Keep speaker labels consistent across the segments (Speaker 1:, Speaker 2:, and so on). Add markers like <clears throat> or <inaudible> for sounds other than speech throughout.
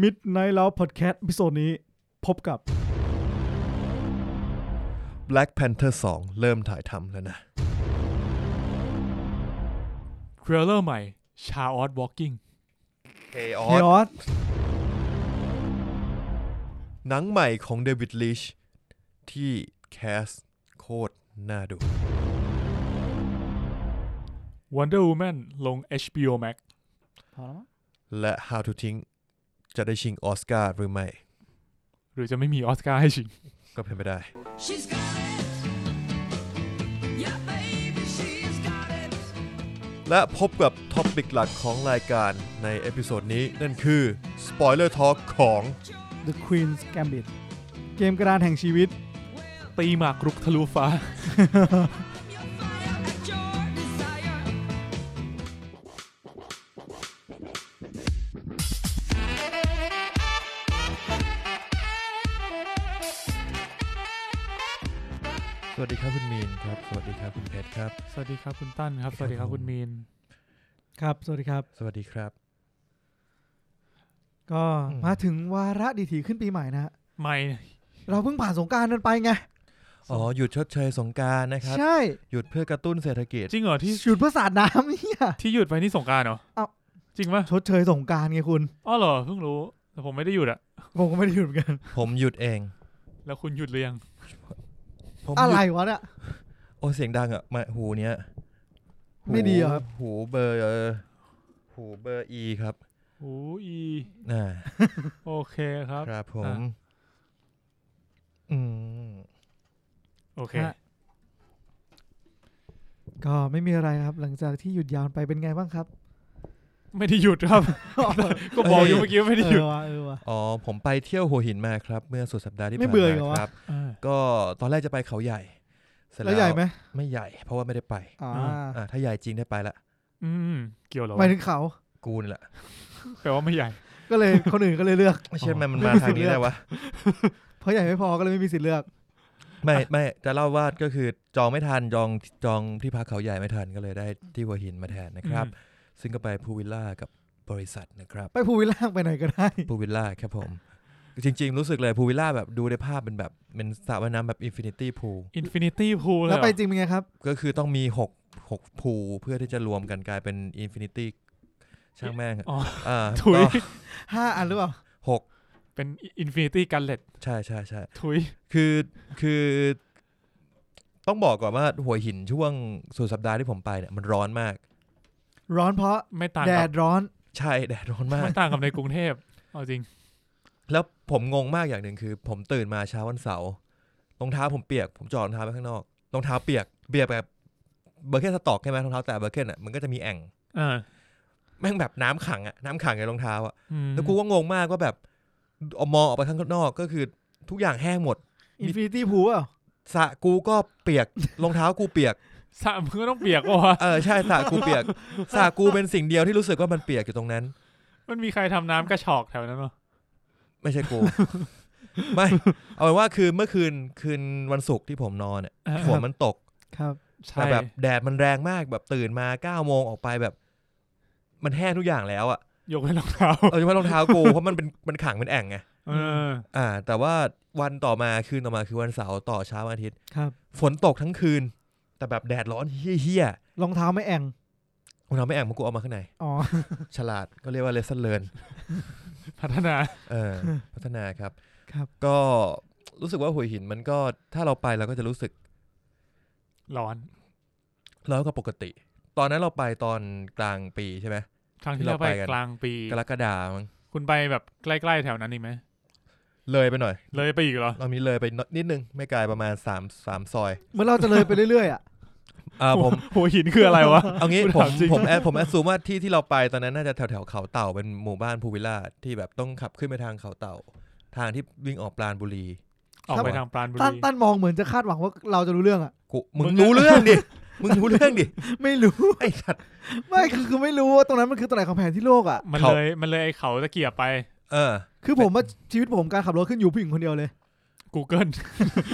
Speaker 1: มิดไนท์แล้วพอดแคสต์พิโซดนี้พบกับ
Speaker 2: Black Panther 2 เริ่มถ่ายทำแล้วนะ
Speaker 3: เทรลเลอร์ใหม่ชาออสวอล์กกิ้ง
Speaker 1: เฮ
Speaker 2: Chaos
Speaker 1: อส
Speaker 2: หนังใหม่ของเดวิดลิชที่แคสโคตรน่าดู
Speaker 3: Wonder Woman ลง HBO Max
Speaker 2: และ How to Think จะได้ชิงออสการ์หรือไม่
Speaker 3: หรือจะไม่มีออสการ์ให้ชิง
Speaker 2: ก็เป็นไปได้
Speaker 4: She's got it. Yeah, baby, she's got it.
Speaker 2: และพบกับท็อปิกหลักของรายการในเอพิโซดนี้นั่นคือ Spoiler Talk ของ
Speaker 1: The Queen's Gambit เกมกระดานแห่งชีวิต
Speaker 3: ตีหมากรุกทะลุฟ้า
Speaker 4: I'm your fire at your desire.
Speaker 2: สวัสดีครับคุณมีนครับ สวัสดีครับคุณเพชรครับ
Speaker 3: สวัสดีครับคุณตั้นครับ สวัสดีครับคุณมีน
Speaker 1: ครับ สวัสดีครับ
Speaker 2: สวัสดีครับ
Speaker 1: ก็
Speaker 2: อืม
Speaker 1: มาถึงวาระดีถีขึ้นปีใหม่นะฮะ
Speaker 3: ไม่
Speaker 1: เราเพิ่งผ่านสงกรารกันไปไง
Speaker 2: อ๋อ หยุดชดเชยสงกรารนะครับ
Speaker 1: ใช่
Speaker 2: หยุดเพื่อกระตุ้นเศรษฐกิจ
Speaker 3: จริงเหรอที่
Speaker 1: หยุดเพื่อสาดน้ำเนี่ย
Speaker 3: ที่หยุดไปนี่สงกรารเหรอ
Speaker 1: เอ้า
Speaker 3: จริงปะ
Speaker 1: <laughs> ชดเชยสงกรารไงคุณ
Speaker 3: อ้อเหรอเพิ่งรู้ แต่ผมไม่ได้หยุดอะ
Speaker 1: ผมก็ไม่ได้หยุดเหมือนกัน
Speaker 2: ผมหยุดเอง
Speaker 3: แล้วคุณหยุดหรือยัง
Speaker 2: ผม
Speaker 1: อะ
Speaker 2: หยุ
Speaker 1: ไร
Speaker 2: ด
Speaker 1: วะเนี่ย
Speaker 2: โอ้เสียงดังอะมาหูเนี้ยหู
Speaker 1: ไม่ดีเหรอครับ
Speaker 2: หูเบอร์หูเบอร์อีครับ
Speaker 3: โอ้อี
Speaker 2: อ่า
Speaker 3: โอเคครับ
Speaker 2: ครับผ
Speaker 3: อ่ะ
Speaker 2: ม อืม
Speaker 3: โอเค
Speaker 1: ฮะ ก็ไม่มีอะไรครับ หลังจากที่หยุดยาวไปเป็นไงบ้างครับ
Speaker 3: ไม่ได้หยุดครับ <laughs> ก็บอกอยู่เมื่อกี้ว่าไม่ได้หยุด
Speaker 1: เออวะเออวะ
Speaker 2: อ๋อ ผมไปเที่ยวหัวหินมาครับ เมื่อสุดสัปดาห์ที่
Speaker 1: ไม่
Speaker 2: ผ่าน
Speaker 1: เบื่อเหร
Speaker 2: มาว
Speaker 1: อะ
Speaker 2: ครับ
Speaker 3: อ่า
Speaker 2: ก็ตอนแรกจะไปเขาใหญ่เสร็จ
Speaker 1: แล้วใหญ่ไหม
Speaker 2: ไม่ใหญ่ เพราะว่าไม่ได้ไป
Speaker 1: อ่า
Speaker 3: อ่
Speaker 2: อ่ะถ้าใหญ่จริงได้ไปละ
Speaker 3: อืมเกี่ยวเหรอ
Speaker 1: หมายถึงเขา
Speaker 2: กูนี่แหละ
Speaker 3: แปลว่าไม่ใหญ่
Speaker 1: ก็เลยคนอื่นก็เลยเลือก
Speaker 2: ไม่ใช่
Speaker 3: อ๋อ
Speaker 2: มันมันมาทางนี้ได้วะ
Speaker 1: เพราะใหญ่ไม่พอก็เลยไม่มีสิทธิ์เลือก
Speaker 2: ไม่ <laughs> ไม่จะเล่าว่าก็คือจองไม่ทันจองจองที่พักเขาใหญ่ไม่ทันก็เลยได้ที่หัวหินมาแทนนะครับ ซึ่งก็ไปพูลวิลล่ากับบริษัทนะครับ
Speaker 1: ไปภูวิลล่าไปไหนก็ได้
Speaker 2: พูลวิลล่าครับผม จริง ๆ รู้สึกเลยพูลวิลล่าแบบดูในภาพเป็นแบบเป็นสระว่ายน้ำแบบอินฟินิตี้พูล
Speaker 3: อินฟินิตี้พูลเล
Speaker 1: แล้
Speaker 3: ยว เหร
Speaker 1: ไป
Speaker 3: อ
Speaker 1: จริงเป็นไงครับ
Speaker 2: ก็คือต้องมีหกหกพูลเพื่อที่จะรวมกันกลายเป็นอินฟินิตี้ช่างแม่ง
Speaker 3: อ๋อ
Speaker 2: อ่า
Speaker 3: ถุย <laughs>
Speaker 2: ก็
Speaker 1: ห้าอันหรือเปล่า
Speaker 2: หก
Speaker 3: เป็นอินฟินิตี้กันเลต
Speaker 2: ใช่ใช่ใช่
Speaker 3: ถุย
Speaker 2: คือคือต้องบอกก่อนว่าหัวหินช่วงสุดสัปดาห์ที่ผมไปเนี่ยมันร้อนมาก
Speaker 1: ร้อนเพราะ
Speaker 3: ไม่ต่าง
Speaker 1: แด
Speaker 3: กับ
Speaker 1: ดร้อน
Speaker 2: ใช่ <laughs> แดดร้อนมาก
Speaker 3: <laughs> ไม่ต่างกับในกรุงเทพเอาจริง
Speaker 2: แล้วผมงงมากอย่างหนึ่งคือ ผมตื่นมาเช้าวันเสาร์รองเท้าผมเปียก ผมจอดรองเท้าไว้ข้างนอกรองเท้าเปียกเปียกแบบเบอร์เกนสต็อกใช่ไหมรองเท้าแต่เบอร์เกนอ่ะมันก็จะมีแอ่ง
Speaker 3: อ่า
Speaker 2: แม่งแบบน้ำขังอ่ะน้ำขังในรองเท้าอ่ะ
Speaker 3: อืม
Speaker 2: แล้วกูก็งงมากว่าแบบเอามองออกไปข้างนอกก็คือทุกอย่างแห้งหมด
Speaker 1: อินฟินิตี้พูลอ่ะ
Speaker 2: สระกูก็เปียกรองเท้ากูเปียก
Speaker 3: สระมือต้องเปียกวะ
Speaker 2: เออใช่สระกูเปียกสระกูเป็นสิ่งเดียวที่รู้สึกว่ามันเปียกอยู่ตรงนั้น
Speaker 3: มันมีใครทำน้ำกระชอกแถวนั้น
Speaker 2: <laughs>
Speaker 3: มั้ย
Speaker 2: ไม่ใช่กู
Speaker 3: <laughs>
Speaker 2: ไม่ เอาเป็นว่าคือเมื่อคืนคืนวันศุกร์ที่ผมนอนเนี่ยฝนมันตก
Speaker 1: ครับ
Speaker 2: แต่
Speaker 3: ใช่
Speaker 2: แบบแดดมันแรงมากแบบตื่นมาเก้าโมงออกไปแบบ มันแห้งทุกอย่างแล้วอ่ะ
Speaker 3: ยกเว้นรองเท้า
Speaker 2: เออเฉพาะรองเท้ากู <laughs> เพราะมันเป็นมันขังเป็นแอ่งไง
Speaker 3: เออ
Speaker 2: อ่า แต่ว่าวันต่อมาคืนต่อมาคือวันเสาร์ต่อเช้าวันอาทิตย์
Speaker 1: ครับ
Speaker 2: ฝนตกทั้งคืน แต่แบบแดดร้อนเฮี้ย
Speaker 1: รองเท้าไม่แอ่ง
Speaker 2: ๆรองเท้าไม่แอ่งเพราะกูเอามาข้างใน
Speaker 1: อ๋อ
Speaker 2: ฉลาดก็เรียกว่าเลสเซนเลน
Speaker 3: พัฒนา
Speaker 2: เอ
Speaker 1: <laughs>
Speaker 2: อ พัฒนาครับ
Speaker 1: ครับ
Speaker 2: ก็รู้สึกว่าหัวหินมันก็ถ้าเราไปเราก็จะรู้สึก
Speaker 3: ร้อน
Speaker 2: ร้อนกว่าปกติ ตอนนั้นเราไปตอนกลางปีใช่ไหม
Speaker 3: ครั้ง
Speaker 2: ที่
Speaker 3: ที่
Speaker 2: เรา
Speaker 3: เราไป
Speaker 2: ไปกัน
Speaker 3: กลางปี
Speaker 2: กรกฎามั้ง
Speaker 3: คุณไปแบบใกล้ๆแถวนั้นอีกไหม
Speaker 2: เลยไปหน่อย
Speaker 3: เลยไปอีกเหรอ
Speaker 2: เรามีเลยไปนิดนึงไม่ไกลประมาณ3ามสามซอย
Speaker 1: เหมื่อนเราจะเลยไปเรื่อยๆอ่ะ
Speaker 2: อ่าผม
Speaker 3: หัวหินคืออะไร
Speaker 2: <laughs>
Speaker 3: วะ
Speaker 2: เอางี้
Speaker 3: คุณ
Speaker 2: ผม
Speaker 3: ถามจริง
Speaker 2: ผมแอดผมแอดซูมว่าที่ที่เราไปตอนนั้นน่าจะแถวแถวๆเขาเต่าเป็นหมู่บ้านภูวิลล่าที่แบบต้องขับขึ้นไปทางเขาเต่า ทางที่วิ่งออกปราณบุรี
Speaker 3: ออกไปทางปราณบุ
Speaker 1: ตั้น
Speaker 3: รี
Speaker 1: ตั้นมองเหมือนจะคาดหวังว่าเราจะรู้เรื่องอ่ะ
Speaker 2: กู
Speaker 3: มึ
Speaker 2: มึ
Speaker 3: ง
Speaker 2: งรู้เรื่องดิมึงรู้เรื่องดิ
Speaker 1: ไม่รู้ <laughs>
Speaker 2: ไอ้สัตว์
Speaker 1: ไม่คือคือไม่รู้ว่าตรงนั้นมันคือตรงไหนของแผนที่โลกอ่ะ
Speaker 3: มันเลยมันเลยไอ้เขาตะเกียบไป
Speaker 2: เออ
Speaker 1: คือผมว่าชีวิตผมการขับรถขึ้นอยู่ผู้หญิงคนเดียวเลย
Speaker 3: Google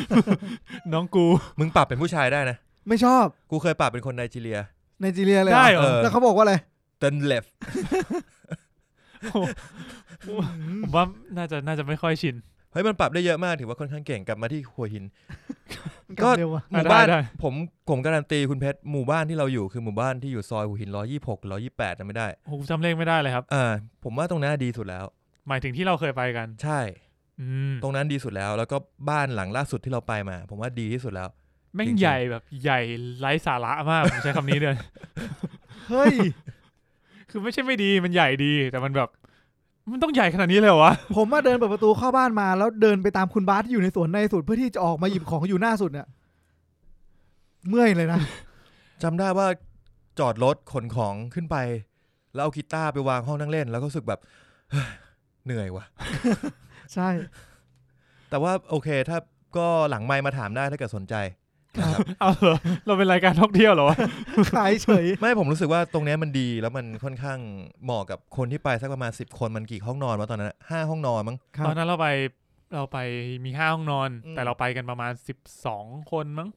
Speaker 3: <laughs> น้องกู
Speaker 2: มึงปรับเป็นผู้ชายได้นะ
Speaker 1: ไม่ชอบ
Speaker 2: กูเคยปรับเป็นคนไนจีเรีย
Speaker 1: ไนจีเรียเลยะ
Speaker 3: ได้เหรอ
Speaker 2: เออ
Speaker 1: แล้วเขาบอกว่าอะไร
Speaker 2: เตนเลฟ
Speaker 3: โอ้ ผมว่าน่าจะน่าจะไม่ค่อยชิน
Speaker 2: เฮ้ยมันปรับได้เยอะมากถือว่าค่อนข้างเก่งกลับมาที่หัวหิน
Speaker 1: มันกลับเร็วอะ
Speaker 2: ห
Speaker 3: อ่ะ
Speaker 2: มู่บ้าน
Speaker 3: ได้ได้
Speaker 2: ผมผมการันตีคุณเพชรหมู่บ้านที่เราอยู่คือหมู่บ้านที่อยู่ซอยหัวหินร้อยี่หกร้อยี่แปดไม่ได้
Speaker 3: โอ้โหจำเลขไม่ได้เลยครับ
Speaker 2: อ่าผมว่าตรงนั้นดีสุดแล้ว
Speaker 3: หมายถึงที่เราเคยไปกัน
Speaker 2: ใช่
Speaker 3: อืม
Speaker 2: ตรงนั้นดีสุดแล้ว แล้วก็บ้านหลังล่าสุดที่เราไปมา ผมว่าดีที่สุดแล้ว
Speaker 3: แม่
Speaker 2: จริ
Speaker 3: ง
Speaker 2: งๆ
Speaker 3: ใหญ่แบบใหญ่ไร้สาระมาก ผมใช้คำนี้เลย <laughs>
Speaker 1: เฮ้ย <laughs>
Speaker 3: คือไม่ใช่ไม่ดีมันใหญ่ดี แต่มันแบบ มันต้องใหญ่ขนาดนี้เลยเหรอวะ <laughs>
Speaker 1: ผมมาเดินเปิดประตูเข้าบ้านมา แล้วเดินไปตามคุณบาสที่อยู่ในสวนในสุดเพื่อที่จะออกมาหยิบของอยู่หน้าสุดเนี่ยเมื่อยเลยนะ
Speaker 2: จำได้ว่าจอดรถขนของขึ้นไป แล้วเอากีตาร์ไปวางห้องนั่งเล่น แล้วก็รู้สึกแบบ <sighs> เหนื่อยว่ะ
Speaker 1: ใช่ <laughs>
Speaker 2: แต่ว่าโอเคถ้าก็หลังไมค์มาถามได้ถ้าเกิดสนใจ
Speaker 3: <laughs> เอาเหรอเราเป็นรายการท่องเที่ยวเหรอวะ
Speaker 1: ขายเฉย
Speaker 2: ไม่ผมรู้สึกว่าตรงเนี้ยมันดีแล้วมันค่อนข้างเหมาะกับคนที่ไปสักประมาณสิบคนมันกี่ห้องนอนวะตอนนั้นอะห้าห้องนอนมั้ง
Speaker 1: ครับ
Speaker 3: <laughs> ตอนนั้นเราไปเราไปมีห้าห้องนอน
Speaker 2: อืม
Speaker 3: แต่เราไปกันประมาณสิบสองคนมั้ง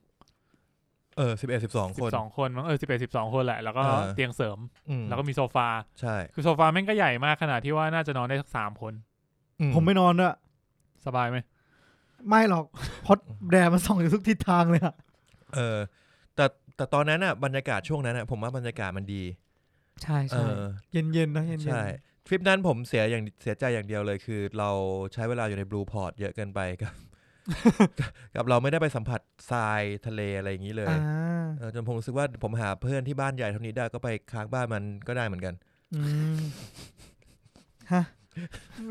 Speaker 2: เออสิบเอ็ดสิบสอง
Speaker 3: สิ
Speaker 2: คน
Speaker 3: บสองคนมั้งเออสิบเอ็ดสิบสองคนแหละ แล้วก็
Speaker 2: เออ
Speaker 3: เตียงเสริม
Speaker 2: อืม
Speaker 3: แล้วก็มีโซฟา
Speaker 2: ใช่
Speaker 3: คือโซฟาแม่งก็ใหญ่มากขนาดที่ว่าน่าจะนอนได้สักสามคน
Speaker 2: อื
Speaker 1: ผมไม่นอนด้วย
Speaker 3: สบายไหม
Speaker 1: ไม่หรอกเพราะแดดมันส่องอยู่ทุกทิศทางเลยอะ
Speaker 2: เออ แต่แต่ตอนนั้นอ่ะบรรยากาศช่วงนั้นอ่ะผมว่าบรรยากาศมันดี
Speaker 1: ใช่
Speaker 2: <laughs> เอ
Speaker 1: ใช่
Speaker 2: อ
Speaker 1: เย็นเย็นๆนะเย็นเย็น
Speaker 2: ใช่ ทริปนั้นผมเสียอย่างเสียใจอย่างเดียวเลยคือ เราใช้เวลาอยู่ในบลูพอร์ตเยอะเกินไปกับ <laughs> กับเราไม่ได้ไปสัมผัสทรายทะเลอะไรอย่างนี้เลย
Speaker 1: อ่า
Speaker 2: เออจนผมรู้สึกว่าผมหาเพื่อนที่บ้านใหญ่เท่านี้ได้ก็ไปค้างบ้านมันก็ได้เหมือนกัน
Speaker 1: อืมฮะ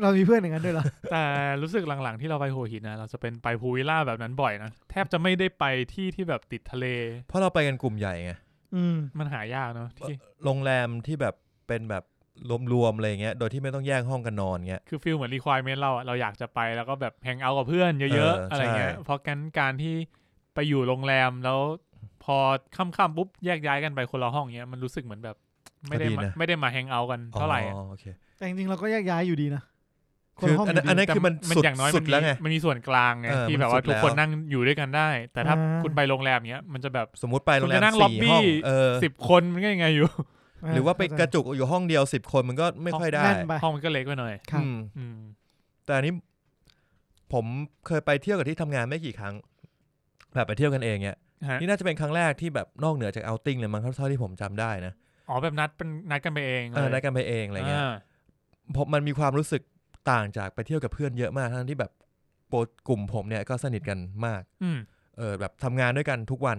Speaker 1: เรามีเพื่อนอย่างนั้นด้วยเหรอ
Speaker 3: แต่รู้สึกหลังๆที่เราไปหัวหินนะเราจะเป็นไปพูลวิลล่าแบบนั้นบ่อยนะแทบจะไม่ได้ไปที่ที่แบบติดทะเล
Speaker 2: เพราะเราไปกันกลุ่มใหญ่ไง
Speaker 1: อืม
Speaker 3: มันหายากเนาะที่
Speaker 2: โรงแรมที่แบบเป็นแบบรวมๆอะไรอย่างเงี้ยโดยที่ไม่ต้องแยกห้องกันนอนเงี้ย
Speaker 3: คือฟิลเหมือนรีคว r e เมนต์เราอะเราอยากจะไปแล้วก็แบบแฮงเอาท์กับเพื่อนเย
Speaker 2: เอ
Speaker 3: อะ
Speaker 2: อ
Speaker 3: ๆ อะไรเงี้ย
Speaker 2: ใช่
Speaker 3: เพราะกันการที่ไปอยู่โรงแรมแล้ว พอค่ำๆปุ๊บแยกย้ายกันไปคนละห้องเงี้ยมันรู้สึกเหมือนแบบไม่ได้มาไม่ได้มาแฮงเอาท์กันเท่าไหร่อะ
Speaker 2: อ๋อโอเค
Speaker 1: แต่จริงๆเราก็แยกย้ายอยู่ดีนะคน
Speaker 2: คือ
Speaker 1: ละห้อง
Speaker 2: อัน
Speaker 1: อยู่
Speaker 2: นั้นอัน
Speaker 1: ดี
Speaker 2: นั้น คือมั
Speaker 3: มั
Speaker 2: สุด
Speaker 3: อย่างน้อย
Speaker 2: สุ
Speaker 3: มั
Speaker 2: ด
Speaker 3: น
Speaker 2: แล้ว
Speaker 3: มี
Speaker 2: ไง
Speaker 3: มันมีส่วนกลางไง
Speaker 2: เออ
Speaker 3: ที่
Speaker 2: มัน
Speaker 3: แบบ
Speaker 2: สุ
Speaker 3: ว่า
Speaker 2: ด
Speaker 3: ทุก
Speaker 2: แล้ว
Speaker 3: คนนั่งอยู่ด้วยกันได้ แต่ถ้า
Speaker 1: อ่า
Speaker 3: คุณไปโรงแรมเนี้ยมันจะแบบ
Speaker 2: สมมติไปโรงแร
Speaker 3: คุณจะนั่
Speaker 2: ม
Speaker 3: ง
Speaker 2: สี่ห้อง
Speaker 3: lobby
Speaker 2: เออ
Speaker 3: สิบคนมันก็ยังไงอยู่
Speaker 2: หรือว่าไปกระจุกอยู่ห้องเดียวสิบคนมันก็ไม่ค่อยได้
Speaker 1: แน่นไป
Speaker 3: ห้องมันก็เล็กไปหน่อย
Speaker 1: ครับ
Speaker 2: อืม
Speaker 3: อืม
Speaker 2: แต่อันนี้ผมเคยไปเที่ยวกับที่ทำงานไม่กี่ครั้ง แบบไปเที่ยวกันเองเนี่ย
Speaker 3: ฮะ
Speaker 2: นี่น่าจะเป็นครั้งแรกที่แบบนอกเหนือจากเอาติ้งเลยมั้งเท่าที่ผมจำได้นะ
Speaker 3: อ๋อแบบนัดเป็นนัดกันไปเอง
Speaker 2: เออ
Speaker 3: เลย
Speaker 2: ได้กันไปเองอะไรเงี้ย
Speaker 3: า
Speaker 2: ผมมันมีความรู้สึกต่างจากไปเที่ยวกับเพื่อนเยอะมากทั้งที่แบบโปรกลุ่มผมเนี่ยก็สนิทกันมาก
Speaker 3: อืม
Speaker 2: เออแบบทำงานด้วยกันทุกวัน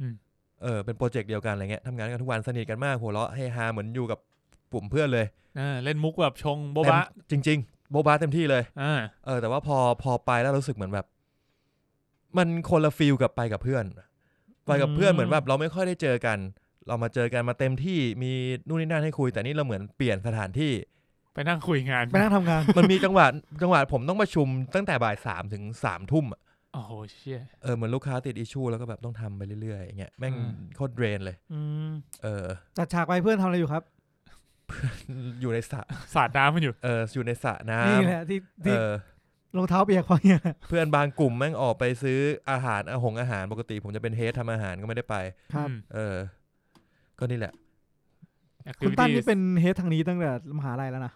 Speaker 3: อืม
Speaker 2: เออเป็นโปรเจกต์เดียวกันอะไรเงี้ยทำงานด้วยกันทุกวันสนิทกันมากหัวเราะเฮฮาเหมือนอยู่กับกลุ่มเพื่อนเลย
Speaker 3: อ่าเล่นมุกแบบชงโบะ
Speaker 2: เต็ม
Speaker 3: บะ
Speaker 2: จริง ๆ โบบาเต็มที่เลย
Speaker 3: อ่า
Speaker 2: เออแต่ว่าพอพอไปแล้วรู้สึกเหมือนแบบ มันคนละฟิลกับไปกับเพื่อน ไปกับเพื่อนเหมือนแบบเราไม่ค่อยได้เจอกัน เรามาเจอกันมาเต็มที่มีนู่นนี่นั่นให้คุย แต่นี่เราเหมือนเปลี่ยนสถานที่
Speaker 3: ไปนั่งคุยงาน
Speaker 1: ไปนั่งทำงาน
Speaker 2: มันมีจังหวะ <laughs> จังหวะผมต้องประชุมตั้งแต่บ่ายสามถึงสามทุ่มอะ
Speaker 3: โอ้โหเชี่ย
Speaker 2: เออเหมือนลูกค้าติดอิชูแล้วก็แบบต้องทำไปเรื่อยๆอย่างเงี้ยแม่ง
Speaker 3: อืม
Speaker 2: โคตรเดรนเลย
Speaker 1: อืม
Speaker 2: เออ <laughs>
Speaker 1: จัดฉากไปเพื่อนทำอะไรอยู่ครับ
Speaker 2: อยู่ในสระ
Speaker 3: สาดน้ำมันอยู่
Speaker 2: เอออยู่ในสระน้
Speaker 1: นี่แหละที่
Speaker 2: ำเอ
Speaker 1: ที่
Speaker 2: อ
Speaker 1: รองเท้าเปียกเพราะเนี่ย
Speaker 2: เพื่อนบางกลุ่มแม่งออกไปซื้ออาหารอาหงอาหารปกติ ผมจะเป็นเฮดทำอาหารก็ไม่ได้ไป
Speaker 1: ครับ
Speaker 3: อืม
Speaker 2: เออ ก็นี่แหละ
Speaker 1: คุณตั้น
Speaker 3: activities
Speaker 1: นี่เป็นเฮดทางนี้ตั้งแต่มหาลัยแล้วนะ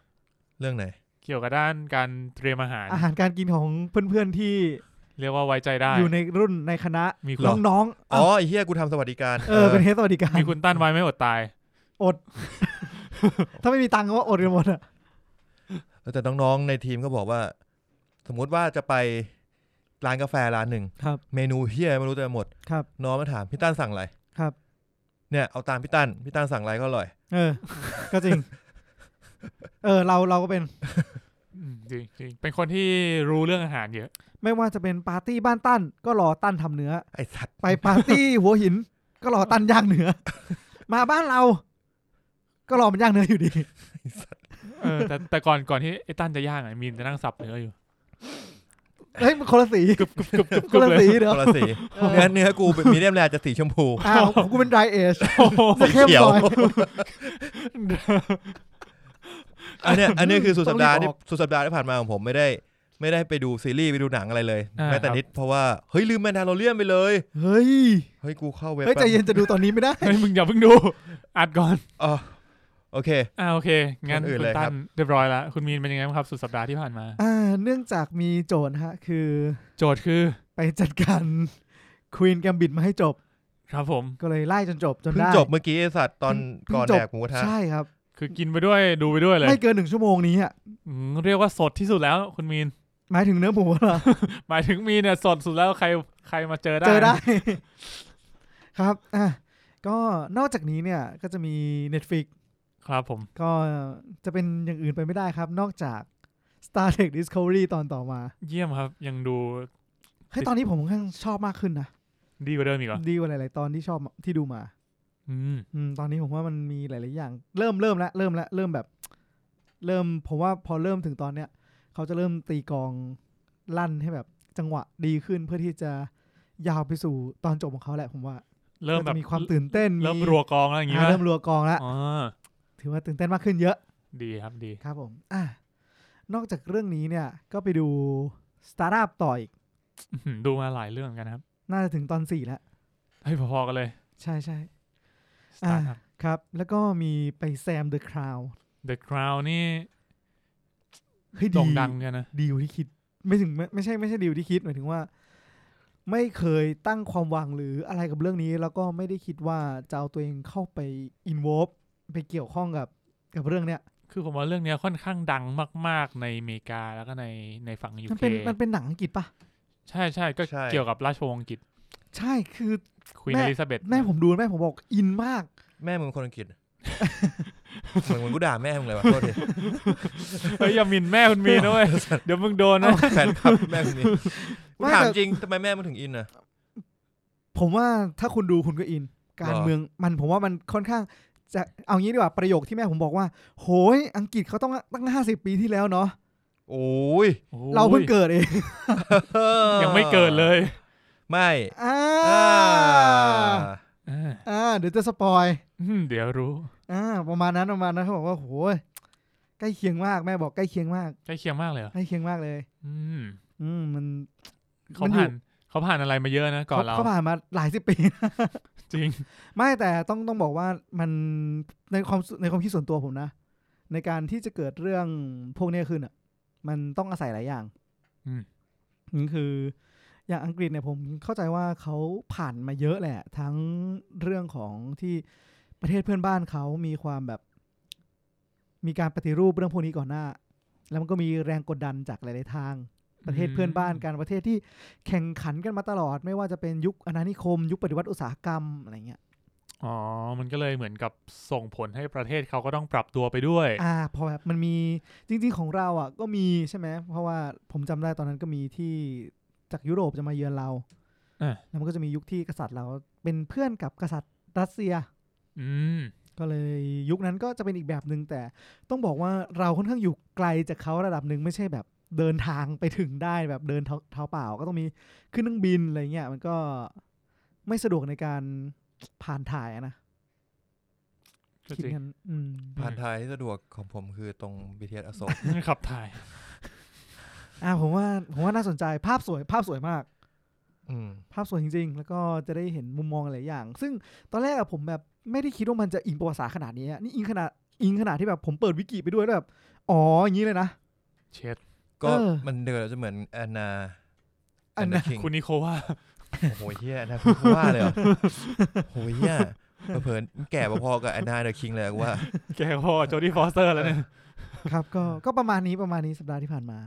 Speaker 2: เรื่องไหน
Speaker 3: เกี่ยวกับด้านการเตรียมอาหาร
Speaker 1: อาหารการกินของเพื่อนๆที่
Speaker 3: เรียกว่าไว้ใจได้
Speaker 1: อยู่ในรุ่นในคณะ
Speaker 3: มีคุ
Speaker 2: หร
Speaker 3: ณ
Speaker 1: น้องๆ
Speaker 2: อ๋
Speaker 1: อ่ะ
Speaker 2: อไอ้เฮียกูทำสวัสดิการ
Speaker 1: เออเป็นเฮดสวัสดิการ
Speaker 3: มีคุณตั้นไว้ไม่อดตาย
Speaker 1: ถ้าไม่มีตังค์ก็อดกันหมดอ่ะ
Speaker 2: เออแต่น้องๆในทีมก็บอกว่า สมมุติว่าจะไปร้านกาแฟร้านหนึ่ง
Speaker 1: ครับ
Speaker 2: เมนูเฮียไม่รู้จะหมด
Speaker 1: ครับ
Speaker 2: น้องมาถามพี่ตั้นสั่งอะไร
Speaker 1: ครับ
Speaker 2: เนี่ยเอาตามพี่ตั้นพี่ตั้นสั่งอะไรก็อร่อย
Speaker 1: เอ <laughs> อ ก็จริง เออ เราเราก็เป็น
Speaker 3: อืมจริงจริงเป็นคนที่รู้เรื่องอาหารเยอะ
Speaker 1: ไม่ว่าจะเป็นปาร์ตี้บ้านตั้น ก็รอตั้นทำเนื้อ
Speaker 2: ไอ้สัตว์
Speaker 1: ไปปาร์
Speaker 2: <laughs>
Speaker 1: ตี้หัวหิน ก็รอตั้นย่างเนื้อ มาบ้านเรา ก็รอมันย่างเนื้ออยู่ดี <laughs>
Speaker 3: เออแต่แต่ก่อนก่อนที่ไอ้ตั้นจะย่างอ่ะมีนจะนั่งสับเนื้อ
Speaker 1: <laughs>
Speaker 3: อยู่
Speaker 1: เฮ้ยมันคนละสี
Speaker 3: กึบกึบกึบกึบ
Speaker 1: คนละ
Speaker 3: เลย
Speaker 1: สี <laughs> เด้อ
Speaker 2: คนละสีเนื้อเนื้อกูเป็นมีเดียมแรจะสีชมพู
Speaker 1: อ้าวของกูเป็นไดเอช
Speaker 3: โอ้โห
Speaker 1: จะเข้ม
Speaker 2: เขีย
Speaker 1: ห
Speaker 2: ว
Speaker 1: น่อย
Speaker 2: อันเนี้ยอันเนี้ยคือสุดสัปดาห์
Speaker 1: ต้องรี
Speaker 2: ที่
Speaker 1: บออก
Speaker 2: สุดสัปดาห์ที่ผ่านมาของผมไม่ได้ ไม่ได้ไปดูซีรีส์ไปดูหนังอะไรเลย
Speaker 3: า
Speaker 2: แม้แต่
Speaker 3: ครับ
Speaker 2: นิดเพราะว่าเฮ้ยลืมแมนดาโลเรียนไปเลย
Speaker 1: เฮ้ย
Speaker 2: เฮ้ยกูเข้าเว็บ
Speaker 1: เฮ้ยใจเย็นจะดูตอนนี้ไม่ได้
Speaker 3: เฮ้ยมึงอย่าเพิ่งดูอัดก่อน
Speaker 2: เออ โอเค
Speaker 3: อ่าโอเค งั้น
Speaker 2: คนอื่น
Speaker 3: คุณ
Speaker 2: เลย
Speaker 3: ตั้
Speaker 2: ครับ
Speaker 3: นเรียบร้อยละคุณมีนเป็นยังไงบ้างครับสุดสัปดาห์ที่ผ่านมา
Speaker 1: อ่า เนื่องจากมีโจทย์ฮะ คือ
Speaker 3: โจทย์คือ
Speaker 1: ไปจัดการ <laughs> ควีนแกมบิดมาให้จบ
Speaker 3: ครับผม
Speaker 1: ก็เลยไล่จนจบจน
Speaker 2: เพิ่ง
Speaker 1: ได้
Speaker 2: จบเมื่อกี้ไอ้สัตว์ตอน
Speaker 1: เพิ่ง
Speaker 2: ก่อน
Speaker 1: เพิ่งจบ
Speaker 2: แดกหมูกระทะ
Speaker 1: ใช่ครับ
Speaker 3: คือกินไปด้วยดูไปด้วยเลย
Speaker 1: ไม่เกินหนึ่งชั่วโมงนี้อ่ะ
Speaker 3: อืมเรียกว่าสดที่สุดแล้ว คุณมีน
Speaker 1: หมายถึงเนื้อหมูเหรอ
Speaker 3: หมายถึงมีนเนี่ยสดสุดแล้วใครใครมาเจอได้
Speaker 1: เจอได้ <laughs> ครับอ่ะก็นอกจากนี้เนี่ยก็จะมี Netflix
Speaker 3: ครับผม
Speaker 1: ก็จะเป็นอย่างอื่นไปไม่ได้ครับ นอกจาก Star Trek Discovery ตอนต่อมา
Speaker 3: เยี่ยมครับ ยังดู
Speaker 1: เฮ้ยตอนนี้ผมค่อนข้างชอบมากขึ้นนะ
Speaker 3: ดีกว่าเดิมอีกเหรอ
Speaker 1: ดีกว่าหลาย ๆ ตอนที่ชอบที่ดูมา
Speaker 3: อืม
Speaker 1: อืมตอนนี้ผมว่ามันมีหลาย ๆ อย่าง เริ่มเริ่มแล้วเริ่มแล้วเริ่มแบบ เริ่มผมว่าพอเริ่มถึงตอนเนี้ย เขาจะเริ่มตีกลองลั่นให้แบบจังหวะดีขึ้นเพื่อที่จะยาวไปสู่ตอนจบของเขาแหละผมว่า
Speaker 3: เริ่ม
Speaker 1: ก็
Speaker 3: แบบ
Speaker 1: จะมีความตื่นเต้น
Speaker 3: เริ่มรัวกองแล้วอย่างงี้
Speaker 1: อ่า
Speaker 3: ปะ
Speaker 1: เริ่มรัวกลองแล้ว
Speaker 3: อ๋อ
Speaker 1: ถือว่าตื่นเต้นมากขึ้นเยอะ
Speaker 3: ดีครับดี <laughs>
Speaker 1: ครับผมอ่ะนอกจากเรื่องนี้เนี่ย ก็ไปดูสตาร์ทอัพต่ออีก
Speaker 3: อื้อหือดูมาหลายเรื่องเหมือนกันนะครับ
Speaker 1: น่าจะถึงตอนสี่แล้ว
Speaker 3: เฮ้ยพอๆกันเลย
Speaker 1: ใช่ใช่ อ่า
Speaker 3: Start Up
Speaker 1: ครับ แล้วก็มีไปแซมเดอะคราว
Speaker 3: The Crown นี่
Speaker 1: เฮ้ยดี
Speaker 3: โด่งดังเหมือนกันนะ
Speaker 1: ดีลที่คิดไม่ถึงไม่ไม่ใช่ไม่ใช่ดีลที่คิดหมายถึงว่า ไม่เคยตั้งความหวังหรืออะไรกับเรื่องนี้ แล้วก็ไม่ได้คิดว่าจะเอาตัวเองเข้าไปอินวอลไปเกี่ยวข้องกับกับเรื่องเนี้ย
Speaker 3: คือผมว่าเรื่องเนี้ยค่อนข้างดังมาก ๆ ในอเมริกาแล้วก็ในในฝั่งยู
Speaker 1: มัน
Speaker 3: เค
Speaker 1: เป็นมันเป็นหนังอังกฤษปะ
Speaker 3: ใช่ใช่ก็
Speaker 2: ใช่
Speaker 3: เกี่ยวกับราชวงศ์อังกฤษ
Speaker 1: ใช่คือ
Speaker 3: ควีนอลิซาเบธ
Speaker 1: แม่ผมดูแม่ผมบอกอินมาก
Speaker 2: แม่มึงเป็นคนอังกฤษ เหมือนเหมือนกูด่าแม่มึงเลยวะโทษที
Speaker 3: เฮ้ยอย่าหมินแม่คุณมีนะเว้ย
Speaker 2: <laughs>
Speaker 3: เดี๋ยวมึงโดนนะ
Speaker 2: แฟนคลับแม่มึงนี่กู
Speaker 1: ไม่
Speaker 2: ถาม
Speaker 1: แต่
Speaker 2: จริงทำไมแม่มึงถึงอินอ่ะ
Speaker 1: ผมว่าถ้าคุณดูคุณก็อิน การ
Speaker 2: หรอ
Speaker 1: เมืองมันผมว่ามันค่อนข้างจะเอางี้ดีกว่าประโยคที่แม่ผมบอกว่า โหยอังกฤษเขาต้องตั้งห้าสิบปีที่แล้วเนาะ
Speaker 2: โอ้ย
Speaker 3: โอ้ย
Speaker 1: เราเพิ่งเกิดเอง
Speaker 3: ยังไม่เกิดเลย
Speaker 2: ไม่
Speaker 1: อ่า
Speaker 2: อ่า
Speaker 3: อ่า
Speaker 1: อ่าเดี๋ยวจะสปอย
Speaker 3: อืมเดี๋ยวรู้
Speaker 1: อ่าประมาณนั้นประมาณนั้นเขาบอกว่าโหยใกล้เคียงมากแม่บอกใกล้เคียงมาก
Speaker 3: ใกล้เคียงมากเลยเหรอ
Speaker 1: ใกล้เคียงมากเลย
Speaker 3: อืม
Speaker 1: อืมมัน
Speaker 3: เขา
Speaker 1: มันอยู่
Speaker 3: ผ่านเขาผ่านอะไรมาเยอะนะก่อนเรา
Speaker 1: ขเขาผ่านมาหลายสิบปี
Speaker 3: จริง
Speaker 1: ไม่แต่ต้องต้องบอกว่ามันในความในความคิดส่วนตัวผมนะ ในการที่จะเกิดเรื่องพวกเนี้ยขึ้นอ่ะ มันต้องอาศัยหลายอย่าง
Speaker 3: อืม
Speaker 1: นี่คือ อย่างอังกฤษเนี่ยผมเข้าใจว่าเขาผ่านมาเยอะแหละ ทั้งเรื่องของที่ประเทศเพื่อนบ้านเขามีความแบบ มีการปฏิรูปเรื่องพวกนี้ก่อนหน้า แล้วมันก็มีแรงกดดันจากหลาย ๆ ทาง ประเทศเพื่อนบ้านกันประเทศที่แข่งขันกันมาตลอด ไม่ว่าจะเป็นยุคอาณานิคม ยุคปฏิวัติอุตสาหกรรมอะไรเงี้ย
Speaker 3: อ๋อมันก็เลยเหมือนกับส่งผลให้ประเทศเขาก็ต้องปรับตัวไปด้วย
Speaker 1: อ่าพอแบบมันมีจริง ๆ ของเราอ่ะก็มีใช่ไหมเพราะว่าผมจำได้ตอนนั้นก็มีที่จากยุโรปจะมาเยือนเรา
Speaker 3: อ่ะ
Speaker 1: แล้วมันก็จะมียุคที่กษัตริย์เราเป็นเพื่อนกับกษัตริย์รัสเซีย
Speaker 3: อืม
Speaker 1: ก็เลยยุคนั้นก็จะเป็นอีกแบบหนึ่งแต่ต้องบอกว่าเราค่อนข้างอยู่ไกลจากเขาระดับหนึ่งไม่ใช่แบบเดินทางไปถึงได้แบบเดินเท้าเท้าเปล่าก็ต้องมีขึ้นเครื่องบินอะไรเงี้ยมันก็ไม่สะดวกในการผ่านถ่ายอะนะ
Speaker 3: ก็
Speaker 1: คิด
Speaker 3: จริง
Speaker 1: งั้นอืม
Speaker 2: ผ่านทายที่สะดวกของผมคือตรง BTS อโศก
Speaker 3: ขับถ่าย
Speaker 1: อ่าผมว่าผมว่าน่าสนใจภาพสวยภาพสวยมาก
Speaker 2: อืม
Speaker 1: ภาพสวยจริง ๆ แล้วก็จะได้เห็นมุมมองหลายอย่าง ซึ่งตอนแรกอะผมแบบไม่ได้คิดว่ามันจะอิงประวัติศาสตร์ขนาดนี้อะนี่อิงขนาดอิงขนาดที่แบบผมเปิดวิกิไปด้วยแล้วแบบ อ๋อ อย่างนี้เลยนะ
Speaker 3: เช็ด
Speaker 2: ก็
Speaker 1: เออ
Speaker 2: มันเดินจะเหมือนแอนนา
Speaker 1: อัน
Speaker 2: แอ
Speaker 1: นั้น
Speaker 2: คิง
Speaker 3: คุณนิโคว่า <laughs>
Speaker 2: โอ้โหเฮียแอนนาคุณว่าเลยเหรอ โหเฮียเผินแก่พอๆกับแอนนาเดอะคิงเลยกูว่า
Speaker 3: แกพอโจดี้ฟอสเตอร์แล้วเนี่ย
Speaker 1: ครับก็ก็ประมาณนี้ประมาณนี้สัปดาห์ที่ผ่านมา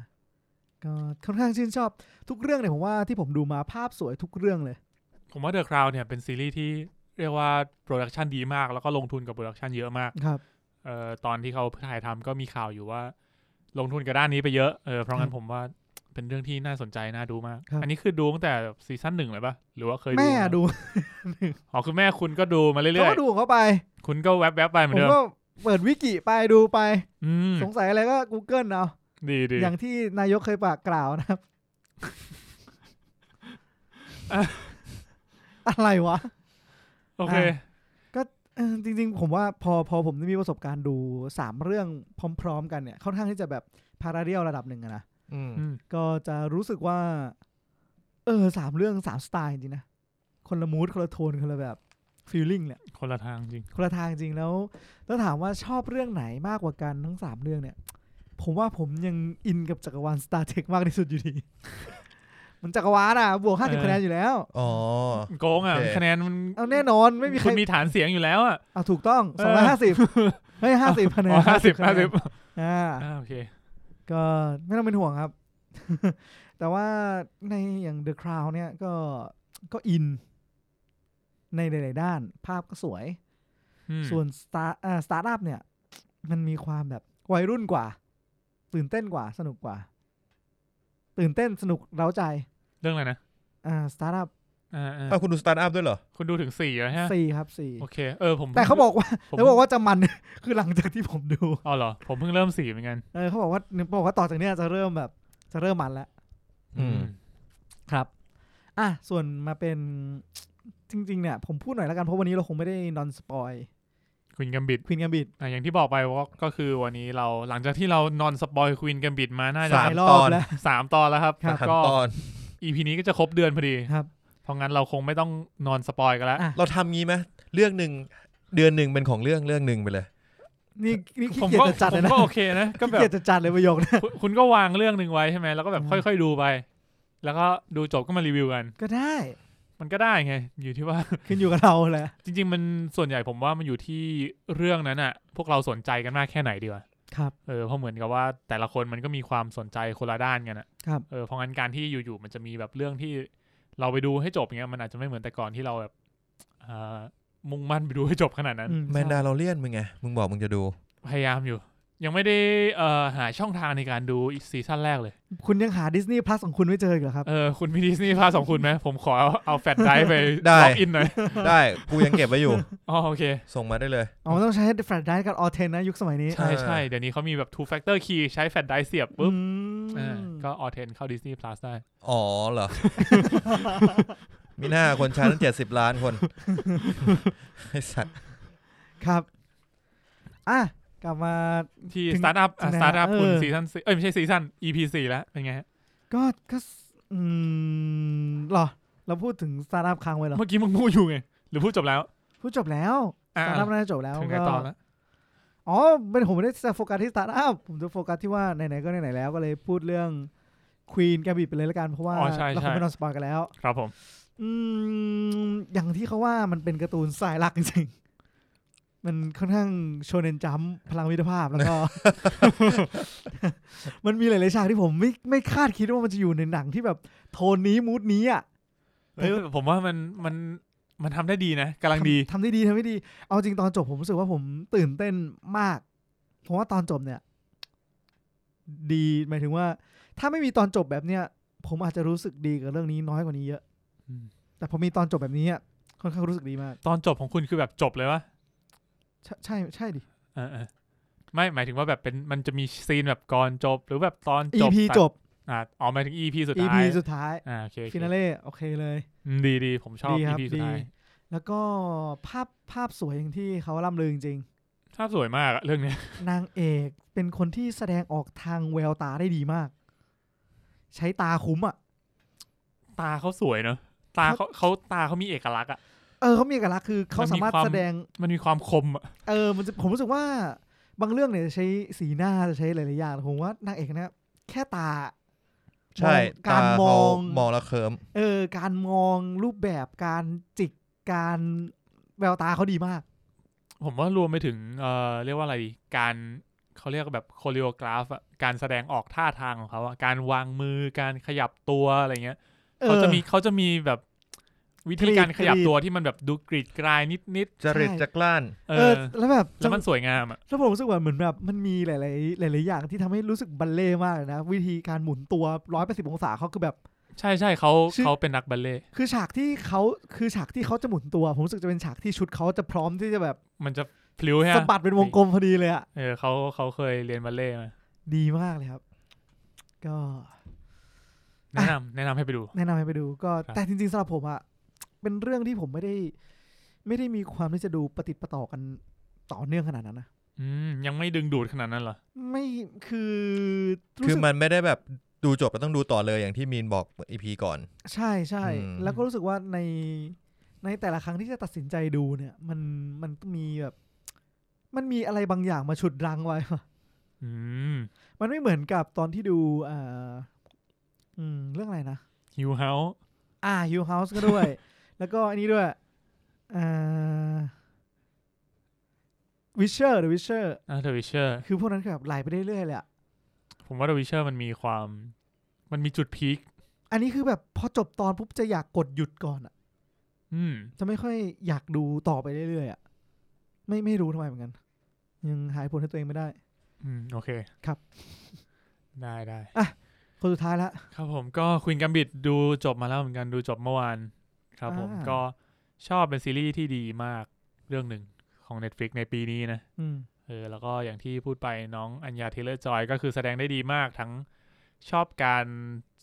Speaker 1: ก็ค่อนข้างชื่นชอบทุกเรื่องเลยผมว่าที่ผมดูมาภาพสวยทุกเรื่องเลย
Speaker 3: ผมว่าเดอะคราวเนี่ยเป็นซีรีส์ที่เรียกว่าโปรดักชันดีมาก แล้วก็ลงทุนกับโปรดักชันเยอะมาก
Speaker 1: ครับ
Speaker 3: เอ่อตอนที่เขาถ่ายทำก็มีข่าวอยู่ว่า ลงทุนกับด้านนี้ไปเยอะเออเพราะงั้นผมว่าเป็นเรื่องที่น่าสนใจน่าดูมาก
Speaker 1: ครับ
Speaker 3: อันนี้คือดูตั้งแต่ซีซั่นหนึ่งเลยปะหรือว่าเคยดู
Speaker 1: แม่ดู
Speaker 3: อ๋อคือแม่คุณก็ดูมาเรื่
Speaker 1: เขา
Speaker 3: อย
Speaker 1: ก็ดูของเขาไป
Speaker 3: ๆ คุณก็แวบๆไปเหมือ
Speaker 1: ผม
Speaker 3: นเดิม
Speaker 1: ก็เปิดวิกิไปดูไป
Speaker 3: อืม
Speaker 1: สงสัยอะไรก็ Google เอา
Speaker 3: ดีดี
Speaker 1: อย่างที่นายกเคยปากกล่าว
Speaker 3: <laughs>
Speaker 1: นะครับ อะไรวะ
Speaker 3: โอเค
Speaker 1: อ่ะ เออจริงๆ ผมว่าพอพอผมได้มีประสบการณ์ดูสามเรื่องพร้อมๆ กันเนี่ยค่อนข้างที่จะแบบพาราเดียลระดับหนึ่งอะนะ
Speaker 2: อืม
Speaker 3: อืม
Speaker 1: ก็จะรู้สึกว่า เออสามเรื่องสามสไตล์จริงๆนะ คนละมูดคนละโทนคนละแบบ ฟีลลิ่งแหละ
Speaker 3: คนละทางจริง
Speaker 1: คนละทางจริงแล้วแล้วถามว่าชอบเรื่องไหนมากกว่ากันทั้งสามเรื่องเนี่ย ผมว่าผมยังอินกับจักรวาล Star Trek มากที่สุดอยู่ดี <laughs> มันจักรวาลอ่ะ บวกห้าสิบ
Speaker 3: เออ
Speaker 1: คะแนนอยู่แล้ว
Speaker 2: อ๋อ
Speaker 3: โกงอ่ะ
Speaker 2: โอเค
Speaker 3: คะแนนมัน
Speaker 1: เอาแน่นอนไม่มีใค
Speaker 3: คุ
Speaker 1: ร
Speaker 3: ณมีฐานเสียงอยู่แล้วอ่ะ
Speaker 1: เอาถูกต้อง
Speaker 3: เอ
Speaker 1: สองร้อย
Speaker 3: <laughs>
Speaker 1: ห้าสิบ
Speaker 3: อ
Speaker 1: เฮ้ยห้าสิบคะแนน
Speaker 3: อ๋อห้าสิบ
Speaker 1: 50
Speaker 3: ห้าสิบ
Speaker 1: คะแนนอ่า
Speaker 3: อ่าโอเค
Speaker 1: ก็ไม่ต้องเป็นห่วงครับ <laughs> แต่ว่าในอย่าง The Crown เนี่ยก็ก็อิน ในหลาย ๆ ด้าน ภาพก็สวย
Speaker 3: อืม
Speaker 1: ส่วน Star อ่า Startup เนี่ย มันมีความแบบวัยรุ่นกว่า ตื่นเต้นกว่าสนุกกว่า ตื่นเต้นสนุกเร้าใจ
Speaker 3: เรื่องอะไรนะ
Speaker 1: อ่า Startup
Speaker 3: อ่าอ่า
Speaker 2: อ้าวคุณดูสตาร์ทอัพด้วยเหรอ
Speaker 3: คุณดูถึงสี่แล้วฮะ
Speaker 1: สี่ครับสี่
Speaker 3: โอเคเออผม
Speaker 1: แต่เขาบอกว่า
Speaker 3: ผม
Speaker 1: เขาบอกว่าจะมัน <laughs> คือหลังจากที่ผมดู
Speaker 3: อ๋อเหรอ ผมเพิ่งเริ่มสี่เหมือนกัน
Speaker 1: เออเขาบอกว่าบอกว่าต่อจากเนี้ยจะเริ่มแบบ จะเริ่มมันแล้ว
Speaker 2: อืม
Speaker 1: ครับอ่ะส่วนมาเป็นจริง ๆ เนี่ย ผมพูดหน่อยแล้วกัน เพราะวันนี้เราคงไม่ได้นอนสปอย
Speaker 3: คุณกัมบิด
Speaker 1: ควีนกัมบิด
Speaker 3: อ่ะอย่างที่บอกไปว่าก็คือวันนี้เราหลังจากที่เรานอนสปอยควีนกัมบิดมาน่าจะ
Speaker 2: สาม
Speaker 1: รอ
Speaker 2: ต
Speaker 1: บ
Speaker 2: อน
Speaker 1: แล้ว
Speaker 3: สามตอนแล้วครับ
Speaker 1: ครับ
Speaker 2: ขั้น
Speaker 3: ก็
Speaker 2: ตอน
Speaker 3: อีพีนี้ก็จะครบเดือนพอดี
Speaker 1: ครับ
Speaker 3: เพราะงั้นเราคงไม่ต้องนอนสปอยกันแล้ว
Speaker 1: อ่ะ
Speaker 2: เราทำงี้ไหมเรื่องหนึ่งเดือนหนึ่งเป็นของเรื่องเรื่องหนึ่งไปเลย
Speaker 1: นี่นี่ขี้
Speaker 3: ผม
Speaker 1: เกีย
Speaker 3: ก็
Speaker 1: จจะจัด
Speaker 3: ผ
Speaker 1: เลย
Speaker 3: ม
Speaker 1: นะ
Speaker 3: ก็โอเคนะก็
Speaker 1: ขี้
Speaker 3: แบบ
Speaker 1: เกียจจะจัดเลยประโยคเนะ
Speaker 3: คุณคุณก็วางเรื่องหนึ่งไว้ใช่ไหมแล้วก็แบบค่อยๆดูไป แล้วก็ดูจบก็มารีวิวกัน
Speaker 1: ก็ได้
Speaker 3: มันก็ได้ไง อยู่ที่ว่า <laughs>
Speaker 1: ขึ้นอยู่กับเราแหละ
Speaker 3: จริง ๆ มันส่วนใหญ่ผมว่ามันอยู่ที่เรื่องนั้นอะพวกเราสนใจกันมากแค่ไหนดีกว่า
Speaker 1: ครับ
Speaker 3: เออเพราะเหมือนกับว่าแต่ละคนมันก็มีความสนใจคนละด้านกันอะ
Speaker 1: ครับ
Speaker 3: เออเพราะงั้นการที่อยู่ๆมันจะมีแบบเรื่องที่เราไปดูให้จบเงี้ยมันอาจจะไม่เหมือนแต่ก่อนที่เราแบบเอ่อมุ่งมั่นไปดูให้จบขนาดนั้น
Speaker 1: อืใช่
Speaker 2: แมนดาเราเลียนมึงไง มึงบอกมึงจะดู
Speaker 3: พยายามอยู่ ยังไม่ได้เอ่อหาช่องทางในการดูอีกซีซั่นแรกเลย
Speaker 1: คุณยังหาดิสนีย์พลัสของคุณไม่เจออีกเหรอครับ
Speaker 3: เออคุณมีดิสนีย์พาสองคุณไหมผมขอเอาเอาแฟลชไดรฟ์ไป
Speaker 2: ได้
Speaker 3: ล็อกอิน
Speaker 1: <laughs>
Speaker 3: หน่อย
Speaker 2: ได้ กูยังเก็บไว้อยู่
Speaker 3: อ๋อโอเค
Speaker 2: ส่งมาได้เลย
Speaker 1: เอามันต้องใช้แฟลชไดรฟ์กับออเทนนะยุคสมัยนี้
Speaker 3: ใช่ใช่เดี๋ยวนี้เขามีแบบ two factor key ใช้แฟลชไดรฟ์เสียบปุ๊บ
Speaker 1: อืม
Speaker 3: อ่าก็ออเทนเข้า Disney Plus ได้
Speaker 2: อ๋อเหรอ <laughs> มีหน้าคนชั้นเจ็ดสิบล้านคน
Speaker 1: <laughs>
Speaker 2: ไอ้สัตว์
Speaker 1: ครับอ่ะกลับมา
Speaker 3: ที่
Speaker 1: ถึง
Speaker 3: สตาร์ทอัพ
Speaker 1: ถึงไหน
Speaker 3: สตาร์ทอัพ
Speaker 1: เออ
Speaker 3: คุณซีซั่นเอ้ย ไม่ใช่ซีซั่น EP สี่แล้ว เป็นไงฮะ
Speaker 1: ก็ก็สอืมเหรอ เราพูดถึงสตาร์ทอัพค้างไว้เหรอ
Speaker 3: เมื่อกี้มึงพูดอยู่ไง หรือพูดจบแล้ว
Speaker 1: พูดจบแล้ว
Speaker 3: อ่า
Speaker 1: สตาร์ทอัพน่าจะจบแล้ว
Speaker 3: ถึงไหน
Speaker 1: ก็
Speaker 3: ต่อแล้ว
Speaker 1: อ๋อไม่ผมไม่ได้จะโฟกัสที่สตาร์ทอัพผมจะโฟกัสที่ว่าไหนๆก็ไหนๆแล้วก็เลยพูดเรื่องควีนแกบิดไปเลยละกัน เพราะว่า
Speaker 3: อ๋อใช่
Speaker 1: เรา
Speaker 3: ใช่
Speaker 1: คงไม่นอนสปอยกันแล้ว
Speaker 3: ครับผม
Speaker 1: อืมอย่างที่เขาว่ามันเป็นการ์ตูนสายรักจริงๆ มันค่อนข้างโชเนนจัมพลังมิตรภาพแล้วก็ <laughs> มันมีหลายๆฉากที่ผมไม่ไม่คาดคิดว่ามันจะอยู่ในหนังที่แบบโทนนี้มูดนี้อ่ะ
Speaker 3: เฮ้ยผมว่ามันมันมันทำได้ดีนะกำลังดี
Speaker 1: ทำทำได้ดีทำได้ดี เอาจริงตอนจบผมรู้สึกว่าผมตื่นเต้นมาก เพราะว่าตอนจบเนี่ย ดีหมายถึงว่า ถ้าไม่มีตอนจบแบบเนี้ยผมอาจจะรู้สึกดีกับเรื่องนี้น้อยกว่านี้เยอะ
Speaker 3: อืม
Speaker 1: แต่พอมีตอนจบแบบนี้อะค่อนข้างรู้สึกดีมาก
Speaker 3: ตอนจบของคุณคือแบบจบเลยวะ
Speaker 1: ใช่ใช่ใช่ดิ
Speaker 3: เออเออไม่หมายถึงว่าแบบเป็นมันจะมีซีนแบบก่อนจบหรือแบบตอนจบ
Speaker 1: EP จบ
Speaker 3: อ่าอ๋อหมายถึง EP สุดท้า
Speaker 1: EP
Speaker 3: ย
Speaker 1: สุดท้าย
Speaker 3: อ่าโอเคโอเค
Speaker 1: ฟินาเล่โอเคเลย
Speaker 3: อืมดีดีผมชอบ
Speaker 1: ดีครับ
Speaker 3: EP สุดท้าย
Speaker 1: ดี แล้วก็ภาพภาพสวยอย่างที่เขาล่ำลือจริง
Speaker 3: ภาพสวยมากอะเรื่องเนี้ย
Speaker 1: ๆนางเอกเป็นคนที่แสดงออกทางแววตาได้ดีมาก ใช้ตาคุ้มอ่ะ
Speaker 3: ตาเขาสวยเนอะตาเขาเขาตาเขามีเอกลักษณ์อ่ะ
Speaker 1: เออเขามีเอกลักษณ์คือเขาสามารถ
Speaker 3: มันมีความ
Speaker 1: แสดง
Speaker 3: มันมีความคมอ่ะ
Speaker 1: เออมันจะผมรู้สึกว่าบางเรื่องเนี่ยจะใช้สีหน้าจะใช้หลายๆอย่างผมว่านางเอกเนี่ยแค่ตาม
Speaker 2: ใช่
Speaker 1: องการ
Speaker 2: ต
Speaker 1: มอง
Speaker 2: มองแล้วเคิม
Speaker 1: เออการมองรูปแบบการจิกการแววตาเขาดีมาก
Speaker 3: ผมว่ารวมไปถึงเอ่อเรียกว่าอะไรดีการเขาเรียกแบบโคเรียกราฟอะการแสดงออกท่าทางของเขาอะการวางมือการขยับตัวอะไรเงี้ย
Speaker 1: เอ
Speaker 3: เขา
Speaker 1: อ
Speaker 3: จะมีเขาจะมีแบบวิธี
Speaker 1: กรีด
Speaker 3: การขยับ
Speaker 1: กรีด
Speaker 3: ตัวที่มันแบบดูกรีดกรายนิดนิด
Speaker 2: จริต
Speaker 1: ใช่
Speaker 2: จะกล้าน
Speaker 3: ๆเอ
Speaker 1: เออ
Speaker 3: อ
Speaker 1: แล้วแบบ
Speaker 3: แล้วมันสวยงามอ่ะ
Speaker 1: แล้วผมรู้สึกว่าเหมือนแบบมันมีหลาย ๆ หลาย ๆ อย่างที่ทำให้รู้สึกบัลเล่มากเลยนะ วิธีการหมุนตัวร้อยแปดสิบองศาเขาคือแบบ
Speaker 3: ใช่ใช่เขา
Speaker 1: ชื่อ
Speaker 3: เขาเป็นนักบัลเล่ต์
Speaker 1: คือฉากที่เขาคือฉากที่เขาจะหมุนตัว ผมรู้สึกจะเป็นฉากที่ชุดเขาจะพร้อมที่จะแบบ
Speaker 3: มันจะพลิ้วฮะ
Speaker 1: สะบัดเป็นวงกลมพอดีเลยอะ
Speaker 3: เออเขาเขาเคยเรียนบัลเล่ต์มา
Speaker 1: ดีมากเลยครับ ก็
Speaker 3: แนะนำแนะนำให้ไปดู
Speaker 1: แนะนำให้ไปดูก็
Speaker 3: ครับ
Speaker 1: แต่จริงๆสำหรับผมอะเป็นเรื่องที่ผมไม่ได้ ไม่ได้มีความที่จะดูปฏิดประต่อกันต่อเนื่องขนาดนั้นนะ
Speaker 3: อืมยังไม่ดึงดูดขนาดนั้นเหรอ
Speaker 1: ไม่คือรู้
Speaker 2: คือ
Speaker 1: สึก
Speaker 2: มันไม่ได้แบบดูจบแล้วต้องดูต่อเลยอย่างที่มีนบอกอีพีก่อน
Speaker 1: ใช่ใช่
Speaker 2: อืม
Speaker 1: แล้วก็รู้สึกว่าใน ในแต่ละครั้งที่จะตัดสินใจดูเนี่ย มันมันมีแบบ มันมีอะไรบางอย่างมาฉุดรั้งไว้ว่ะ
Speaker 3: อืม
Speaker 1: มันไม่เหมือนกับตอนที่ดูอ่าอืม เรื่องอะไรนะ
Speaker 3: ฮิวเฮา
Speaker 1: อ่าฮิวเฮาส์ก็
Speaker 3: <laughs>
Speaker 1: ด้วย แล้วก็อันนี้ด้วยอ่าวิเชอร์หรือวิเชอร์
Speaker 3: อ่าเดอะวิเชอร์
Speaker 1: คือพวกนั้นคือแบบไหลไปเรื่อยๆเลยอะ
Speaker 3: ผมว่าเดอะวิเชอร์มันมีความ มันมีจุดพีค
Speaker 1: อันนี้คือแบบพอจบตอนปุ๊บจะอยากกดหยุดก่อนอะ
Speaker 3: อืม
Speaker 1: จะไม่ค่อยอยากดูต่อไปเรื่อยๆอะไม่ไม่รู้ทำไมเหมือนกัน ยังหายผลให้ตัวเองไม่ได้
Speaker 3: อืม โอเค
Speaker 1: ครับ
Speaker 3: ได้ได้
Speaker 1: คนสุดท้ายละ
Speaker 3: ครับผมก็ค e ีนกัมบิดดูจบมาแล้วเหมือนกันดูจบเมื่อวาน ครับผม
Speaker 1: อ่า
Speaker 3: ก็ชอบเป็นซีรีส์ที่ดีมากเรื่องหนึ่งของ Netflix ในปีนี้นะ
Speaker 1: อืม
Speaker 3: เออแล้วก็อย่างที่พูดไปน้องอัญญาเทเลอร์จอยก็คือแสดงได้ดีมากทั้งชอบการ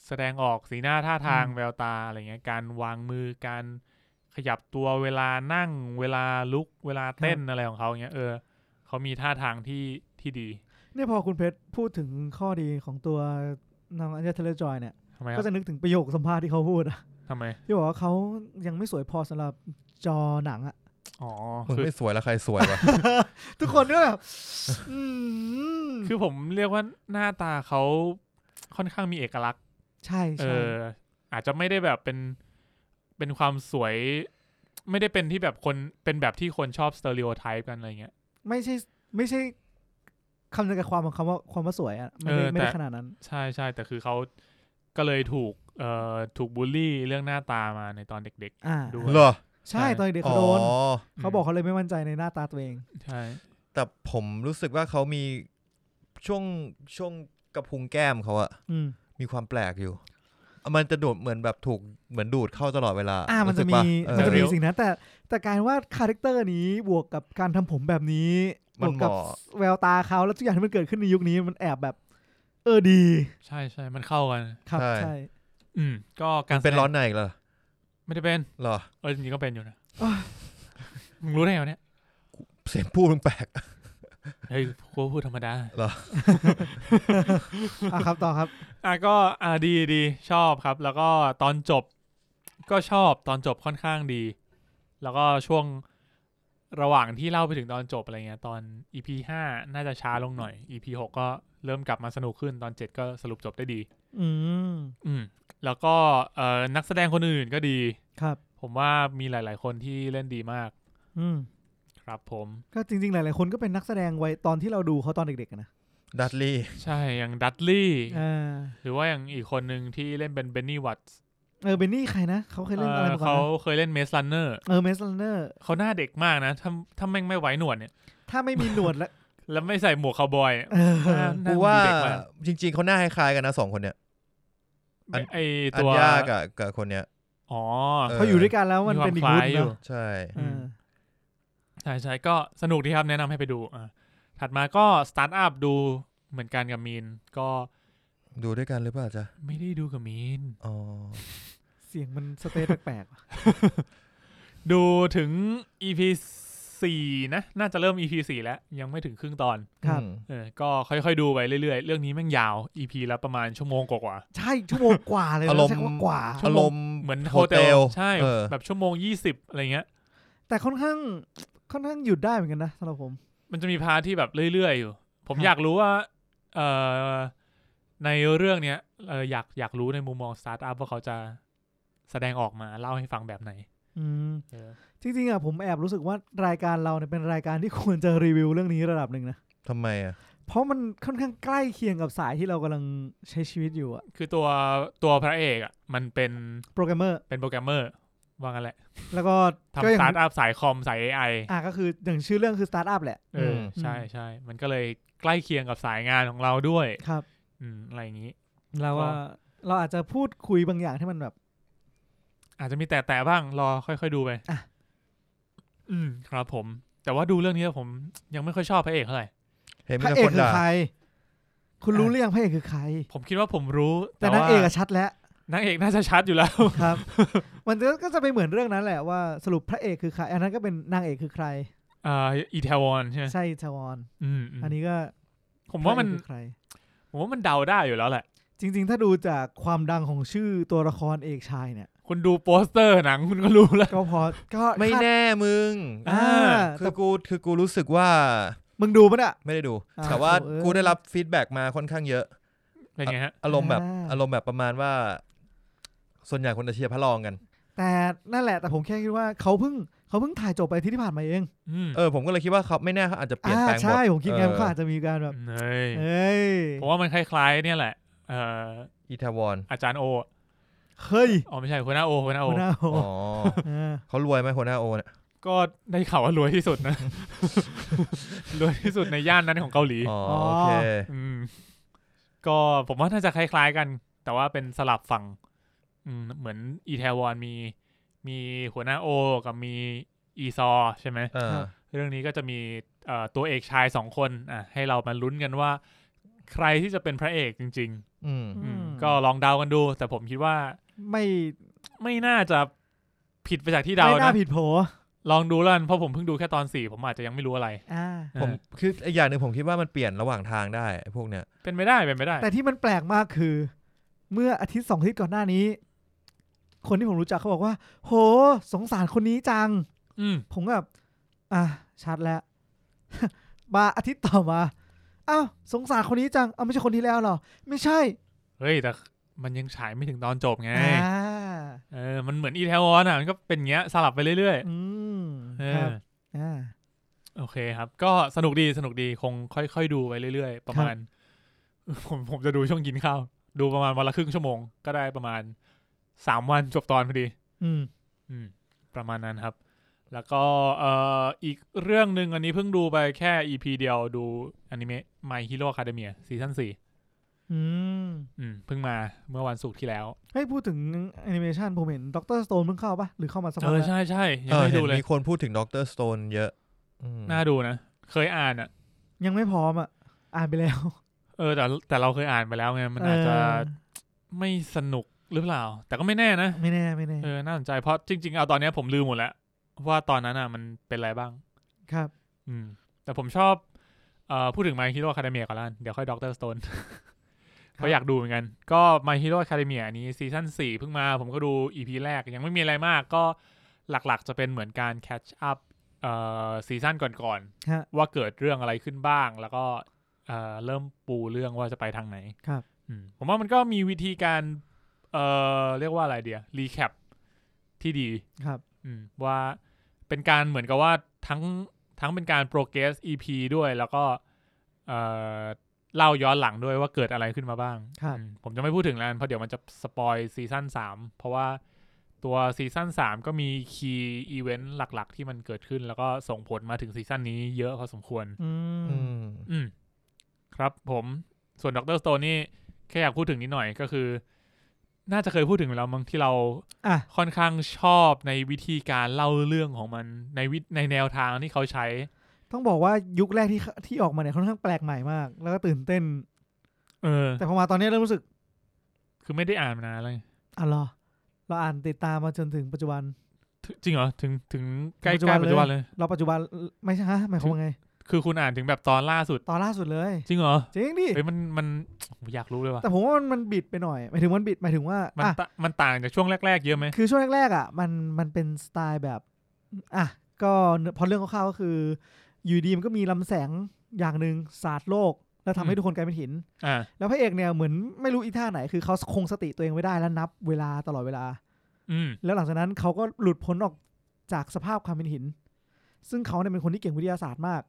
Speaker 3: แสดงออกสีหน้าท่าทาง
Speaker 1: อืม
Speaker 3: แววตาอะไรเงี้ยการวางมือการขยับตัวเวลานั่ง เวลาลุก เวลาเต้นอะไรของเขาเงี้ยเออเขามีท่าทางที่ที่ดี
Speaker 1: เนี่ยพอคุณเพชรพูดถึงข้อดีของตัวน้องอัญญาเทเลจอยเนี่ย
Speaker 3: ทำไมครั
Speaker 1: ก็
Speaker 3: บ
Speaker 1: จะนึกถึงประโยคสัมภาษณ์ที่เขาพูดอะ
Speaker 3: ทำไม
Speaker 1: ที่บอกว่าเขายังไม่สวยพอสำหรับจอหนังอะ
Speaker 3: อ๋อ
Speaker 2: มึง
Speaker 3: คือ
Speaker 2: ไม่สวยแล้วใครสวยวะ
Speaker 1: ทุกคนก็แบบอืม
Speaker 3: คือผมเรียกว่าหน้าตาเขาค่อนข้างมีเอกลักษณ์
Speaker 1: ใช่
Speaker 3: เอ
Speaker 1: ใช่
Speaker 3: ออาจจะไม่ได้แบบเป็นเป็นความสวย ไม่ได้เป็นที่แบบคนเป็นแบบที่คนชอบสเตอริโอไทป์กันอะไรเงี้ย
Speaker 1: ไม่ใช่ไม่ใช่คำจำกัดความของคำว่าความว่าสวยอะไม่
Speaker 3: เอ
Speaker 1: ได้
Speaker 3: อ
Speaker 1: ไม่ได้
Speaker 3: แต่
Speaker 1: ขนาดนั้น
Speaker 3: ใช่ใช่แต่คือเขาก็เลยถูกเอ่อถูกบูลลี่เรื่องหน้าตามาในตอนเด็ก
Speaker 1: อ่า
Speaker 3: ดู
Speaker 2: เหรอ
Speaker 1: ใช่
Speaker 3: ใช่
Speaker 1: ตอนเด็ก
Speaker 2: อ๋
Speaker 1: เขา
Speaker 2: อ
Speaker 1: โดนเขา
Speaker 3: ๆ
Speaker 1: บอกเขาเลยไม่มั่นใจในหน้าตาตัวเอง
Speaker 3: ใช่
Speaker 2: แต่ผมรู้สึกว่าเขามีช่วงช่วงกระพุ้งแก้มเขาอะ
Speaker 1: อืม
Speaker 2: มีความแปลกอยู่ มันจะดูดเหมือนแบบถูกเหมือนดูดเข้าตลอดเวลา
Speaker 1: อ่ามันจะ
Speaker 2: รู้สึก
Speaker 1: มี
Speaker 2: ปเอ
Speaker 1: มัน
Speaker 2: อ
Speaker 1: จะมีสิ่งนั้นแต่แต่การว่าคาแรคเตอร์นี้บวกกับการทำผมแบบนี้บ
Speaker 2: มัน
Speaker 1: วกกั
Speaker 2: เหมาะ
Speaker 1: แววตาเขาแล้วทุกอย่างที่มันเกิดขึ้นในยุคนี้มันแอบแบบ เออดี
Speaker 3: ใช่ใช่มันเข้ากัน
Speaker 1: ครับ
Speaker 2: ใช่
Speaker 1: ใช่
Speaker 3: อืม ก็การ
Speaker 2: เป็น
Speaker 3: แสดง
Speaker 2: ร้อนในอีกเหรอ
Speaker 3: ไม่ได้เป็น
Speaker 2: เหรอ
Speaker 3: เออจริงๆก็เป็นอยู่นะมึงรู้ได้ไงวะเนี่ย
Speaker 2: เสียงพูดมันแปลก
Speaker 3: เฮ้ยกูพูดธรรมดา
Speaker 1: อ่ะครับต่อครับ
Speaker 3: อ่ะก็อ่ะดีดีชอบครับ แล้วก็ตอนจบ ก็ชอบตอนจบค่อนข้างดี แล้วก็ช่วงระหว่างที่เล่าไปถึงตอนจบอะไรเงี้ยตอน EP ห้าน่าจะช้าลงหน่อย EP หกก็เริ่มกลับมาสนุกขึ้นตอนเจ็ดก็สรุปจบได้ดี
Speaker 1: อืม
Speaker 3: อืมแล้วก็เอ่อนักแสดงคนอื่นก็ดี
Speaker 1: ครับ
Speaker 3: ผมว่ามีหลาย ๆ คนที่เล่นดีมาก
Speaker 1: อืม
Speaker 3: ครับผม
Speaker 1: ก็จริงๆหลายๆคนก็เป็นนักแสดงวัยตอนที่เราดูเขาตอนเด็กๆอะนะ
Speaker 2: ดัตลี่
Speaker 3: ใช่อย่างดัตลี่
Speaker 1: อ่า
Speaker 3: หรือว่าอย่างอีกคนหนึ่งที่เล่นเป็นเบนนี่วัตส์
Speaker 1: เออเบนนี่ใครนะเขาเคยเล่นอะไรมาก่อน
Speaker 3: เขา
Speaker 1: นะ
Speaker 3: เคยเล่นเมสลันเนอร์
Speaker 1: เออเมสลันเนอร์
Speaker 3: เขาหน้าเด็กมากนะถ้าถ้าแม่งไม่ไว้หนวดเนี่ย
Speaker 1: ถ้าไม่มีหนวดแล้ว
Speaker 3: แล้วไม่ใส่หมวกคาวบอย
Speaker 1: เออ
Speaker 3: หน้หน้
Speaker 2: กูว่า
Speaker 3: เด็กมาก
Speaker 2: จริง ๆเขาหน้าคล้ายๆกันนะสองคนเนี่ย อัน
Speaker 3: ไอ
Speaker 2: อั
Speaker 3: ตั
Speaker 2: น
Speaker 3: วย
Speaker 2: ากับกับคนเนี้ย
Speaker 3: อ๋อ
Speaker 2: เอ
Speaker 1: เขาอยู่ด้วยกันแล้วมันเป็นอีก
Speaker 3: ค
Speaker 1: รุ่
Speaker 3: วาน มคล้ายอ
Speaker 1: เน
Speaker 3: ยู่
Speaker 1: อะ
Speaker 2: ใช่
Speaker 1: เออ
Speaker 3: ใช่ใช่ก็สนุกดีครับ แนะนำให้ไปดูอ่ะถัดมาก็สตาร์ทอัพดูเหมือนกันกับมีน ก็
Speaker 2: ดูด้วยกันหรือเปล่าจ๊ะ
Speaker 3: ไม่ได้ดูกับมีน
Speaker 2: อ๋อ
Speaker 1: เสียงมันสเตทแปลกๆว่ะ
Speaker 3: ดูถึง EP สี่นะ น่าจะเริ่ม EP สี่แล้ว ยังไม่ถึงครึ่งตอน
Speaker 1: ครับ
Speaker 2: อืม
Speaker 3: เออ ก็ค่อยๆดูไปเรื่อยๆ เรื่องนี้แม่งยาว EP ละประมาณชั่วโมงกว่า
Speaker 1: ใช่ชั่วโมงกว่าเลยนะ
Speaker 2: อารม
Speaker 1: ใช้
Speaker 2: ณ์
Speaker 1: คำว่ากว่า
Speaker 2: อารมณ์
Speaker 3: ๆเหมือน
Speaker 2: โฮ
Speaker 3: โฮเท
Speaker 2: เท
Speaker 3: ล
Speaker 2: ล
Speaker 3: ใช่
Speaker 2: เออ
Speaker 3: แบบชั่วโมงยี่สิบอะไรเงี้ย
Speaker 1: แต่ค่อนข้างค่อนข้างหยุดได้เหมือนกันนะสำหรับผม
Speaker 3: มันจะมีพาร์ทที่แบบเรื่อยๆ อยู่ ผม
Speaker 1: ครับ
Speaker 3: อยากรู้ว่า เอ่อ ในเรื่องเนี้ยเอออยากอยากรู้ในมุมมองสตาร์ทอัพว่าเขาจะแสดงออกมาเล่าให้ฟังแบบไหน
Speaker 1: อืม
Speaker 3: เออ
Speaker 1: จริงๆอ่ะผมแอบรู้สึกว่ารายการเราเนี่ยเป็นรายการที่ควรจะรีวิวเรื่องนี้ระดับหนึ่งนะ
Speaker 2: ทำไมอ่ะ
Speaker 1: เพราะมันค่อนข้างใกล้เคียงกับสายที่เรากำลังใช้ชีวิตอยู่อะ
Speaker 3: คือตัวตัวพระเอกอ่ะ มันเป็น
Speaker 1: โปรแกรมเมอร์
Speaker 3: เป็นโปรแกรมเมอร์ว่างั้นแหละ
Speaker 1: แล้วก็ก็อ
Speaker 3: ทำส
Speaker 1: ย่าง
Speaker 3: ตาร์ทอัพสายคอมสาย AI
Speaker 1: อ่ะก็คืออย่างชื่อเรื่องคือสตาร์ทอัพแหละ
Speaker 3: เอออ
Speaker 2: ม
Speaker 3: ใช่ใช่มันก็เลยใกล้เคียงกับสายงานของเราด้วย
Speaker 1: ครับ
Speaker 3: อืมอะไรอย่างนี้
Speaker 1: เราว่า
Speaker 3: ก็
Speaker 1: เราอาจจะพูดคุยบางอย่างที่มันแบบ
Speaker 3: อาจจะมีแต่แต่บ้างรอค่อยๆดูไป
Speaker 1: อ่ะ
Speaker 3: อืมครับผม แต่ว่าดูเรื่องนี้แล้วผมยังไม่ค่อยชอบพระเอกเท่าไหร่
Speaker 2: เห็นมี
Speaker 1: พระ
Speaker 2: แต่
Speaker 1: เอก
Speaker 2: คน
Speaker 1: คือ
Speaker 2: ด่า
Speaker 1: ใคร คุณ
Speaker 3: อ่ะ
Speaker 1: รู้หรือยังพระเอกคือใคร
Speaker 3: ผมคิดว่าผมรู้
Speaker 1: แต่นางเอก
Speaker 3: ว่
Speaker 1: อะชัดแล้ว
Speaker 3: นางเอกน่าจะชัดอยู่แล้ว <laughs>
Speaker 1: ครับ มันก็จะไปเหมือนเรื่องนั้นแหละว่าสรุปพระเอกคือใคร อันนั้นก็เป็นนางเอกคือใคร
Speaker 3: อ่าอีเทวอนใช่ไหม
Speaker 1: ใช่ชาวอน
Speaker 3: อืมอืม
Speaker 1: อันนี้ก็
Speaker 3: ผมว่ามัน
Speaker 1: พระเอกคือใคร
Speaker 3: ผมว่ามันเดาได้อยู่แล้วแหละ
Speaker 1: จริง ๆ ถ้าดูจากความดังของชื่อตัวละครเอกชายเนี่ย
Speaker 3: คุณดูโปสเตอร์หนังคุณก็รู้แล้ว <laughs>
Speaker 1: ก็พอก็
Speaker 2: ไม่
Speaker 1: คาด
Speaker 2: แน่มึง
Speaker 1: อ่า
Speaker 2: คื
Speaker 1: แต่
Speaker 2: อกูคือกูรู้สึกว่า
Speaker 1: มึงดูปะเนี่ย
Speaker 2: ไม่ได้ดู
Speaker 1: อ่า
Speaker 2: แต่ว่า
Speaker 1: โถ่เอ้ย
Speaker 2: กูได้รับฟีดแบ็กมาค่อนข้างเยอะ
Speaker 3: เป็นไงฮะ
Speaker 2: อารมณ์แบบ
Speaker 1: อ่า
Speaker 2: อารมณ์แบบประมาณว่า ส่วนใหญ่คนจะเชียร์พระรองกัน
Speaker 1: แต่นั่นแหละแต่ผมแค่คิดว่าเขาเพิ่งเขาเพิ่งถ่ายจบไปอาที่ที่ผ่านมาเอง
Speaker 3: อืม
Speaker 2: เออ ผมก็เลยคิดว่าเขาไม่แน่เขาอาจจะเปลี่ยน
Speaker 1: อ่า
Speaker 2: แปลงบท
Speaker 1: ใช่ผมคิดไง
Speaker 2: เออ
Speaker 1: เขาอาจจะมีการแบบ
Speaker 3: เฮ้ย
Speaker 1: เอ้ย
Speaker 3: ผมว่ามันคล้ายๆ เนี่ยแหละเอ่อ
Speaker 2: อีทาวอน
Speaker 3: อาจารย์โออะ
Speaker 1: เฮ้ย
Speaker 3: อ๋อไม่ใช่หัวหน้าโอหัวหน้าโอ
Speaker 1: หัวหน้าโอ
Speaker 2: อ๋อ
Speaker 1: อ
Speaker 2: เขารวยไหมหัวหน้าโอเนี่ย
Speaker 3: ก็ได้ข่าวว่ารวยที่สุดนะ <laughs> รวยที่สุดในย่านนั้นของเกาหลี
Speaker 2: อ๋อโอเค
Speaker 3: อืมก็ผมว่าน่าจะคล้ายๆกัน แต่ว่าเป็นสลับฝั่งอืมเหมือนอีแทวอนมี มีหัวหน้าโอ กับมีอีซอใช่ไหม
Speaker 2: เออ
Speaker 3: เรื่องนี้ก็จะมีเอ่อตัวเอกชายสองคนอ่ะให้เรามาลุ้นกันว่า ใครที่จะเป็นพระเอกจริง
Speaker 2: อืม
Speaker 3: ๆ อื
Speaker 1: อื
Speaker 3: ม
Speaker 1: ม
Speaker 3: ก็ลองเดากันดู แต่ผมคิดว่า
Speaker 1: ไม่
Speaker 3: ไม่น่าจะผิดไปจากที่เดา
Speaker 1: ไม่น่า
Speaker 3: นะ
Speaker 1: ผิดโผ
Speaker 3: ลองดูแล้วกันเพราะผมเพิ่งดูแค่ตอนสี่ผมอาจจะยังไม่รู้อะไร
Speaker 1: อ่า
Speaker 2: ผม
Speaker 3: อ่ะ
Speaker 2: คืออีกอย่างหนึ่งผมคิดว่ามันเปลี่ยนระหว่างทางได้ไอ้พวกเนี้ย
Speaker 3: เป็นไม่ได้เป็นไม่ได้
Speaker 1: แต่ที่มันแปลกมากคือ เมื่ออาทิตย์สองอาทิตย์ก่อนหน้านี้ คนที่ผมรู้จักเขาบอกว่า โห สงสารคนนี้จัง
Speaker 3: อืม
Speaker 1: ผมก็แบบอ่ะชัดแล้ว <laughs> มาอาทิตย์ต่อมาอ้าวสงสารคนนี้จังเอาไม่ใช่คนที่แล้วเหรอ ไม่ใช่
Speaker 3: เฮ้ยแต่มันยังฉายไม่ถึงตอนจบไง
Speaker 1: อ่า
Speaker 3: เออมันเหมือนอีแทวอนอ่ะมันก็เป็นอย่างเงี้ยสลับไปเรื่อย
Speaker 1: อืม
Speaker 3: ๆเอ
Speaker 1: ครับ
Speaker 3: อ
Speaker 1: อ่า
Speaker 3: โอเคครับ ก็สนุกดีสนุกดีคงค่อย ๆ ดูไปเรื่อย ๆ ประมาณ ผมผมจะดูช่วงกินข้าว ดูประมาณวันละครึ่งชั่วโมง ก็ได้ประมาณสามวันจบตอนพอดี
Speaker 1: อืม
Speaker 3: อืม ประมาณนั้นครับ แล้วก็เอ่ออีกเรื่องหนึ่งอันนี้เพิ่งดูไปแค่ EP เดียวดูอนิเมะ My Hero Academia ซีซั่นสี่
Speaker 1: อืม
Speaker 3: อืมเพิ่งมาเมื่อวันศุกร์ที่แล้ว
Speaker 1: เฮ้ยพูดถึงแอนิเมชันผมเห็นด็อกเตอร์สโตนเพิ่งเข้าปะหรือเข้ามาสมั
Speaker 3: เอ
Speaker 1: คร
Speaker 3: อ
Speaker 1: แล้ว
Speaker 3: ใช่ใช่ยัง
Speaker 2: เออ
Speaker 3: ไม่
Speaker 2: เห็
Speaker 3: ดู
Speaker 2: น
Speaker 3: เลย
Speaker 2: มีคนพูดถึงด็อกเตอร์สโตนเยอะอืม
Speaker 3: น่าดูนะเคยอ่านอ่ะ
Speaker 1: ยังไม่พร้อมอ่ะ อ่านไปแล้ว
Speaker 3: เออแต่แต่เราเคยอ่านไปแล้วไงมันอาจจะ
Speaker 1: เ
Speaker 3: ไม่สนุกหรือเปล่า แต่ก็ไม่แน่นะ
Speaker 1: ออไม่แน่ไม่แน่
Speaker 3: เออ น่าสนใจ เพราะจริง ๆ เอาตอนเนี้ยผมลืมหมดแล้ว ว่าตอนนั้นอ่ะมันเป็นอะไรบ้าง
Speaker 1: ครับ
Speaker 3: อืม แต่ผมชอบเอ่อพูดถึง My Hero Academia ก่อนละกันเดี๋ยวค่อย Doctor Stone <laughs> เพราะอยากดูเหมือนกัน ก็ My Hero Academia อันนี้ซีซั่น4เพิ่งมา ผมก็ดู EP แรก ยังไม่มีอะไรมาก ก็หลักๆ จะเป็นเหมือนการ catch up เอ่อซีซั่นก่อน
Speaker 1: ฮะ
Speaker 3: ๆ ว่าเกิดเรื่องอะไรขึ้นบ้าง แล้วก็เอ่อเริ่มปูเรื่องว่าจะไปทางไหน
Speaker 1: ครับ
Speaker 3: อืมผมว่ามันก็มีวิธีการเอ่อเรียกว่าอะไรเดียรีแคปที่ดี
Speaker 1: ครับ
Speaker 3: อืมว่าเป็นการเหมือนกับว่าทั้งทั้งเป็นการ progress EP ด้วยแล้วก็เอ่อเล่าย้อนหลังด้วยว่าเกิดอะไรขึ้นมาบ้าง
Speaker 1: ครับ
Speaker 3: อืมผมจะไม่พูดถึงแล้วกันเพราะเดี๋ยวมันจะสปอยซีซั่นสามเพราะว่าตัวซีซั่นสามก็มีคีย์อีเวนต์หลักๆ ที่มันเกิดขึ้น แล้วก็ส่งผลมาถึงซีซั่นนี้เยอะพอสมควร
Speaker 1: อืม
Speaker 2: อืม
Speaker 3: อืมครับผมส่วนดรสโตนนี่แค่อยากพูดถึงนิดหน่อยก็คือ น่าจะเคยพูดถึงไปแล้วมั้งที่เรา
Speaker 1: อ่ะ
Speaker 3: ค่อนข้างชอบในวิธีการเล่าเรื่องของมันในวิในแนวทางที่เขาใช้
Speaker 1: ต้องบอกว่ายุคแรกที่เขาที่ออกมาเนี่ยค่อนข้างแปลกใหม่มาก แล้วก็ตื่นเต้น
Speaker 3: เออ
Speaker 1: แต่พอมาตอนนี้เริ่มรู้สึก
Speaker 3: คือไม่ได้อ่านมานานเลย
Speaker 1: อ๋อเหรอเราอ่านติดตามมาจนถึงปัจจุบัน
Speaker 3: ถึจริงเหรอ ถึงถึงใกล้
Speaker 1: ปัจจุ
Speaker 3: ใก
Speaker 1: บั
Speaker 3: ล้
Speaker 1: น
Speaker 3: ปัจจุบันเลย
Speaker 1: เราปัจจุบันเอ่อไม่ใช่ฮะหมายความว่าไง
Speaker 3: คือคุณอ่านถึงแบบตอนล่าสุด
Speaker 1: ตอนล่าสุดเลย
Speaker 3: จริงเหรอ
Speaker 1: จริงดิ
Speaker 3: เฮ้ยมันมันผมอยากรู้เลยว่ะ
Speaker 1: แต่ผมว่ามันมันบิดไปหน่อยหมายถึงมันบิดหมายถึงว่า
Speaker 3: มัน
Speaker 1: อ่ะ
Speaker 3: ตมันต่างจากช่วงแรกๆเยอะไหม
Speaker 1: คือช่วงแรกๆอ่ะมันมันเป็นสไตล์แบบอ่ะก็เนื้อพอเรื่องคร่าวๆก็คือ อยู่ดีมันก็มีลำแสงอย่างหนึ่งสาดโลก แล้วทำให้ทุกคนกลายเป็นหิน
Speaker 3: อ่า
Speaker 1: แล้วพระเอกเนี่ยเหมือนไม่รู้อีท่าไหนคือเขาคงสติตัวเองไว้ได้แล้วนับเวลาตลอดเวลา
Speaker 3: อืม
Speaker 1: แล้วหลังจากนั้นเขาก็หลุดพ้นออกจากสภาพความเป็นหิน ซึ่งเขาเนี่ยเป็นคนที่เก่งวิทยาศาสตร์มาก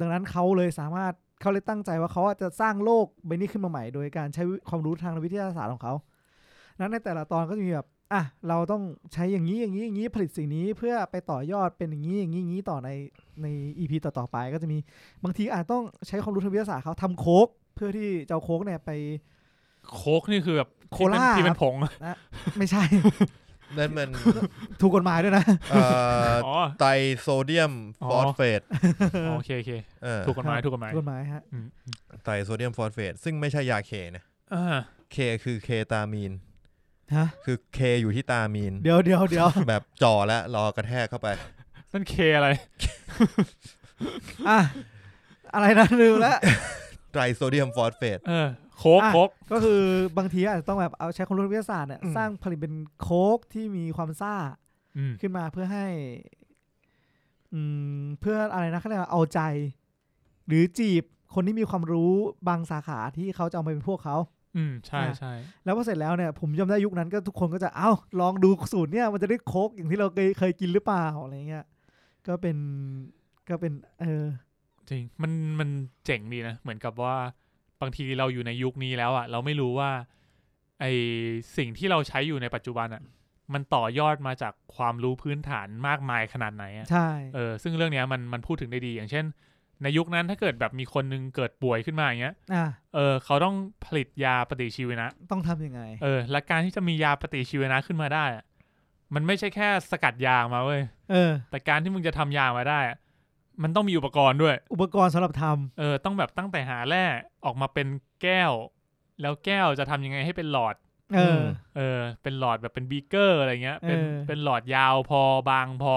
Speaker 1: ดังนั้นเขาเลยสามารถเขาเลยตั้งใจว่าเขาจะสร้างโลกใบนี้ขึ้นมาใหม่ โดยการใช้ความรู้ทางวิทยาศาสตร์ของเขา นั้นในแต่ละตอนก็จะมีแบบ อ่ะ เราต้องใช้อย่างนี้อย่างนี้อย่างนี้ผลิตสิ่งนี้เพื่อไปต่อยอดเป็นอย่างนี้อย่างนี้อย่างนี้ต่อในในอีพีต่อๆไป ก็จะมีบางทีอาจต้องใช้ความรู้ทางวิทยาศาสตร์เขาทำโค้กเพื่อที่จะเอาโค้กเนี่ยไป
Speaker 3: โคกนี่คือแบบ
Speaker 1: โค
Speaker 3: ที่เป็น
Speaker 1: ลา
Speaker 3: ที่เป็นผง
Speaker 1: ไม่ใช่ <laughs>
Speaker 2: นั่นมัน
Speaker 1: ถูกกฎหมายด้วยนะ
Speaker 2: เอ่อ
Speaker 3: อ๋อ
Speaker 2: ไตรโซเดียมฟอสเฟต
Speaker 3: โอเคโอเค
Speaker 2: เออ
Speaker 3: ถูกกฎหมายถูกกฎหมาย
Speaker 1: ถูกกฎหมายฮะ
Speaker 3: อืม
Speaker 2: ไตรโซเดียมฟอสเฟตซึ่งไม่ใช่ยาเคนะ
Speaker 3: อ่า
Speaker 2: เคคือเคตามีน
Speaker 1: ฮะ
Speaker 2: คือเคอยู่ที่ตามีน
Speaker 1: เดี๋ยวเดี๋ยวเดี๋ยว
Speaker 2: <laughs> แบบจ่อแล้วรอกระแทกเข้าไป
Speaker 3: นั่นเคอะไร
Speaker 1: อ่ะอะไรนะลืมแล้ว
Speaker 2: ไตรโซเดียมฟอสเฟต
Speaker 3: เออ โค้ก
Speaker 1: อ่ะ
Speaker 3: โค้ก
Speaker 1: ก็คือบางทีอาจจะต้องแบบเอาใช้ความรู้ทางวิทยาศาสตร์เนี่ย
Speaker 2: อืม
Speaker 1: สร้างผลิตเป็นโค้กที่มีความซ่า
Speaker 3: อืม
Speaker 1: ขึ้นมาเพื่อให้ อืมเพื่ออะไรนะเขาเรียกว่าเอาใจ หรือจีบคนที่มีความรู้บางสาขาที่เขาจะเอาไปเป็นพวกเขา
Speaker 3: อืมใช่
Speaker 1: อ่ะ
Speaker 3: ใช่
Speaker 1: แล้วพอเสร็จแล้วเนี่ยผมจำได้ยุคนั้นก็ทุกคนก็จะเอ้าลองดูสูตรเนี่ยมันจะได้โคกอย่างที่เราเคยเคยกินหรือเปล่าอะไรเงี้ยก็เป็นก็เป็น เออ
Speaker 3: จริงมันมันเจ๋งดีนะ เหมือนกับว่าบางทีเราอยู่ในยุคนี้แล้วอ่ะ เราไม่รู้ว่า ไอสิ่งที่เราใช้อยู่ในปัจจุบันอ่ะ มันต่อยอดมาจากความรู้พื้นฐานมากมายขนาดไหนอ่ะ
Speaker 1: ใช่
Speaker 3: เออซึ่งเรื่องเนี้ยมันมันพูดถึงได้ดีอย่างเช่น ในยุคนั้นถ้าเกิดแบบมีคนนึงเกิดป่วยขึ้นมาอย่างเงี้ย
Speaker 1: อ่ะ
Speaker 3: เออเขาต้องผลิตยาปฏิชีวนะ
Speaker 1: ต้องทำยังไง
Speaker 3: เออและการที่จะมียาปฏิชีวนะขึ้นมาได้อะมันไม่ใช่แค่สกัดยามาเว้ย
Speaker 1: เออ
Speaker 3: แต่การที่มึงจะทำยามาได้อะมันต้องมีอุปกรณ์ด้วย
Speaker 1: อุปกรณ์สำหรับท
Speaker 3: เออต้องแบบตั้งแต่หาแร่ออกมาเป็นแก้ว แล้วแก้วจะทำยังไงให้เป็นหลอด
Speaker 1: ำเออ
Speaker 3: เออเป็นหลอดแบบเป็นบีเกอร์อะไรเงี้ยเป็น
Speaker 1: เออ
Speaker 3: เป็นหลอดยาวพอบางพอ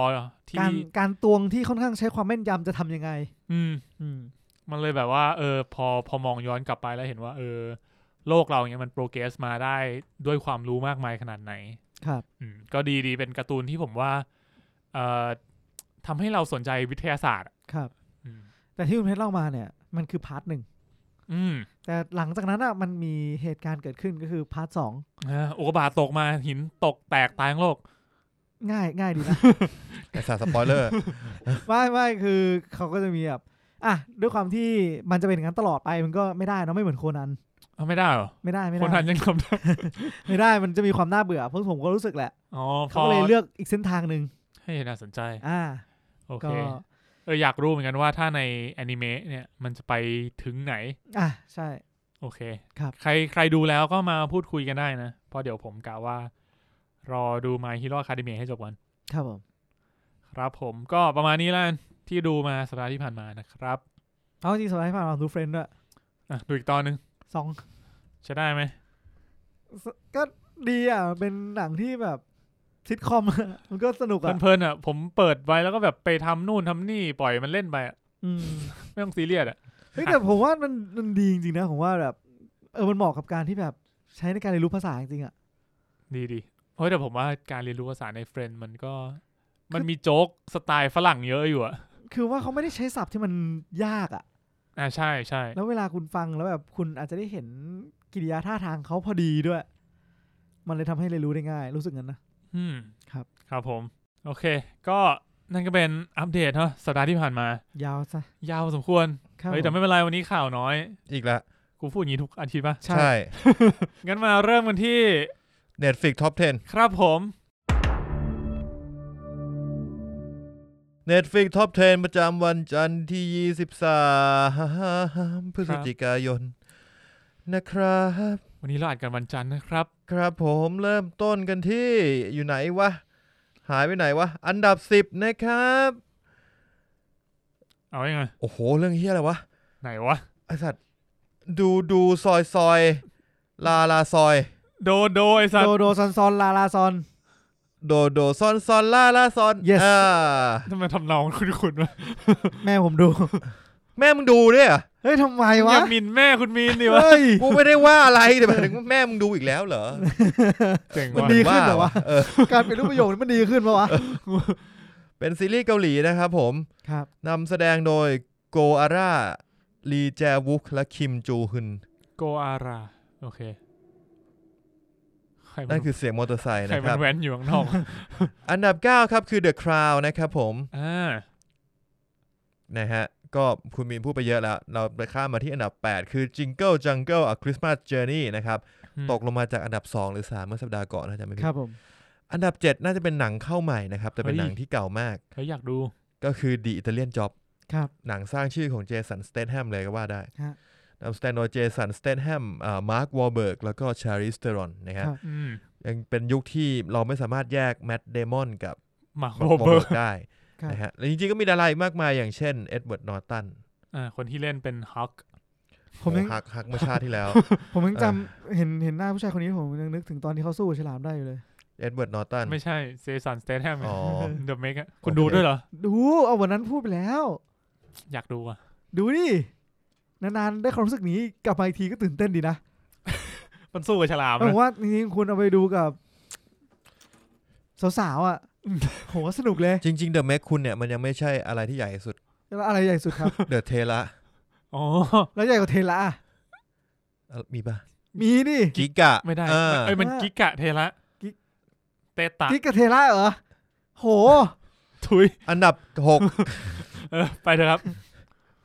Speaker 3: ที่
Speaker 1: การการตวงที่ค่อนข้างใช้ความแม่นยำจะทำยังไง
Speaker 3: อืม
Speaker 1: อืม
Speaker 3: มันเลยแบบว่าเออพอพอมองย้อนกลับไปแล้วเห็นว่า เออ โลกเราเนี่ยมันโปรเกรสมาได้ด้วยความรู้มากมายขนาดไหน
Speaker 1: ครับ
Speaker 3: อืมก็ดีดีเป็นการ์ตูนที่ผมว่าเอ่อทำให้เราสนใจวิทยาศาสตร์อะ
Speaker 1: ครับ
Speaker 3: อืม
Speaker 1: แต่ที่คุณเพชรเล่ามาเนี่ย มันคือพาร์ทหนึ่ง
Speaker 3: อืม
Speaker 1: แต่หลังจากนั้นอ่ะ มันมีเหตุการณ์เกิดขึ้นก็คือพาร์ทสอง
Speaker 3: อ่าอุกกาบาตตกมาหินตกแตกตายทั้งโลก
Speaker 1: ง่ายง่ายดี
Speaker 3: <laughs>
Speaker 1: นะ
Speaker 2: ไอสารสปอยเลอร์
Speaker 1: ไม่ไม่คือเขาก็จะมีแบบ อ่ะ ด้วยความที่มันจะเป็นอย่างนั้นตลอดไปมันก็ไม่ได้เนอะไม่เหมือนโคนัน
Speaker 3: เอาไม่ได้เหรอ
Speaker 1: ไม่ได้ไม่
Speaker 3: ค
Speaker 1: ได้
Speaker 3: นทันยังทำได้
Speaker 1: ไม่ได้มันจะมีความน่าเบื่อเพราะผมก็รู้สึกแหละ
Speaker 3: อ๋อพ
Speaker 1: เขา
Speaker 3: อ
Speaker 1: ก็เลยเลือกอีกเส้นทางหนึ่ง
Speaker 3: ให้น่าสนใจ
Speaker 1: อ่า
Speaker 3: โอเค
Speaker 1: ก็
Speaker 3: เอออยากรู้เหมือนกันว่าถ้าในแอนิเมะเนี่ยมันจะไปถึงไหน
Speaker 1: อ่ะใช่
Speaker 3: โอเค
Speaker 1: ครับ
Speaker 3: ใครใครดูแล้วก็มาพูดคุยกันได้นะ เพราะเดี๋ยวผมกะว่า รอดู My Hero Academia ให้จบก่อน
Speaker 1: ครับผม
Speaker 3: ครับผมก็ประมาณนี้แล้วกันที่ดูมาสัปดาห์ที่ผ่านมานะครับ
Speaker 1: เอาจริงสัปดาห์ที่ผ่านมาดูเฟรนด์ด้วย
Speaker 3: อ่ะดูอีกตอนหนึ่ง
Speaker 1: สอง <laughs>
Speaker 3: ใช้ได้ไหม
Speaker 1: ก็ดีอ่ะ เป็นหนังที่แบบซิทคอม <laughs> มันก็สนุกอ่ะ
Speaker 3: เพลินๆอ่ะผมเปิดไว้แล้วก็แบบไปทำนู่นทำนี่ปล่อยมันเล่นไปอ่ะ
Speaker 1: อื
Speaker 3: <laughs>
Speaker 1: ม
Speaker 3: ไม่ต้องซีเรียสอ่ะ
Speaker 1: เฮ้ยแต่ผมว่ามันมันดีจริงๆนะผมว่าแบบเออมันเหมาะกับการที่แบบใช้ในการเรียนรู้ภาษาจริงๆอ่ะ
Speaker 3: ดีดีๆเฮ้ยแต่ผมว่าการเรียนรู้ภาษาในเฟรนด์มันก็ มันมีโจ๊กสไตล์ฝรั่งเยอะอยู่อ่ะ
Speaker 1: คือว่าเขาไม่ได้ใช้ศัพท์ที่มันยากอ่ะ
Speaker 3: อ่ะใช่ใช่
Speaker 1: แล้วเวลาคุณฟังแล้วแบบคุณอาจจะได้เห็นกิริยาท่าทางเขาพอดีด้วย มันเลยทำให้เรียนรู้ได้ง่าย รู้สึกงั้นนะ
Speaker 3: อืม
Speaker 1: ครับ
Speaker 3: ครับผม โอเค ก็นั่นก็เป็นอัปเดตเนาะสัปดาห์ที่ผ่านมา
Speaker 1: ยาวซะ
Speaker 3: ยาวพอสมควร
Speaker 1: ครับ
Speaker 3: เฮ้ยแต่ไม่เป็นไรวันนี้ข่าวน้อย
Speaker 2: อีกแล้ว
Speaker 3: กูพูดอย่างนี้ทุกอาทิตย์ปะ
Speaker 1: ใช่
Speaker 2: ใช่
Speaker 3: งั้นมาเริ่มกันที่
Speaker 2: Netflix Top 10
Speaker 3: ครับผม
Speaker 2: Netflix Top 10 ประจำวันจันทร์ที่ 23 พฤศจิกายน นะครับ
Speaker 3: วันนี้เราอัดกันวันจันทร์นะครับ
Speaker 2: ครับผมเริ่มต้นกันที่อยู่ไหนวะ หายไปไหนวะ อันดับ 10 นะครับ
Speaker 3: เอายังไง
Speaker 2: โอ้โห เรื่องเฮียอะไรวะ
Speaker 3: ไหนวะ
Speaker 2: ไอสัตว์ ดูดูซอยซอยลาลาซอย
Speaker 3: โดโดไอสัต
Speaker 1: โด
Speaker 3: ว์
Speaker 1: โดซอนซอนลาลาซอน
Speaker 2: โดโดซอนซอนลาลาซอน
Speaker 1: Yes
Speaker 2: อ่า
Speaker 3: ทำไมทำนองคุณคุณวะ
Speaker 1: แม่ผมดู <laughs>
Speaker 2: แม่มึงดูด้วยเหรอ
Speaker 1: เฮ้ยทำไมวะ
Speaker 3: <laughs> อย่าหมินแม่คุณมีนดิวะ
Speaker 1: เฮ้ย
Speaker 2: กูไม่ได้ว่าอะไรแต่หมายถึงว่าแม่มึงดูอีกแล้วเหรอ
Speaker 3: เจ๋ง
Speaker 1: มัน
Speaker 3: ว่ะ
Speaker 1: ดีขึ้นเหรอวะ
Speaker 2: เออ
Speaker 1: การเป็นรูปประโยคนี้มันดีขึ้นปะวะ
Speaker 2: เป็นซีรีส์เกาหลีนะครับผม
Speaker 1: ครับ
Speaker 2: นำแสดงโดยโกอาร่า ลีแจวุก และคิมจูฮุน
Speaker 3: โกอารา โอเค ใครมั
Speaker 2: นั่
Speaker 3: น
Speaker 2: นคือเสียงมอเตอร์ไซค์
Speaker 3: ใคร
Speaker 2: นะค
Speaker 3: มัน
Speaker 2: รับ
Speaker 3: แว้นอยู่ข้างนอก
Speaker 2: อันดับ 9 ครับคือ The Crown นะครับผม
Speaker 3: อ่า
Speaker 2: นะฮะ ก็คุณมีนพูดไปเยอะแล้ว เราไปข้ามมาที่อันดับ 8 คือ Jingle Jungle A Christmas Journey นะครับ ตกลงมาจากอันดับ 2 หรือ 3 เมื่อสัปดาห์ก่อนนะจำไม่
Speaker 1: ค
Speaker 2: ผิ
Speaker 1: รั
Speaker 2: ด
Speaker 1: บผม
Speaker 2: อันดับ 7 น่าจะเป็นหนังเข้าใหม่นะครับ แต่เป็นหนังที่เก่ามาก
Speaker 3: เฮ้ยอยากดู
Speaker 2: ก็คือ The Italian Job
Speaker 1: ครับ
Speaker 2: หนังสร้างชื่อของเจสันสเตนแฮมเลยก็ว่าได้
Speaker 1: ฮะ
Speaker 2: นำแสดงโดยเจสันสเตนแฮมมาร์ควอลเบิร์กแล้วก็ชาริสเตอรอนนะฮะ
Speaker 3: อืม
Speaker 2: ยังเป็นยุคที่เราไม่สามารถแยกแม t เดมอนกับ
Speaker 3: มาร์ค
Speaker 2: มาร์
Speaker 3: โว
Speaker 2: ค
Speaker 3: เบิร์ก
Speaker 2: ได้
Speaker 1: ครับ
Speaker 2: นะฮะ แล้วจริงๆ ก็มีดาราอีกมากมายอย่างเช่นเอ็ดเวิร์ดนอร์ตัน
Speaker 3: อ่าคนที่เล่นเป็นฮัก
Speaker 1: ผมยัง
Speaker 2: หักหักเมื่อชาติที่
Speaker 3: <laughs>
Speaker 2: แล้ว
Speaker 1: ผมยังจำเห็นเห็นหน้าผู้ชายคนนี้ผมยังนึกถึงตอนที่เขาสู้ฉลามได้อยู่เลย
Speaker 2: เอ็ดเวิร์ดนอร์ตัน
Speaker 3: ไม่ใช่เซซันสเตทแฮม
Speaker 2: อ๋อ
Speaker 3: เดอะเมกคุณ
Speaker 2: โอเค
Speaker 3: ดูด้วยเหรอ
Speaker 1: ดูเอาวันนั้นพูดไปแล้ว
Speaker 3: อยากดูอ่ะ
Speaker 1: ดูดิ นานๆได้ความรู้สึกนี้กลับมาอีกทีก็ตื่นเต้นดีนะ
Speaker 3: มันสู้กับฉลาม
Speaker 1: ผม
Speaker 3: นะ
Speaker 1: ว่าจริงๆคุณเอาไปดูกับ สาวๆอ่ะ โหสนุกเลย
Speaker 2: จริงๆเดอะแม e คุณเนี่ยมันยังไม่ใช่อะไรที่ใหญ่สุด
Speaker 1: แล้วอะไรใหญ่สุดครับ
Speaker 2: เดอะเทละ
Speaker 3: อ๋อ
Speaker 1: แล้วใหญ่กว่าเทระอะ
Speaker 2: มีปะ
Speaker 1: มีดิ
Speaker 2: กิกะ
Speaker 3: ไม่ได้
Speaker 2: เออ
Speaker 3: เอ้ยมันกิกะเทระ
Speaker 1: กิ
Speaker 3: เตตะ
Speaker 1: กิ๊กกับเทระเหรอ โห
Speaker 3: ทุย
Speaker 2: อันดับห
Speaker 3: <laughs>
Speaker 2: ก
Speaker 3: เออไปเถอะครับ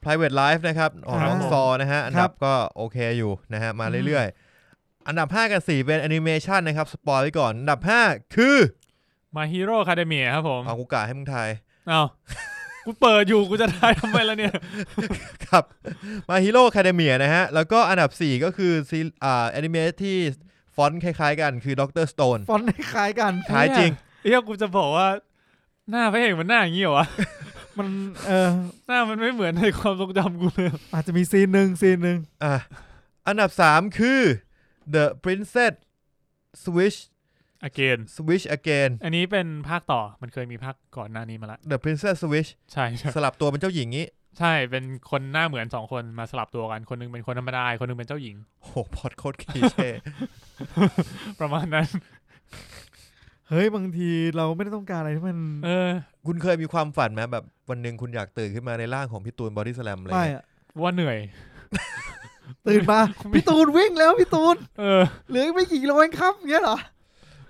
Speaker 2: private life นะครับของน้อง
Speaker 1: ครับ
Speaker 2: ซอนะฮะ อัน
Speaker 1: ครั
Speaker 2: ดับบ ก็โอเคอยู่นะฮะ มาเรื่อยๆ อันดับ 5 กับ 4 เป็นแอนิเมชันนะครับ สปอยไว้ก่อน อันดับ 5 คือ
Speaker 3: มาฮีโร่คาเดเมียครับผม
Speaker 2: เอากูกะให้มึงทาย
Speaker 3: เอา
Speaker 2: <laughs>
Speaker 3: กูเปิดอยู่กูจะทายทำไมล่ะเนี่ย
Speaker 2: ครับ มาฮีโร่คาเดเมียนะฮะ แล้วก็อันดับ 4 ก็คือซีอ่าแอนิเมะที่ฟอนต์คล้ายๆกันคือด็อกเตอร์สโตน
Speaker 1: ฟอนต์คล้ายกัน
Speaker 2: คล้ายจริง
Speaker 3: เอ้ยกูจะบอกว่า หน้าพระเอกมันหน้าอย่างนี้เหรอวะ
Speaker 1: มันเออ
Speaker 3: หน้ามันไม่เหมือนในความทรงจำกูเลย
Speaker 1: อาจจะมีซีนหนึ่งซีนหนึ่ง
Speaker 2: อ่ะอันดับ 3 คือ The Princess Switch
Speaker 3: อเกน
Speaker 2: Switch Again
Speaker 3: อันนี้เป็นภาคต่อมันเคยมีภาคก่อนหน้านี้มาละ
Speaker 2: The Princess Switch
Speaker 3: ใช่ใช่
Speaker 2: สลับตัวเป็นเจ้าหญิงงี้
Speaker 3: ใช่เป็นคนหน้าเหมือนสองคนมาสลับตัวกันคนหนึงเป็นคนธรรมดาอีกคนหนึงเป็นเจ้าหญิง
Speaker 2: โอ้โหพอดโคตรคลีเช่
Speaker 3: ประมาณนั้น
Speaker 1: เฮ้ยบางทีเราไม่ได้ต้องการอะไรที่มัน
Speaker 3: เออ
Speaker 2: คุณเคยมีความฝันไหมแบบวันหนึ่งคุณอยากตื่นขึ้นมาในร่างของพี่ตูนบอดี้สแลมอะไร
Speaker 1: ไม่
Speaker 2: เงี้ย
Speaker 1: อะ
Speaker 3: ว่าเหนื่อย
Speaker 1: ตื่นมา พี่ตูนวิ่งแล้วพี่ตูน
Speaker 3: เออ
Speaker 1: เหลืออีกไม่กี่กิโลเองครับเงี้ยเหรอ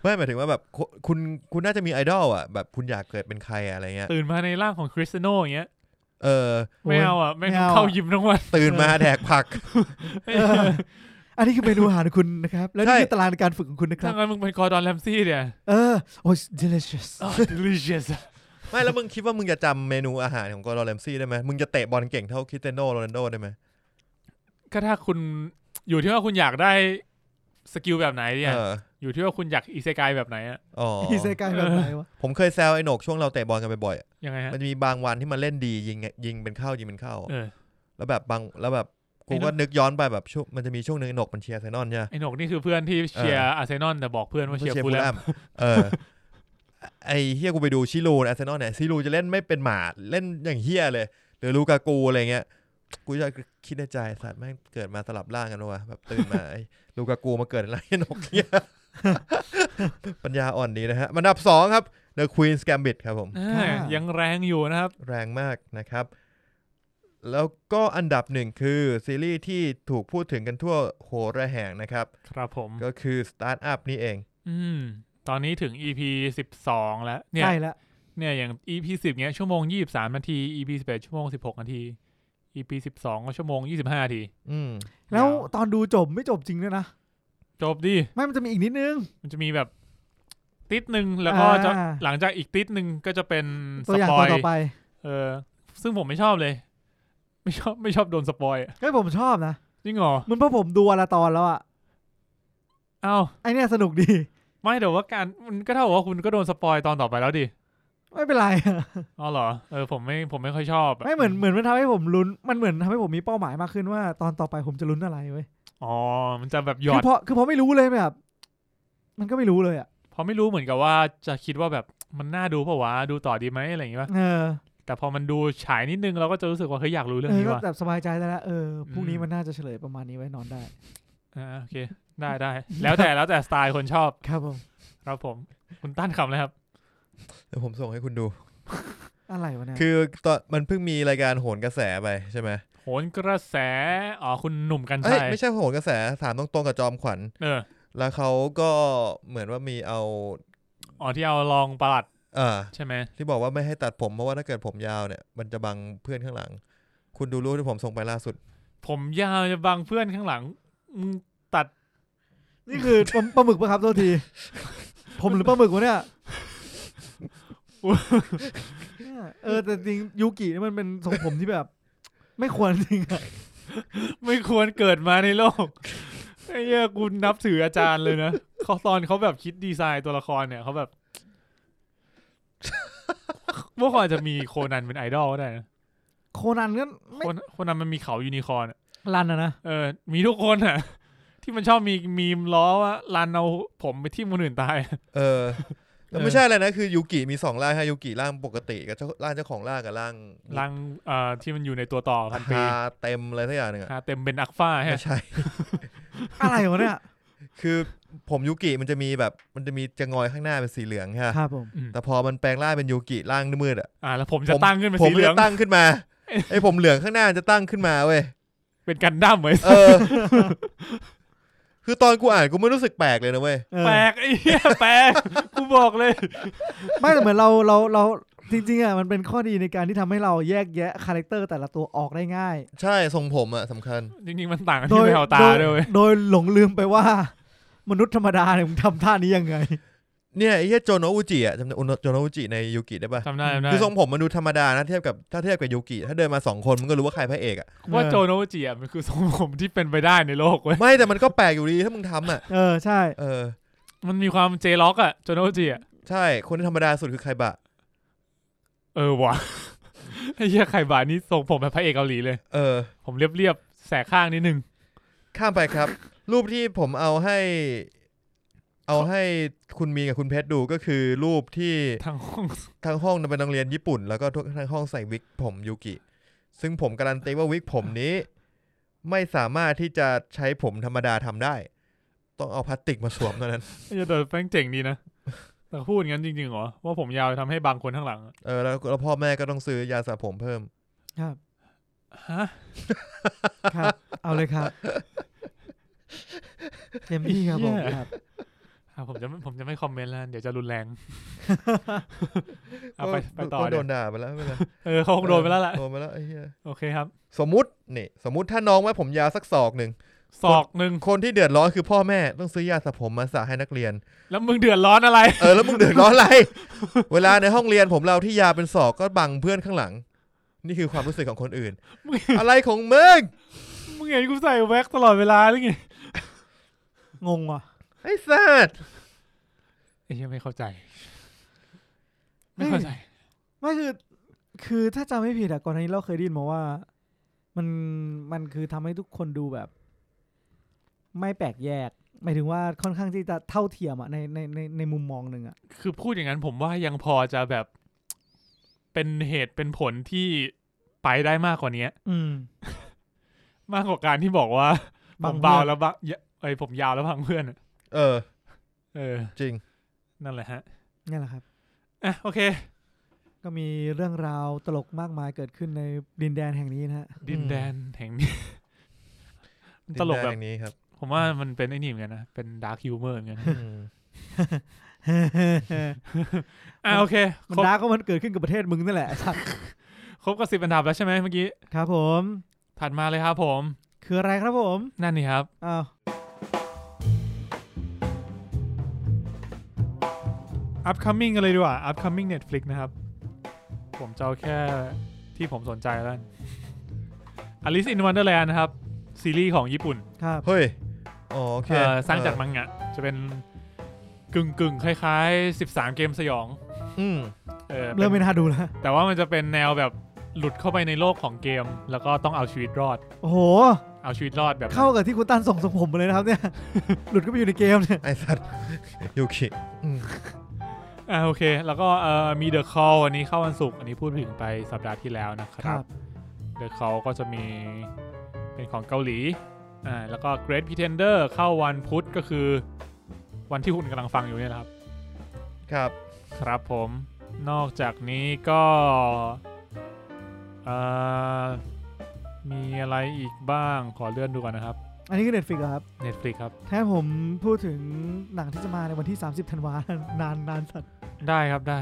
Speaker 2: ไม่หมายถึงว่าแบบคุคุณคุณน่าจะมีไอดอลอ่ะแบบคุณอยากเกิดเป็นใครอะอะไรเงี้ย
Speaker 3: ตื่นมาในร่างของคริสเตยโนอย่างเงี้ย
Speaker 2: เออ
Speaker 3: ไม่เอาอ่ะไม่ง
Speaker 1: ไม่เอาอะ
Speaker 3: เข้ายิมทั้งวัน
Speaker 2: ตื่นมาแดกผัก
Speaker 1: เอออันนี้คือเมนูอาหารของคุณนะครับ แล้วนี่คือตารางการฝึกของคุณนะครับ
Speaker 3: ถ้างั้นมึงเป็นกอร์ดอนแรมซี่เนี่ย
Speaker 1: เออ โอ้ย delicious
Speaker 3: delicious
Speaker 2: ไม่แล้วมึงคิดว่ามึงจะจำเมนูอาหารของกอร์ดอนแรมซี่ได้ไหมมึงจะเตะบอลเก่งเท่าคริสเตยโนโรนัลโดได้ไหม
Speaker 3: ก็ถ้าคุณอยู่ที่ว่าคุณอยากได้สกิลแบบไหนเนี่ย
Speaker 2: เออ
Speaker 3: อยู่ที่ว่าคุณอยากอีเซกายแบบไหนอะ
Speaker 2: อ๋อ
Speaker 1: อีเซกายแบบไหนวะ
Speaker 2: ผมเคยแซวไอ้หนกช่วงเราเตะบอลกันบ่อยๆอะ
Speaker 3: ยังไงฮะ
Speaker 2: มันจะมีบางวันที่มันเล่นดียิงยิงเป็นเข้ายิงเป็นเข้า
Speaker 3: เออ
Speaker 2: แล้วแบบบางแล้วแบบกูก็นึกย้อนไปแบบช่วงมันจะมีช่วงหนึ่งไอ้หนกมันเชียร์ไซนอนใช่ไหม
Speaker 3: ไอ้หนกนี่คือเพื่อนที่เชีย
Speaker 2: เอ
Speaker 3: ร์
Speaker 2: อ
Speaker 3: อาร์เซนอลแต่บอกเพื่อนว่าเชียร์
Speaker 2: เชียร์
Speaker 3: ฟู
Speaker 2: ฟูล
Speaker 3: ลแล
Speaker 2: แล
Speaker 3: ม
Speaker 2: มเออ ไอเฮียกูไปดูชิลูนอาร์เซนอลเนี่ยชิลูจะเล่นไม่เป็นหมาเล่นอย่างเฮียเลย หรือลูกากูอะไรเงี้ย กูจะคิดในใจสัตว์แม่งเกิดมาสลับร่างกันวะแบบตื่นมา ไอ้ลูกากูมาเกิดอะไรนกเฮีย <laughs> ปัญญาอ่อนดีนะฮะมันดับสองครับ The Queen's Gambit ครับผม
Speaker 3: อ่ายังแรงอยู่นะครับ
Speaker 2: แรงมากนะครับ แล้วก็อันดับหนึ่งคือ ซีรีส์ที่ถูกพูดถึงกันทั่วโหระแหงนะครับ
Speaker 3: ครับผม
Speaker 2: ก็คือ Start Up นี่เอง
Speaker 3: อืม ตอนนี้ถึง EP สิบสองแล้ว เนี่ย
Speaker 1: ใช่ละ
Speaker 3: เนี่ยอย่าง EP สิบเนี้ยชั่วโมงยี่สิบสามนาที EP สิบเอ็ดชั่วโมงสิบหกนาที EP สิบสองก็ชั่วโมงยี่สิบห้านาที
Speaker 2: อืม
Speaker 1: แล้วตอนดูจบไม่จบจริงด้วยนะ
Speaker 3: จบดิ
Speaker 1: ไม่มันจะมีอีกนิดนึง
Speaker 3: มันจะมีแบบ ติดหนึ่งแล้วก็จะ
Speaker 1: อ่า
Speaker 3: หลังจากอีกติดหนึ่งก็จะเป็น
Speaker 1: ตัว
Speaker 3: ส
Speaker 1: อย่าง
Speaker 3: ป
Speaker 1: ต
Speaker 3: อ
Speaker 1: อน
Speaker 3: ย
Speaker 1: ต่อไป
Speaker 3: เออ ซึ่งผมไม่ชอบเลย <laughs> ไม่ชอบไม่ชอบโดนสปอยอะ
Speaker 1: เฮ้ยผมชอบนะ
Speaker 3: จริงเหรอ
Speaker 1: มันเพราะผมดูวันละตอนแล้วอ่ะ
Speaker 3: อ้าว
Speaker 1: ไอเนี่ยสนุกดี
Speaker 3: ไม่แต่ว่าการมันก็เท่ากับว่าคุณก็โดนสปอยตอนต่อไปแล้วดิ
Speaker 1: ไม่เป็น
Speaker 3: <laughs>
Speaker 1: ไร
Speaker 3: อ๋อเหรอเออผมไม่ผมไม่ค่อยชอบะ
Speaker 1: ไม่เหมือนเหมือนมันทำให้ผมลุ้น มันเหมือนทำให้ผมมีเป้าหมายมากขึ้นว่า ตอนต่อไปผมจะลุ้นอะไรเว้ย
Speaker 3: อ๋อมันจะแบบหย
Speaker 1: คืออ
Speaker 3: ด
Speaker 1: พอคือพอไม่รู้เลยแบบ มันก็ไม่รู้เลยอ่ะ
Speaker 3: พอไม่รู้เหมือนกับว่าจะคิดว่าแบบมันน่าดูเปล่าวะดูต่อดีไหมอะไรอย่างงี้ป่ะ
Speaker 1: เออ
Speaker 3: แต่พอมันดูฉายนิดนึงเราก็จะรู้สึกว่าเฮ้ยอยากรู้เรื่อ
Speaker 1: เอง อ
Speaker 3: นี้
Speaker 1: ก็
Speaker 3: ว่ะ
Speaker 1: แบบสบายใจได้แล้วเอออ
Speaker 3: ม
Speaker 1: พรุ่งนี้มันน่าจะเฉลยประมาณนี้ไว้นอนได้
Speaker 3: อ่าโอเค ได้ได้ แล้วแต่แล้วแต่สไตล์คนชอบ
Speaker 1: ครับผม
Speaker 3: ครับผม คุณตั้นคำเลยครับ
Speaker 2: เดี๋ยวผมส่งให้คุณดู
Speaker 1: อะไรวะเนี่ย
Speaker 2: คือตอนมันเพิ่งมีรายการโหนกระแสไปใช่ไหม
Speaker 3: โหนกระแสอ๋อคุณหนุ่มกัน
Speaker 2: เอ้ย
Speaker 3: ชัย
Speaker 2: ไม่ใช่โหนกระแสถามตรงๆกับจอมขวัญ
Speaker 3: เออ
Speaker 2: แล้วเขาก็เหมือนว่ามีเอา
Speaker 3: อ๋อที่เอาลองประหลัด
Speaker 2: เออ
Speaker 3: ใช่ไหม
Speaker 2: ที่บอกว่าไม่ให้ตัดผมเพราะว่าถ้าเกิดผมยาวเนี่ย มันจะบังเพื่อนข้างหลัง คุณดูรูปที่ผมส่งไปล่าสุด
Speaker 3: ผมยาวจะบังเพื่อนข้างหลังมึง
Speaker 1: นี่คือปลาปลาหมึกปะครับโทษ
Speaker 3: <laughs>
Speaker 1: ที ผมหรือปลาหมึกวะเนี่ยเนี่ยเออแต่จริงยูกินี่มันเป็นทรงผมที่แบบ ไม่ควรจริงอะ
Speaker 3: ไม่ควรเกิดมาในโลก <laughs> ไอ้เหี้ยกูนับถืออาจารย์เลยนะเขาตอนเขาแบบคิดดีไซน์ตัวละครเนี่ยเขาแบบพวกเขาอาจจะมีโคนันเป็นไอดอลก็ได้นะ
Speaker 1: โคนันก็ไม่
Speaker 3: โคนโคนันมันมีเขายูนิคอร์นอะ
Speaker 1: รันอะนะ
Speaker 3: เออ มีทุกคนอ่ะ ที่มันชอบมีมีมล้อว่ารันเอาผมไปที่มคนอื่นตาย
Speaker 2: เอ <laughs> อแล้วไม่ใช่อะไรนะคือยูกิมีสองร่างฮะยูกิร่างปกติกับเจ้าร่างเจ้าของร่างกับร่าง
Speaker 3: รังเอ่อที่มันอยู่ในตัวต่อพันปี
Speaker 2: ฮาเต็มอะไรสักอย่างหนึ่งอะ
Speaker 3: ฮะเต็มเป็นอักฟ้าฮะ
Speaker 2: ไม่ใช่
Speaker 1: อะไรวะเนี่ย
Speaker 2: คือผมยูกิมันจะมีแบบมันจะมีจะงอยข้างหน้าเป็นสีเหลืองใช่ปะ
Speaker 1: ครับผม
Speaker 3: อืม
Speaker 2: แต่พอมันแปลงร่างเป็นยูกิร่างมืดๆอ่ะ
Speaker 3: อ่าแล้วผมจะตั้งขึ้นเป็น
Speaker 2: ผม
Speaker 3: สีเหลือง
Speaker 2: จะตั้งขึ้น
Speaker 3: <laughs>
Speaker 2: มาไอ้ผมเหลืองข้างหน้าจะตั้งขึ้นมาเว้ย
Speaker 3: เป็นกันด้ามเหมือน
Speaker 2: เอ
Speaker 3: <laughs>
Speaker 2: อ คือตอนกูอ่านกูไม่รู้สึกแปลกเลยนะเว้ย
Speaker 1: เออ
Speaker 3: แปลกไอ้เหี้ย <laughs> แปลกกูบอกเลย
Speaker 1: ไม่แต่เหมือนเราเราเราจริงๆอ่ะมันเป็นข้อดีในการที่ทำให้เราแยกแยะคาแรคเตอร์แต่ละตัวออกได้ง่าย
Speaker 2: ใช่ทรงผมอะสำคัญ
Speaker 3: จริงๆมันต่างกัน
Speaker 1: โด
Speaker 3: ที่
Speaker 1: ย
Speaker 3: แววตา
Speaker 1: โด
Speaker 3: ด้วยเว้ย
Speaker 1: โดยหลงลืมไปว่า มนุษย์ธรรมดาเนี่ยมึงทำท่านี้ยังไง
Speaker 2: เนี่ยไอ้เหี้ยโจโนะอุจิอะจำได้โจโนะอุจิในยูกิได้ปะ
Speaker 3: จำได้จำได้
Speaker 2: คือทรงผมมันดูธรรมดานะเทียบกับถ้าเทียบกับยูกิถ้าเดินมาสองคนมันก็รู้ว่าใครพระเอกอะ
Speaker 3: ว่าโจโนจิอ่ะมันคือทรงผมที่เป็นไปได้ในโลกเว้ย
Speaker 2: ไม่แต่มันก็แปลกอยู่ดีถ้ามึงทำอะ
Speaker 1: เออใช่
Speaker 2: เออ
Speaker 3: มันมีความเจล็อกอ่ะโจโนจิอ่ะ
Speaker 2: ใช่ คนที่ธรรมดาสุดคือใครบะ
Speaker 3: เออว่ะ <laughs> ไอ้เหี้ยไข่บานี่ทรงผมแบบพระเอกเกาหลีเลย
Speaker 2: เออ
Speaker 3: ผมเรียบๆแสกข้างนิดนึง
Speaker 2: ข้ามไปครับ รูปที่ผมเอาให้ เอาให้คุณมีนกับคุณเพชรดูก็คือรูปที่
Speaker 3: ทางห้อง <laughs>
Speaker 2: ทางห้องเป็นโรงเรียนญี่ปุ่น แล้วก็ทางห้องใส่วิกผมยูกิ ซึ่งผมการันตีว่าวิกผมนี้ ไม่สามารถที่จะใช้ผมธรรมดาทำได้ ต้องเอาพลาสติกมาสวมเท่านั้น
Speaker 3: ไอ้เดินแป้งเจ๋งดีนะ แต่พูดงั้นจริงๆเหรอ ว่าผมยาวทำให้บางคนข้างหลังอะ
Speaker 2: เออแล้วแล้วพ่อแม่ก็ต้องซื้อยาสระผมเพิ่ม
Speaker 1: ครับ
Speaker 3: ฮะ
Speaker 1: ครับ เอาเลยครับเต็มที่ครับผมครับ
Speaker 3: อ่ะผมจะไม่ผมจะไม่คอมเมนต์แล้ว เดี๋ยวจะรุนแรงอ่ะไปไปต่อ
Speaker 2: ก็
Speaker 3: เดี๋
Speaker 2: โด
Speaker 3: ยวน
Speaker 2: ด่าไปแล้วไม่เป็นไร
Speaker 3: เออเขาคงโดนไปแล้วแหละ
Speaker 2: โดนไปแล้วไอ้เหี้ย
Speaker 3: โอเคครับ
Speaker 2: สมมตินี่สมมติถ้าน้องไว้ผมยาวสักศอกหนึ่ง
Speaker 3: ศอกหนึ่ง
Speaker 2: คนที่เดือดร้อนคือพ่อแม่ต้องซื้อยาสระผมมาสระให้นักเรียน
Speaker 3: แล้วมึงเดือดร้อนอะไร
Speaker 2: เออแล้วมึงเดือดร้อนอะไร เวลาในห้องเรียนผมเราที่ยาเป็นศอกก็บังเพื่อนข้างหลัง นี่คือความรู้สึกของคน
Speaker 3: <laughs>
Speaker 2: อื่น
Speaker 3: มึง
Speaker 2: อะไรของมึง
Speaker 3: มึงเห็นกูใส่แว็กตลอดเวลาหรือไง
Speaker 1: งงว่ะ
Speaker 2: ไอ้สัตว์
Speaker 3: ไอ้เหี้ยังไม่เข้าใจ ไม่เข้าใจ
Speaker 1: ไม่คือ คือถ้าจำไม่ผิดอะก่อนหน้านี้เราเคยได้ยินมาว่า มันมันคือทำให้ทุกคนดูแบบ ไม่แปลกแยก หมายถึงว่าค่อนข้างที่จะเท่าเทียมอะในในในในมุมมองหนึ่งอะ
Speaker 3: คือพูดอย่างนั้นผมว่ายังพอจะแบบ เป็นเหตุเป็นผลที่ไปได้มากกว่านี้
Speaker 1: อืม
Speaker 3: มากกว่าการที่บอกว่าผ
Speaker 1: บาง
Speaker 3: ม
Speaker 1: เพื่อน
Speaker 3: เบาแล้วบางไอ้ยผมยาวแล้วบางเพื่อนอะ
Speaker 2: เออ
Speaker 3: เออ
Speaker 2: จริง
Speaker 3: นั่นแหละฮะ
Speaker 1: นี่นแหละครับ
Speaker 3: อ่ะโอเค
Speaker 1: ก็มีเรื่องราวตลกมากมายเกิดขึ้นในดินแดนแห่งนี้นะฮะ
Speaker 3: ดินแดนแห่งนี้ มันตลกแบบ
Speaker 2: ดินดนอย่างนี้ครับ <laughs>
Speaker 3: ผมว่ามันเป็นไอ้นี่เหมือนกันนะ เป็นดาร์คฮิวเมอร์เหมือนกันนะ
Speaker 2: อืม
Speaker 3: อ่ะโอเค
Speaker 1: มัน
Speaker 3: ครบ
Speaker 1: ดาร์กก็มันเกิดขึ้นกับประเทศมึงนั่นแหละไอ้สัตว์
Speaker 3: ครบกับสิบอันดับแล้วใช่ไหมเมื่อกี้
Speaker 1: ครับผม
Speaker 3: ถัดมาเลยครับผม
Speaker 1: คืออะไรครับผม
Speaker 3: นั่นนี่ครับ
Speaker 1: อ้าว
Speaker 3: upcoming กันเลยดีกว่า upcoming Netflix นะครับ ผมจะเอาแค่ที่ผมสนใจแล้วกัน Alice in Wonderland นะครับ ซีรีส์ของญี่ปุ่น
Speaker 1: ครับ
Speaker 2: เฮ้ยอ๋อโอเค
Speaker 3: เอ่อสร้างจาก
Speaker 2: เออ
Speaker 3: มังงะ จะเป็นกึ่งกึ่งๆคล้ายๆ 13 เกมสยอง
Speaker 2: อืม
Speaker 3: เออป็น
Speaker 1: เริ่มไม่น่าดูแล้ว
Speaker 3: แต่ว่ามันจะเป็นแนวแบบหลุดเข้าไปในโลกของเกม แล้วก็ต้องเอาชีวิตรอด
Speaker 1: โอ้โห
Speaker 3: เอาชีวิตรอดแบบนั้น
Speaker 1: เข้ากับที่คุณตั้นส่งส่งผมมาเลยนะครับเนี่ย หลุดก็ไปอยู่ในเกมเนี่ย
Speaker 2: ไอ้สัตว์ <laughs> ยูกิ
Speaker 3: อ่าโอเค แล้วก็เอ่อมี The Call อันนี้เข้าวันศุกร์อันนี้พูดถึงไปสัปดาห์ที่แล้วนะค
Speaker 1: ครั
Speaker 3: รับ
Speaker 1: บ
Speaker 3: The Call ก็จะมีเป็นของเกาหลีอ่าแล้วก็ Great Pretender เข้าวันพุธก็คือวันที่คุณกำลังฟังอยู่เนี่ยแหละครับ
Speaker 2: ครับ
Speaker 3: ครับผมนอกจากนี้ก็เอ่อมีอะไรอีกบ้างขอเลื่อนดูก่อนนะครับ
Speaker 1: อันนี้คือเน็ตฟิกครับ
Speaker 3: Netflix ครับ
Speaker 1: ถ้าผมพูดถึงหนังที่จะมาในวันที่ 30ธันว <laughs> านานนานสัตว์
Speaker 3: ได้ครับได้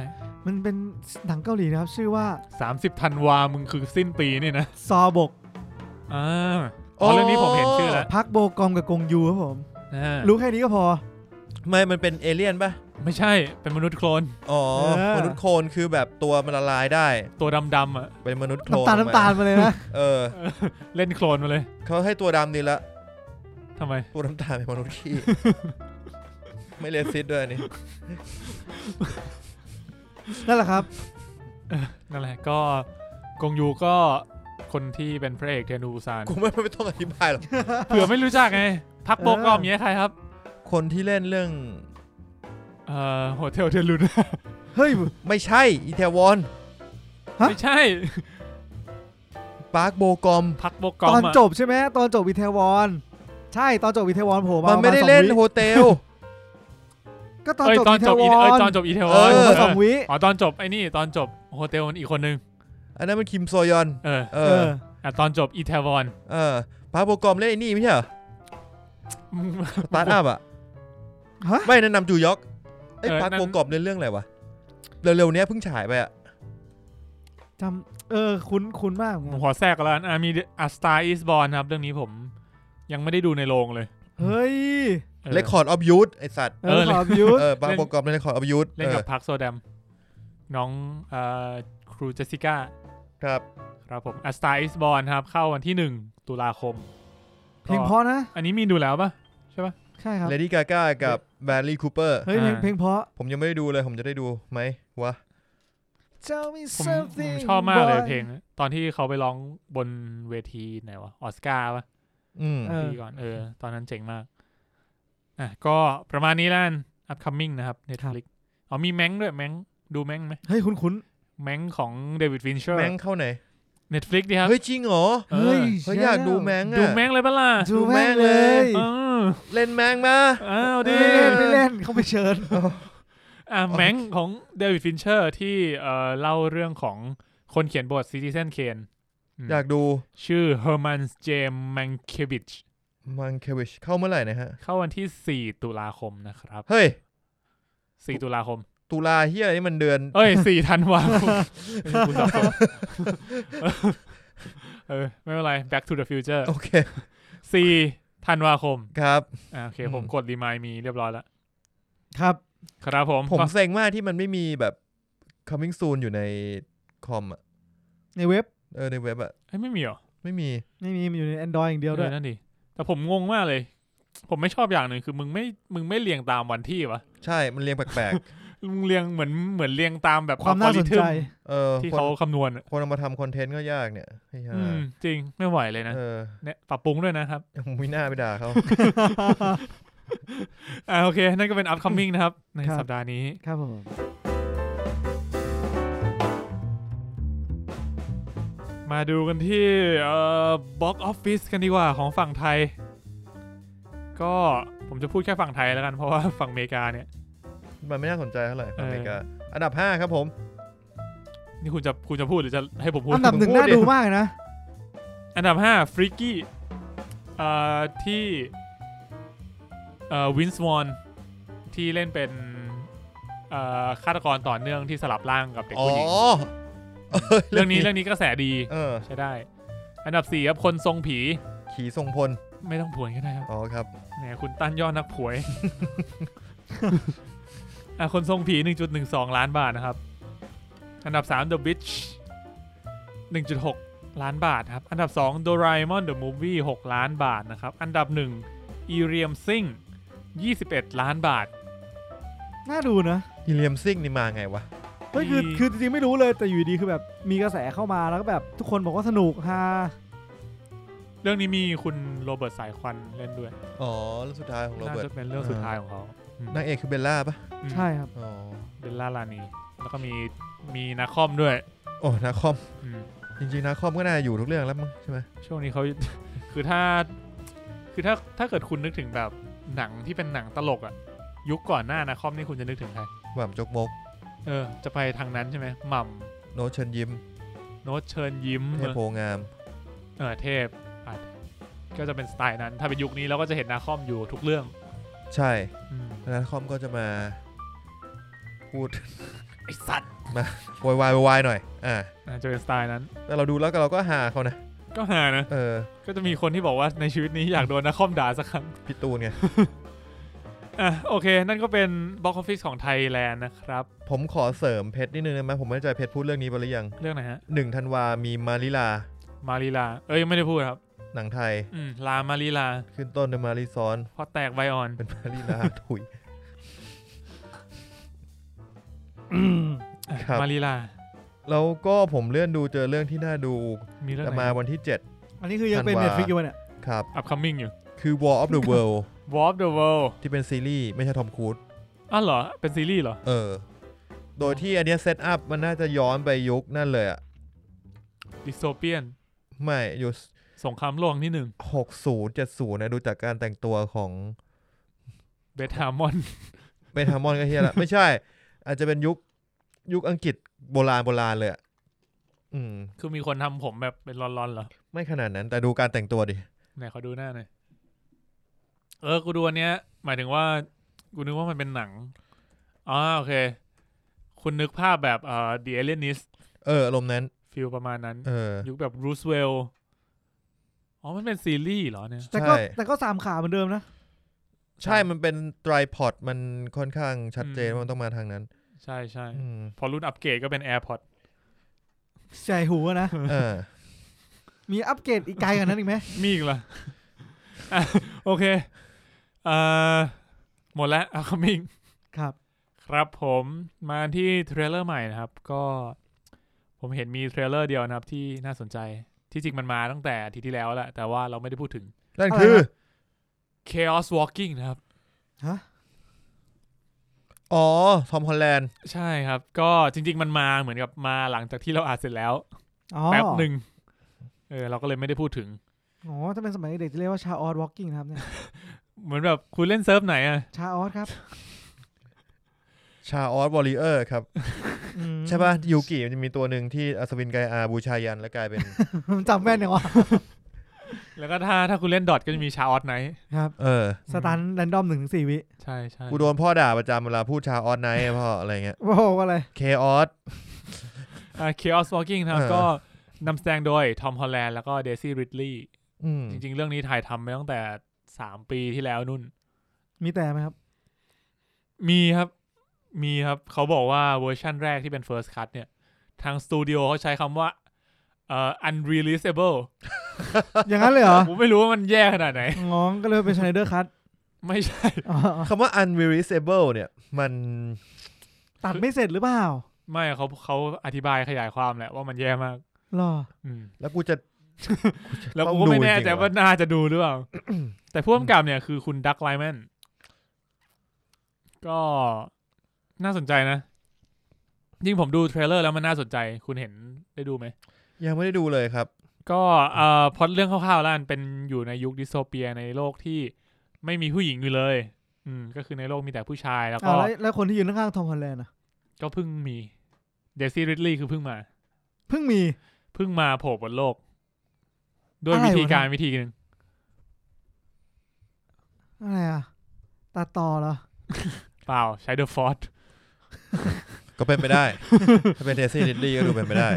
Speaker 1: มันเป็นหนังเกาหลีนะครับ ชื่อว่า
Speaker 3: สามสิบธันวา มึงคือสิ้นปีนี่นะ
Speaker 1: ซอบก
Speaker 3: อ่าอ๋อเรื่องนี้ผมเห็นชื่อแล้ว
Speaker 1: พักโบกอมกับกงยูครับผม
Speaker 3: อ่า
Speaker 1: รู้แค่นี้ก็พอ
Speaker 2: ไม่มันเป็นเอเลี่ยนปะ
Speaker 3: ไม่ใช่ เป็นมนุษย์โคลน
Speaker 2: อ๋อ
Speaker 1: เออ
Speaker 2: มนุษย์โคลนคือแบบตัวมันละลายได้
Speaker 3: ตัวดำๆอ่ะ
Speaker 2: เป็นมนุษย์โคลน
Speaker 1: น้ำตาลน้ำตาลมาเลยนะ
Speaker 2: เออ
Speaker 3: เล่นโคลนมาเลย
Speaker 2: เขาให้ตัวดำดีละ
Speaker 3: ทำไม
Speaker 2: ตัวน้ำตาลเป็นมนุษย์
Speaker 3: <laughs>
Speaker 2: ขี้ ไม่เลสิตด้วยอันนี่
Speaker 1: นั่นแหละครับ
Speaker 3: นั่นแหละก็กงยูก็คนที่เป็นพระเอกเทนูซ <laughs> าน
Speaker 2: กูไม่ <laughs> ไม่ต้องอธิบายหรอก
Speaker 3: เผื่อไม่รู้จักไง พักโบกอ
Speaker 1: เอ
Speaker 3: ม
Speaker 1: อ
Speaker 3: เนี้ยใครครับ
Speaker 2: คนที่เล่นเรื่อง
Speaker 3: เอ่อโฮเทลเทลุน
Speaker 1: เฮ้ย
Speaker 2: ไม่ใช่อีเทวอน
Speaker 1: ฮะ
Speaker 3: ไม่ใช่
Speaker 2: ปาร์คโบกอม
Speaker 3: พักโบก
Speaker 1: ต
Speaker 3: อม
Speaker 1: อน
Speaker 3: อะ
Speaker 1: จบใช่ไหมตอนจบวิเทวอน ใช่ตอนจบอีเทวอนโผล่มา
Speaker 2: มันไม่ได้เล่นโฮเทล
Speaker 1: ก็ตอน
Speaker 3: เอ้ย
Speaker 1: จบ
Speaker 3: ตอ
Speaker 1: อี
Speaker 3: น
Speaker 1: เท
Speaker 3: จบ
Speaker 1: ว
Speaker 3: อี
Speaker 1: อน
Speaker 3: เอ้ยตอนจบอีเทว
Speaker 2: เอ
Speaker 3: อน
Speaker 1: โผล่
Speaker 3: เอ
Speaker 1: มา
Speaker 3: อ
Speaker 1: สองวิ
Speaker 3: อ๋อตอนจบไอ้นี่ตอนจบโฮเทลอีกคนนึง
Speaker 2: อันนั้นมันคิมโซยอน
Speaker 3: เออ
Speaker 2: เอ
Speaker 1: เอ
Speaker 2: อ
Speaker 1: อ
Speaker 3: อ่ะตอนจบอีเทวอน
Speaker 2: เออพาโปรกรมเล่นไอ้นี่ไม่ใช่เหรอสตาร์ทอัพอ่ะ
Speaker 1: ฮะ
Speaker 2: ไม่แนะนำจูยอกไอ้ย
Speaker 3: เออ
Speaker 2: พา
Speaker 3: นั่น
Speaker 2: โปรกรมเล่นเรื่องอะไรวะเร็วๆเนี้ยเพิ่งฉายไปอ่ะ
Speaker 1: จำเออคุ้นคุ้นมากเหมือน
Speaker 3: ผ
Speaker 1: กั
Speaker 3: ม
Speaker 1: น
Speaker 3: ขอแทรกกันแล้วกันอ่ะมีอัสตาอิสบอลครับ เรื่องนี้ผมยังไม่ได้ดูในโรงเลย
Speaker 1: เฮ้ย
Speaker 3: ออ
Speaker 2: เลคคอร์ดออฟยูธไอสัตว์
Speaker 1: เออ
Speaker 3: เอ
Speaker 1: ข
Speaker 3: อ
Speaker 1: อบยุทธ
Speaker 3: <laughs>
Speaker 2: เออพาโปรกรมเล่นเลคคอร์ดออฟยูธ
Speaker 3: เล่นกับพักโซแดมน้องเอ่อครูเจสสิก้า
Speaker 2: ครับ
Speaker 3: ครับผมอัสตาอิสบอลครับ เข้าวันที่หนึ่งตุลาคม
Speaker 1: เพลงเพราะนะ
Speaker 3: อันนี้มีดูแล้วปะ
Speaker 1: ใช่ครับ
Speaker 2: เลดี้กาก้ากับแบรลี่คูเปอร์
Speaker 1: เฮ้ยเพลง
Speaker 3: อ่า
Speaker 1: เพลงเพราะ
Speaker 2: ผมยังไม่ได้ดูเลยผมจะได้ดูไหมวะ
Speaker 1: Tell me
Speaker 3: ผมผม
Speaker 1: something
Speaker 3: ชอบมากเลย
Speaker 1: boy
Speaker 3: เพลง ตอนที่เขาไปร้องบนเวทีไหนวะออสการ์ปะ
Speaker 2: อืม
Speaker 1: เออ
Speaker 3: ปีก่อน เออ ตอนนั้นเจ๋งมาก อ่ะ ก็ประมาณนี้แล้วอัพคัมมิ่งนะครับ Netflix อ๋อมีแมงด้วยแมงดูแมงไหม
Speaker 1: เฮ้ยคุ้นคุ้น
Speaker 3: แมงของเดวิดฟินเชอร์
Speaker 2: แมงเข้าไหน
Speaker 3: Netflix ดีครับ
Speaker 2: เฮ้ยจริงเหรอ
Speaker 1: เฮ้ย
Speaker 2: เฮ้ยอยากดูแมง
Speaker 3: ดู
Speaker 2: อ่ะ
Speaker 3: แมงเลยปะล่ะ
Speaker 1: ดู
Speaker 2: ดูแม่
Speaker 1: แม่งเล
Speaker 2: งเล
Speaker 1: ย
Speaker 2: ย
Speaker 3: เออ
Speaker 2: เล่นแมงมา
Speaker 3: อ้าวดิ
Speaker 1: ไม่เล่นไม่เล่นเขาไม่เชิญ
Speaker 3: อ่ะแมงของเดวิดฟินเชอร์ที่เอ่อเล่าเรื่องของคนเขียนบทซิติเซนเคน
Speaker 2: อยากดู
Speaker 3: ชื่อเฮอร์มันเจมแมงเควิช
Speaker 2: มังเควิชเข้าเมื่อไหร่นะฮะ
Speaker 3: เข้าวันที่ 4 ตุลาคมนะครับ
Speaker 2: เฮ้ย
Speaker 3: 4 ตุลาคม
Speaker 2: ตุลาเฮียอะไรนี่มันเดือน
Speaker 3: เอ้ย <laughs> 4 ธันวาคมคุณสับสน <laughs> เออ ไม่เป็นไร Back to the Future
Speaker 2: โอเค
Speaker 3: 4 ธันวาคม
Speaker 2: ครับ
Speaker 3: อ่ะโอเค
Speaker 2: อืม
Speaker 3: ผมกดดีมายมีเรียบร้อยแล้ว
Speaker 1: ครับ
Speaker 3: ครับผม
Speaker 2: ผม
Speaker 3: ก็
Speaker 2: เซ็งมากที่มันไม่มีแบบ coming soon อยู่ในคอมอ่ะ
Speaker 1: ในเว็บ
Speaker 2: เออในเว็บอ่ะ
Speaker 3: เอ้ยไม่มีเหรอ
Speaker 2: ไม่มี
Speaker 1: ไม่มีมันอยู่ใน Android อย่างเดียวด้วย
Speaker 3: เออนั่นดิแต่ผมงงมากเลย ผมไม่ชอบอย่างหนึ่งคือมึงไม่มึงไม่เรียงตามวันที่วะ
Speaker 2: ใช่มันเรียงแปลก
Speaker 3: มึงเรียงเหมือนเหมือนเรียงตามแบบ
Speaker 1: ความน่าสนใจ
Speaker 3: algorithm
Speaker 2: ๆ เออ
Speaker 3: <laughs> ที่
Speaker 2: คน
Speaker 3: เขาคำนวณอะ
Speaker 2: คนเอามาทำคอนเทนต์ก็ยากเนี่ยเฮ้ยฮะ
Speaker 3: อืมจริงไม่ไหวเลยนะ
Speaker 2: เออ
Speaker 3: เนี่ยปรับปรุงด้วยนะครับ
Speaker 2: มีหน้าไปด่า
Speaker 3: <laughs>
Speaker 2: เขา
Speaker 3: อ่าโอเค นั่นก็เป็น upcoming นะครับ ใน
Speaker 1: ครับ
Speaker 3: สัปดาห์นี้
Speaker 1: ครับผม
Speaker 3: มาดูกันที่เอ่อ box office กันดีกว่าของฝั่งไทย ก็ผมจะพูดแค่ฝั่งไทยแล้วกัน เพราะว่าฝั่งอเมริกาเนี่ย
Speaker 2: มันไม่น่าสนใจเท่าไหร่อเมริกา
Speaker 3: เอ
Speaker 2: อันดับ 5 ครับผม
Speaker 3: นี่คุณจะคุณจะพูดหรือจะให้ผมพูด
Speaker 1: อันดับหนึ่ง
Speaker 2: พูดดิ
Speaker 1: น่าดูมากนะ
Speaker 3: อันดับ5ฟริกกี้เอ่อที่เอ่อวินสวอนที่เล่นเป็นเอ่อฆาตกรต่อเนื่องที่สลับร่างกับเด็ก
Speaker 2: อ๋อ
Speaker 3: ผู้หญิง เรื่องนี้เรื่องนี้กระแสดี
Speaker 2: เออ
Speaker 3: ใช้ได้ อันดับ4ครับคนทรงผี
Speaker 2: ขี่ทรงพล
Speaker 3: ไม่ต้องผวนก็ได้ครับ
Speaker 2: อ๋อครับ
Speaker 3: แหมคุณตั้นยอดนักผวย อ่ะคนทรงผี 1.12 ล้านบาทนะครับ อันดับ3 The Witch 1.6 ล้านบาทครับ อันดับ2 Doraemon The Movie 6 ล้านบาทนะครับ อันดับ1 e r i u m Sing 21 ล้านบาท
Speaker 1: น่าดูนะ
Speaker 2: ฮิเลียมซิงนี่มาไงวะ
Speaker 1: เฮ้ยคือ
Speaker 3: มี
Speaker 1: คือจริงๆไม่รู้เลยแต่อยู่ดีคือแบบมีกระแสเข้ามาแล้วก็แบบทุกคนบอกว่าสนุกฮา
Speaker 3: เรื่องนี้มีคุณโรเบิร์ตสายควันเล่นด้วย
Speaker 2: อ๋อเรื่องสุดท้ายของโร
Speaker 3: น่า
Speaker 2: เบิร์ต
Speaker 3: จะเป็นเรื่องสุดท้ายของเขาอืม
Speaker 2: นางเอกคือเบลล่าปะ
Speaker 3: อืม
Speaker 1: ใช่ครับ
Speaker 2: อ๋อ
Speaker 3: เบลล่าลานีแล้วก็มีมีนาคอมด้วย
Speaker 2: โอ้นาคอม
Speaker 3: อืม
Speaker 2: จริงๆนาคอมก็น่าอยู่ทุกเรื่องแล้วมั้งใช่ไหม
Speaker 3: ช่วงนี้เขา <laughs> คือถ้า คือถ้า ถ้าเกิดคุณนึกถึงแบบหนังที่เป็นหนังตลกอะยุคก่อนหน้านะคอมนี่คุณจะนึกถึงใคร
Speaker 2: แบบจกมก
Speaker 3: เออ จะไปทางนั้นใช่ไหมหม่
Speaker 2: โนตเชิญยิ้ม
Speaker 3: ำโน้ตเชิญยิ้ม
Speaker 2: เทพโพงาม
Speaker 3: เออ เทพอ่ะก็จะเป็นสไตล์นั้น ถ้าเป็นยุคนี้เราก็จะเห็นนาคอมอยู่ทุกเรื่อง
Speaker 2: ใช่
Speaker 3: อืม
Speaker 2: แล้วนาคอมก็จะมาพูด
Speaker 3: ไอสัตว์
Speaker 2: วายวายวายๆหน่อย อ่า
Speaker 3: อ่ะจะเป็นสไตล์นั้น
Speaker 2: แต่เราดูแล้วก็เราก็หาเขานะ
Speaker 3: ก็หานะ
Speaker 2: เออ
Speaker 3: ก็จะมีคนที่บอกว่าในชีวิตนี้อยากโดนนาคอมด่าสักครั้ง
Speaker 2: พี่ตูนไง
Speaker 3: อ่ะ โอเค นั่นก็เป็นบ็อกออฟฟิศของไทยแลนด์นะครับ
Speaker 2: ผมขอเสริมเพชรนิดนึงได้ไหมผมไม่แน่ใจเพชรพูดเรื่องนี้ไปหรือยัง
Speaker 3: เรื่องไหนฮะ
Speaker 2: หนึ่งธันวา มีมาริลา
Speaker 3: มารีลา เอ้ยยังไม่ได้พูดครับ
Speaker 2: หนังไทย
Speaker 3: อืม ลา มารีลา
Speaker 2: ขึ้นต้นด้วยมาริซ้อน
Speaker 3: พอแตกไวออน
Speaker 2: เป็นมาริลา ถุย ครับ
Speaker 3: มารีลา
Speaker 2: แล้วก็ผมเลื่อนดูเจอเรื่องที่น่าดู
Speaker 3: มีเรื่อง
Speaker 2: จะ
Speaker 3: ไหน
Speaker 2: มาวันที่
Speaker 1: อันนี้คือยังเป็น
Speaker 2: ธันวา
Speaker 1: เน็ตฟิกอยู่ปะเนี่ย
Speaker 2: 7 ครับ
Speaker 3: อัพคัมมิ่งอยู่
Speaker 2: คือ War of the World
Speaker 3: War of the World
Speaker 2: ที่เป็นซีรีส์ไม่ใช่ทอมครูซ
Speaker 3: อ้าวเหรอ เป็นซีรีส์เหรอ
Speaker 2: เออ โดยที่อันเนี้ยเซตอัพมันน่าจะย้อนไปยุคนั่นเลยอ่ะ
Speaker 3: ดิสโซเปียน
Speaker 2: ไม่ยุค
Speaker 3: สงครามโลกครั้งที่หนึ่ง
Speaker 2: หกศูนย์เจ็ดศูนย์นะดูจากการแต่งตัวของ
Speaker 3: เบธามอน
Speaker 2: เมทามอนก็เฮียละ ไม่ใช่ อาจจะเป็นยุคยุคอังกฤษโบราณโบราณเลยอะอืม
Speaker 3: <laughs> คือมีคนทำผมแบบเป็นรอนๆเหรอ
Speaker 2: ไม่ขนาดนั้น แต่ดูการแต่งตัวดิ
Speaker 3: ไหนขอดูหน้าหน่อย เออ กูดูอันเนี้ย หมายถึงว่า กูนึกว่ามันเป็นหนังอ๋อโอเค คุณนึกภาพแบบเอ่อ The Alienist
Speaker 2: เอออารมณ์นั้น
Speaker 3: ฟิลประมาณนั้น
Speaker 2: เออ
Speaker 3: ยุคแบบ Bruce w e l l อ๋อ มันเป็นซีรีส์เหรอเนี่ย
Speaker 1: แต่ก็
Speaker 2: ใช่
Speaker 1: แต่ก็สามขาเหมือนเดิมนะ
Speaker 2: ใช่มันเป็นไตรพอดมันค่อนข้างชัดเจน
Speaker 3: อืม
Speaker 2: ว่ามันต้องมาทางนั้น
Speaker 3: ใช่ใช่
Speaker 2: อืม
Speaker 3: พอรุ่นอัปเกรดก็เป็น AirPod
Speaker 1: ใส่หูอะนะ
Speaker 2: เออ
Speaker 1: มีอัปเกรดอีกไกลกว่านั้นอีกไหม
Speaker 3: มีอีกเหรออ่ะ <laughs> โอเค เอ่อ หมดแล้วเอาคมิง
Speaker 1: ครับ
Speaker 3: <laughs> ครับผมมาที่เทรลเลอร์ใหม่นะครับ ก็ผมเห็นมีเทรลเลอร์เดียวนะครับที่น่าสนใจที่จริงมันมาตั้งแต่อาทิตย์ที่แล้วแหละแต่ว่าเราไม่ได้พูดถึง
Speaker 2: นั่นคือ
Speaker 1: อะไรนะ
Speaker 3: Chaos Walking นะครับ
Speaker 2: อ๋อ ทอมฮอลแลนด์
Speaker 3: ใช่ครับ ก็จริง ๆ มันมาเหมือนกับมาหลังจากที่เราอาดเสร็จแล้ว
Speaker 1: อ๋อ
Speaker 3: แป๊บหนึ่งเออเราก็เลยไม่ได้พูดถึง
Speaker 1: อ๋อถ้าเป็นสมัยเด็กจะเรียกว่าชาออสวอล์กิ้งนะครับเนี่ย
Speaker 3: เหมือนแบบคุณเล่นเซิร์ฟไหนอะ
Speaker 1: ชาออสครับ
Speaker 2: ชาออสวอริเออร์ครับ
Speaker 1: อืม
Speaker 2: ใช่ป่ะ ยูกิมันจะมีตัวหนึ่งที่อัศวินไกอาบูชายัน แล้วกลายเป็น
Speaker 1: จำแม่นเนี่ยวะ
Speaker 3: แล้วก็ถ้าถ้าคุณเล่นดอทก็จะมีชาออสไน
Speaker 1: ครับ
Speaker 2: เออ
Speaker 1: สตันแรนดอมหนึ่งถึงสี่วิ
Speaker 3: ใช่ใช่
Speaker 2: กูโดนพ่อด่าประจำเวลาพูดชาออสไนท์พ่ออะไรเงี้ย
Speaker 1: โอ้โหอะไร
Speaker 2: เคออส
Speaker 3: อ่า Chaos Walking นะครับ
Speaker 2: เออ
Speaker 3: ก็นำแสดงโดยทอมฮอลแลนด์แล้วก็เดซี่ริดลีย์
Speaker 2: อืม
Speaker 3: จริงๆ เรื่องนี้ถ่ายทำไปตั้งแต่สามปีที่แล้วนุ่น
Speaker 1: มีแต่ไหมครับ
Speaker 3: มีครับ มีครับ เขาบอกว่าเวอร์ชั่นแรกที่เป็น First Cut เนี่ย ทางสตูดิโอเขาใช้คำว่าเอ่อ unreleasable
Speaker 1: อย่างนั้นเลยเหรอ
Speaker 3: ผมไม่รู้ว่ามันแย่ขนาดไหน
Speaker 1: งองก็เลยเป็นชไนเดอร์คัต
Speaker 3: ไม่ใช่
Speaker 2: คำว่า unreleasable เนี่ย มัน
Speaker 1: ตัดไม่เสร็จหรือเปล่า
Speaker 3: ไม่เขาเขาอธิบายขยายความแหละว่ามันแย่มาก
Speaker 1: หรอ
Speaker 3: อืม
Speaker 2: แล้วกูจะ
Speaker 3: แล้ว
Speaker 2: ต้อง
Speaker 3: กูก็ไม่แน่
Speaker 2: ดูจริงๆ
Speaker 3: ใจ
Speaker 2: เหรอ
Speaker 3: ว่าน่าจะดูหรือเปล่า แต่ผู้กำกับเนี่ยคือคุณดักไลแมนก็น่าสนใจนะ ยิ่งผมดูเทรลเลอร์แล้วมันน่าสนใจ คุณเห็นได้ดูไหม
Speaker 2: ยังไม่ได้ดูเลยครับ
Speaker 3: ก็เอ่อพล็อดเรื่องคร่าวๆแล้วกันเป็นอยู่ในยุคดิสโทเปียในโลกที่ไม่มีผู้หญิงอยู่เลย อืม ก็คือในโลกมีแต่ผู้ชายแล้วก็
Speaker 1: อ้าวแล้วแล้วคนที่ยืนข้างๆทอมฮอลแลนด์อ่ะ
Speaker 3: ก็เพิ่งมีเดซี่ริดลีย์คือเพิ่งมา
Speaker 1: เพิ่งมี
Speaker 3: เพิ่งมาโผล่บนโลก ด้วย
Speaker 1: อะไร
Speaker 3: วิธี
Speaker 1: วะ
Speaker 3: การวิธีหนึ่ง
Speaker 1: อะไรอ่ะตัดต่อเหรอ
Speaker 3: เปล่าใช้เดอะฟอร์ด
Speaker 2: ก็เป็นไปได้ <laughs> ถ้าเป็นเดซี่ลิดลี่ก็ดูเป็นไปได้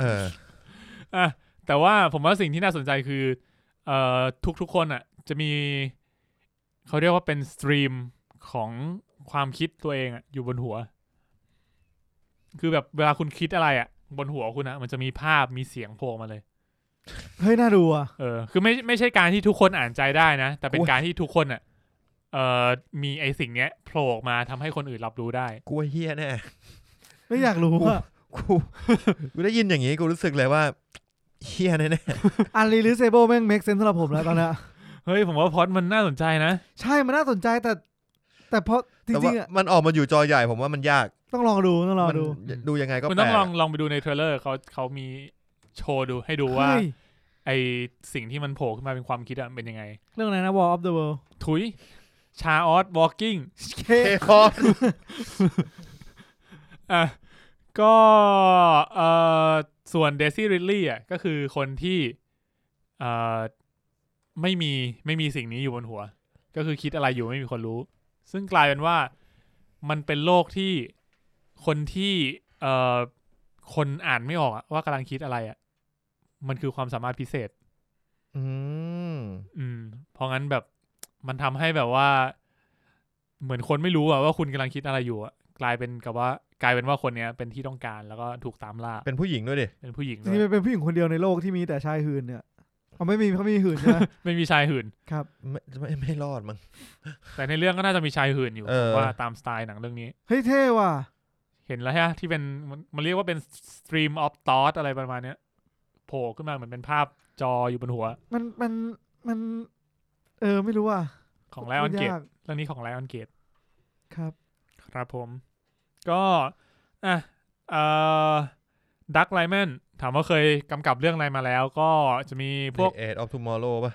Speaker 2: เออ
Speaker 3: อ่ะแต่ว่าผมว่าสิ่งที่น่าสนใจคือ เอ่อทุกๆคนอ่ะ จะมี เขาเรียกว่าเป็นสตรีมของความคิดตัวเองอ่ะอยู่บนหัว คือแบบเวลาคุณคิดอะไรอ่ะ บนหัวคุณอ่ะมันจะมีภาพมีเสียงโผล่มาเลย
Speaker 1: เฮ้ยน่าดูอ่ะ
Speaker 3: เออคือไม่ไม่ใช่การที่ทุกคนอ่านใจได้นะ แต่เป็น
Speaker 2: โอ้ย
Speaker 3: การที่ทุกคนอ่ะเอ่อมีไอสิ่งเนี้ยโผล่ออกมาทำให้คนอื่นรับรู้ได้
Speaker 2: กูว่าเฮี้ยแน่
Speaker 1: ไม่อยากรู้อ่ะ
Speaker 2: กูกูได้ยินอย่างนี้กูรู้สึกเลยว่าเฮี้ยแน่
Speaker 1: อันรีลิเซเบิลแม่งเมคเซนสำหรับผมแล้วตอนเนี้ย
Speaker 3: เฮ้ย ผมว่าพล็อดมันน่าสนใจนะ
Speaker 1: ใช่มันน่าสนใจแต่ แต่เพราะจ
Speaker 2: ๆแต่
Speaker 1: ริ
Speaker 2: ว่าง
Speaker 1: ๆอ่ะ
Speaker 2: มันออกมาอยู่จอใหญ่ผมว่ามันยาก
Speaker 1: ต้องลองดูต้องลอง
Speaker 2: มัน
Speaker 1: ดู
Speaker 2: ดูยังไงก็
Speaker 3: คุณ
Speaker 2: แปล
Speaker 3: ต้อง
Speaker 2: ก
Speaker 3: ลองลองไปดูในเทรลเลอร์เขาเขามีโชว์ดูให้ดูว่า
Speaker 1: เฮ้ย
Speaker 3: ไอสิ่งที่มันโผล่ขึ้นมาเป็นความคิดอะเป็นยังไง
Speaker 1: เรื่องอะไรนะ War of the World
Speaker 3: ถุยชาออสวอล์กิ้ง
Speaker 2: เทคอร์ส
Speaker 3: อ่ะก็เอ่อส่วนเดซี่ริดลี่อ่ะก็คือคนที่เอ่อไม่มีไม่มีสิ่งนี้อยู่บนหัว ก็คือคิดอะไรอยู่ไม่มีคนรู้ ซึ่งกลายเป็นว่ามันเป็นโลกที่คนที่เอ่อคนอ่านไม่ออกอะว่ากำลังคิดอะไรอ่ะมันคือความสามารถพิเศษ
Speaker 2: อืม
Speaker 3: อืมเพราะงั้นแบบมันทำให้แบบว่า เหมือนคนไม่รู้อะว่าคุณกำลังคิดอะไรอยู่อะกลายเป็นกับว่ากลายเป็นว่าคนเนี้ยเป็นที่ต้องการแล้วก็ถูกตามล่า
Speaker 2: เป็นผู้หญิงด้วยดิ
Speaker 3: เป็นผู้หญิง
Speaker 1: จ
Speaker 3: ด้ว
Speaker 1: ริงๆมั
Speaker 3: ย
Speaker 1: นเป็นผู้หญิงคนเดียวในโลกที่มีแต่ชายหื่นเนี่ยเขาไม่มีเขาไม่มีหื่นใช่ไหม
Speaker 2: <laughs>
Speaker 3: ไม่มีชายหื่น
Speaker 2: ไม่ไม่ไม่รอดมั้ง
Speaker 3: แต่ในเรื่องก็น่าจะมีชายหื่นอยู่
Speaker 2: เออ
Speaker 3: ผมว่าตามสไตล์หนังเรื่องนี้
Speaker 1: เฮ้ยเท่ว่ะ
Speaker 3: เห็นแล้วฮะที่เป็นมันมันเรียกว่าเป็น stream of thought อะไรประมาณเนี้ยโผล่ขึ้นมาเหมือนเป็นภาพจออยู่บนหัว
Speaker 1: มันมันมัน เออไม่รู้อ่ะ
Speaker 3: ของไลออนเกต
Speaker 1: ยาก
Speaker 3: เรื่องนี้ของไลออนเกต
Speaker 1: ครับ
Speaker 3: ครับผม ก็อ่ะเอ่อดักไลแมน ถามว่าเคยกำกับเรื่องอะไรมาแล้ว ก็จะมีพวก
Speaker 2: The Age of Tomorrow ป่ะ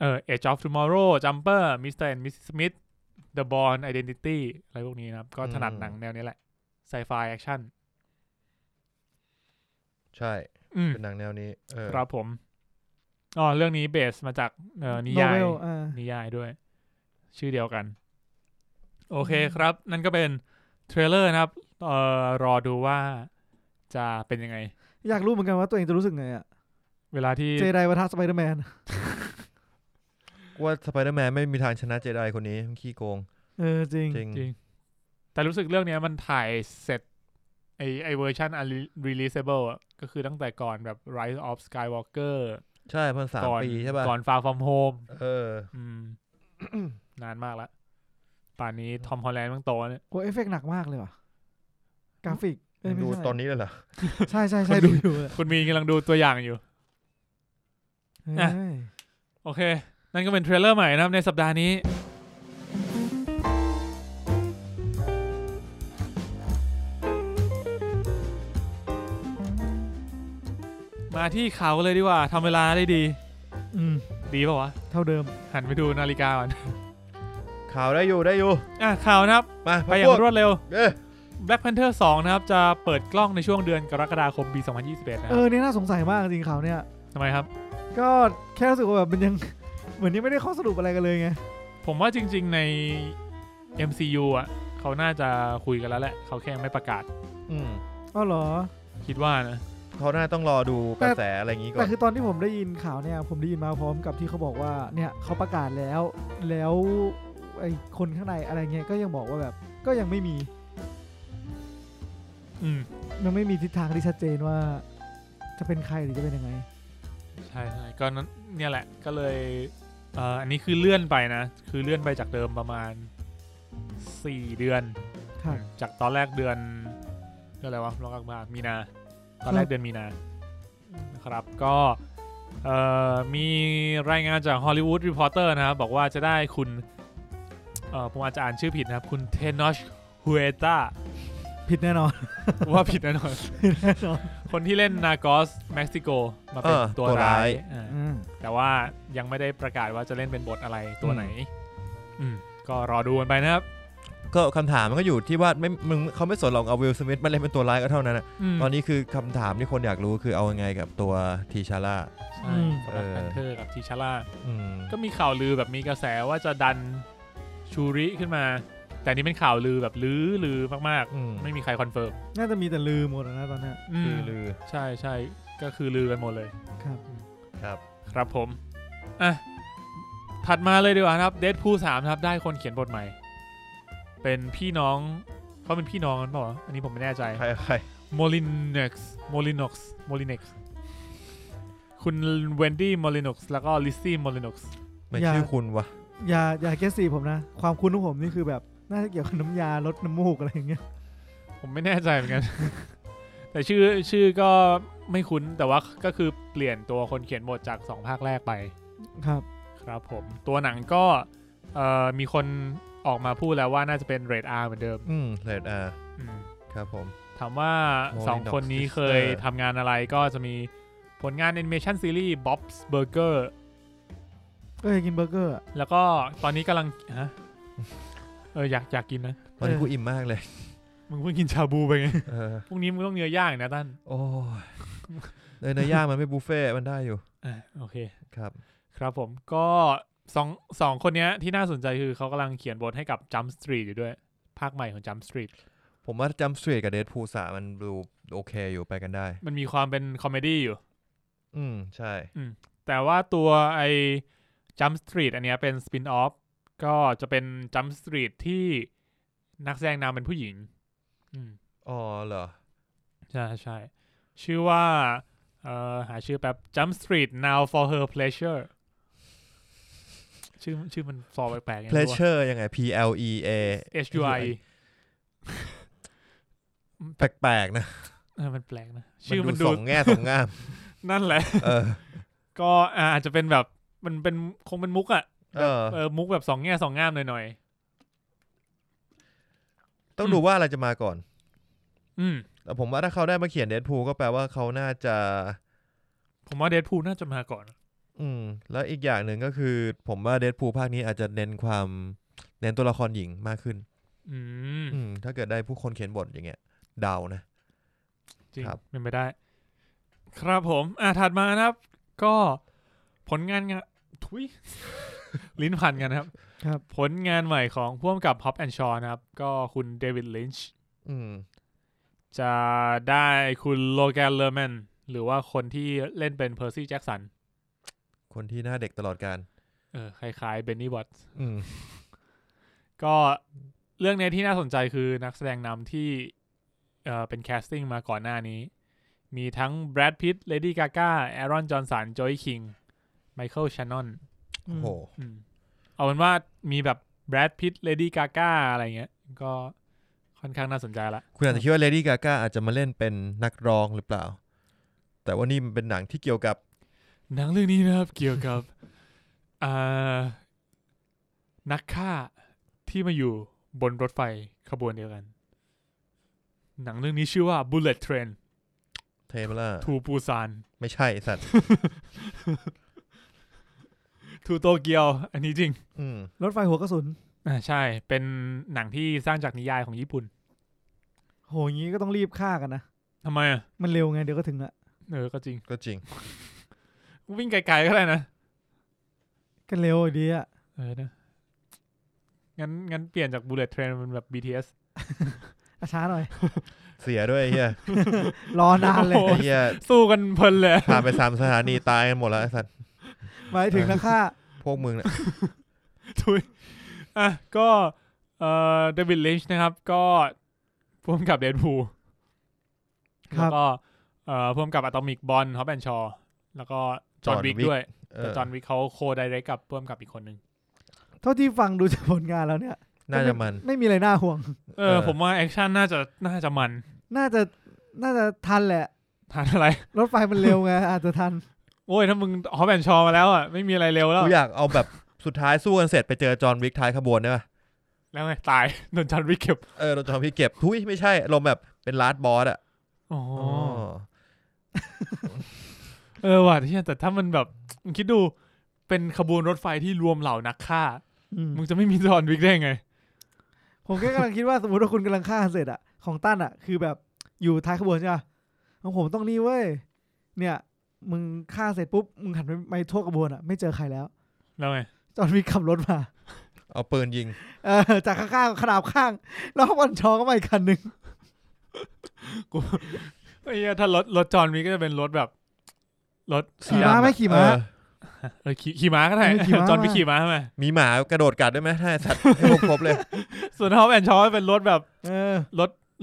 Speaker 3: เอ่อ Age of Tomorrow Jumper Mr. and Mrs. Smith The Born Identity อะไรพวกนี้นะครับ ก็ถนัด
Speaker 2: อืม
Speaker 3: หนังแนวนี้แหละไซไฟแอคชั่น
Speaker 2: ใช่
Speaker 3: อืม
Speaker 2: เป็นหนังแนวนี้เออ
Speaker 3: ครับผมอ๋อเรื่องนี้เบสมาจากเอ่อนิ
Speaker 1: โน
Speaker 3: ยา
Speaker 1: เวย ลอ่า
Speaker 3: นิยายด้วย ชื่อเดียวกัน โอเค
Speaker 1: อืม
Speaker 3: ครับ นั่นก็เป็นเทรลเลอร์นะครับเอ่อรอดูว่าจะเป็นยังไง
Speaker 1: อยากรู้เหมือนกันว่าตัวเองจะรู้สึกไงอ่ะ
Speaker 3: เวลาที่
Speaker 1: เจไดวะทัสไปเดอร์แมน
Speaker 2: กูว่าสไปเดอร์แมนไม่มีทางชนะเจไดคนนี้มันขี้โกง
Speaker 1: เออจริง
Speaker 2: จริง
Speaker 3: จริง แต่รู้สึกเรื่องเนี้ยมันถ่ายเสร็จ ไอไอเวอร์ชันอันรีลิเซเบิลก็คือตั้งแต่ก่อนแบบ Rise of Skywalker
Speaker 2: ใช่เพิ่นสาม
Speaker 3: ก่อน
Speaker 2: ปีใช่ป่ะ
Speaker 3: ก่อน Far From Home
Speaker 2: เออ
Speaker 3: อื
Speaker 2: <clears throat>
Speaker 3: ม นานมากละป่านนี้ทอมฮอลแลนด์มังโตแล้วเนี่ย
Speaker 1: โอ้เอฟเฟกต์หนักมากเลยว่ะ กราฟิกเอ้ยไม่
Speaker 2: ดู
Speaker 1: ใช่
Speaker 2: ตอนนี้เลยเหรอ
Speaker 1: ใช่ใช่
Speaker 3: ค
Speaker 1: ใช่
Speaker 3: นดู
Speaker 1: ดูอยู่อะ
Speaker 3: คุณมีนกำลังดูตัวอย่างอยู่ อ่ะ
Speaker 1: เฮ้ย
Speaker 3: โอเค นั่นก็เป็นเทรลเลอร์ใหม่นะครับในสัปดาห์นี้ มาที่เขาเลยดีกว่าทำเวลาได้ดี
Speaker 1: อืม
Speaker 3: ดีป่าวะ
Speaker 1: เท่าเดิม
Speaker 3: หันไปดูนาฬิกาก่อน
Speaker 2: ข่าวได้อยู่ได้อยู่
Speaker 3: อ่ะข่าวนะครับ
Speaker 2: มา
Speaker 3: ไปอย่าง
Speaker 2: พวก
Speaker 3: รวดเร็ว
Speaker 2: เอย
Speaker 3: Black Panther 2 นะครับ จะเปิดกล้องในช่วงเดือนกรกฎาคมปี 2021 นะค
Speaker 1: เอ
Speaker 3: รับ
Speaker 1: อเนี่ยน่าสงสัยมากจริงๆข่าวเนี่ย
Speaker 3: ทำไมครับ
Speaker 1: ก็แค่รู้สึกว่าแบบมันยัง <laughs> เหมือนยังไม่ได้ข้อสรุปอะไรกันเลยไง
Speaker 3: ผมว่าจริง ๆ ใน MCU อ่ะ เขาน่าจะคุยกันแล้วแหละ เขาแค่ยังไม่ประกาศ
Speaker 2: อืม
Speaker 1: อ้าวเหรอ
Speaker 3: คิดว่านะ
Speaker 2: เขาน่าต้องรอดูกระแสอะไรอย่างงี้ก่อ
Speaker 1: แต่
Speaker 2: น
Speaker 1: คือตอนที่ผมได้ยินข่าวเนี่ย ผมได้ยินมาพร้อมกับที่เขาบอกว่าเนี่ยเขาประกาศแล้ว แล้วไอ้คนข้างในอะไรเงี้ยก็ยังบอกว่าแบบก็ยังไม่มี
Speaker 3: อืม
Speaker 1: ยังไม่มีทิศทางที่ชัดเจนว่า จะเป็นใครหรือจะเป็นยังไง
Speaker 3: ใช่ใช่ก็นั้นเนี่ยแหละก็เลยเอ่ออันนี้คือเลื่อนไปนะ คือเลื่อนไปจากเดิมประมาณ 4 เดือน
Speaker 1: ครับ
Speaker 3: จากตอนแรกเดือนเดือนอะไรวะรองกลับมามีนา ตอนแรกเดือนมีนานะครับก็เอ่อมีรายงานจาก Hollywood Reporter นะครับบอกว่าจะได้คุณเอ่อผมอาจจะอ่านชื่อผิดนะครับ คุณเทนอชฮ u เอตา
Speaker 1: ผิดแน่นอน
Speaker 3: ว่าผิดแน่นอน
Speaker 1: แน่นอน
Speaker 3: คนที่เล่นนากอสเม็กซิโกมาเป็น
Speaker 2: เออ
Speaker 3: ตัว
Speaker 2: ตัว
Speaker 3: ร้า
Speaker 2: ร้าย
Speaker 3: ยอ่า
Speaker 1: อืม
Speaker 3: แต่ว่ายังไม่ได้ประกาศว่าจะเล่นเป็นบทอะไรตัวไหน อืม ก็รอดูกันไปนะครับ
Speaker 2: ก็คำถามมันก็อยู่ที่ว่าไม่มึงเขาไม่สนหรอกเอาวิลสมิธมาเล่นเป็นตัวร้ายก็เท่านั้นอะ
Speaker 3: ม
Speaker 2: ตอนนี้คือคำถามที่คนอยากรู้คือเอายังไงกับตัวทีชาร่า
Speaker 3: ใช่สำห
Speaker 2: เอ
Speaker 3: รับ
Speaker 2: อ
Speaker 3: แพนเทอร์กับทีชาร่า
Speaker 2: อืม
Speaker 3: ก็มีข่าวลือแบบมีกระแสว่าจะดันชูริขึ้นมา แต่นี่เป็นข่าวลือแบบลือลือมาก
Speaker 2: อืม
Speaker 3: ๆ ไม่มีใครคอนเฟิร์ม
Speaker 1: น่าจะมีแต่ลืมหมดแล้วนะตอนเนี้ย
Speaker 3: อืม
Speaker 2: คือลือ
Speaker 3: ใช่ใช่ก็คือลือกันหมดเลย
Speaker 1: ครับ
Speaker 2: ครับ
Speaker 3: ครับผม อ่ะ ถัดมาเลยดีกว่านะครับเด p พูสามครับได้คนเขียนบทใหม่ เป็นพี่น้องเขาเป็นพี่น้องกันเปล่าวะอันนี้ผมไม่แน่ใจ
Speaker 2: ใครใคร
Speaker 3: โมลิน o กซ์โมลินกซ์โมลินกซ์คุณเวนดี้โมลินกซ์แล้วก็ลิซซี่โมลินกซ์
Speaker 2: ไม่
Speaker 1: อย่า
Speaker 2: ชื่อคุณวะ
Speaker 1: อย่าอย่าเกสสีผมนะ ความคุ้นของผมนี่คือแบบน่าจะเกี่ยวกับน้ำยาลดน้ำมูกอะไรอย่างเงี้ย
Speaker 3: ผมไม่แน่ใจเหมือนกัน <laughs> แต่ชื่อชื่อก็ไม่คุ้นแต่ว่าก็คือเปลี่ยนตัวคนเขียนบทจาก 2 ภาคแรกไป
Speaker 1: ครับ
Speaker 3: ครับผม ตัวหนังก็เอ่อมีคนออกมาพูดแล้วว่าน่าจะเป็นเร d R เหมือนเดิม
Speaker 2: อืมเลดอา
Speaker 3: อืม
Speaker 2: ครับผม
Speaker 3: ถามว่า
Speaker 2: Molinox
Speaker 3: 2 คนนี้เคย
Speaker 2: Sister
Speaker 3: ทำงานอะไรก็จะมีผลงานแอนิเมชันซีรีส์ Bob's Burger
Speaker 1: ก็อยากกินเบอร์เกอร์อะ
Speaker 3: แล้วก็ตอนนี้กำลังฮะเอออยากอยากกินนะ
Speaker 2: ตอนนี้
Speaker 1: เออ
Speaker 2: กูอิ่มมากเลย
Speaker 3: มึงเพิ่งกินชาบูไปไง
Speaker 2: เออ
Speaker 3: <laughs> พรุ่งนี้มึงต้องเนื้อย่างนะท่าน
Speaker 2: โอ้ยเลยเนื้อย่างมันไม่บุฟเฟ่ต์มันได้อยู่
Speaker 3: อ่ะโอเค
Speaker 2: ครับ
Speaker 3: ครับผมก็สองสองคนเนี้ยที่น่าสนใจคือเขากำลังเขียนบทให้กับ Jump Street อยู่ด้วย ภาคใหม่ของ Jump Street
Speaker 2: ผมว่าจัมสตรีทกับเดดพูสามันดูโอเคอยู่ไปกันได้
Speaker 3: มันมีความเป็นคอมเมดี้อยู่
Speaker 2: อืมใช่
Speaker 3: แต่ว่าตัวไอ้ Jump Street อันเนี้ยเป็นสปินออฟก็จะเป็น Jump Street ที่นักแสดงนำเป็นผู้หญิง อืม
Speaker 2: อ๋อเหรอ
Speaker 3: ใช่ใช่ชื่อว่าเอ่อหาชื่อแบบ Jump Street Now for Her Pleasure ชื่อชื่อมันฟอร์แปลกๆไง
Speaker 2: เพล
Speaker 3: รู้
Speaker 2: เชอ
Speaker 3: ว่า
Speaker 2: ร์ยังไง P L E A
Speaker 3: H U I
Speaker 2: แปลกๆนะ
Speaker 3: มันแปลกนะ ชื่อมัน
Speaker 2: ส
Speaker 3: ดู
Speaker 2: องแง่สองงาม
Speaker 3: นั่นแหละ
Speaker 2: เออ
Speaker 3: ก็อาอาจจะเป็นแบบมันเป็นคงเป็นมุกอะ
Speaker 2: เออ
Speaker 3: เออมุกแบบสองแง่สองงามหน่อย
Speaker 2: ต้องดูว่าอะไรจะมาก่อน
Speaker 3: ๆอืม
Speaker 2: แต่ผมว่าถ้าเขาได้มาเขียนเด p พูก็แปลว่าเขาน่าจะ
Speaker 3: ผมว่าเดดพูลน่าจะมาก่อน
Speaker 2: อืม แล้วอีกอย่างหนึ่งก็คือ ผมว่าเด p พูภาคนี้อาจจะเน้นความเน้นตัวละครหญิงมากขึ้น
Speaker 3: อืม
Speaker 2: อืม ถ้าเกิดได้ผู้คนเขียนบทอย่างเงี้ยเดานะ
Speaker 3: จริง
Speaker 2: ครับ
Speaker 3: เป็นไปได้ ครับผม อ่ะถัดมานะครับ ก็ผลงานงานทุย ลิ้นพันกันนะครับ
Speaker 1: ครับ
Speaker 3: ผลงานใหม่ของพ่วงกับ Hop and Shaw นะครับ ก็คุณเดวิดลินช์
Speaker 2: อืม
Speaker 3: จะได้คุณโลแกนเลอร์แมนหรือว่าคนที่เล่นเป็นเพอร์ซี่แจ็ o สัน
Speaker 2: คนที่หน้าเด็กตลอดการ
Speaker 3: เออคล้ายๆเบนนี่วอต
Speaker 2: อืม
Speaker 3: ก็เรื่องเนี้ยที่น่าสนใจคือนักแสดงนำที่เอ่อเป็นแคสติ้งมาก่อนหน้านี้ มีทั้งแบรดพิตเลดี้กาก a าแอรอนจอห์นสันจอยคิงไมเคิลชานอน
Speaker 2: โอ้โห
Speaker 3: เอาเป็นว่ามีแบบแบรดพิตเลดี้กาก a าอะไรเงี้ย ก็ค่อนข้างน่าสนใจละ
Speaker 2: คุณอาจจะคิดว่าเลดี้กากอาจจะมาเล่นเป็นนักร้องหรือเปล่า แต่ว่านี่มันเป็นหนังที่เกี่ยวกับ
Speaker 3: หนังเรื่องนี้นะครับ เกี่ยวกับ <laughs> อ่านักฆ่าที่มาอยู่บนรถไฟขบวนเดียวกัน หนังเรื่องนี้ชื่อว่า Bullet Train
Speaker 2: เทมล่า
Speaker 3: ทูปูซาน
Speaker 2: ไม่ใช่ไอ้สัตว์
Speaker 3: ทูโตเกียว อันนี้จริง
Speaker 2: อืม
Speaker 1: รถไฟหัวกระสุน
Speaker 3: อ่าใช่ เป็นหนังที่สร้างจากนิยายของญี่ปุ่น
Speaker 1: โหอย่างนี้ก็ต้องรีบฆ่ากันนะ
Speaker 3: ทำไมอ่ะ
Speaker 1: มันเร็วไงเดี๋ยวก็ถึงละ
Speaker 3: เออ ก็จริง
Speaker 2: ก็จริง
Speaker 3: วิ่งไกลๆก็ได้นะ
Speaker 1: กันเร็วอยู่ดีอะ
Speaker 3: เออนะ งั้นงั้นเปลี่ยนจาก Bullet Train เป็นแบบ BTS
Speaker 1: อ่ะช้าหน่อย
Speaker 2: เสียด้วยไอ้เฮีย
Speaker 1: รอนานเลย
Speaker 3: โอ้
Speaker 2: ไอ้เฮีย
Speaker 3: สู้กันเพลินเลย
Speaker 2: ผ่านไปสามสถานีตายกันหมดแล้วไอ้สัตว์
Speaker 1: หมายถึงนะฆ่า <laughs>
Speaker 2: พวกมึงเนี่ย
Speaker 3: <laughs> ทุยอ่ะ ก็เอ่อเดวิดลินช์นะครับ ก็พ่วงกับเดนพู
Speaker 1: ครั
Speaker 3: แล้ว
Speaker 1: บ
Speaker 3: ก็เอ่อพ่วงกับอะตอมิกบอลฮอปแอนชอแล้วก็จอห์นวิกด้วย
Speaker 2: เอ
Speaker 3: แต่
Speaker 2: อ
Speaker 3: จอห์นวิกเขาโคไดเรกกับพ่วงกับอีกคนนึง
Speaker 1: เท่าที่ฟังดูจากผลงานแล้วเนี่ย
Speaker 2: น่าจะมัน
Speaker 1: ไม่มีอะไรน่าห่วง
Speaker 3: เออ
Speaker 2: เออ
Speaker 3: ผมว่าแอคชั่นน่าจะน่าจะมัน <laughs>
Speaker 1: น่าจะน่าจะทันแหละ
Speaker 3: ทานอะไร
Speaker 1: รถไฟมันเร็วไง <laughs> อาจจะทัน
Speaker 3: โอ้ยถ้ามึงฮอปแอนชอมาแล้วอ่ะไม่มีอะไรเร็วแล้ว
Speaker 2: กูอยากเอาแบบสุดท้ายสู้กันเสร็จไปเจอจอห์นวิกท้ายขบวนได้ปะ
Speaker 3: แล้วไงตาย <laughs> โดนจันวิกเก็บ
Speaker 2: เออเราจอห์นวิกเก็บทุยไม่ใช่ลมณ์แบบเป็นลาสบอสอ่ะ
Speaker 3: โอ้
Speaker 2: อ๋อ
Speaker 3: เออว่ะที่แต่ถ้ามันแบบมึงคิดดูเป็นขบวนรถไฟที่รวมเหล่านักฆ่า
Speaker 1: อืม
Speaker 3: มึงจะไม่มีจอห์นวิกได้ไง
Speaker 1: ผมแค่กำลังคิดว่าสมมติว่าคุณกำลังฆ่าเสร็จอะของตั้นอะคือแบบอยู่ท้ายขบวนใช่ปะของผมต้องนี่เว้ย เนี่ย มึงฆ่าเสร็จปุ๊บ มึงหันไปไปทั่วขบวนอะไม่เจอใครแล้ว
Speaker 3: แล้วไง
Speaker 1: จอห์นวิกขับรถมา
Speaker 2: เอาปืนยิง
Speaker 1: เออจากข้างๆขนาบข้าง แล้ววันชอก็มาอีกคันหนึ่ง
Speaker 3: ไอ้เหี้ยถ้ารถรถจอห์นวิกก็จะเป็นรถแบบรถ
Speaker 2: สี
Speaker 1: ขี่
Speaker 2: ดำ
Speaker 1: ม้า
Speaker 2: อะ
Speaker 1: ไหม่ขี่ม้า
Speaker 2: เออ
Speaker 3: เออขี่ขี่ม้าก็ได้
Speaker 1: เออขี่ม้า
Speaker 3: <laughs> จอห์นวิกขี่ม้าทำไม
Speaker 2: มีหมากระโดดกัดได้ไหมถ้าไอ้สัตว์ให้ครบๆเลย
Speaker 3: ส่วนฮอปแอนชอเป็นรถแบบ
Speaker 1: เออ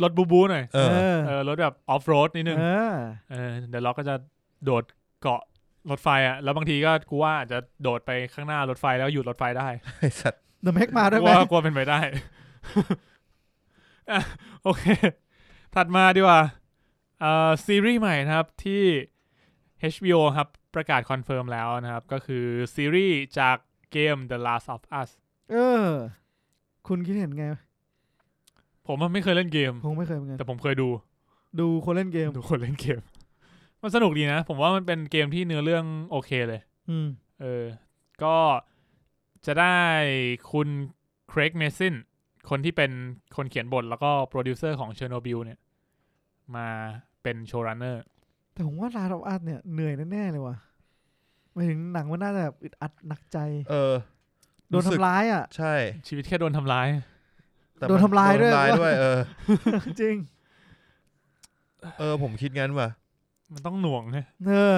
Speaker 3: รถบูบูหน่อย
Speaker 2: เอ
Speaker 1: เอ
Speaker 2: อ
Speaker 1: อ
Speaker 3: เออรถแบบออฟโรดนิดนึง
Speaker 1: เออ
Speaker 3: เออเดี๋ยวเราก็จะโดดเกาะรถไฟอ่ะ แล้วบางทีก็กูว่าอาจจะโดดไปข้างหน้ารถไฟแล้วหยุดรถไฟได้
Speaker 2: ไอ้สัตว์
Speaker 1: เดอะแม็กมาด้วย
Speaker 3: ก
Speaker 1: ไหม
Speaker 3: ว่ากลัวเป็นไปได้ อ่ะโอเค ถัดมาดีกว่าเอ่อซีรีส์ใหม่นะครับที่ HBO ครับประกาศคอนเฟิร์มแล้วนะครับ ก็คือซีรีส์จากเกม The Last of Us
Speaker 1: เออ คุณคิดเห็นไง
Speaker 3: ผมอะไม่เคยเล่นเกม
Speaker 1: ผมไม่เคยเหมือนกัน
Speaker 3: แต่ผมเคยดู
Speaker 1: ดูคนเล่นเกม
Speaker 3: ดูคนเล่นเกม มันสนุกดีนะ ผมว่ามันเป็นเกมที่เนื้อเรื่องโอเคเลย
Speaker 1: อืม
Speaker 3: เออ ก็จะได้คุณเครกเมซินคนที่เป็นคนเขียนบทแล้วก็โปรดิวเซอร์ของเชอร์โนบิลเนี่ย มาเป็นโชว์รันเนอร์
Speaker 1: แต่ผมว่าลาดออาร์ตเนี่ยเหนื่อยแน่ๆเลยว่ะหมายถึงหนังมันน่าจะแบบอึดอัดหนักใจ
Speaker 2: เออ
Speaker 1: โดนทำร้ายอ่ะ
Speaker 2: ใช่
Speaker 3: ชีวิตแค่โดนทำร้าย
Speaker 2: แต่มั
Speaker 1: โดนทำลายด้วย
Speaker 2: โนทำลาย
Speaker 1: ว่า
Speaker 2: ด้วยเออ
Speaker 1: จริง
Speaker 2: เออผมคิดงั้นว่ะ
Speaker 3: มันต้องหน่วงนะ
Speaker 1: เออ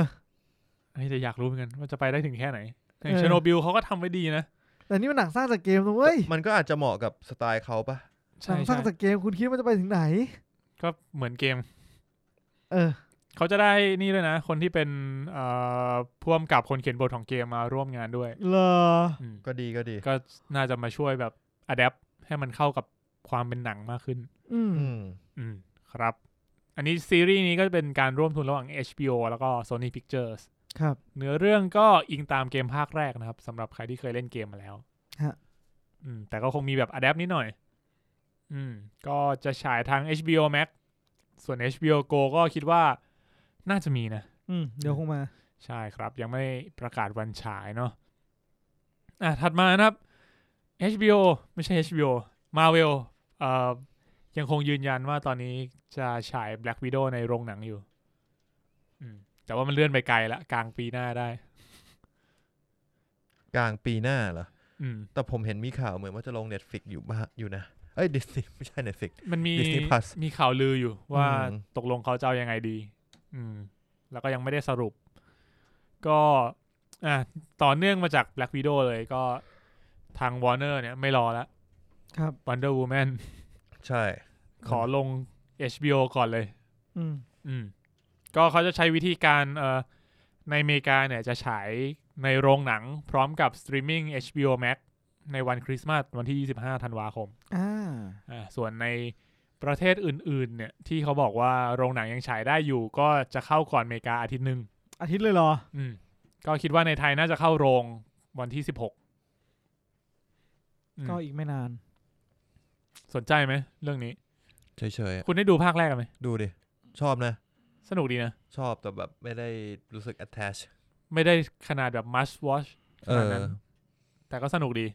Speaker 3: เฮ้ยแต่อยากรู้เหมือนกันว่าจะไปได้ถึงแค่ไหน
Speaker 1: เออ
Speaker 3: เชอร์โนบิลเขาก็ทำไว้ดีนะ
Speaker 1: แต่นี่มันหนังสร้างจากเกมนะเว้ย
Speaker 2: มันก็อาจจะเหมาะกับสไตล์เขาปะ
Speaker 1: ห
Speaker 3: ใช่
Speaker 1: นังส
Speaker 3: ใช่
Speaker 1: ร้างจากเกมคุณคิดว่าจะไปถึงไหน
Speaker 3: ก็เหมือนเกม
Speaker 1: เออ
Speaker 3: เขาจะได้นี่ด้วยนะ คนที่เป็นเอ่อพ่วมกับคนเขียนบทของเกมมาร่วมงานด้วย
Speaker 1: เหรอ
Speaker 3: อืม
Speaker 2: ก็ดีก็ดี
Speaker 3: ก็น่าจะมาช่วยแบบอัดแอปให้มันเข้ากับความเป็นหนังมากขึ้น
Speaker 1: อืม
Speaker 2: อืม
Speaker 3: อืมครับ อันนี้ซีรีส์นี้ก็จะเป็นการร่วมทุนระหว่าง HBO แล้วก็ Sony Pictures
Speaker 1: ครับ
Speaker 3: เนื้อเรื่องก็อิงตามเกมภาคแรกนะครับสำหรับใครที่เคยเล่นเกมมาแล้ว
Speaker 1: ฮะ
Speaker 3: อืม แต่ก็คงมีแบบอัดแอปนิดหน่อย อืม ก็จะฉายทาง HBO Max ส่วน HBO Go ก็คิดว่าน่าจะมีนะ
Speaker 1: อืมเดี๋ยวคงมา
Speaker 3: ใช่ครับ ยังไม่ประกาศวันฉายเนาะอ่ะถัดมานะครับ HBO ไม่ใช่ HBO Marvel เอ่อยังคงยืนยันว่าตอนนี้จะฉาย Black Widow ในโรงหนังอยู่ อืม แต่ว่ามันเลื่อนไปไกลละกลางปีหน้าได้
Speaker 2: กลางปีหน้าเหรอ
Speaker 3: อืม
Speaker 2: แต่ผมเห็นมีข่าวเหมือนว่าจะลง Netflix อยู่บ้างอยู่นะ เอ้ยดิสนีย์ <laughs> ไม่ใช่ Netflix
Speaker 3: มันมี
Speaker 2: Disney Plus
Speaker 3: มีข่าวลืออยู่ว่า
Speaker 2: อืม
Speaker 3: ตกลงเขาจะเอายังไงดี อืม แล้วก็ยังไม่ได้สรุป ก็อ่ะต่อเนื่องมาจาก Black Widow เลยก็ทาง Warner เนี่ยไม่รอละ
Speaker 1: ครับ
Speaker 3: Wonder Woman
Speaker 2: ใช่
Speaker 3: ขอลง HBO ก่อนเลย
Speaker 1: อืม
Speaker 3: อืม ก็เขาจะใช้วิธีการเอ่อในอเมริกาเนี่ยจะฉายในโรงหนังพร้อมกับสตรีมมิ่ง HBO Max ในวันคริสต์มาสวันที่ 25 ธันวาคม
Speaker 1: อ่า
Speaker 3: อ่าส่วนในประเทศอื่นๆ เนี่ยที่เขาบอกว่าโรงหนังยังฉายได้อยู่ ก็จะเข้าก่อนอเมริกาอาทิตย์หนึ่ง
Speaker 1: อาทิตย์เลยเหรอ
Speaker 3: อืมก็คิดว่าในไทยน่าจะเข้าโรงวันที่สิบหก
Speaker 1: ก็อีกไม่นาน
Speaker 3: สนใจไหมเรื่องนี้
Speaker 2: เฉยๆอะ
Speaker 3: คุณได้ดูภาคแรกกันไหม
Speaker 2: ดูดิ ชอบนะ
Speaker 3: สนุกดีนะ
Speaker 2: ชอบแต่แบบไม่ได้รู้สึก attach
Speaker 3: ไม่ได้ขนาดแบบ must watch ข
Speaker 2: เอ
Speaker 3: นาด
Speaker 2: อ
Speaker 3: นั้น แต่ก็สนุกดี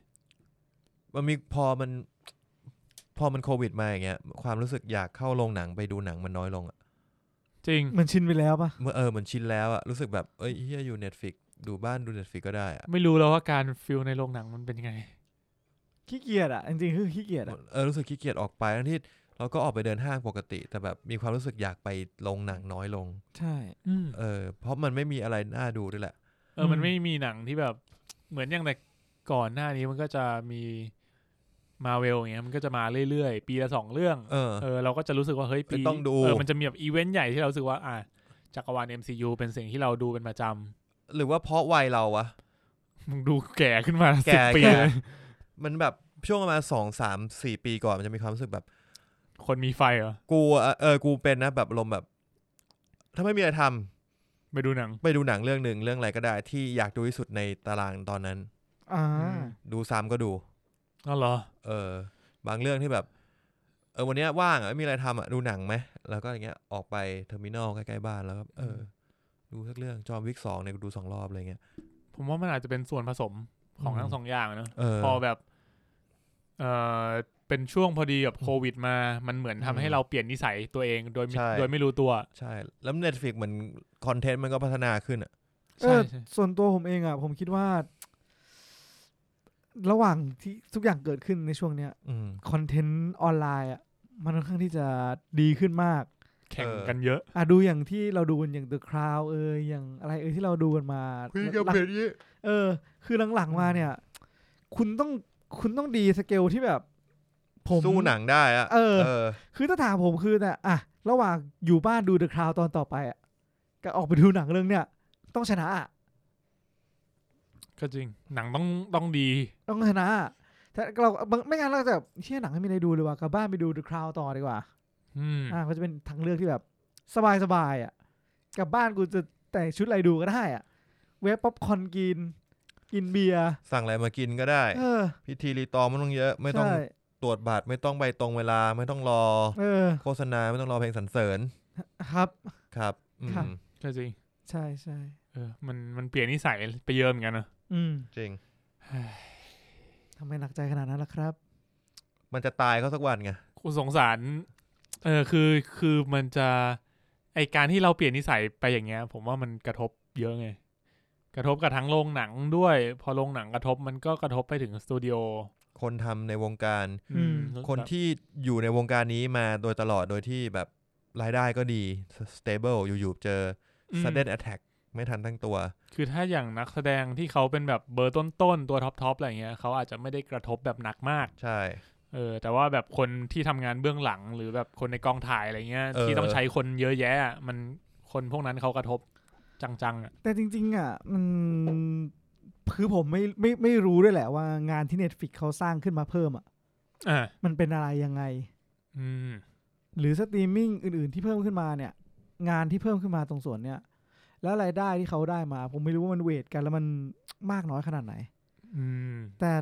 Speaker 2: มันมีพอมัน พอมันโควิดมาอย่างเงี้ยความรู้สึกอยากเข้าโรงหนังไปดูหนังมันน้อยลงอะ
Speaker 3: จริง
Speaker 1: เหมือนชินไปแล้วปะ
Speaker 2: เมื่อเออเหมือนชินแล้วอะรู้สึกแบบเอ้ยเฮียอยู่ Netflix ดูบ้านดู Netflix ก็ได้อะ
Speaker 3: ไม่รู้แล้วว่าการฟิลในโรงหนังมันเป็นยังไง
Speaker 1: ขี้เกียจอ่ะ จริงๆคือขี้เกียจอ่ะ
Speaker 2: เออรู้สึกขี้เกียจออกไปทั้งที่เราก็ออกไปเดินห้างปกติ แต่แบบมีความรู้สึกอยากไปลงหนังน้อยลง
Speaker 1: ใช่
Speaker 3: อืม
Speaker 2: เออเพราะมันไม่มีอะไรน่าดูด้วยแหละ
Speaker 3: เออ มั
Speaker 1: อื
Speaker 3: น
Speaker 1: ม
Speaker 3: ไม่มีหนังที่แบบเหมือนอย่างแต่ก่อนหน้านี้มันก็จะมีมาเวลอย่างเงี้ยมันก็จะมาเรื่อยๆ ปีละสองเรื่อง
Speaker 2: เออ
Speaker 3: เออเราก็จะรู้สึกว่าเฮ้ยปี
Speaker 2: ไม่ต้องดู
Speaker 3: เออมันจะมีแบบอีเวนต์ใหญ่ที่เรารู้สึกว่าอ่ะจักรวาล MCU เป็นสิ่งที่เราดูเป็นประจ
Speaker 2: หรือว่าเพราะวัยเราวะ
Speaker 3: <laughs> ำมึงดูแก่ขึ้นมาสิ
Speaker 2: แก่
Speaker 3: บปี
Speaker 2: แก่
Speaker 3: เลย
Speaker 2: มันแบบช่วงประมาณสองสามสี่ปีก่อนมันจะมีความรู้สึกแบบ
Speaker 3: คนมีไฟเหรอ
Speaker 2: กูอะเออกูเป็นนะแบบลมณ์แบบ ถ้าไม่มีอะไรท
Speaker 3: ไปดูหนัง
Speaker 2: ำไปดูหนังเรื่องหนึ่งเรื่องอะไรก็ได้ ที่อยากดูที่สุดในตารางตอนนั้น
Speaker 1: อ่า
Speaker 3: อืม
Speaker 2: ดูซ้ำก็ดู
Speaker 3: อ๋อเหรอ
Speaker 2: เออ บางเรื่องที่แบบ เออวันเนี้ยว่างอะไม่มีอะไรทำอ่ะดูหนังไหมแล้วก็อย่างเงี้ยออกไปเทอร์มินอลใกล้ๆบ้านแล้วก็เอออดูสักเรื่องจอมวิกสองเนี่ยกูดูสองรอบอะไรเงี้ย
Speaker 3: ผมว่ามันอาจจะเป็นส่วนผสมของ
Speaker 2: อืม
Speaker 3: ทั้งสองอย่างเนอะ
Speaker 2: เออ
Speaker 3: พอแบบเออเป็นช่วงพอดีกับโควิดมา มันเหมือนทำให้
Speaker 2: อืม
Speaker 3: เราเปลี่ยนนิสัยตัวเองโดยไม่
Speaker 2: ใช่
Speaker 3: โดยไม่รู้ตัว
Speaker 2: ใช่ แล้วเน็ตฟิกเหมือนคอนเทนต์มันก็พัฒนาขึ้นอ่ะ
Speaker 1: เอ
Speaker 3: ใช่
Speaker 1: อ
Speaker 3: ใช่
Speaker 1: ส่วนตัวผมเองอ่ะ ผมคิดว่า ระหว่างที่ทุกอย่างเกิดขึ้นในช่วงเนี้ย
Speaker 2: อืม
Speaker 1: คอนเทนต์ออนไลน์อ่ะ มันค่อนข้างที่จะดีขึ้นมาก
Speaker 3: แข่ง
Speaker 2: เออ
Speaker 3: กันเยอะ
Speaker 1: อ่ะดูอย่างที่เราดูกันอย่าง The Crown เอยอย่างอะไรเอยที่เราดูกันมาหลังเออ คือหลังๆมาเนี่ย คุณต้องคุณต้องดีสเกลที่แบบ ผม
Speaker 2: สู้หนังได้อ่ะ
Speaker 1: เออ
Speaker 2: อ
Speaker 1: คือถ้าถามผมคือเนี่ยอ่ะระหว่างอยู่บ้านดู The Crown ตอนต่อไปอ่ะกับออกไปดูหนังเรื่องเนี่ย ต้องชนะอ่ะ
Speaker 3: ก็จริง หนังต้องต้องดี
Speaker 1: ต้องชนะอ่ะแต่เราบางไม่งั้นเราจะแบบเชี่ยหนังไม่มีอะไรดูเลยว่ะกลับบ้านไปดู The Crown ต่อดีกว่า
Speaker 3: อืม
Speaker 1: อ่าก็จะเป็นทางเลือกที่แบบสบายๆอ่ะกลับบ้านกูจะแต่งชุดอะไรดูก็ได้อ่ะเวฟป๊อปคอร์นกิน กินเบียร์
Speaker 2: สั่งอะไรมากินก็ได้
Speaker 1: เออ
Speaker 2: พิธีรีตองไม่ต้องเยอะ ไม่ต้อง
Speaker 1: ใช่
Speaker 2: ตรวจบัตรไม่ต้องไปตรงเวลา ไม่ต้องรอ
Speaker 1: เออ
Speaker 2: โฆษณาไม่ต้องรอเพลงสรรเสริญ
Speaker 1: ครับ
Speaker 2: ครับอืม
Speaker 1: ครับ
Speaker 3: ก็จริง
Speaker 1: ใช่ใช่
Speaker 3: เออ มันมันเปลี่ยนนิสัยไปเยอะเหมือนกันนะ
Speaker 1: อืม
Speaker 2: จริง
Speaker 1: ทำไมหนักใจขนาดนั้นล่ะครับ
Speaker 2: มันจะตายเขาสักวันไง
Speaker 3: กูสงสาร เออ คือ คือมันจะ ไอการที่เราเปลี่ยนนิสัยไปอย่างเงี้ย ผมว่ามันกระทบเยอะไง กระทบกับทั้งโรงหนังด้วย พอโรงหนังกระทบมันก็กระทบไปถึงสตูดิโอ
Speaker 2: คนทำในวงการ
Speaker 1: อืม
Speaker 3: แล้ว
Speaker 2: คนที่อยู่ในวงการนี้มาโดยตลอดโดยที่แบบรายได้ก็ดี stable อยู่ๆเจอ
Speaker 3: อืม
Speaker 2: sudden attack ไม่ทันตั้งตัว
Speaker 3: คือถ้าอย่างนักแสดงที่เขาเป็นแบบเบอร์ต้นๆ ตัวท็อปๆ อะไรเงี้ย เขาอาจจะไม่ได้กระทบแบบหนักมาก
Speaker 2: ใช่
Speaker 3: เออ แต่ว่าแบบคนที่ทำงานเบื้องหลัง หรือแบบคนในกองถ่ายอะไรเงี้ย
Speaker 2: เออ
Speaker 3: ที่ต้องใช้คนเยอะแยะอะมัน คนพวกนั้นเขากระทบจังๆอะ
Speaker 1: แต่จริง ๆ อ่ะมันคือผมไม่ไม่ไม่รู้ด้วยแหละว่างานที่ Netflix เขาสร้างขึ้นมาเพิ่มอ่ะ
Speaker 3: อ่า
Speaker 1: มันเป็นอะไรยังไง
Speaker 3: อืม
Speaker 1: หรือสตรีมมิ่งอื่นๆที่เพิ่มขึ้นมาเนี่ย งานที่เพิ่มขึ้นมาตรงส่วนเนี่ย แล้วรายได้ที่เขาได้มา ผมไม่รู้ว่ามันเวทกันแล้วมันมากน้อยขนาดไหน
Speaker 3: อืม
Speaker 1: แต่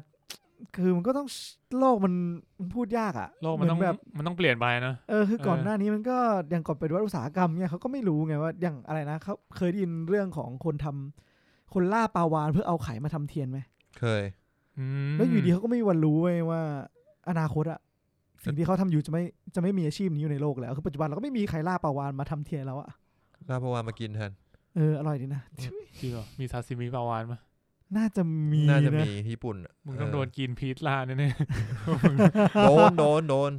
Speaker 1: คือมันก็ต้องโลกมันมันพูดยากอะ
Speaker 3: โลกมันต้อง
Speaker 1: เหอแบบ
Speaker 3: มันต้องเปลี่ยนไปนะ
Speaker 1: เออคือ
Speaker 3: เออ
Speaker 1: ก่อนหน้านี้มันก็อย่างก่อนเป็นวัตอุตสาหกรรมเนี่ยเขาก็ไม่รู้ไงว่าอย่างอะไรนะเขาเคยได้ยินเรื่องของคนทำคนล่าปลาวานเพื่อเอาไข่มาทำเทียนไหม
Speaker 2: เคย
Speaker 3: อืม
Speaker 1: แล้วอยู่ดีเขาก็ไม่มีวันรู้เว้ยว่า อนาคตอะสิ่งที่เขาทำอยู่จะไม่จะไม่มีอาชีพนี้อยู่ในโลกแล้วคือปัจจุบันเราก็ไม่มีใครล่าปลาวานมาทำเทียนแล้วอะ
Speaker 2: ลาบวานมากินแทน
Speaker 1: เอออร่อยดีนะ <laughs>
Speaker 3: จริงเหรอมีซาซิมิปลาวานปะ
Speaker 1: น่าจะมี
Speaker 2: น่าจะ
Speaker 1: นะ
Speaker 2: มีญี่ปุ่นอะ
Speaker 3: มึงต้อง
Speaker 2: เ
Speaker 3: โดนกินพีทล่าแน่
Speaker 2: โดนโดนโดน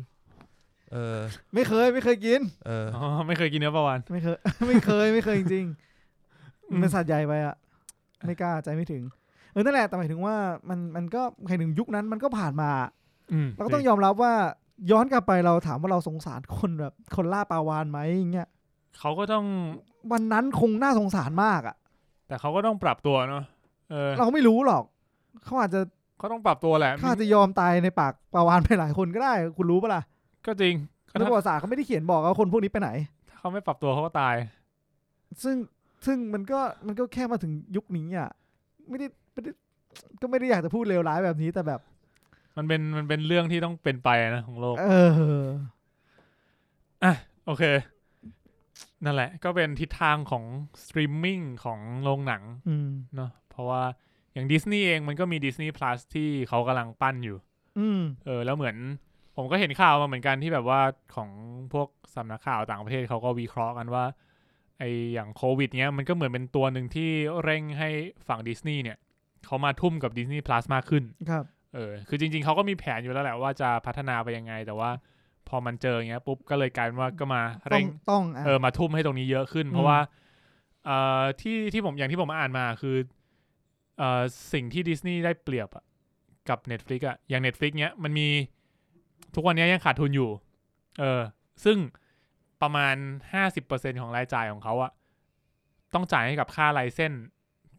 Speaker 2: เออ
Speaker 1: ไม่เคยไม่เคยกิน
Speaker 2: เออ
Speaker 3: ๆอ๋อไม่เคยกินเนื้อปลาวาน
Speaker 1: ไม่เคย <laughs> ไม่เคยไม่เคยจริง
Speaker 3: อืม
Speaker 1: ๆมันสัตว์ใหญ่ไปอะไม่กล้าใจไม่ถึงเออนั่นแหละแต่หมายถึงว่ามันมันก็ใครถึงยุคนั้นมันก็ผ่านมา
Speaker 3: ม
Speaker 1: เราก็ต้องยอมรับว่าย้อนกลับไปเราถามว่าเราสงสารคนแบบ คนล่าปลาวานไหมอย่างเงี้ย
Speaker 3: เขาก็ต้อง
Speaker 1: วันนั้นคงน่าสงสารมากอะ
Speaker 3: แต่เขาก็ต้องปรับตัวเนาะเออ
Speaker 1: เราไม่รู้หรอกเขาอาจจะ
Speaker 3: เขาต้องปรับตัวแหละ
Speaker 1: เขาอาจจะยอมตายในปากปลาวานไปหลายคนก็ได้ คุณรู้ปะล่ะ
Speaker 3: ก็จริงก็
Speaker 1: ใน
Speaker 3: ถ้า
Speaker 1: ประวัติศาสตร์เขาไม่ได้เขียนบอกว่าคนพวกนี้ไปไหน
Speaker 3: ถ้าเขาไม่ปรับตัวเขาก็ตาย
Speaker 1: ซึ่งซึ่งมันก็มันก็แค่มาถึงยุคนี้อ่ะไม่ได้ไม่ได้ก็ไม่ได้อยากจะพูดเลวร้ายแบบนี้แต่แบบ
Speaker 3: มันเป็นมันเป็นเรื่องที่ต้องเป็นไปนะของโลก
Speaker 1: เออ
Speaker 3: โอเค นั่นแหละ ก็เป็นทิศทางของสตรีมมิ่งของโรงหนัง
Speaker 1: อืม
Speaker 3: เนาะเพราะว่าอย่างดิสนีย์เองมันก็มี Disney Plus ที่เขากำลังปั้นอยู่
Speaker 1: อืม
Speaker 3: เออ แล้วเหมือน ผมก็เห็นข่าวมาเหมือนกันที่แบบว่าของพวกสำนักข่าวต่างประเทศเขาก็วิเคราะห์กันว่า ไออย่างโควิดเนี้ยมันก็เหมือนเป็นตัวหนึ่งที่เร่งให้ฝั่งดิสนีย์เนี่ยเขามาทุ่มกับ Disney Plus มากขึ้น
Speaker 1: ครับ
Speaker 3: เออ คือจริงๆ เขาก็มีแผนอยู่แล้วแหละว่าจะพัฒนาไปยังไง แต่ว่าพอมันเจออย่างเงี้ยปุ๊บ ก็เลยกลายเป็นว่าก็มา
Speaker 1: ต้อ
Speaker 3: เร่
Speaker 1: ง
Speaker 3: ง
Speaker 1: ต้องอ่ะ
Speaker 3: เออ มาทุ่มให้ตรงนี้เยอะขึ้น
Speaker 1: อืม
Speaker 3: เพราะว่าเอ่อที่ที่ผมอย่างที่ผมอ่านมาคือเอ่อสิ่งที่ดิสนีย์ได้เปรียบอะกับ Netflix อะอย่าง Netflix เนี้ยมันมีทุกวันเนี้ยยังขาดทุนอยู่ เออ ซึ่งประมาณ 50%ของรายจ่ายของเขาอะต้องจ่ายให้กับค่าไลเส้น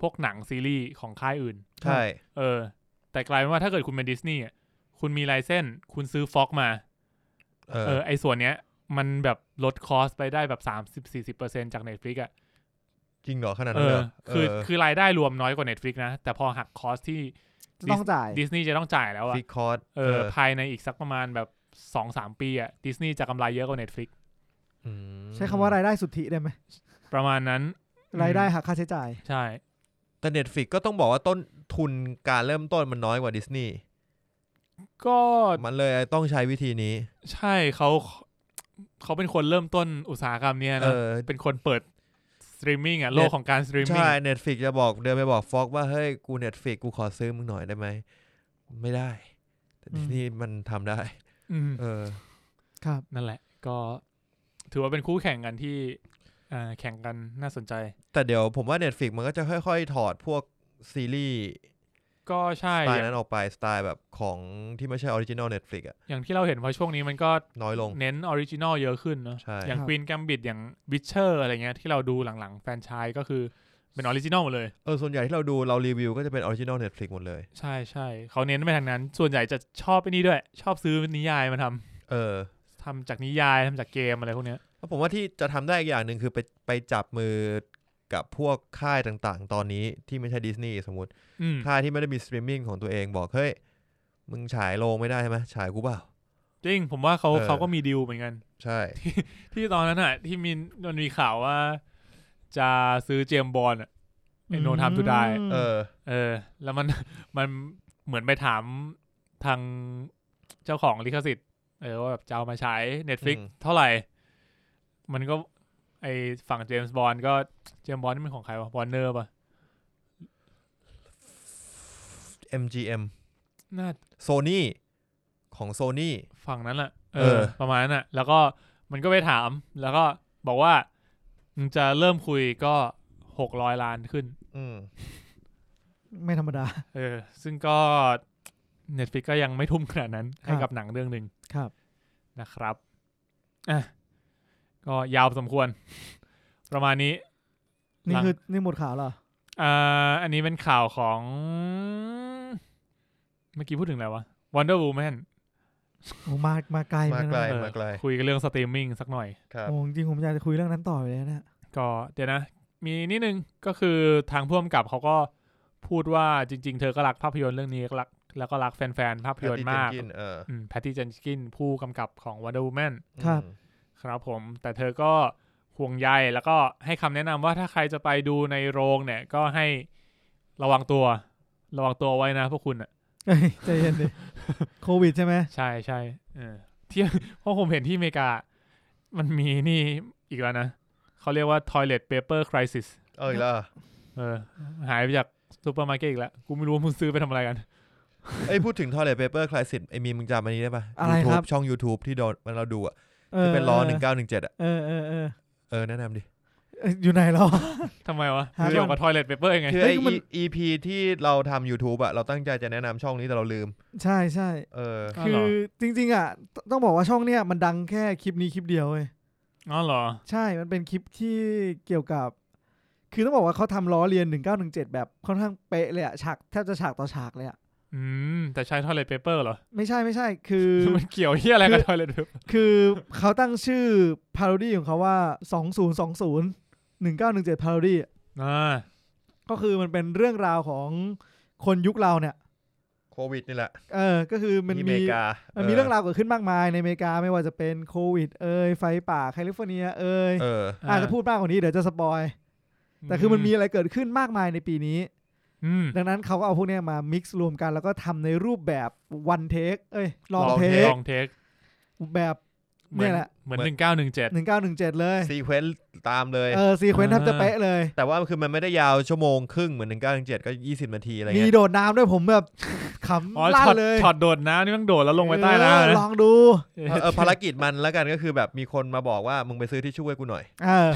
Speaker 3: พวกหนังซีรีส์ของค่ายอื่น
Speaker 2: ใช่
Speaker 3: เออ แต่กลายเป็นว่าถ้าเกิดคุณเป็นดิสนีย์อะคุณมีไลเส้นคุณซื้อฟ็อกมา
Speaker 2: เอ
Speaker 3: เอ
Speaker 2: อ
Speaker 3: อไอส่วนเนี้ย มันแบบลดคอสไปได้แบบสามสิบสี่สิบเปอร์เซ็นจาก Netflix อ่ะ
Speaker 2: จริงเหรอขนาด
Speaker 3: เอ
Speaker 2: นั้นเล
Speaker 3: อย คือคือรายได้รวมน้อยกว่า Netflix นะ แต่พอหักคอสที่
Speaker 1: จะต้องจ่าย
Speaker 3: ดิสนีย์จะต้องจ่ายแล้วอ่ะ
Speaker 2: ฟิกคอร์ส
Speaker 3: เออภายในอีกสักประมาณแบบสองสามปีอ่ะดิสนีย์จะกำไรเยอะกว่า Netflix
Speaker 2: ม
Speaker 1: ใช้คำว่ารายได้สุทธิได้ไหม
Speaker 3: ประมาณนั้น
Speaker 1: รายได้หักค่าใช้จ่าย
Speaker 3: ใช่
Speaker 2: แต่เน็ตฟิกก็ต้องบอกว่าต้นทุนการเริ่มต้นมันน้อยกว่าดิสนีย์
Speaker 3: ก็
Speaker 2: มันเลยต้องใช้วิธีนี้
Speaker 3: ใช่เขาเขาเป็นคนเริ่มต้นอุตสาหกรรมเนี้ย
Speaker 2: เอ
Speaker 3: นะ
Speaker 2: อ
Speaker 3: เป็นคนเปิดสตรีมมิ่งอ่ะโลกของการสตรีมมิ่ง
Speaker 2: ใช่ Netflix จะบอกเดินไปบอกฟอกว่า เฮ้ย กู Netflix กูขอซื้อมึงหน่อยได้ไหม ไม่ได้ แต่
Speaker 1: อืม
Speaker 2: นี่มันทำได้ เออ
Speaker 1: ครับ
Speaker 3: นั่นแหละก็ถือว่าเป็นคู่แข่งกันที่อ่าแข่งกันน่าสนใจ
Speaker 2: แต่เดี๋ยวผมว่า Netflix มันก็จะค่อยๆ ถอดพวกซีรีส์
Speaker 3: ก็ใช่
Speaker 2: สไตล์
Speaker 3: อย่า
Speaker 2: นั้
Speaker 3: ง
Speaker 2: นออกไป สไตล์แบบของที่ไม่ใช่ออริจินอล Netflix อะ
Speaker 3: อย่างที่เราเห็นพอช่วงนี้มันก็
Speaker 2: น้อยลง
Speaker 3: เน้นออริจินอลเยอะขึ้นเนาะ
Speaker 2: ใช่
Speaker 3: อย่า
Speaker 1: ค
Speaker 3: ง
Speaker 1: รับ
Speaker 3: ควีนแกมบิดอย่างวิชเชอร์อะไรเงี้ยที่เราดูหลังๆ แฟรนไชายก็คือเป็นออริจินอลหมดเลย
Speaker 2: เออ ส่วนใหญ่ที่เราดูเรารีวิวก็จะเป็นออริจินอล Netflix หมดเลย
Speaker 3: ใช่ใช่เขาเน้นไปทางนั้น ส่วนใหญ่จะชอบไอ้นี่ด้วย ชอบซื้อนิยายมาทำ
Speaker 2: เออ
Speaker 3: ทำจากนิยายทำจากเกมอะไรพวกเนี้ย
Speaker 2: แล้วผมว่าที่จะทำได้อีกอย่างหนึ่งคือไปไปจับมือกับพวกค่ายต่างๆ ตอนนี้ที่ไม่ใช่ดิสนีย์สมมติ
Speaker 3: อืม
Speaker 2: ค่ายที่ไม่ได้มีสตรีมมิ่งของตัวเองบอก เฮ้ย มึงฉายโรงไม่ได้ใช่ไหมฉายกูเปล่า
Speaker 3: จริงผมว่าเขา
Speaker 2: เออ
Speaker 3: เขาก็มีดีลเหมือนกัน
Speaker 2: ใช่
Speaker 3: ที่ตอนนั้นอะที่มีมันมีข่าวว่า จะซื้อเจมส์บอลอะไอโนทามทูได
Speaker 2: เออ
Speaker 3: เออ แล้วมัน <laughs> มันเหมือนไปถามทางเจ้าของลิขสิทธิ์เออว่าแบบจะเอามาใช้ Netflix
Speaker 2: อืม
Speaker 3: เท่าไหร่ มันก็ ไอฝั่งเจมส์บอลก็เจมส์บอลนี่เป็นของใครวะบอลเนอร์ปะ
Speaker 2: MGM
Speaker 3: น่า
Speaker 2: Sony ของ Sony
Speaker 3: ฝั่งนั้นแหละเอ
Speaker 2: เอ
Speaker 3: อ
Speaker 2: อ
Speaker 3: ประมาณนั้นอ่ะ แล้วก็มันก็ไปถาม แล้วก็บอกว่ามึงจะเริ่มคุยก็หกร้อยล้านขึ้น
Speaker 2: อืม
Speaker 1: ไม่ธรรมดา
Speaker 3: เออ ซึ่งก็ Netflix ก็ยังไม่ทุ่มขนาดนั้น ให้กับหนังเรื่องหนึ่ง
Speaker 1: ครับ
Speaker 3: นะครับอ่ะก็ยาวพอสมควร <laughs> ประมาณนี้
Speaker 1: นี่
Speaker 3: หลัง
Speaker 1: คือนี่หมดข่าวเหรอ
Speaker 3: อ่าอันนี้เป็นข่าวของ เมื่อกี้พูดถึงอะไรวะ Wonder Woman
Speaker 1: โอ้มามาไกลเห
Speaker 2: มา
Speaker 1: อนน
Speaker 2: ไกล
Speaker 1: นะ
Speaker 3: เออ
Speaker 2: มาไกล
Speaker 3: คุยกันเรื่องสตรีมมิ่งสักหน่อย
Speaker 2: ครับ
Speaker 1: โอ้จริงๆผมอยากจะคุยเรื่องนั้นต่ออยู่เลยนะ
Speaker 3: ก็เดี๋ยวนะ มีนิดนึงก็คือทางพ่วมกับเขาก็พูดว่าจริง ๆ เธอก็รักภาพยนตร์เรื่องนี้รัก แล้วก็รักแฟนๆภาพยนตร์มาก
Speaker 2: Patty Jenkins เออ
Speaker 3: แพตตี้เจนกินผู้กำกับของ Wonder Woman
Speaker 1: ครับ
Speaker 3: ครับผม แต่เธอก็ห่วงใยแล้วก็ให้คำแนะนำว่าถ้าใครจะไปดูในโรงเนี่ย ก็ให้ระวังตัว ระวังตัวไว้นะพวกคุณอะ
Speaker 1: เอ้ยใจเย็น
Speaker 3: <laughs>
Speaker 1: ดิ โควิดใช่ไหม
Speaker 3: ใช่ใช่เออที่ <laughs> เพราะผมเห็นที่อเมริกา มันมีนี่อีกแล้วนะ เขาเรียกว่า toilet paper crisis
Speaker 2: เอออีกแล้วเหรอ
Speaker 3: เออ หายไปจากซูเปอร์มาร์เก็ตอีกแล้ว กูไม่รู้ว่ามึงซื้อไปทำอะไรกัน <laughs>
Speaker 2: เอ้ยพูดถึง toilet paper crisis ไอ้มีมึงจำอันนี้ได้ปะ
Speaker 1: อะไร
Speaker 2: YouTube
Speaker 1: ครับ
Speaker 2: ช่อง YouTube ที่โดนมันเราดูอ่ะ
Speaker 1: อ
Speaker 2: ที่เป็นล้อ1917อ่ะ
Speaker 1: เออเออเออ
Speaker 2: เออแนะนำดิ
Speaker 1: เอ้ยอยู่ไหนแล้ว
Speaker 3: ทำไมวะ
Speaker 1: หา
Speaker 3: เกี่ยวกับ toilet paper ยังไง
Speaker 2: คือ
Speaker 1: เฮ้
Speaker 2: ไอ้
Speaker 1: ยก็มัน
Speaker 2: E- EP ที่เราทำ YouTube อ่ะ เราตั้งใจจะแนะนำช่องนี้แต่เราลืม
Speaker 1: ใช่ใช่
Speaker 2: เออ
Speaker 3: อ้าว
Speaker 1: คื
Speaker 3: เหรอ
Speaker 1: อจริง ๆ อ่ะตต้องบอกว่าช่องเนี้ยมันดังแค่คลิปนี้คลิปเดียวเว้ย
Speaker 3: อ๋อเหรอ
Speaker 1: ใช่มันเป็นคลิปที่เกี่ยวกับ คือต้องบอกว่าเขาทำล้อเลียน 1917 แบบค่อนข้างเป๊ะเลยอะฉากแทบจะฉากต่อฉากเลยอะ
Speaker 3: อืม แต่ใช้ toilet paper เหรอ
Speaker 1: ไม่ใช่ไม่ใช่คือ
Speaker 2: <laughs>
Speaker 3: มันเกี่ยวเฮียอะไรกับ
Speaker 1: คือ
Speaker 3: toilet paper
Speaker 1: คือเขาตั้งชื่อพาโรดี้ของเขาว่า 2020 1917พาโรดี้
Speaker 3: อ่า
Speaker 1: ก็คือมันเป็นเรื่องราวของคนยุคเราเนี่ย
Speaker 2: โควิดนี่แหละ
Speaker 1: เออ ก็คือมัน
Speaker 2: ที่อเม
Speaker 1: มี
Speaker 2: ริกา
Speaker 1: มันมีเรื่องราวเกิดขึ้นมากมายในอเมริกาไม่ว่าจะเป็นโควิด เอ่ยไฟป่าแคลิฟอร์เนีย เอ่ย
Speaker 2: เออ
Speaker 1: อาจจะพูดมากกว่านี้เดี๋ยวจะสปอย แต่คือมันมีอะไรเกิดขึ้นมากมายในปีนี้
Speaker 3: อืม
Speaker 1: ดังนั้นเขาก็เอาพวกเนี้ยมามิกซ์รวมกันแล้วก็ทำในรูปแบบวันเทคเอ้ยลอง
Speaker 2: long
Speaker 1: เท
Speaker 2: take
Speaker 1: ค
Speaker 3: ลองเทค
Speaker 1: แบบเนี่ยแหละ
Speaker 3: เหมือนหนึ่งเก้าหนึ่งเจ็ด
Speaker 1: หนึ่งเก้าหนึ่งเจ็ดเลย
Speaker 2: ซีเควนต์ตามเลย
Speaker 1: เออซีเควนต์แทบจะเป๊ะเลย
Speaker 2: แต่ว่าคือมันไม่ได้ยาวชั่วโมงครึ่งเหมือน1 9 7ก็ 20 นาทีอะไร
Speaker 1: มี
Speaker 2: เงี้ย
Speaker 1: โดดน้ำด้วยผมแบบ <laughs> ข
Speaker 3: อ๋อ
Speaker 1: ำลั่
Speaker 3: ช็อต
Speaker 1: นเลย
Speaker 3: ช็อตโดดน้ำนี่แมันโดดแล้วลงไปใต้น้ำ
Speaker 1: เออ
Speaker 3: นะ
Speaker 1: ลองดู
Speaker 3: เอ
Speaker 2: เออเออภารกิจมันแล้วกันก็คือแบบมีคนมาบอกว่ามึงไปซื้อที่ช่วยกูหน่อย
Speaker 1: เออ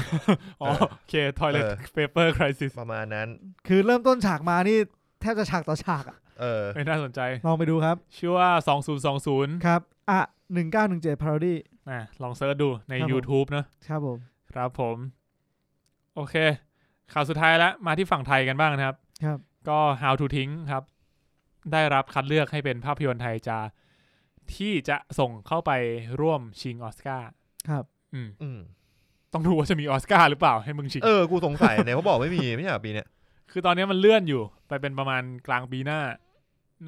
Speaker 3: อ๋อโอเค toilet
Speaker 2: เออ
Speaker 3: paper crisis
Speaker 2: ประมาณนั้น
Speaker 1: คือเริ่มต้นฉากมานี่แทบจะฉากต่อฉากอะ
Speaker 2: เออ
Speaker 3: ไม่น่าสนใจ
Speaker 1: ลองไปดูครับ
Speaker 3: ชื่อว่า 2020
Speaker 1: ครับ อ่ะหนึ่งเก้าหนึ่งเจ็ดพาราดี้
Speaker 3: นะลองเซิร์ชดูใน
Speaker 1: ครับผม
Speaker 3: YouTube นะครับ
Speaker 1: ผม
Speaker 3: ครับผม โอเค ข่าวสุดท้ายแล้ว มาที่ฝั่งไทยกันบ้างนะครับ
Speaker 1: ครับ
Speaker 3: ก็ How to ทิ้งครับ ได้รับคัดเลือกให้เป็นภาพยนตร์ไทยจะที่จะส่งเข้าไปร่วมชิงออสการ์
Speaker 1: ครับ
Speaker 3: อืม
Speaker 2: อืม
Speaker 3: ต้องดูว่าจะมีออสการ์หรือเปล่าให้มึงชิง
Speaker 2: เออ กูสงสัยเนี่ยเขาบอกไม่มีไม่ใช่เหรอปีเนี้ย
Speaker 3: คือตอนนี้มันเลื่อนอยู่ ไปเป็นประมาณกลางปีหน้า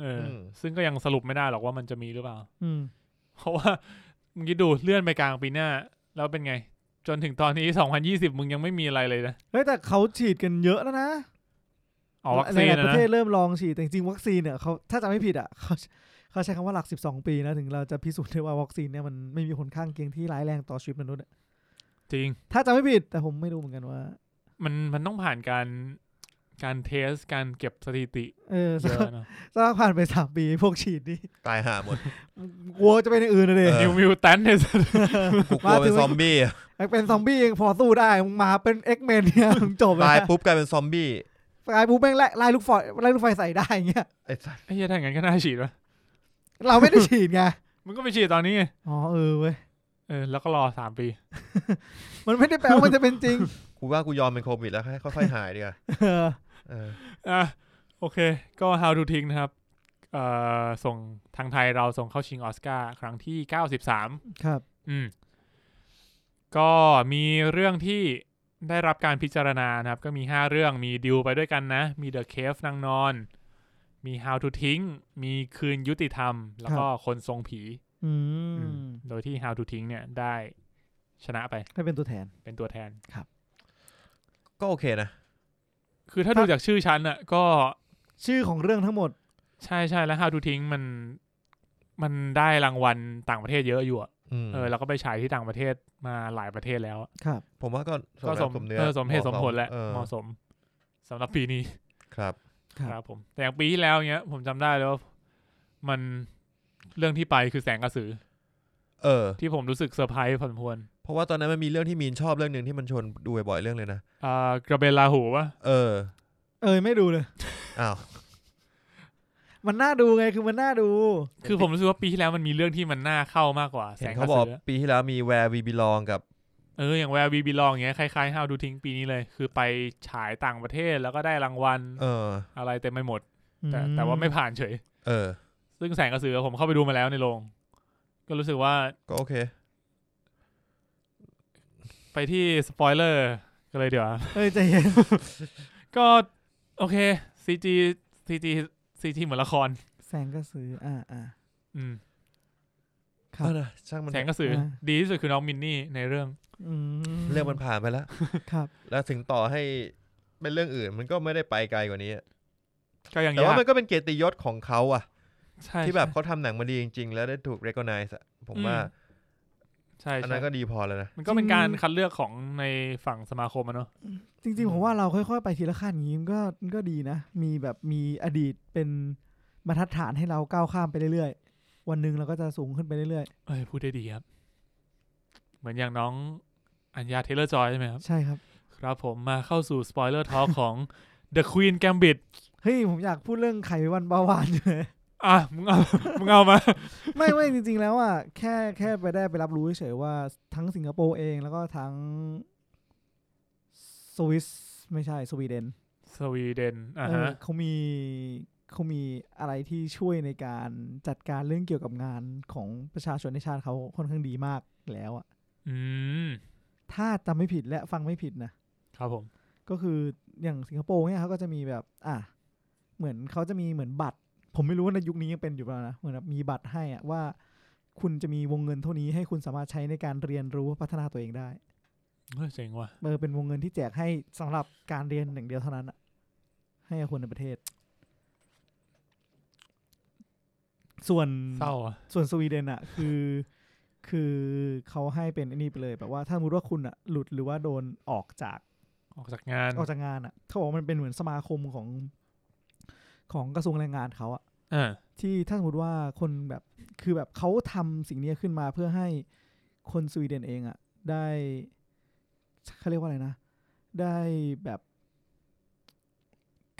Speaker 3: เอออ
Speaker 2: ม
Speaker 3: ซึ่งก็ยังสรุปไม่ได้หรอกว่ามันจะมีหรือเปล่า
Speaker 1: อืม
Speaker 3: เพราะว่ามึงคิดดูเลื่อนไปกลางปีหน้า แล้วเป็นไง จนถึงตอนนี้ 2020 มึงยังไม่มีอะไรเลยนะ
Speaker 1: เฮ้ยแต่เขาฉีดกันเยอะแล้วนะ
Speaker 3: อ๋อวัค
Speaker 1: ใน
Speaker 3: ซี
Speaker 1: ห
Speaker 3: น
Speaker 1: ลายประ
Speaker 3: อะนะ
Speaker 1: เทศเริ่มลองฉีดแต่จริงๆวัคซีนเนี่ยเขาถ้าจำไม่ผิดอ่ะ <laughs> เขาเขาใช้คำว่าหลัก 12 ปีนะถึงเราจะพิสูจน์ได้ว่าวัคซีนเนี่ยมันไม่มีผลข้างเคียงที่ร้ายแรงต่อชีวิตมนุษย์อะ
Speaker 3: จริง
Speaker 1: ถ้าจำไม่ผิดแต่ผมไม่รู้เหมือนกันว่า
Speaker 3: มันมันต้องผ่านการการเทสการเก็บสถิติ
Speaker 1: เออ <laughs>
Speaker 3: เยอะเนอะ
Speaker 1: สักผ่านไปสามปีพวกฉีดนี่
Speaker 2: ตายห่าหมด
Speaker 1: กลัวจะเป็นอย่างอื่นนะเลย
Speaker 2: เออ
Speaker 3: นิวมิวแตน <laughs> เนี่ย
Speaker 2: กูกลัวเป็นซอมบี้อะ
Speaker 1: เป็นซอมบี้เองพอสู้ได้มึงมาเป็นเอ็กเมนเนี่ย <laughs> มึงจบเล
Speaker 2: ตาย
Speaker 1: ย
Speaker 2: ปุ๊บกลายเป็นซอมบี้
Speaker 1: สกายบูแม่งไล่ไล่ลูกไฟไล่ลูกไฟใส่ได้อย่างเงี้ย
Speaker 2: ไอ้สัส
Speaker 3: ไอ้เหี้ยถ้าอย่างนั้นก็น่าฉีดวะ
Speaker 1: เราไม่ได้ฉีดไง
Speaker 3: มึงก็ไปฉีดตอนนี้ไง
Speaker 1: อ๋อเออเว้ย
Speaker 3: เออแล้วก็รอสามปี
Speaker 1: มันไม่ได้แปลว่ามันจะเป็น
Speaker 3: <laughs>
Speaker 1: จริง
Speaker 2: กูว่ากูยอมเป็นโควิดแล้วให้ค่อยๆหายดีกว่า
Speaker 1: เออ
Speaker 2: เออ
Speaker 3: อ่ะโอเค ก็ How to ทิ้งนะครับเอ่อส่งทางไทยเราส่งเข้าชิงออสการ์ครั้งที่ 93
Speaker 1: ครับ
Speaker 3: อืม ก็มีเรื่องที่ได้รับการพิจารณานะครับ ก็มี 5 เรื่องมีดิวไปด้วยกันนะ มี The Cave นางนอน มี How to ทิ้ง มีคืนยุติธรรม แล้วก็คนทรงผี
Speaker 1: อืม
Speaker 3: โดยที่ How to ทิ้งเนี่ยได้ชนะไป
Speaker 1: ให้เป็นตัวแทน
Speaker 3: เป็นตัวแทน
Speaker 2: ก็โอเคนะ
Speaker 3: คือถ้าดูจากชื่อชั้นอ่ะก็
Speaker 1: ชื่อของเรื่องทั้งหมด
Speaker 3: ใช่ใช่แล้ว How to ทิ้งมันมันได้รางวัลต่างประเทศเยอะอยู่อะ
Speaker 2: อืม
Speaker 3: เออเราก็ไปฉายที่ต่างประเทศมาหลายประเทศแล้วอะ
Speaker 1: ครับ
Speaker 2: ผมว่าก็
Speaker 3: ก็สม
Speaker 2: น้ำนื้
Speaker 3: เออสมเหตุสมผลและ
Speaker 2: เออ
Speaker 3: เหมาะสมสำหรับปีนี้
Speaker 2: ครับ
Speaker 3: ครับผม แต่อย่างปีที่แล้วเนี้ย ผมจำได้แล้วามันเรื่องที่ไปคือแสงกระสือ
Speaker 2: เออ
Speaker 3: ที่ผมรู้สึกเซอร์ไพรส์พอสมควร
Speaker 2: เพราะว่าตอนนั้นมันมีเรื่องที่มีนชอบเรื่องหนึ่งที่มันชวนดูบ่อยๆเรื่องเลยนะ
Speaker 3: อ่ากระเบนลาหูวะ
Speaker 2: เออ
Speaker 1: เอยไม่ดูเลย
Speaker 2: อ้าว
Speaker 1: มันน่าดูไงคือมันน่าดู
Speaker 3: คือผมรู้สึกว่าปีที่แล้วมันมีเรื่องที่มันน่าเข้ามากกว่า แส
Speaker 2: เห็น
Speaker 3: งก
Speaker 2: เขา
Speaker 3: ระ
Speaker 2: บอ
Speaker 3: สื
Speaker 2: ก
Speaker 3: อ
Speaker 2: ปีที่แล้วมีแวร์วีบีลองกับ
Speaker 3: เอออย่างแวร์วีบีลองเงี้ยคล้ายๆ How to ทิ้งปีนี้เลย คือไปฉายต่างประเทศแล้วก็ได้รางวัล
Speaker 2: เออ
Speaker 3: อะไรเต็มไปหมด แต่
Speaker 1: แต่
Speaker 3: แต่ว่าไม่ผ่านเฉย
Speaker 2: เออ
Speaker 3: ซึ่งแสงกระสือผมเข้าไปดูมาแล้วในโรง ก็รู้สึกว่า
Speaker 2: ก็โอเค
Speaker 3: ไปที่สปอยเลอร์ก็เลยเดี๋ยวา
Speaker 1: เอ้ยใจเย็น
Speaker 3: ก็โอเคซีจีซีจีซีจีเหมือนละคร
Speaker 1: แส งกระสืออ่าอ่า
Speaker 3: อืม
Speaker 1: ครับ
Speaker 2: เออนะช่างมัน
Speaker 3: แสงกระสือ
Speaker 1: อ่า
Speaker 3: ดีที่สุดคือน้องมินนี่ในเรื่อง
Speaker 1: อืม
Speaker 2: เรื่องมันผ่านไปแล้ว
Speaker 1: ครับ
Speaker 2: แล้วถึงต่อให้เป็นเรื่องอื่น มันก็ไม่ได้ไปไกลกว่านี้
Speaker 3: ก็ยัง
Speaker 2: แต่
Speaker 3: ยา
Speaker 2: ว่าก มันก็เป็นเกียรติยศของเขาอะ
Speaker 3: ใช่
Speaker 2: ที่แบบ
Speaker 3: ใช่
Speaker 2: เขาทำหนังมาดีจริง ๆ แล้วได้ถูก recognize อะผม
Speaker 3: อืม
Speaker 2: ว่า
Speaker 3: ใช่
Speaker 2: อัน
Speaker 3: ใช่
Speaker 2: นั้นก็ดีพอแล้วนะ
Speaker 3: มันก็เป็นการคัดเลือกของในฝั่งสมาคมอะเนาะ
Speaker 1: จริงๆผมว่าเราค่อยๆ ไปทีละขั้นอย่างนี้มันก็มันก็ดีนะ มีแบบมีอดีตเป็นบรรทัดฐานให้เราก้าวข้ามไปเรื่อยๆ วันหนึ่งเราก็จะสูงขึ้นไปเรื่อย
Speaker 3: เอ้ยพูดได้ดีครับ เหมือนอย่างน้องอัญญาเทเลอร์จอยใช่ไหมครับ
Speaker 1: ๆ ใช่ครับ
Speaker 3: ครับผมมาเข้าสู่สปอยเลอร์ทอของ The Queen Gambit
Speaker 1: เฮ้ย ผมอยากพูดเรื่องไขวันเบาหวานอยู่เลย
Speaker 3: อ่ะ มึงเอา <laughs> มึงเอามา
Speaker 1: ไม่ไม่จริงๆแล้วอ่ะแค่แค่ไปได้ไปรับรู้เฉยๆว่าทั้งสิงคโปร์เองแล้วก็ทั้งสวิสไม่ใช่สวีเดน
Speaker 3: สวีเดนอ่ะ
Speaker 1: เออ
Speaker 3: ฮะ
Speaker 1: เขามีเขามีอะไรที่ช่วยในการจัดการเรื่องเกี่ยวกับงานของประชาชนในชาติเขาค่อนข้างดีมากแล้วอะ
Speaker 3: อืม
Speaker 1: ถ้าจำไม่ผิดและฟังไม่ผิดนะ
Speaker 3: ครับผม
Speaker 1: ก็คืออย่างสิงคโปร์เนี่ยเขาก็จะมีแบบ อ่ะเหมือนเขาจะมีเหมือนบัตร ผมไม่รู้ว่าในยุคนี้ยังเป็นอยู่เปล่านะเหมือนแบบมีบัตรให้อะว่า คุณจะมีวงเงินเท่านี้ให้คุณสามารถใช้ในการเรียนรู้พัฒนาตัวเองได้
Speaker 3: เฮ้ยเจ๋งว่ะ
Speaker 1: เออเป็นวงเงินที่แจกให้สำหรับการเรียนอย่างเดียวเท่านั้นอะให้กับคนในประเทศ ส่วน
Speaker 3: เศร้าอ่ะ
Speaker 1: ส่วนสวีเดนอะคือ คือเขาให้เป็นไอันนี้ไปเลยแบบว่าถ้าสมมติว่าคุณอะหลุดหรือว่าโดนออกจาก
Speaker 3: ออกจากงาน
Speaker 1: ออกจากงานอะเขาบอกว่ามันเป็นเหมือนสมาคมของของกระทรวงแรงงานเขาอะ
Speaker 3: อ่า
Speaker 1: ที่ถ้าสมมติว่าคนแบบคือแบบเขาทำสิ่งเนี้ยขึ้นมาเพื่อให้คนสวีเดนเองอะได้เขาเรียกว่าอะไรนะ ได้แบบ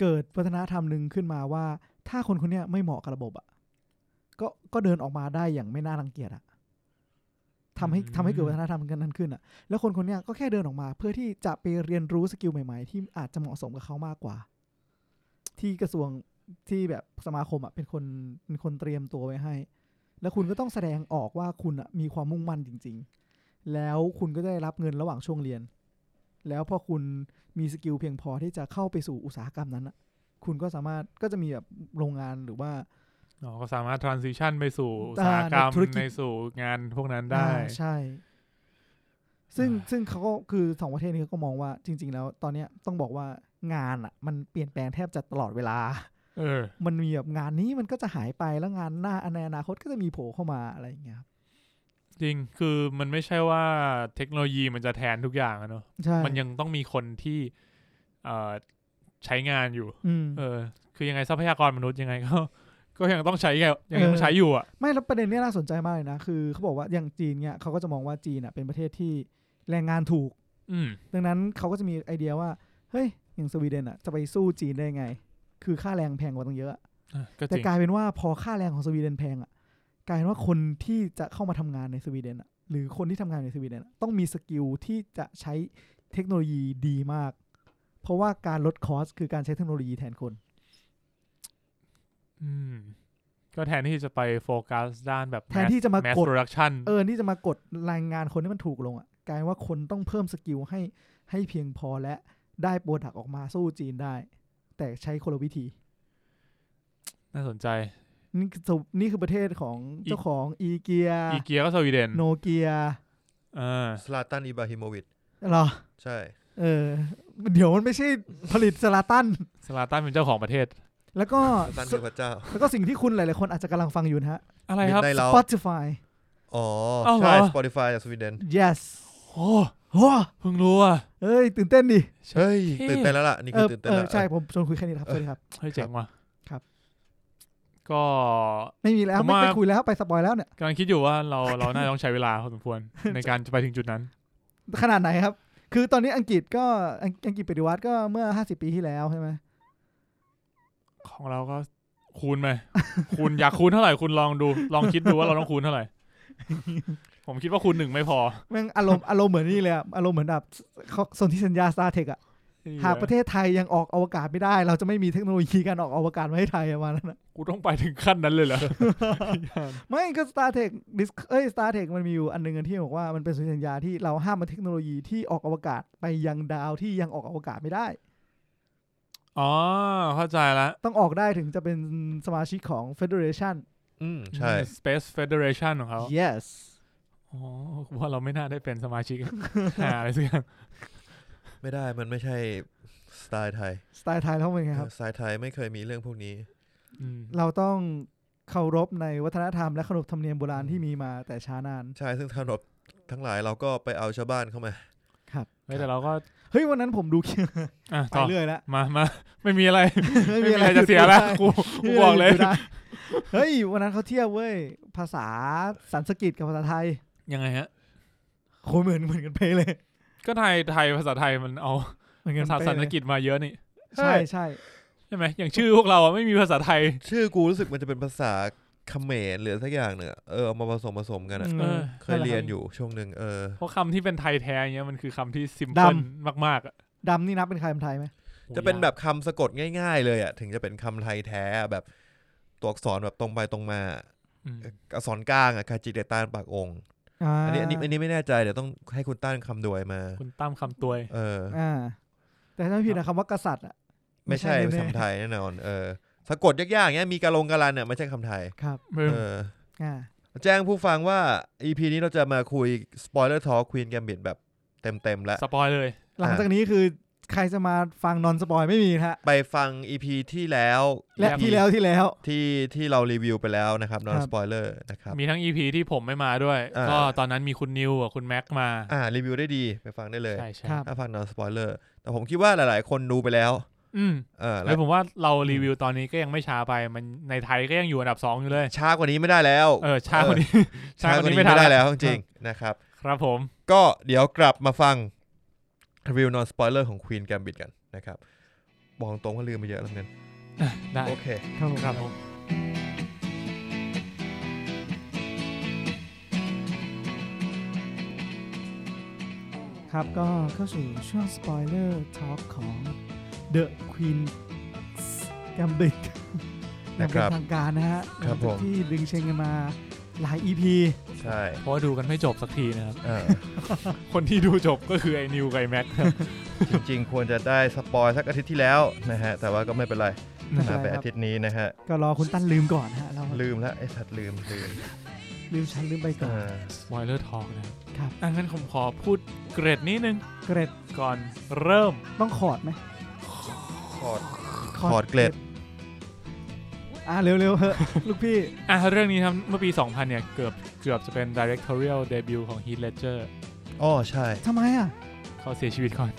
Speaker 1: เกิดวัฒนธรรมหนึ่งขึ้นมาว่า ถ้าคนคนเนี้ยไม่เหมาะกับระบบอะก็ก็เดินออกมาได้อย่างไม่น่ารังเกียจอะทำให้
Speaker 3: อืม
Speaker 1: ทำให้เกิดวัฒนธรรมกันนั้นขึ้นอะแล้วคนคนเนี้ยก็แค่เดินออกมา เพื่อที่จะไปเรียนรู้สกิลใหม่ๆ ที่อาจจะเหมาะสมกับเขามากกว่า ที่กระทรวงที่แบบสมาคมอะเป็นคนเป็นคนเตรียมตัวไว้ให้ แล้วคุณก็ต้องแสดงออกว่าคุณอะมีความมุ่งมั่นจริง ๆ แล้วคุณก็ได้รับเงินระหว่างช่วงเรียน แล้วพอคุณมีสกิลเพียงพอที่จะเข้าไปสู่อุตสาหกรรมนั้นอะคุณก็สามารถก็จะมีแบบโรงงานหรือว่า
Speaker 3: อ๋อ ก็สามารถ transition ไปสู่อุต
Speaker 1: อ่า
Speaker 3: สาหกรรม
Speaker 1: ธุรกิจ
Speaker 3: ในสู่งานพวกนั้นได้
Speaker 1: อ่าใช่ ซึ่ง
Speaker 3: อ่า
Speaker 1: ซึ่งเขาก็คือสองประเทศนี้เขาก็มองว่าจริง ๆ แล้วตอนเนี้ยต้องบอกว่างานอะมันเปลี่ยนแปลงแทบจะตลอดเวลา
Speaker 3: เออ
Speaker 1: มันมีแบบงานนี้มันก็จะหายไปแล้วงานหน้าในอนาคตก็จะมีโผล่เข้ามาอะไรอย่างเงี้ยครับ
Speaker 3: จริง คือมันไม่ใช่ว่าเทคโนโลยีมันจะแทนทุกอย่างอะเนาะ
Speaker 1: ใช่
Speaker 3: มันยังต้องมีคนที่เอ่อใช้งานอยู่
Speaker 1: อืม
Speaker 3: เออ คือยังไงทรัพยากรมนุษย์ยังไงก็ <laughs> ก็ยังต้องใช้อยู่ยังต้องใช้อยู่อ่ะ
Speaker 1: ไม่แล้วประเด็นเนี้ยน่าสนใจมากเลยนะ คือเขาบอกว่าอย่างจีนเนี่ยเขาก็จะมองว่าจีนอะเป็นประเทศที่แรงงานถูก
Speaker 3: อืม
Speaker 1: ดังนั้นเขาก็จะมีไอเดียว่า เฮ้ย อย่างสวีเดนอ่ะ จะไปสู้จีนได้ไง คือค่าแรงแพงกว่าตั้งเยอะ
Speaker 3: อ่ะก็จ
Speaker 1: แต่
Speaker 3: ริง
Speaker 1: กลายเป็นว่าพอค่าแรงของสวีเดนแพงอ่ะ กลายเป็นว่าคนที่จะเข้ามาทำงานในสวีเดนอ่ะ หรือคนที่ทำงานในสวีเดนอะต้องมีสกิลที่จะใช้เทคโนโลยีดีมาก เพราะว่าการลดคอสคือการใช้เทคโนโลยีแทนคน
Speaker 3: อืม ก็แทนที่จะไปโฟกัสด้านแบบ
Speaker 1: แทนที่จะมา
Speaker 3: mass
Speaker 1: กด
Speaker 3: production
Speaker 1: เออที่จะมากดแรงงานคนให้มันถูกลงอ่ะ กลายเป็นว่าคนต้องเพิ่มสกิลให้ให้เพียงพอและได้โปรดักออกมาสู้จีนได้ แต่ใช้คนละวิธี
Speaker 3: น่าสนใจ
Speaker 1: นี่คือสรุปนี่คือประเทศของเจ้าของอีเกีย
Speaker 3: อีเกียก็สวีเดน
Speaker 1: โนเกีย
Speaker 3: เออ
Speaker 2: สลาตันอิบราฮิโมวิช
Speaker 1: หรอ
Speaker 2: ใช่
Speaker 1: เออ เดี๋ยวมันไม่ใช่ผลิตสลาตัน
Speaker 3: สลาตันเป็นเจ้าของประเทศ
Speaker 1: แล้วก็
Speaker 2: สลาตันคือพระเจ้า
Speaker 1: แล้วก็สิ่งที่คุณหลาย ๆ คนอาจจะกำลังฟังอยู่นะฮะ
Speaker 3: อะไรครับ
Speaker 2: Midnight Love
Speaker 1: Spotify
Speaker 2: อ๋อ
Speaker 3: เอ้า
Speaker 2: ใช่
Speaker 3: เหรอ
Speaker 2: Spotify จากสวีเดน
Speaker 1: yes
Speaker 3: โอ้
Speaker 1: โอ้
Speaker 3: เพิ่งรู้อ่ะ
Speaker 1: เอ้ย ตื่นเต้นดิ
Speaker 2: เฮ้ย
Speaker 3: เท่
Speaker 2: ตื่นเต้นแล้วล่ะ นี่
Speaker 1: เอ
Speaker 2: คือ
Speaker 1: อ
Speaker 2: ตื่นเต้
Speaker 1: เอนอ
Speaker 2: แล้ว
Speaker 1: ใช่ ผมชวนคุยแค่นี้ครับสวัสดีครับ
Speaker 3: เฮ้ยเจ๋งว่ะ
Speaker 1: ครับ
Speaker 3: ก็
Speaker 1: ไม่มีแล้ว
Speaker 3: ผม
Speaker 1: ไม่
Speaker 3: ว่า
Speaker 1: ไปคุยแล้วไปสปอยแล้วเนี่ย
Speaker 3: กำลังคิดอยู่ว่าเราเราน่าจะต้องใช้เวลาพอสมควร ในการจะไปถึงจุดนั้น
Speaker 1: ขนาดไหนครับ คือตอนนี้อังกฤษก็อังอังกฤษปฏิวัติก็เมื่อ 50 ปีที่แล้วใช่ไหม
Speaker 3: ของเราก็คูณไหม <laughs> คูณอยากคูณเท่าไหร่คุณลองดู ลองคิดดูว่าเราต้องคูณเท่าไหร่ <laughs> ผมคิดว่าคูณหนึ่งไม่พอ
Speaker 1: แม่งอารมณ์อารมณ์เหมือนนี่เลยอะอารมณ์เหมือนแบบเขาสนธิสัญญาซาเทคอะหากประเทศไทยยังออกอวกาศไม่ได้ เราจะไม่มีเทคโนโลยีการออกอวกาศมาให้ไทยประมาณนั้นอะ
Speaker 3: กูต้องไปถึงขั้นนั้นเลยเหรอ <laughs>
Speaker 1: ไม่ก็ Star Trek Dis เอ้ย Star Trek มันมีอยู่อันหนึงอันที่บอกว่ามันเป็นสัญญาที่เราห้ามมาเทคโนโลยีที่ออกอวกาศไปยังดาวที่ยังออกอวกาศไม่ได้
Speaker 3: อ๋อ เข้าใจละ
Speaker 1: ต้องออกได้ถึงจะเป็นสมาชิกของ Federation
Speaker 2: อืมใช่
Speaker 3: อืม Space Federation ของเขา
Speaker 1: yes
Speaker 3: อ๋อว่าเราไม่น่าได้เป็นสมาชิก <laughs> หาอะไรสักอย่าง
Speaker 2: ไม่ได้มันไม่ใช่สไตล์ไทย
Speaker 1: สไตล์ไทยแล้วเป็นไงครับ
Speaker 2: สไตล์ไทยไม่เคยมีเรื่องพวกนี้
Speaker 3: อืม
Speaker 1: เราต้องเคารพในวัฒนธรรมและขนบธรรมเนียมโบราณที่มีมาแต่ช้านาน
Speaker 2: ใช่ซึ่งถนบทั้งหลายเราก็ไปเอาชาวบ้านเข้ามา
Speaker 3: เฮ้ยแต่เราก็
Speaker 1: เฮ้ย วันนั้นผมดู
Speaker 3: อ่ะ
Speaker 1: ไป
Speaker 3: ต่อ
Speaker 1: เรื่อยแล้ว
Speaker 3: มามา ไม่มีอะไร
Speaker 1: ไม่มี
Speaker 3: ไม่มี
Speaker 1: อะ
Speaker 3: อะไร ไรจะเสีย
Speaker 1: หยุด
Speaker 3: แล้ว
Speaker 1: ได้
Speaker 3: กูกูบอกเลย
Speaker 1: ไม่มีะไรได้เฮ้ย วันนั้นเขาเทียบเว้ย ภาษาสันสกฤตกับภาษาไทย
Speaker 3: ยังไงฮะ
Speaker 1: โคตรเหมือนเหมือนกันเป๊ะเลย
Speaker 3: ก็ไทยไทยภาษาไทยมันเอา
Speaker 1: เหมือนกัน
Speaker 3: ภาษา
Speaker 1: เป๊ะ
Speaker 3: สันส
Speaker 1: เลย
Speaker 3: กิจมาเยอะนี่
Speaker 1: ใช่ใช่
Speaker 3: ใช่ไหมอย่างชื่อพวกเราอะไม่มีภาษาไทย
Speaker 2: ชื่อกูรู้สึกมันจะเป็นภาษาเขมรหรือสักอย่างเนี่ยเออเอามาผสมผสมกันอะ
Speaker 1: อืม
Speaker 3: เออ
Speaker 2: เคยเรียนอยู่ช่วงหนึ่งเออ
Speaker 3: เพราะคำที่เป็นไทยแท้เงี้ยมันคือคำที่ซิม
Speaker 1: ด
Speaker 3: เพิลมากๆอะ
Speaker 1: ดำนี่นับเป็นใครเป็นไทยไหม
Speaker 2: จะเป็นแบบคำสะกดง่ายๆเลยอ่ะถึงจะเป็นคำไทยแท้อะแบบตัวอักษรแบบตรงไปตรงมา
Speaker 3: อืม
Speaker 2: อักษรกลางอ่ะคาจิเดตานปากองค์
Speaker 1: อ่า
Speaker 2: อันนี้อันนี้อันนี้ไม่แน่ใจเดี๋ยวต้องให้คุณต้านคำดวยมา
Speaker 3: คุณตั้มคำตัวย
Speaker 2: เออ
Speaker 1: อ่า แต่ถ้าไม่ผิดนะคำว่ากษัตริย์อะ
Speaker 2: ไม่ใช่เป็น
Speaker 1: แน่ๆ
Speaker 2: คำไทยแน่นอนเออสะกดยากๆเงี้ยมีกะลงกะลันเนี่ยไม่ใช่คำไทย
Speaker 1: ครับ
Speaker 3: มึง
Speaker 2: เออ
Speaker 1: อ่า
Speaker 2: แจ้งผู้ฟังว่า EP นี้เราจะมาคุย Spoiler Talk Queen Gambit แบบเต็มๆแล้ว
Speaker 3: สปอยเลย
Speaker 1: หลังจากนี้คือใครจะมาฟังนอนสปอยไม่มีนะฮะ
Speaker 2: ไปฟัง EP ที่แล้ว
Speaker 1: และที่แล้วที่แล้ว
Speaker 2: ที่ที่เรารีวิวไปแล้วนะครับ
Speaker 1: ค
Speaker 2: Non
Speaker 1: รับ
Speaker 2: Spoiler นะครับ
Speaker 3: มีทั้ง EP ที่ผมไม่มาด้วย
Speaker 2: อ่า
Speaker 3: ก็ตอนนั้นมีคุณนิวกับคุณแม็กมา
Speaker 2: อ่ารีวิวได้ดีไปฟังได้เลย
Speaker 3: ใช่ใช่
Speaker 1: ครับ
Speaker 2: ถ้าฟัง Non Spoiler แต่ผมคิดว่าหลายๆ คนดูไปแล้ว
Speaker 3: อืม
Speaker 2: เออแล้
Speaker 3: แล้ว วผมว่าเรารีวิวตอนนี้ก็ยังไม่ช้าไป มันในไทยก็ยังอยู่อันดับสองอยู่เลย
Speaker 2: ช้ากว่านี้ไม่ได้แล้ว
Speaker 3: เออช้ากว่านี้
Speaker 2: ช้า
Speaker 3: ช้า
Speaker 2: ก ก
Speaker 3: ว่า
Speaker 2: ว่า
Speaker 3: นี้
Speaker 2: นี้
Speaker 3: ไม่
Speaker 2: ไม่
Speaker 3: ทัน
Speaker 2: ได้
Speaker 3: แล้ว
Speaker 2: แล้วจริงๆนะครับ
Speaker 3: ครับผม
Speaker 2: ก็เดี๋ยวกลับมาฟังรีวิว Non Spoiler ของ Queen Gambit กันนะครับบอกตรงว่าลืมไปเยอะแล้วเนั่น
Speaker 3: ได้
Speaker 2: โอเค
Speaker 1: ครับผม
Speaker 3: ครับผม
Speaker 1: ครับก็เข้าสู่ช่วงสปอยเลอร์ทอล์กของ The Queen Gambit อ
Speaker 2: นะ
Speaker 1: ย่าง
Speaker 2: ค
Speaker 1: เป็
Speaker 2: รั
Speaker 1: น
Speaker 2: บ
Speaker 1: ทางการนะฮะ
Speaker 2: ครับ
Speaker 1: หลังจาก
Speaker 2: ผม
Speaker 1: ที่ดึงเชงกันมาหลาย EP
Speaker 2: ใช่
Speaker 3: เพราะว่าดูกันไม่จบสักทีนะครับ
Speaker 2: เออ
Speaker 3: คนที่ดูจบก็คือไอ้นิวกับไอ้แม็กครับ
Speaker 2: จริงๆ ควรจะได้สปอยสักอาทิตย์ที่แล้วนะฮะ แต่ว่าก็ไม่เป็นไร
Speaker 1: ไม่เป็
Speaker 2: มาน ไป
Speaker 1: ไรค
Speaker 2: อา
Speaker 1: รับ
Speaker 2: ทิตย์นี้นะฮะ
Speaker 1: ก็รอคุณตั้นลืมก่อนฮะเรา
Speaker 2: ลืมแล้วไอ้สัตว์ลืมลืม
Speaker 1: ลืมฉันลืมไปก่อน
Speaker 2: อ่า
Speaker 3: สปอยเลอร์ทอกนะครับ
Speaker 1: ครับ
Speaker 3: อ่ะงั้นผมขอพูดเกรดนิดนึง
Speaker 1: เกรด
Speaker 3: ก่อนเริ่ม
Speaker 1: ต้องขอดไหม
Speaker 2: ขอดขอดเกรด
Speaker 1: อ่ะเร็วๆเฮ้ลูกพี่
Speaker 3: อ่ะเรื่องนี้ครับเมื่อปี 2000 เนี่ย เกือบเกือบจะเป็น directorial debut ของ Heath Ledger
Speaker 2: อ๋อใช่
Speaker 1: ทำไมอ่ะ
Speaker 3: เขาเสียชีวิตก่อน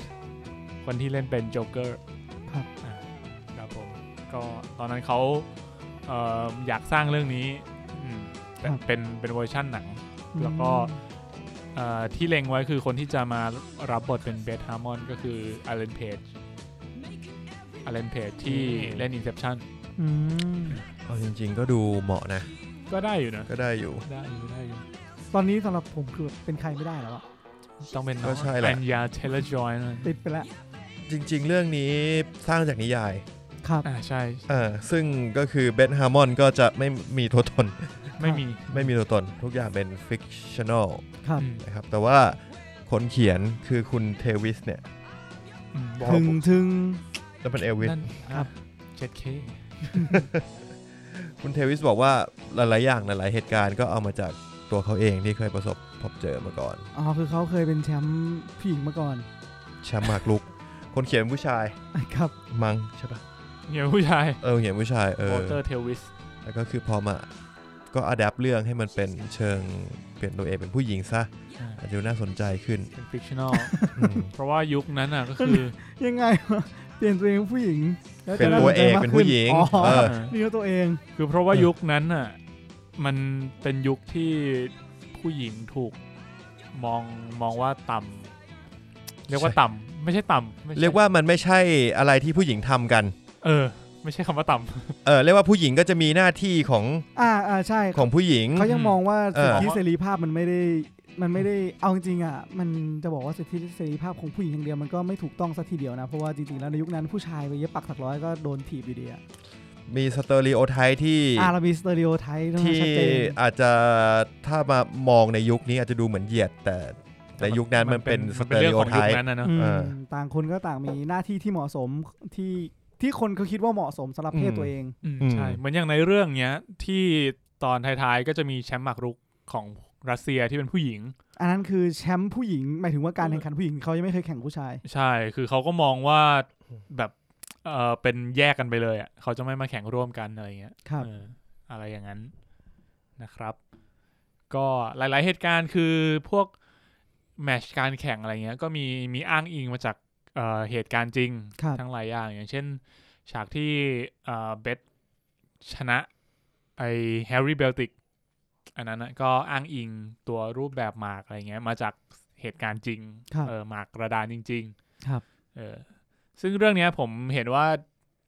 Speaker 3: คนที่เล่นเป็นโจ๊กเกอร์
Speaker 1: ครับ
Speaker 3: อ่ะครับผม ก็ตอนนั้นเขาเอ่ออยากสร้างเรื่องนี้อืมแต่เป็นเป็นเวอร์ชั่นหนัง แล้วก็ เอ่อที่เล็งไว้คือคนที่จะมารับบทเป็นเบสฮาร์มอนก็คืออเลนเพจอเลนเพจที่เล่น Inception
Speaker 1: อืม
Speaker 2: เอาจริงๆ ก็ดูเหมาะนะ
Speaker 3: ก็ได้อยู่นะ
Speaker 2: ก็ได้อยู่
Speaker 3: ได้อยู่ได้อยู่
Speaker 1: ตอนนี้สำหรับผมคือเป็นใครไม่ได้แล้วอะ
Speaker 3: ต้องเป็น
Speaker 2: ก็
Speaker 3: น้อง
Speaker 2: ใช่แหละ
Speaker 3: อัญญาเทเลจอยนะ
Speaker 1: ติดไปแล้ว
Speaker 2: จริง ๆ เรื่องนี้สร้างจากนิยาย
Speaker 1: ครับ
Speaker 3: อ่าใช่
Speaker 2: อ่าซึ่งก็คือเบนฮาร์มอนก็จะไม่มีตัวตน <laughs>
Speaker 3: ไม่มี
Speaker 2: ไม่มีตัวตน ทุกอย่างเป็นฟิกชั่นอล
Speaker 1: ครับ
Speaker 3: อืม
Speaker 2: นะครับ แต่ว่าคนเขียนคือคุณเทวิสเนี่ย
Speaker 3: อืม
Speaker 1: ถึงถึง
Speaker 2: แล้วเป็นเอลวิส
Speaker 3: นั่น
Speaker 1: ครับ
Speaker 3: เจ็ดเค
Speaker 2: คุณเทวิสบอกว่าหลาย ๆ อย่างหลาย ๆ เหตุการณ์ก็เอามาจากตัวเขาเองที่เคยประสบพบเจอมาก่อน
Speaker 1: อ๋อคือเขาเคยเป็นแชมป์ผู้หญิงมาก่อน
Speaker 2: แชมป์หมากลุก คนเขียนผู้ชาย
Speaker 1: ครับ
Speaker 2: มัง้งใช่ปะ
Speaker 3: เนี่ยผู้ชาย
Speaker 2: เออเขียนผู้ชายเอ
Speaker 3: โป
Speaker 2: อ
Speaker 3: เตอร์เทลวิส
Speaker 2: แล้วก็คือพอมาก็อัดแอปเรื่องให้มันเป็นเชิงเปลี่ยนตัวเองเป็นผู้หญิงซะอาจจะดูน่าสนใจขึ้น
Speaker 3: เป็นฟิกชั่นอล
Speaker 2: อืม
Speaker 3: เพราะว่ายุคนั้นอ่ะก็คือ
Speaker 1: ยัง <laughs> ไงวะเปลี่ยนตัวเองเป็นผู้หญิงแล้จะ
Speaker 2: เป็นตัวเอง
Speaker 1: น่าสใจมาก
Speaker 2: เป็นผู้หญิง
Speaker 1: ขึ้นอ๋อ
Speaker 2: เออ
Speaker 1: นี่ก็ตัวเอง
Speaker 3: คือเพราะว่า
Speaker 2: เออ
Speaker 3: ยุคนั้นอ่ะมันเป็นยุคที่ผู้หญิงถูกมองมองว่าต่ำเรียกว่าต่ำไม่ใช่ต่ำไม่ใช่
Speaker 2: เรียกว่ามันไม่ใช่อะไรที่ผู้หญิงทำกัน
Speaker 3: เออ ไม่ใช่คำว่าต่ำ
Speaker 2: เออเรียกว่าผู้หญิงก็จะมีหน้าที่ของ
Speaker 1: อ่าอ่าใช่
Speaker 2: ของผู้หญิง
Speaker 1: เขายังมองว่า
Speaker 2: เออ
Speaker 1: สิทธิเสรีภาพมันไม่ได้ มันไม่ได้ เอาจริงๆอ่ะ มันจะบอกว่าสิทธิเสรีภาพของผู้หญิงอย่างเดียวมันก็ไม่ถูกต้องสักทีเดียวนะ เพราะว่าจริงๆแล้วในยุคนั้นผู้ชายไปเย็บปักถักร้อยก็โดนถีบอยู่ดีอ่ะ
Speaker 2: มีสเตอริโอไทป์ที่
Speaker 1: อ่ะเรามีสเตอริโอไทป์ที่
Speaker 2: ที่
Speaker 1: ชัดเจน
Speaker 2: อาจจะถ้ามามองในยุคนี้อาจจะดูเหมือนเหยียด แต่แต่ยุคนั้นมันเป็นส
Speaker 3: มั
Speaker 2: เตอ
Speaker 3: เรื่
Speaker 2: ริ
Speaker 3: อง
Speaker 2: โอ
Speaker 3: ของ
Speaker 2: ไท
Speaker 3: ยุ
Speaker 2: ป์
Speaker 3: คนั้นนะเนอะ
Speaker 1: อืม
Speaker 2: เออ
Speaker 1: ต่างคนก็ต่างมีหน้าที่ที่เหมาะสมที่ ที่คนเขาคิดว่าเหมาะสมสำหรับเพศตัวเอง
Speaker 3: อืม
Speaker 2: อืม
Speaker 3: ใช่เหมือนอย่างในเรื่องเนี้ย ที่ตอนท้ายๆก็จะมีแชมป์หมากรุกของรัสเซียที่เป็นผู้หญิง
Speaker 1: อันนั้นคือแชมป์ผู้หญิงหมายถึงว่าการแข่งขันผู้หญิงเขายังไม่เคยแข่งผู้ชาย
Speaker 3: ใช่ คือเขาก็มองว่าแบบเออเป็นแยกกันไปเลยอ่ะเขาจะไม่มาแข่งร่วมกันอะไรอย่างเงี้ย
Speaker 1: ครับ
Speaker 3: เอออะไรอย่างนั้นนะครับ ก็หลาย ๆ เหตุการณ์คือพวกแมตชการแข่งอะไรเงี้ย ก็มีมีอ้างอิงมาจากเอ่อเหตุการณ์จริง
Speaker 1: ครับ
Speaker 3: ทั้งหลายอย่าง อย่างเช่น ฉากที่เอ่อเบสชนะไอแฮร์รี่เบลติกอันนั้นนะก็อ้างอิงตัวรูปแบบหมากอะไรเงี้ยมาจากเหตุการณ์จริง
Speaker 1: ครับ
Speaker 3: เออหมากกระดานจริงๆ
Speaker 1: ครับ
Speaker 3: เออซึ่งเรื่องเนี้ยผมเห็นว่า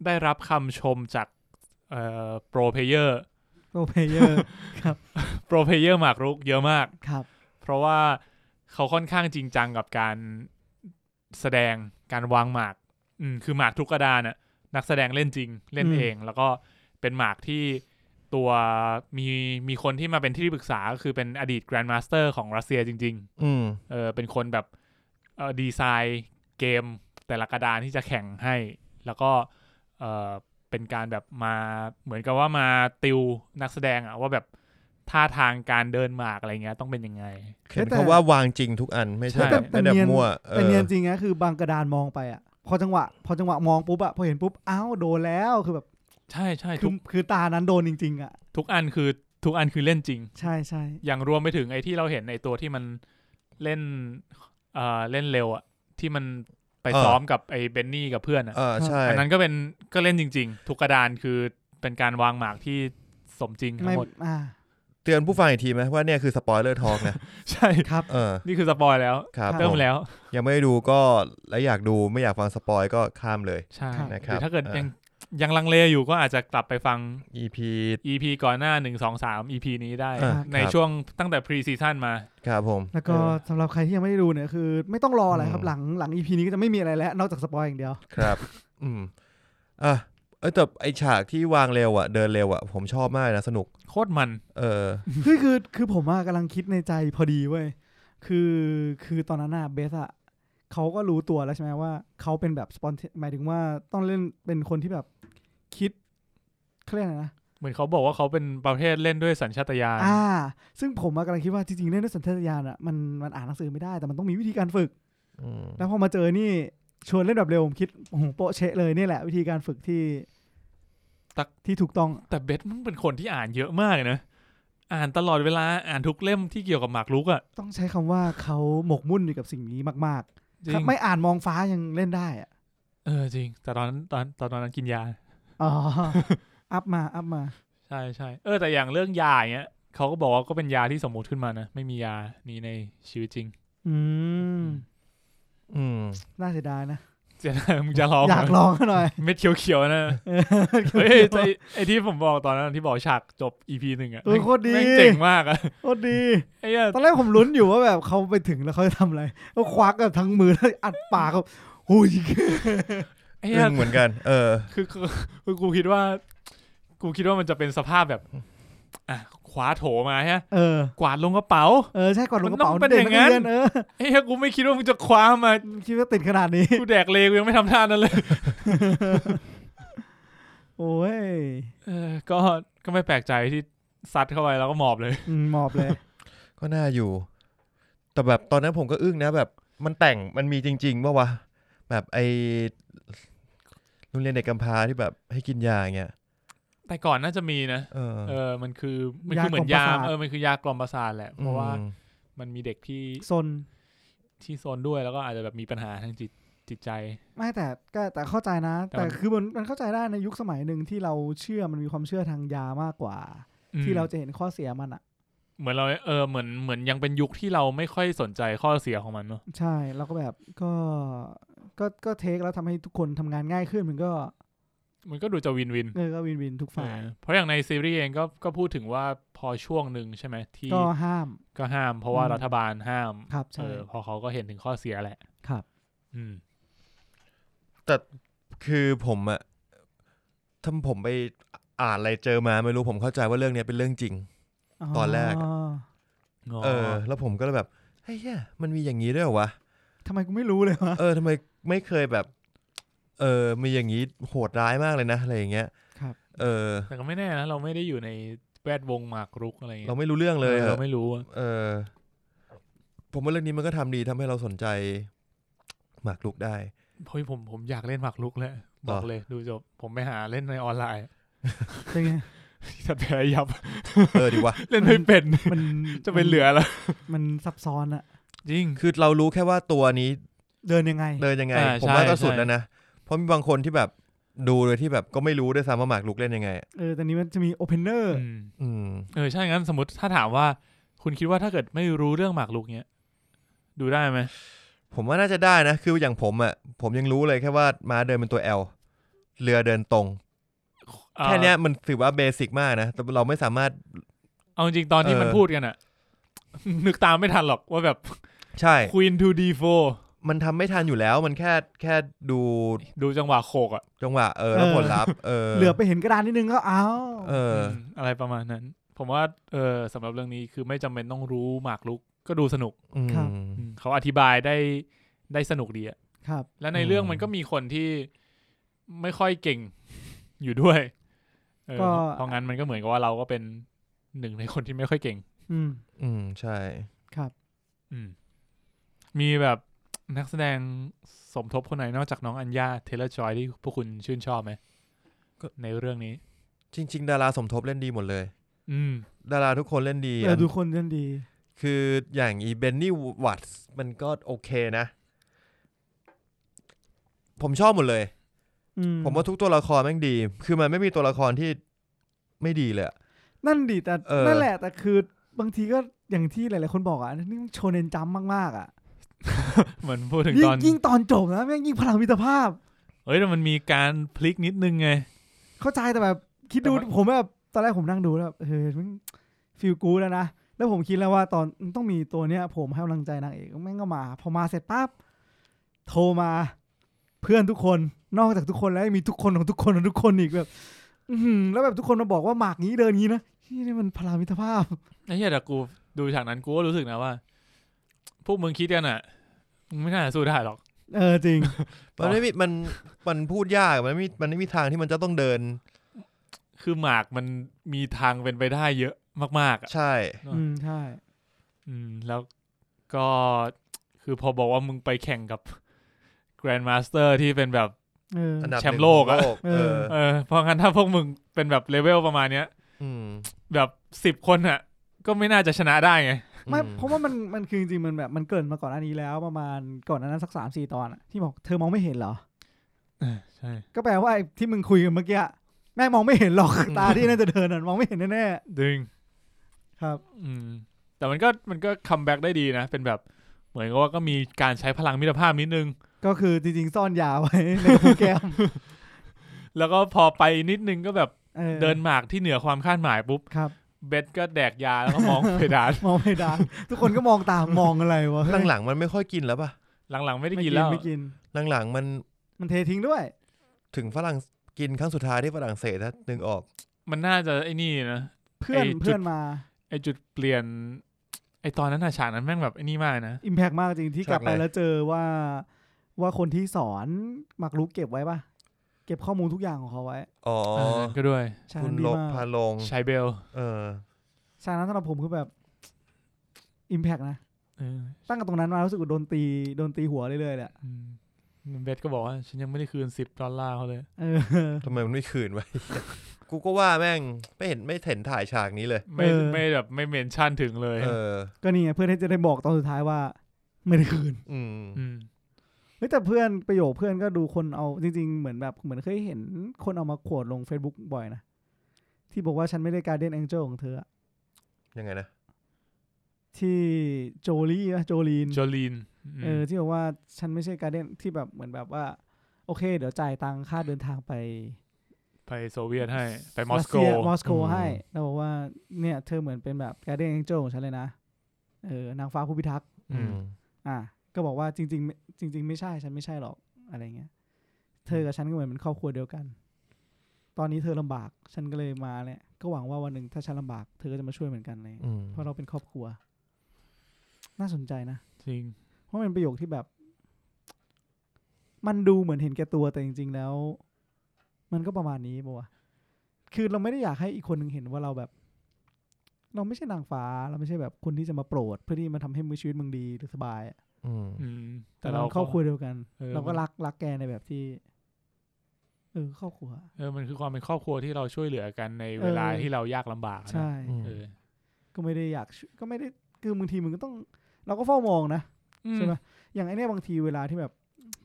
Speaker 3: ได้รับคำชมจากเอ่อโปรเพเยอร์
Speaker 1: โรเพเย
Speaker 3: <laughs>
Speaker 1: อร์
Speaker 3: โปรเพเยอร์หมากรุกเยอะมาก
Speaker 1: ครับ
Speaker 3: เพราะว่าเขาค่อนข้างจริงจังกับการแสดงการวางหมาก อืมคือหมากทุกกระดานน่ะนักแสดงเล่นจริงเล่น
Speaker 1: อืม
Speaker 3: เอง แล้วก็เป็นหมากที่ตัวมีมีคนที่มาเป็นที่ปรึกษาก็คือเป็นอดีตแกรนด์มาสเตอร์ของรัสเซียจริง
Speaker 2: อืม
Speaker 3: ๆ เออเป็นคนแบบเออดีไซน์เกมแต่ละกระดานที่จะแข่งให้ แล้วก็เออเป็นการแบบมาเหมือนกับว่ามาติวนักแสดงอะว่าแบบท่าทางการเดินหมากอะไรเงี้ยต้องเป็นยังไง
Speaker 2: เห็น
Speaker 1: แต่
Speaker 2: เขาว่าวางจริงทุกอันไม่ใช่
Speaker 3: แต่
Speaker 2: ไม่ได้มั่วเอ
Speaker 1: แต่
Speaker 2: อ
Speaker 1: เนียนจริงนะคือบางกระดานมองไปอ่ะพอจังหวะ พอจังหวะมองปุ๊บอะพอเห็นปุ๊บอ้าวโดนแล้วคือแบบ
Speaker 3: ใช่ใช่
Speaker 1: คื
Speaker 3: ทุ
Speaker 1: อก คือตานั้นโดนจริง ๆ อ่ะ
Speaker 3: ทุกอันคือทุกอันคือเล่นจริง
Speaker 1: ใช่ใช่
Speaker 3: อย่างรวมไปถึงไอ้ที่เราเห็นไอ้ตัวที่มันเล่นเอ่อเล่นเร็วอะที่มันไปซ้อมกับไอ้เบนนี่กับเพื่อนอะ
Speaker 2: เออใช่
Speaker 3: อันนั้นก็เป็นก็เล่นจริง ๆ ทุกกระดานคือเป็นการวางหมากที่สมจริงทั้
Speaker 1: ไม่
Speaker 3: งหมด <laughs>
Speaker 1: อ่า
Speaker 2: เตือนผู้ฟังอีกทีไหมว่าเนี่ยคือสปอยเลอร์ทอกนะ
Speaker 3: ใช่
Speaker 1: ครับ
Speaker 2: เออ
Speaker 3: นี่คือสปอยแล้ว
Speaker 2: ครับ
Speaker 3: เริ่มแล้ว
Speaker 2: ผมยังไม่ได้ดูก็และอยากดูไม่อยากฟังสปอยก็ข้ามเลย
Speaker 3: ใช่
Speaker 1: ครับ
Speaker 2: นะค
Speaker 3: ห
Speaker 2: รับ
Speaker 3: รือถ้าเกิด
Speaker 2: อ่ะ
Speaker 3: ยังยังลังเลอยู่ก็อาจจะกลับไปฟัง
Speaker 2: EP
Speaker 3: EP ก่อนหน้าหนึ่งสองสามอีพีนี้ได้
Speaker 2: อ่ะ
Speaker 1: ครับ
Speaker 3: ใน
Speaker 2: ครับ
Speaker 3: ช่วงตั้งแต่พรีซีซั่นมา
Speaker 2: ครับผม
Speaker 1: แล้วก็
Speaker 3: เออ
Speaker 1: สำหรับใครที่ยังไม่ได้ดูเนี่ยคือ ไม่ต้องรออะไรครับ
Speaker 2: อืม
Speaker 1: หลังหลังอีพีนี้ก็จะไม่มีอะไรแล้วนอกจากสปอยอย่างเดียว <laughs>
Speaker 2: ครับ อืมอ่ะเอยแต่ไอฉากที่วางเร็วอ่ะเดินเร็วอ่ะผมชอบมากนะสนุก
Speaker 3: โคตรมัน
Speaker 2: เออ
Speaker 1: คือคือคือผมอะกำลังคิดในใจพอดีเว้ย คือคือตอนนั้นอะเบสอะเขาก็รู้ตัวแล้วใช่ไหมว่าเขาเป็นแบบสปอนหมายถึงว่าต้องเล่นเป็นคนที่แบบคิดเขาเรียกอะไรนะ
Speaker 3: เหมือนเขาบอกว่าเขาเป็นประเภทเล่นด้วยสัญชาตญาณ
Speaker 1: อ่า ซึ่งผมอะกำลังคิดว่าจริงๆเล่นด้วยสัญชาตญาณอะมันมันอ่านหนังสือไม่ได้แต่มันต้องมีวิธีการฝึก
Speaker 2: อืม
Speaker 1: แล้วพอมาเจอนี่ชวนเล่นแบบเร็วผมคิดโอ้โหโปะเชะเลยนี่แหละวิธีการฝึกที่ที่ถูกต้อง
Speaker 3: แต่เบสมันเป็นคนที่อ่านเยอะมากเลยนะ อ่านตลอดเวลาอ่านทุกเล่มที่เกี่ยวกับหมากรุกอะ่ะ
Speaker 1: ต้องใช้คำว่าเขาหมกมุ่นอยู่กับสิ่งนี้มากๆ
Speaker 3: จริ
Speaker 1: ครับ
Speaker 3: ง
Speaker 1: ไม่อ่านมองฟ้ายังเล่นได้อะ
Speaker 3: เออจริง แต่ตอนนั้นตอนตอนตอนนั้นกินยา
Speaker 1: อ๋ <laughs> อ อัพมา อัพมา
Speaker 3: ใช่ใช่เออแต่อย่างเรื่องยาอย่างเงี้ยเขาก็บอกว่าก็เป็นยาที่สมมุติขึ้นมานะ ไม่มียานี้ในชีวิตจริง <laughs>
Speaker 1: อืม
Speaker 2: อืม
Speaker 1: น่าเสียดายนะ
Speaker 3: เจ๊นะมึงจะลอง
Speaker 1: อยาก
Speaker 3: เหร
Speaker 1: ลองหน่อย
Speaker 3: เม็ดเขียวๆ
Speaker 1: <laughs>
Speaker 3: นะ
Speaker 1: เออ
Speaker 3: เฮ้ยไอ้ไอที่ผมบอกตอนนั้นที่บอกฉากจบ EP หนึ่งอะ
Speaker 1: เออโคตรดี
Speaker 3: แม่งเจ๋งมากอะ
Speaker 1: โคตรดี
Speaker 3: ไอ้เหี้ย
Speaker 1: ตอนแรกผมลุ้นอยู่ว่าแบบเขาไปถึงแล้วเขาจะทำอะไรเขาควักแบบทั้งมือแล้วอัดปากเขาหุย
Speaker 3: ไอ้เหี้
Speaker 2: อึ้
Speaker 3: ย
Speaker 2: งเหมือนกัน เออ
Speaker 3: คือ <laughs> คือคือกูคิดว่า กูคิดว่ามันจะเป็นสภาพแบบอ่ะขวาโถมาฮะ
Speaker 1: เออ
Speaker 3: กวาดลงกระเป๋า
Speaker 1: เออ ใช่ก่อนลงกระเป๋า
Speaker 3: มันต้องเป็นอย่างนั้น
Speaker 1: ด็กกเรีเอ <laughs> อ
Speaker 3: เฮ้ยกูไม่คิดว่ามึงจะคว้ามา
Speaker 1: คิดว่าติดขนาดนี้
Speaker 3: กูแดกเลกูยังไม่ทำท่านั้นเลย
Speaker 1: โอ้ย
Speaker 3: เออก็ก็ไม่แปลกใจที่ซัดเข้าไปแล้วก็หมอบเลย
Speaker 1: อืมหมอบเลย
Speaker 2: ก็น่าอยู่ แต่แบบตอนนั้นผมก็อึ้งนะแบบ มันแต่งมันมีจริงๆป่าวะ แบบไอโรงเรียนเด็กกำพร้าที่แบบให้กินยาอย่างเงี้ย
Speaker 3: แต่ก่อนน่าจะมีนะ
Speaker 2: เออ
Speaker 3: เออมันคือมันคือเหมือนยาย
Speaker 1: ากล่อมประสาท
Speaker 3: เออมันคือยากล่อมประสาทแหละเพราะว่า
Speaker 2: อืม
Speaker 3: มันมีเด็กที่
Speaker 1: ซน
Speaker 3: ที่โซนด้วยแล้วก็อาจจะแบบมีปัญหาทางจิตจิตใจ
Speaker 1: ไม่แต่ก็แต่เข้าใจนะ
Speaker 3: แต่
Speaker 1: แต่
Speaker 3: มัน
Speaker 1: คือมันมันเข้าใจได้ในยุคสมัยหนึ่งที่เราเชื่อมันมีความเชื่อทางยามากกว่า
Speaker 3: อืม
Speaker 1: ที่เราจะเห็นข้อเสียมันอะ
Speaker 3: เหมือนเราเออเหมือนเหมือนยังเป็นยุคที่เราไม่ค่อยสนใจข้อเสียของมันเนอะ
Speaker 1: ใช่แล้วก็แบบก็ก็ก็เทคแล้วทำให้ทุกคนทำงานง่ายขึ้นมันก็
Speaker 3: มันก็ดูจะวินวิน
Speaker 1: เออก็วินวินทุกฝ่าย
Speaker 3: เออเพราะอย่างในซีรีส์เองก็ก็พูดถึงว่าพอช่วงหนึ่งใช่ไหมที่
Speaker 1: ก็ห้าม
Speaker 3: ก็ห้ามเพราะว่ารัฐบาลห้าม
Speaker 1: ครับ
Speaker 3: เอ
Speaker 1: ใช่
Speaker 3: อพอเขาก็เห็นถึงข้อเสียแหละ
Speaker 1: ครับ
Speaker 3: อืม
Speaker 2: คือผมอะถ้าผมไปอ่านอะไรเจอมาไม่รู้ผมเข้าใจว่าเรื่องเนี้ยเป็นเรื่องจริง ตอนแรกอะ เออ แล้วผมก็เลยแบบเฮ้ยเหี้ยมันมีอย่างนี้ด้วยเหรอวะ
Speaker 3: <laughs>
Speaker 1: ทำไมกูไม่รู้เลยวะ
Speaker 2: เออทำไมไม่เคยแบบ เ เออมีอย่างนี้โหดร้ายมากเลยนะอะไรอย่างเงี้ย
Speaker 1: ครับ
Speaker 2: เออ
Speaker 3: แต่ก็ไม่แน่นะเราไม่ได้อยู่ในแวดวงหมากรุกอะไรเงี้
Speaker 2: เรา
Speaker 3: ย
Speaker 2: ไม่รู้เรื่องเลย
Speaker 3: ออ
Speaker 2: อะ
Speaker 3: เราไม่รู้อะ
Speaker 2: เออผมว่าเรื่องนี้มันก็ทำดีทำให้เราสนใจหมากรุกได้
Speaker 3: เฮ้ยผมผมอยากเล่นหมากรุกแล้วบอกเลยดูจบผมไปหาเล่นในออนไลน์ <laughs>
Speaker 1: เป็นไง
Speaker 3: จะแพ้ยับ <laughs>
Speaker 2: เออดีวะ <laughs>
Speaker 3: เล่นไม่เป็น <laughs>
Speaker 1: มัน
Speaker 3: จะเป็นเหลือแล้ว
Speaker 1: มันซับซ้อนอะ
Speaker 3: จริง
Speaker 2: คือเรารู้แค่ว่าตัวนี้
Speaker 1: เดินยังไง
Speaker 2: เดินยังไง
Speaker 3: อ่า
Speaker 2: ผมว่า
Speaker 3: ใช่
Speaker 2: ก็สุด
Speaker 3: ใช่
Speaker 2: แล้วนะ เพราะมีบางคนที่แบบดูโดยที่แบบก็ไม่รู้ด้วยซ้ำว่าหมากรุกเล่นยังไงอะ
Speaker 1: เออแต่นี้มันจะมีโอเพนเนอร์
Speaker 3: อืม
Speaker 2: อืม
Speaker 3: เออใช่งั้นสมมติถ้าถามว่า คุณคิดว่าถ้าเกิดไม่รู้เรื่องหมากรุกเนี้ยดูได้ไหม
Speaker 2: ผมว่าน่าจะได้นะ คืออย่างผมอ่ะ ผมยังรู้เลยแค่ว่าม้าเดินเป็นตัว L เรือเดินตรง
Speaker 3: เอ่อ
Speaker 2: แค่เนี้ยมันถือว่าเบสิกมากนะ แต่เราไม่สามารถ
Speaker 3: เอาจริงตอนที่
Speaker 2: เออ
Speaker 3: มันพูดกันอะ <laughs> นึกตามไม่ทันหรอกว่าแบบ
Speaker 2: ใช่
Speaker 3: Queen 2 D4
Speaker 2: มันทำไม่ทันอยู่แล้ว มันแค่แค่ดู
Speaker 3: ดูจังหวะโขกอะ
Speaker 2: จังหวะเออแล้วผลลัพธ์เออ
Speaker 1: เหลือไปเห็นกระดานนิดนึงก็อ้าว
Speaker 2: เออ
Speaker 3: มอะไรประมาณนั้น ผมว่าเออสำหรับเรื่องนี้คือไม่จำเป็นต้องรู้หมากรุกก็ดูสนุก
Speaker 2: อืม
Speaker 3: อืมเขาอธิบายได้ได้สนุกดีอะ
Speaker 1: ครับ
Speaker 3: และในเรื่อง
Speaker 2: อืม
Speaker 3: มันก็มีคนที่ไม่ค่อยเก่ง <laughs> อยู่ด้วยเออ
Speaker 1: ก็
Speaker 3: เพราะงั้นมันก็เหมือนกับว่าเราก็เป็นหนึ่งในคนที่ไม่ค่อยเก่ง
Speaker 1: อืม
Speaker 2: อืมใช่
Speaker 1: ครับ
Speaker 3: อืมมีแบบนักแสดงสมทบคนไหนนอกจากน้องอัญญาเทเลอร์จอยที่พวกคุณชื่นชอบไหม
Speaker 2: ก็
Speaker 3: ในเรื่องนี้
Speaker 2: จริง ๆ ดาราสมทบเล่นดีหมดเลย
Speaker 3: อืม
Speaker 2: ดาราทุกคนเล่นดี
Speaker 1: เออดูคนนันดี
Speaker 2: คืออย่างอีเบนนี่วัตส์มันก็โอเคนะ ผมชอบหมดเลย
Speaker 1: อืม
Speaker 2: ผมว่าทุกตัวละครแม่งดี คือมันไม่มีตัวละครที่ไม่ดีเลยอะ
Speaker 1: นั่นดีแต่
Speaker 2: เออ
Speaker 1: นั่นแหละแต่คือบางทีก็อย่างที่หลายๆคนบอกอ่ะนี่มันโชเนนจัมป์มากๆอ่ะ
Speaker 3: เหมือนพูดถึง
Speaker 1: ยิ่
Speaker 3: ต
Speaker 1: ง
Speaker 3: อน
Speaker 1: ยิ่งตอนจบนะแม่งยิ่งพลังมิตรภาพ
Speaker 3: เอ้ยแต่มันมีการพลิกนิดนึงไง
Speaker 1: เข้าใจแต่แบบคิดดู
Speaker 3: แต่มัน
Speaker 1: ผมแบบตอนแรกผมนั่งดูแล้วแบบเออมันฟิลกูแล้วนะ แล้วผมคิดแล้วว่าตอนต้องมีตัวเนี้ย ผมให้กำลังใจนางเอกแม่งก็มา พอมาเสร็จปั๊บโทรมา เพื่อนทุกคนนอกจากทุกคนแล้วยังมีทุกคนของทุกคนของทุกคนอีกแบบ อือหือแล้วแบบทุกคนมาบอกว่าหมากนี้เดินงี้นะเฮ้ยนี่มันพลังมิตรภาพ <laughs>
Speaker 3: ไอ้เหี้ยแต่กูดูฉากนั้นกูก็รู้สึกนะว่า พวกมึงคิดกันอ่ะมึงไม่น่าจะสู้ได้หรอก
Speaker 1: เออจริง
Speaker 2: มันไม่มีมันมันพูดยากมันไม่มีมันไม่มีทางที่มันจะต้องเดิน
Speaker 3: คือหมากมันมีทางเป็นไปได้เยอะมากๆอะ
Speaker 2: ใช่
Speaker 1: อืมใช่
Speaker 3: อืม แล้วก็คือพอบอกว่ามึงไปแข่งกับ Grandmaster ที่เป็นแบบ
Speaker 1: เอออ
Speaker 2: อันดับ
Speaker 3: แชมป์โลกอะ
Speaker 2: หนึ่งของโลกเออ
Speaker 1: เ
Speaker 3: เออเพราะงั้นถ้าพวกมึงเป็นแบบเลเวลประมาณเนี้ย
Speaker 2: ม
Speaker 3: แบบสิบคนอ่ะ ก็ไม่น่าจะชนะได้ไง
Speaker 1: ไม่
Speaker 2: อื
Speaker 1: เพราะว่ามันมันคือจริงๆมันแบบมันเกรินมาก่อนอันนี้แล้วประมาณก่อนอันนั้นสักสามสี่ตอนอะที่บอกเธอมองไม่เห็นเหรอ
Speaker 3: ใช่
Speaker 1: ก็แปลว่าไอ้ที่มึงคุยกันเมื่อกี้อะแม่งมองไม่เห็น
Speaker 3: <laughs>
Speaker 1: หรอก ตาที่น่าจะเดินน่ะมองไม่เห็นแน่
Speaker 3: ดึง
Speaker 1: ๆครับ
Speaker 3: อืม แต่มันก็มันก็คัมแบ็กได้ดีนะ เป็นแบบเหมือนกับว่าก็มีการใช้พลังมิตรภาพนิดนึง
Speaker 1: ก็คือจริงๆซ่อนยาไว้ในกระพุ้งแก้ม
Speaker 3: แล้วก็พอไปนิดนึงก็แบบ
Speaker 1: ออ
Speaker 3: <laughs> เดินหมากที่เหนือความคาดหมายปุ๊บ
Speaker 1: ครับ
Speaker 3: เบสก็แดกยาแล้วก็มอง เพดาน <laughs>
Speaker 1: มองไม่ได้ทุกคนก็มองตามมองอะไรวะ
Speaker 2: หลังๆมันไม่ค่อยกินแล้วป่ะ
Speaker 3: หลังๆไม่ได้
Speaker 1: ไม่
Speaker 3: กิ
Speaker 1: กิ
Speaker 3: น
Speaker 1: น
Speaker 3: แล้ว
Speaker 1: ไม่กิน
Speaker 2: หลังๆมัน
Speaker 1: มันเททิ้งด้วย
Speaker 2: ถึงฝรั่งกินครั้งสุดท้ายที่ฝรั่งเศสถ้านึกออก
Speaker 3: มันน่าจะไอ้นี่นะ
Speaker 1: เพื่อน
Speaker 3: ไอ้จุด
Speaker 1: เพื่อนมา
Speaker 3: ไอจุดเปลี่ยน ไอตอนนั้นน่ะฉากนั้นแม่งแบบไอ้นี่มากนะ
Speaker 1: อิมแพกมากจริงที่กลับไป
Speaker 2: ฉากไหน
Speaker 1: แล้วเจอว่า ว่าคนที่สอนหมักรุกเก็บไว้ป่ะ เก็บข้อมูลทุกอย่างของเขาไว้
Speaker 2: อ๋ออ
Speaker 3: ก็ด้วย
Speaker 1: ใช่
Speaker 2: คุณ
Speaker 1: ดี
Speaker 2: ลบ
Speaker 1: มาก
Speaker 2: พาลง
Speaker 3: ชายเบล
Speaker 2: เออ
Speaker 1: ฉากนั้นสำหรับผมคือแบบอิมแพกนะ
Speaker 3: เออ
Speaker 1: ตั้งแต่ตรงนั้นมารู้สึกว่าโดนตีโดนตีหัวเรื่อยๆแหลยอะ
Speaker 3: อืมเบสก็บอกว่า ฉันยังไม่ได้คืนสิบดอลลาร์เขาเลย
Speaker 1: เออ
Speaker 2: <laughs> ทำไมมันไม่คืนวะ กูก็ว่าแม่งไม่เห็นไม่เห็นถ่ายฉากนี้เลย
Speaker 3: ไม่
Speaker 1: เออ
Speaker 3: ไม่แบบไม่เมนชั่นถึงเลย
Speaker 2: เออ
Speaker 1: ก็นี่ไงเพื่อนที่จะได้บอกตอนสุดท้ายว่า ไม่ได้คืน <laughs>
Speaker 2: อืม
Speaker 3: ม
Speaker 1: เฮ้ยแต่เพื่อนประโยคเพื่อนก็ดูคนเอาจริง ๆ เหมือนแบบเหมือนเคยเห็นคนเอามาขวดลง Facebook บ่อยนะ ที่บอกว่าฉันไม่ได้การเดนแองเจลของเธออะ
Speaker 2: ยังไงนะ
Speaker 1: ที่โจลี่อะโจลีน
Speaker 3: โจลีนม
Speaker 1: เออที่บอกว่าฉันไม่ใช่การเดนที่แบบเหมือนแบบว่า โอเค เดี๋ยวจ่ายตังค่าเดินทางไป
Speaker 3: ไปโซเวียตให้ ไปมอสโก
Speaker 1: รัสเซียมอสโก
Speaker 2: อืม
Speaker 1: ให้แล้วบอกว่าเนี่ยเธอเหมือนเป็นแบบการเดนแองเจลของฉันเลยนะเออนางฟ้าผู้พิทักษ์
Speaker 3: อื
Speaker 2: อื
Speaker 3: ม
Speaker 2: ม
Speaker 1: อ่ะก็บอกว่าจริงๆไม่จริง ๆ ไม่ใช่ฉันไม่ใช่หรอกอะไรเงี้ย เธอกับฉันก็เหมือนเป็นครอบครัวเดียวกัน ตอนนี้เธอลำบาก ฉันก็เลยมาเนี่ยก็หวังว่าวันหนึ่งถ้าฉันลำบาก เธอก็จะมาช่วยเหมือนกันเลย
Speaker 2: อืม
Speaker 1: เพราะเราเป็นครอบครัว น่าสนใจนะ
Speaker 3: จริง
Speaker 1: เพราะมันเป็นประโยคที่แบบ มันดูเหมือนเห็นแก่ตัวแต่จริง ๆ แล้ว มันก็ประมาณนี้ปะวะคือเราไม่ได้อยากให้อีกคนหนึ่งเห็นว่าเราแบบ เราไม่ใช่นางฟ้าเราไม่ใช่แบบคนที่จะมาโปรด เพื่อที่มาทำให้มือชีวิตมึงดีหรือสบายอะ
Speaker 2: อืม
Speaker 3: อืมแต่
Speaker 1: แต่
Speaker 3: เรา
Speaker 1: เราครอบครัวเดียวกัน
Speaker 3: ออ
Speaker 1: เราก็
Speaker 3: มัน
Speaker 1: รักรักแกในแบบที่ เออครอบครัว
Speaker 3: เออมันคือความเป็นครอบครัวที่เราช่วยเหลือกันในเวลา
Speaker 1: เออ
Speaker 3: ที่เรายากลำบากอะนะ
Speaker 1: ใช่
Speaker 2: อืม
Speaker 3: เออ
Speaker 1: ก็ไม่ได้อยากช่วยก็ไม่ได้คือบางทีมึงก็ต้อง เราก็เฝ้ามองนะ ใช่ไหมอย่างไอเนี้ยบางทีเวลาที่แบบ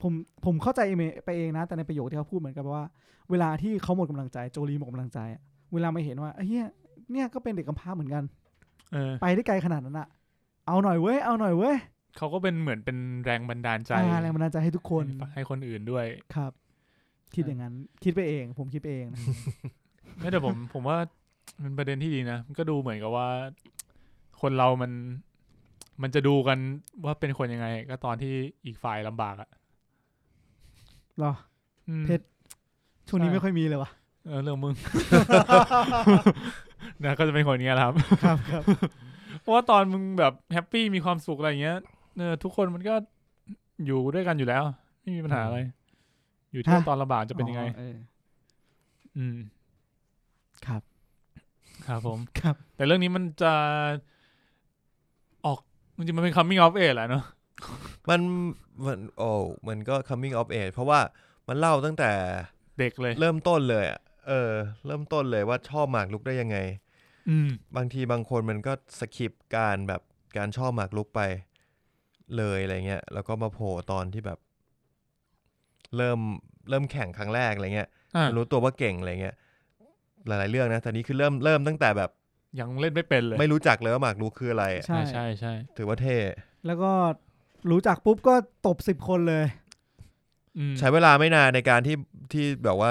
Speaker 1: ผมผมเข้าใจเองไปเองนะ แต่ในประโยคที่เขาพูดเหมือนกับว่า เวลาที่เขาหมดกำลังใจโจลีหมดกำลังใจอะเวลามาเห็นว่าไอ้เฮียเนี่ยก็เป็นเด็กกำพร้าเหมือนกัน
Speaker 3: เออ
Speaker 1: ไปได้ไกลขนาดนั้นอะเอาหน่อยเว้ยเอาหน่อยเว้ย
Speaker 3: เขาก็เป็นเหมือนเป็นแรงบันดาลใจ
Speaker 1: อ่าแรงบันดาลใจให้ทุกคน
Speaker 3: ให้คนอื่นด้วย
Speaker 1: ครับ คิดอย่างนั้น คิดไปเอง ผมคิดไปเองนะ
Speaker 3: ไม่แต่ผม ผมว่ามันประเด็นที่ดีนะมันก็ดูเหมือนกับว่า คนเรามัน มันจะดูกันว่าเป็นคนยังไง ก็ตอนที่อีกฝ่ายลำบากอะ
Speaker 1: เหรอ
Speaker 3: อืม
Speaker 1: เพชร ช่วงนี้
Speaker 3: ใช่
Speaker 1: ไม่ค่อยมีเลยวะ
Speaker 3: เออเรื่องมึ
Speaker 1: <laughs>
Speaker 3: ง นะก็จะเป็นคนอย่างเงี้ยแหละครับ
Speaker 1: ครับครับ
Speaker 3: เพราะว่าตอนมึงแบบแฮปปี้มีความสุขอะไรอย่างเงี้ยเออทุกคนมันก็อยู่ด้วยกันอยู่แล้ว ไม่มีปัญหาอะไร อยู่ที่ว่าตอนลำบากจะเป็นยังไง
Speaker 1: อ๋อออ
Speaker 3: อืม
Speaker 1: ครับ
Speaker 3: ครับผม
Speaker 1: ครับ
Speaker 3: แต่เรื่องนี้มันจะออกจริงๆมันเป็น coming of age แหละเนอะ
Speaker 2: มันมันโอ้มันก็ coming of age เพราะว่ามันเล่าตั้งแต่
Speaker 3: เด็กเลย
Speaker 2: เริ่มต้นเลยอะเออ เริ่มต้นเลยว่าชอบหมากรุกได้ยังไง
Speaker 3: อืม
Speaker 2: บางทีบางคนมันก็สคิปการแบบการชอบหมากรุกไปเลยอะไรเงี้ย แล้วก็มาโผล่ตอนที่แบบ เริ่มเริ่มแข่งครั้งแรกอะไรเงี้ย
Speaker 3: อ่า
Speaker 2: รู้ตัวว่าเก่งอะไรเงี้ยหลาย ๆ เรื่องนะแต่นี้คือเริ่มเริ่มตั้งแต่แบบ
Speaker 3: ยังเล่นไม่เป็นเลย
Speaker 2: ไม่รู้จักเลยว่าหมากรุกคืออะไรอะ
Speaker 1: ใช่
Speaker 3: อ่าใช่ใช่
Speaker 2: ถือว่าเท่
Speaker 1: แล้วก็รู้จักปุ๊บก็ตบสิบคนเลย
Speaker 3: อืม
Speaker 2: ใช้เวลาไม่นานในการที่ที่แบบว่า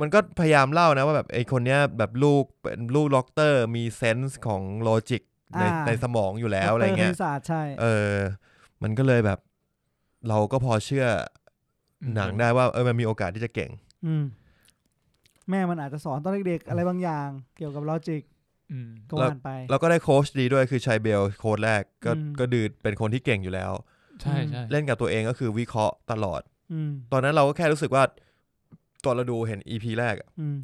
Speaker 2: มันก็พยายามเล่านะว่าแบบไอคนเนี้ยแบบลูกเป็นลูกล็อกเตอร์มีเซนส์ของโลจิกใน
Speaker 1: อ่า
Speaker 2: ในสมองอยู่แล้วอะไร
Speaker 1: ด
Speaker 2: เงี้ย
Speaker 1: คณิตศาสตร์ใช่
Speaker 2: เออ มันก็เลยแบบ เราก็พอเชื่อหนังได้ว่าเออมันมีโอกาสที่จะเก่ง
Speaker 1: อืม แม่มันอาจจะสอนตอนเด็กๆ อะไรบางอย่าง เกี่ยวกับลอจิก
Speaker 3: อืม
Speaker 1: ก็ว่ากันไป
Speaker 2: แล้วก็ได้โค้ชดีด้วยคือชัยเบลโค้ชแรกก็
Speaker 1: อืม
Speaker 2: ก็ดือเป็นคนที่เก่งอยู่แล้ว
Speaker 3: ใช่ใช่
Speaker 2: เล่นกับตัวเองก็คือวิเคราะห์ตลอด
Speaker 1: อืม
Speaker 2: ตอนนั้นเราก็แค่รู้สึกว่า ตอนเราดูเห็นอีพีแรกอะ
Speaker 1: อืม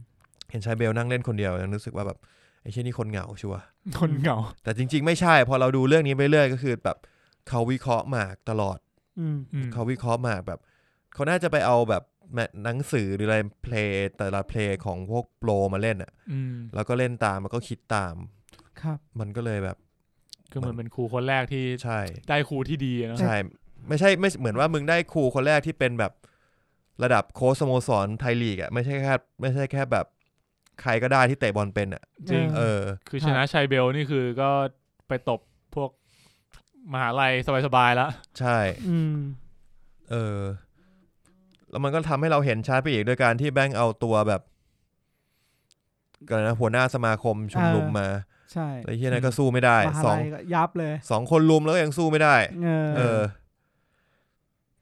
Speaker 2: เห็นชัยเบลนั่งเล่นคนเดียวยังรู้สึกว่าแบบไอ้เช่นนี่คนเหงาชัวร์
Speaker 3: คนเหงา
Speaker 2: แต่จริง ๆ ไม่ใช่ พอเราดูเรื่องนี้ไปเรื่อยก็คือแบบเขาวิเคราะห์หมากตลอด
Speaker 1: อืม
Speaker 3: อืม
Speaker 2: เขาวิเคราะห์มาแบบเขาน่าจะไปเอาแบบแมทหนังสือหรืออะไรเพลงแต่ละเพลงของพวกโปรมาเล่นอะ่ะ
Speaker 3: อืม
Speaker 2: แล้วก็เล่นตามแล้วก็คิดตาม
Speaker 1: ครับ
Speaker 2: มันก็เลยแบบ
Speaker 3: ก็เหมือนเป็นครูคนแรกที่
Speaker 2: ใช่
Speaker 3: ได้ครูที่ดีอะเนอะ
Speaker 2: ใช่ไม่ใช่ไม่เหมือนว่ามึงได้ครูคนแรกที่เป็นแบบระดับโค้ชสโมสรไทยลีกอะ่ะไม่ใช่แค่ไม่ใช่แค่แบบใครก็ได้ที่เตะบอลเป็นอะ่ะ
Speaker 3: จริง
Speaker 2: เออ
Speaker 3: คือชนะชัยเบลนี่คือก็ไปตบพวกมหาลัยสบายๆแล้ว
Speaker 2: ใช่
Speaker 1: อืม
Speaker 2: เออ แล้วมันก็ทำให้เราเห็นชัดไปอีกด้วยการที่แบงค์เอาตัวแบบกันนะหัวหน้าสมาคมชุมนุมมา
Speaker 1: ใช่
Speaker 2: ไอ้เฮียนั่นก็สู้ไม่ได้
Speaker 1: มหา
Speaker 2: สอง
Speaker 1: ลัยก็ยับเลย
Speaker 2: สองคนรุมแล้วก็ยังสู้ไม่ได้
Speaker 1: เออ
Speaker 2: เออ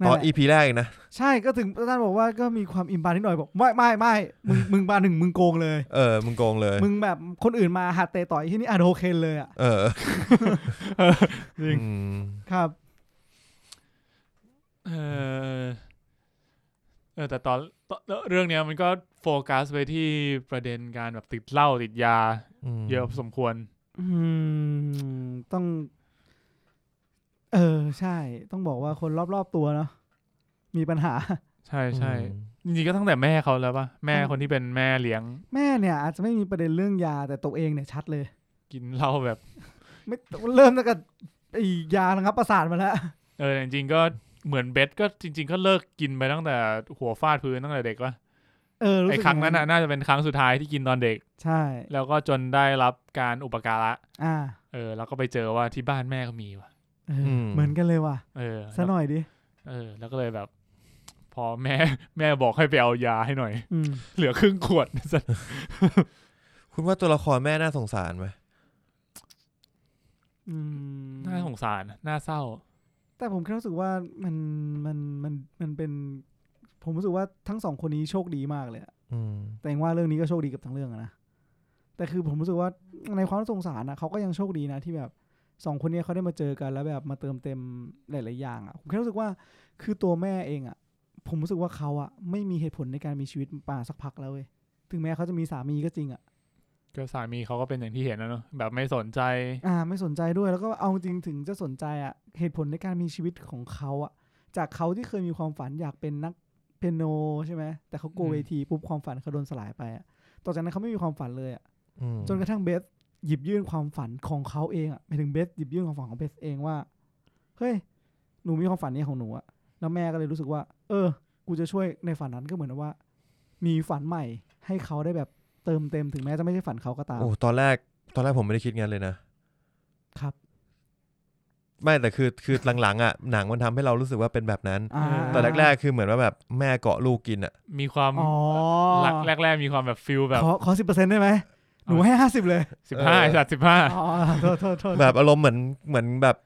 Speaker 1: นั่น
Speaker 2: ต
Speaker 1: แห
Speaker 2: อน
Speaker 1: ละ
Speaker 2: อีพีแรกเองนะ
Speaker 1: ใช่ก็ถึงท่านบอกว่าก็มีความอิมบานิดหน่อยบอกไม่ไม่ไม่มึงมึงบาหนึ่งมึงโกงเลย
Speaker 2: เออ มึงโกงเลย
Speaker 1: มึงแบบคนอื่นมาหัดเตะต่อยที่นี่อ่ะโอเคนเลยอ่ะ
Speaker 2: เออ
Speaker 3: จริง
Speaker 2: อืม
Speaker 1: ครับ
Speaker 3: เออเออแต่ตอนตอนเรื่องเนี้ยมันก็โฟกัสไปที่ประเด็นการแบบติดเหล้าติดยา
Speaker 2: ม
Speaker 3: เยอะพอสมควร
Speaker 1: อืม ต้อง เออ ใช่ ต้องบอกว่าคนรอบๆตัวเนาะมีปัญหา <laughs>
Speaker 3: ใช่ใช่
Speaker 2: อืม
Speaker 3: จริงๆก็ตั้งแต่แม่เขาแล้วป่ะ แม่คนที่เป็นแม่เลี้ยง
Speaker 1: แม่เนี่ย อาจจะไม่มีประเด็นเรื่องยาแต่ตัวเองเนี่ยชัดเลย
Speaker 3: กินเหล้าแบบ
Speaker 1: ไม่เริ่มตั้งแต่ไอ้ยาระงับประสาทมาแล้ว
Speaker 3: เออแต่จริงๆก็เหมือนเบสก็จริง ๆ ก็เลิกกินไปตั้งแต่หัวฟาดพื้นตั้งแต่เด็กวะ
Speaker 1: เออรู้
Speaker 3: ไอ้
Speaker 1: สึก
Speaker 3: ครั้งนั้นน่ะน่าจะเป็นครั้งสุดท้ายที่กินตอนเด็ก
Speaker 1: ใช่
Speaker 3: แล้วก็จนได้รับการอุปการะ
Speaker 1: อ่า
Speaker 3: เออ แล้วก็ไปเจอว่าที่บ้านแม่ก็มีว่ะ
Speaker 1: เอออเหมือนกันเลยว่ะ
Speaker 3: เออ
Speaker 1: ซะหน่อยดิ
Speaker 3: เออ แล้วก็เลยแบบ พอแม่ แม่บอกให้ไปเอายาให้หน่อย <laughs>
Speaker 1: อืม
Speaker 3: เหลือครึ่งขวด <laughs> สัส
Speaker 2: คุณว่าตัวละครแม่น่าสงสารไหม
Speaker 1: อืม
Speaker 3: น่าสงสารน่าเศร้า
Speaker 1: แต่ผมแค่รู้สึกว่ามันมันมันมันเป็น ผมรู้สึกว่าทั้งสองคนนี้โชคดีมากเลยอะ
Speaker 2: อืม
Speaker 1: แต่เองว่าเรื่องนี้ก็โชคดีกับทั้งเรื่องอะนะแต่คือผมรู้สึกว่าในความสงสารนะเขาก็ยังโชคดีนะที่แบบสองคนเนี้เขาได้มาเจอกันแล้วแบบมาเติมเต็มหลาย ๆ อย่างอะผมแค่รู้สึกว่าคือตัวแม่เองอะ ผมรู้สึกว่าเขาอะไม่มีเหตุผลในการมีชีวิตมาสักพักแล้วเว้ยถึงแม้เขาจะมีสามีก็จริงอะ
Speaker 3: ก็สามีเขาก็เป็นอย่างที่เห็นนะเนอะแบบไม่สนใจ
Speaker 1: อ่า ไม่สนใจด้วยแล้วก็เอาจริงถึงจะสนใจอะเหตุผลในการมีชีวิตของเขาอะจากเขาที่เคยมีความฝันอยากเป็นนักเปียโนใช่ไหมแต่เขากลัว
Speaker 3: อืม
Speaker 1: เวทีปุ๊บความฝันเขาโดนสลายไปอะต่อจากนั้นเขาไม่มีความฝันเลยอะ
Speaker 2: อืม
Speaker 1: จนกระทั่งเบสหยิบยื่นความฝันของเขาเองอะหมายถึงเบสหยิบยื่นความฝันของเบสเองว่า เฮ้ย หนูมีความฝันนี้ของหนูอะแล้วแม่ก็เลยรู้สึกว่า เออ กูจะช่วยในฝันนั้นก็เหมือนว่า มีฝันใหม่ให้เขาได้แบบเติมเต็มถึงแม้จะไม่ใช่ฝันเขาก็ตาม
Speaker 2: โอ้ตอนแรก ตอนแรกผมไม่ได้คิดงั้นเลยนะครับ ไม่แต่คือคือหลังๆอ่ะหนังมันทำให้เรารู้สึกว่าเป็นแบบนั้น
Speaker 1: อ่า
Speaker 2: ตอนแรก ๆ คือเหมือนว่าแบบแม่เกาะลูกกินอ่ะ
Speaker 3: มีความ
Speaker 1: อ๋อ
Speaker 3: หลักแรก ๆ มีความแบบฟิลแบบ
Speaker 1: ขอขอสิบเปอร์เซ็นต์ได้ไหม หนูให้ห้าสิบเลย
Speaker 3: สิบห้าจัดสิบห้า
Speaker 1: อ๋อโทษโทษโทษ
Speaker 2: แบบอารมณ์เหมือนเหมือนแบบ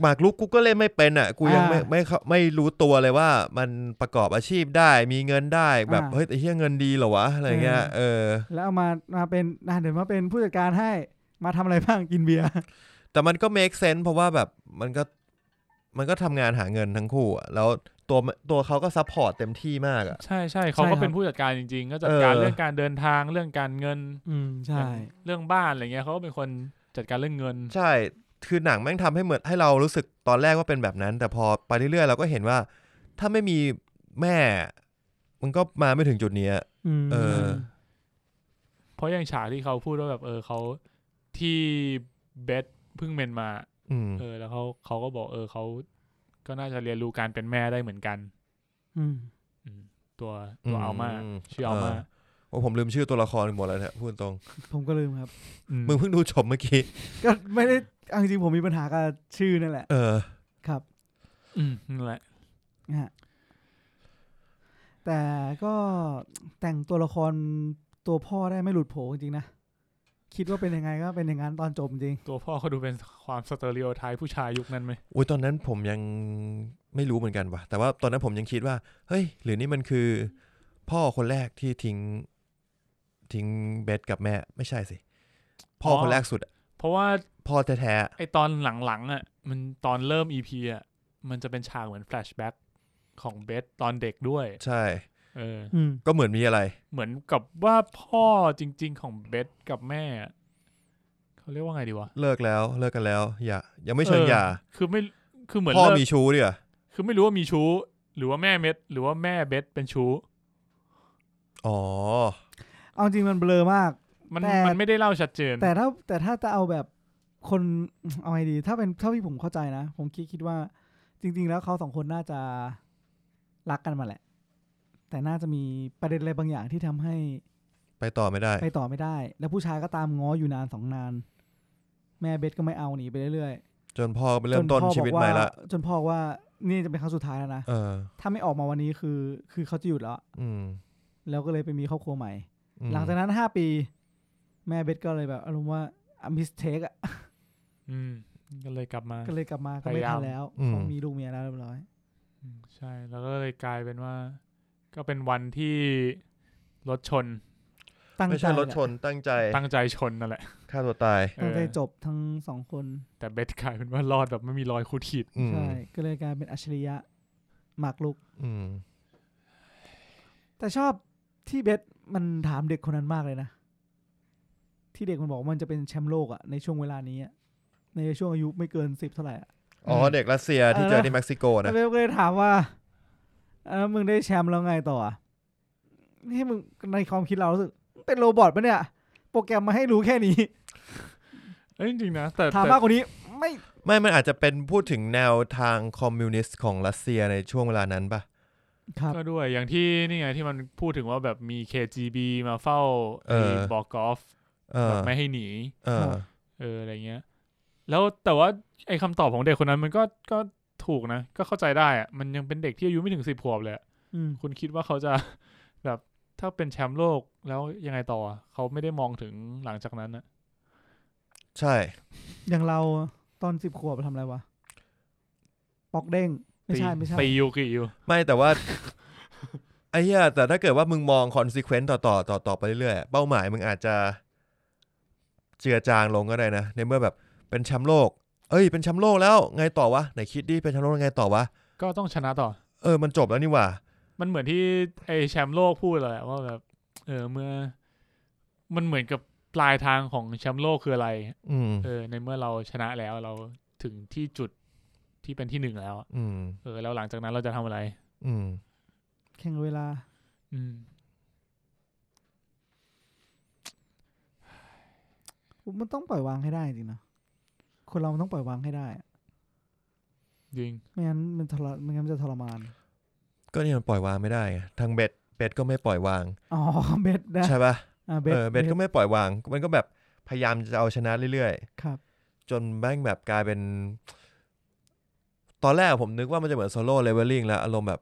Speaker 2: หมากรุกกูก็เล่นไม่เป็นอ่ะ กูยังไม่
Speaker 1: อ่า
Speaker 2: ไม่เข้าไม่รู้ตัวเลยว่ามันประกอบอาชีพได้มีเงินได้แบบ
Speaker 1: อ่า
Speaker 2: เฮ้ยไอ้เหี้ยเงินดีเหรอวะอะไรเงี้ย
Speaker 1: เออ
Speaker 2: เออ
Speaker 1: แล้วเอามามาเป็นอ่ะเดี๋ยวมาเป็นผู้จัดการให้มาทำอะไรบ้างกินเบียร์
Speaker 2: แต่มันก็ make sense เพราะว่าแบบมันก็มันก็ทำงานหาเงินทั้งคู่อะแล้วตัวตัวเขาก็ซัพพอร์ตเต็มที่มากอ่ะ
Speaker 3: ใช่ใช่เขา
Speaker 1: ใช่ครั
Speaker 3: ก็
Speaker 1: บ
Speaker 3: เป็นผู้จัดการจริงๆ ก็จัดการ
Speaker 2: เออ
Speaker 3: เรื่องการเดินทางเรื่องการเงิน
Speaker 1: อืมใช่
Speaker 3: เรื่องบ้านอะไรเงี้ยเขาก็เป็นคนจัดการเรื่องเงิน
Speaker 2: ใช่ คือหนังแม่งทำให้เหมือนให้เรารู้สึกตอนแรกว่าเป็นแบบนั้น แต่พอไปเรื่อยๆ เราก็เห็นว่า ถ้าไม่มีแม่ มันก็มาไม่ถึงจุดเนี้ย
Speaker 1: อืม
Speaker 2: เออ
Speaker 3: เพราะอย่างฉากที่เขาพูดว่าแบบเออเขาที่เบสเพิ่งเมนมา
Speaker 2: อืม
Speaker 3: เออแล้วเขาเขาก็บอกเออเขาก็น่าจะเรียนรู้การเป็นแม่ได้เหมือนกัน
Speaker 1: อืม
Speaker 3: อืมตัวตัว
Speaker 2: อืม
Speaker 3: เอามา
Speaker 2: อืม
Speaker 3: ชื่อเอามา
Speaker 2: เออ โอ้ผมลืมชื่อตัวละครหมดแล้วเนี่ยพูดตรง
Speaker 1: ผมก็ลืมครับ
Speaker 3: ม
Speaker 2: มึงเพิ่งดูจบเมื่อกี้
Speaker 1: ก็ไม่ได้เอาจริงๆผมมีปัญหากับชื่อนั่นแหละ
Speaker 2: เออ
Speaker 1: ครับ
Speaker 3: อืมนั่นแหละ
Speaker 1: นะฮะแต่ก็แต่งตัวละครตัวพ่อได้ไม่หลุดโผจริงๆนะ คิดว่าเป็นยังไงก็เป็นอย่างนั้นตอนจบจริง
Speaker 3: ตัวพ่อเขาดูเป็นความสเตอริโอไทป์ผู้ชายยุคนั้นไหม
Speaker 2: อุ้ยตอนนั้นผมยังไม่รู้เหมือนกันว่ะ แต่ว่าตอนนั้นผมยังคิดว่า เฮ้ย หรือนี่มันคือ พ่อคนแรกที่ทิ้ง ทิ้งเบสกับแม่ ไม่ใช่สิ พ่อคนแรกสุดอะ
Speaker 3: เพราะว่า
Speaker 2: พ่อแท้ๆอะ
Speaker 3: ไอตอนหลังๆอ่ะมันตอนเริ่ม EP อ่ะมันจะเป็นฉากเหมือนแฟลชแบ็กของเบสตอนเด็กด้วย
Speaker 2: ใช่
Speaker 3: เออ
Speaker 1: อืม
Speaker 2: ก็เหมือนมีอะไร
Speaker 3: เหมือนกับว่าพ่อจริง ๆ ของเบสกับแม่อะเขาเรียกว่าไงดีวะ
Speaker 2: เลิกแล้ว เลิกกันแล้วอย่ายังไม่เชิง
Speaker 3: เออ
Speaker 2: ห
Speaker 3: อ
Speaker 2: ย่า
Speaker 3: คือไม่คือเหมือน
Speaker 2: พ่อ
Speaker 3: เลิก
Speaker 2: มีชู้ดิอ่ะ
Speaker 3: คือไม่รู้ว่ามีชู้ หรือว่าแม่เม็ดหรือว่าแม่เบสเป็นชู้
Speaker 2: อ๋อ
Speaker 1: เอาจริงมันเบลอมาก
Speaker 3: มัน
Speaker 1: แต่
Speaker 3: มันไม่ได้เล่าชัดเจน
Speaker 1: แต่ถ้าแต่ถ้าจะเอาแบบคนเอาไงดี ถ้าเป็นเท่าที่ผมเข้าใจนะ ผมคิดคิดว่า จริง ๆ แล้วเขาสองคนน่าจะรักกันมาแหละ แต่น่าจะมีประเด็นอะไรบางอย่างที่ทำให้
Speaker 2: ไปต่อไม่ได้
Speaker 1: ไปต่อไม่ได้ แล้วผู้ชายก็ตามง้ออยู่นานสองนาน แม่เบสก็ไม่เอาหนีไปเรื่อยๆ
Speaker 2: จนพ่อไปเริ่มต้น
Speaker 1: จพ่อ
Speaker 2: ชีวิต
Speaker 1: บอกา
Speaker 2: ใหม่ละ
Speaker 1: จนพ่อว่านี่จะเป็นครั้งสุดท้ายแล้วนะ
Speaker 2: เออ
Speaker 1: ถ้าไม่ออกมาวันนี้คือ คือเขาจะหยุดแล้ว
Speaker 2: อืม
Speaker 1: แล้วก็เลยไปมีครอบครัวใหม่
Speaker 2: อืม
Speaker 1: หลังจากนั้นห้าปี แม่เบสก็เลยแบบอารมณ์ว่า มิสเทคอะ
Speaker 3: อืมก็เลยกลับมา
Speaker 1: ก็เลยกลับมาก็ไม่
Speaker 3: พยายา
Speaker 1: ทั
Speaker 3: ม
Speaker 1: นแล้วเขามีลูกเมียแล้วเรียบร้อย
Speaker 3: อืมใช่ แล้วก็เลยกลายเป็นว่า ก็เป็นวันที่รถชน
Speaker 1: ตั้ง
Speaker 2: ไม่
Speaker 1: ใจ
Speaker 2: ใช่รถ
Speaker 1: แหละ
Speaker 2: ชนตั้งใจ
Speaker 3: ตั้งใจชนนั่นแหละ
Speaker 2: ฆ่าตัวตาย
Speaker 1: ตั้งใจ
Speaker 3: เออ
Speaker 1: จบทั้งสองคน
Speaker 3: แต่เบสกลายเป็นว่ารอดแบบไม่มีรอยขูดขีด
Speaker 2: อืม
Speaker 1: ใช่ ก็เลยกลายเป็นอัจฉริยะหมากลุก
Speaker 2: อืม
Speaker 1: แต่ชอบที่เบสมันถามเด็กคนนั้นมากเลยนะ ที่เด็กมันบอกว่ามันจะเป็นแชมป์โลกอะในช่วงเวลานี้อะในช่วงอายุไม่เกินสิบเท่าไหร่อะ
Speaker 2: อ๋อเด็กรัสเซียที่เจอที่เม็กซิโกนะ
Speaker 1: แล้วเบลก็เลยถามว่าเออมึงได้แชมป์แล้วไงต่ออะนี่มึงในความคิดเรารู้สึกเป็นโรบอทปะเนี่ย โปรแกรมมาให้รู้แค่
Speaker 2: <laughs>
Speaker 1: นี้
Speaker 3: เอ้ยจริงๆนะแต่
Speaker 1: ถาม
Speaker 3: แต่
Speaker 1: มากกว่านี้ ไม่
Speaker 2: ไม่ มันอาจจะเป็นพูดถึงแนวทางคอมมิวนิสต์ของรัสเซียในช่วงเวลานั้นปะ
Speaker 1: ครับ
Speaker 3: ก็ด้วยอย่างที่นี่ไงที่มันพูดถึงว่าแบบมี KGB มาเฝ้าไอ้บอกกอล์ฟ
Speaker 2: เอ
Speaker 3: แบ
Speaker 2: อบ
Speaker 3: ไม่ให้หนี
Speaker 2: เออ
Speaker 3: เอออะไรเงี้ย แล้วแต่ว่าไอ้คำตอบของเด็กคนนั้นมันก็ก็ถูกนะ ก็เข้าใจได้อะมันยังเป็นเด็กที่อายุไม่ถึงสิบขวบเลยอะ
Speaker 1: อืม
Speaker 3: คุณคิดว่าเขาจะ <laughs> แบบถ้าเป็นแชมป์โลกแล้วยังไงต่ออะเขาไม่ได้มองถึงหลังจากนั้นนะ
Speaker 2: ใช่
Speaker 1: อย่างเราตอนสิบขวบเราทำอะไรวะ ปอกเด้ง ไม่ใช่
Speaker 3: ตี
Speaker 1: ไม่ใช่
Speaker 3: ตียูกิอยู่
Speaker 2: ไม่แต่ว่า <laughs> ไอ้เหี้ยแต่ถ้าเกิดว่ามึงมองคอนซีเควนต์ต่อต่อต่อต่อไปเรื่อยๆ เป้าหมายมึงอาจจะ เจือจางลงก็ได้นะ ในเมื่อแบบเป็นแชมป์โลก เอ้ย เป็นแชมป์โลกแล้ว ไงต่อวะ ไหนคิดดิ เป็นแชมป์โลกแล้วไงต่อวะ
Speaker 3: ก็ต้องชนะต่อ
Speaker 2: เออ มันจบแล้วนี่หว่า
Speaker 3: มันเหมือนที่ไอแชมป์โลกพูดเลยอะว่าแบบเออเมื่อ มันเหมือนกับปลายทางของแชมป์โลกคืออะไร
Speaker 2: อืม
Speaker 3: เออ ในเมื่อเราชนะแล้วเราถึงที่จุดที่เป็นที่หนึ่งแล้วอะ
Speaker 2: อืม
Speaker 3: เออแล้วหลังจากนั้นเราจะทำอะไร
Speaker 2: อืม
Speaker 1: แข่งเวลา
Speaker 3: อืม
Speaker 1: มันต้องปล่อยวางให้ได้จริงนะคนเรามันต้องปล่อยวางให้ได้อะ
Speaker 3: จริง
Speaker 1: ไม่งั้นมันทรไม่งั้นมันจะทรมาน
Speaker 2: ก็เนี่ยมันปล่อยวางไม่ได้ไงทางเบ็ดเบ็ดก็ไม่ปล่อยวาง
Speaker 1: อ๋อ เบ็ดนะ
Speaker 2: ใช่ปะ
Speaker 1: อ่าเบ็ด
Speaker 2: เออเบ็ดก็ไม่ปล่อยวาง มันก็แบบพยายามจะเอาชนะเรื่อยๆ
Speaker 1: ครับ
Speaker 2: จนแม่งแบบกลายเป็น ตอนแรกผมนึกว่ามันจะเหมือนโซโล่เลเวลลิ่งแล้ว อารมณ์แบบ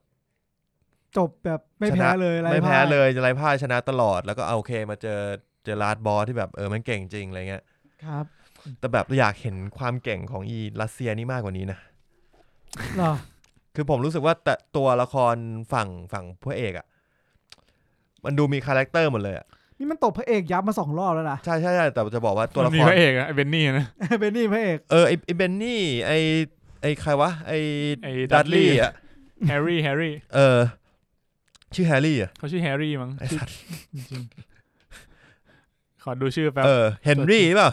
Speaker 1: จบแบบไม่
Speaker 2: ชนะ
Speaker 1: แพ้เลยร
Speaker 2: ไม่แพ้
Speaker 1: พ่าย
Speaker 2: เลยจะไรพ่ายชนะตลอด แล้วก็เอาโอเคมาเจอเจอลาดบอสที่แบบเออมันเก่งจริงอะไรเงี้ย
Speaker 1: ครับ
Speaker 2: แต่แบบอยากเห็นความเก่งของอีรัสเซียนี่มากกว่านี้นะ
Speaker 1: เหรอ
Speaker 2: คือผมรู้สึกว่าแต่ตัวละครฝั่งฝั่งพระเอกอะ่ะมันดูมีคาแรคเตอร์หมดเลยอะ
Speaker 1: นี่มันตบพระเอกยับมาสองรอบแล้วนะ
Speaker 2: ใช่ใช่ใช่แต่จะบอกว่าตัว
Speaker 3: มั
Speaker 2: ละ
Speaker 3: น
Speaker 2: ค
Speaker 3: มี
Speaker 2: ร
Speaker 3: พระเอกอะไอเบนนี่นะ
Speaker 1: <laughs> เบนนี่พระเอก
Speaker 2: เออไอไอเบนนี่ไอไอใครวะไอ
Speaker 3: ไอ้
Speaker 2: ดัตลี่
Speaker 3: Dudley
Speaker 2: อ่ะ
Speaker 3: แฮร์รี่แฮร์รี่
Speaker 2: เออ ชื่อแฮร์รี่อ่ะ
Speaker 3: เขาชื่อแฮร์รี่มั้ง
Speaker 2: ไอ
Speaker 3: ชื่อ
Speaker 2: สัตว์
Speaker 3: จริงๆขอดูชื่อแป๊บ
Speaker 2: เออเฮนรี่หรือเปล่า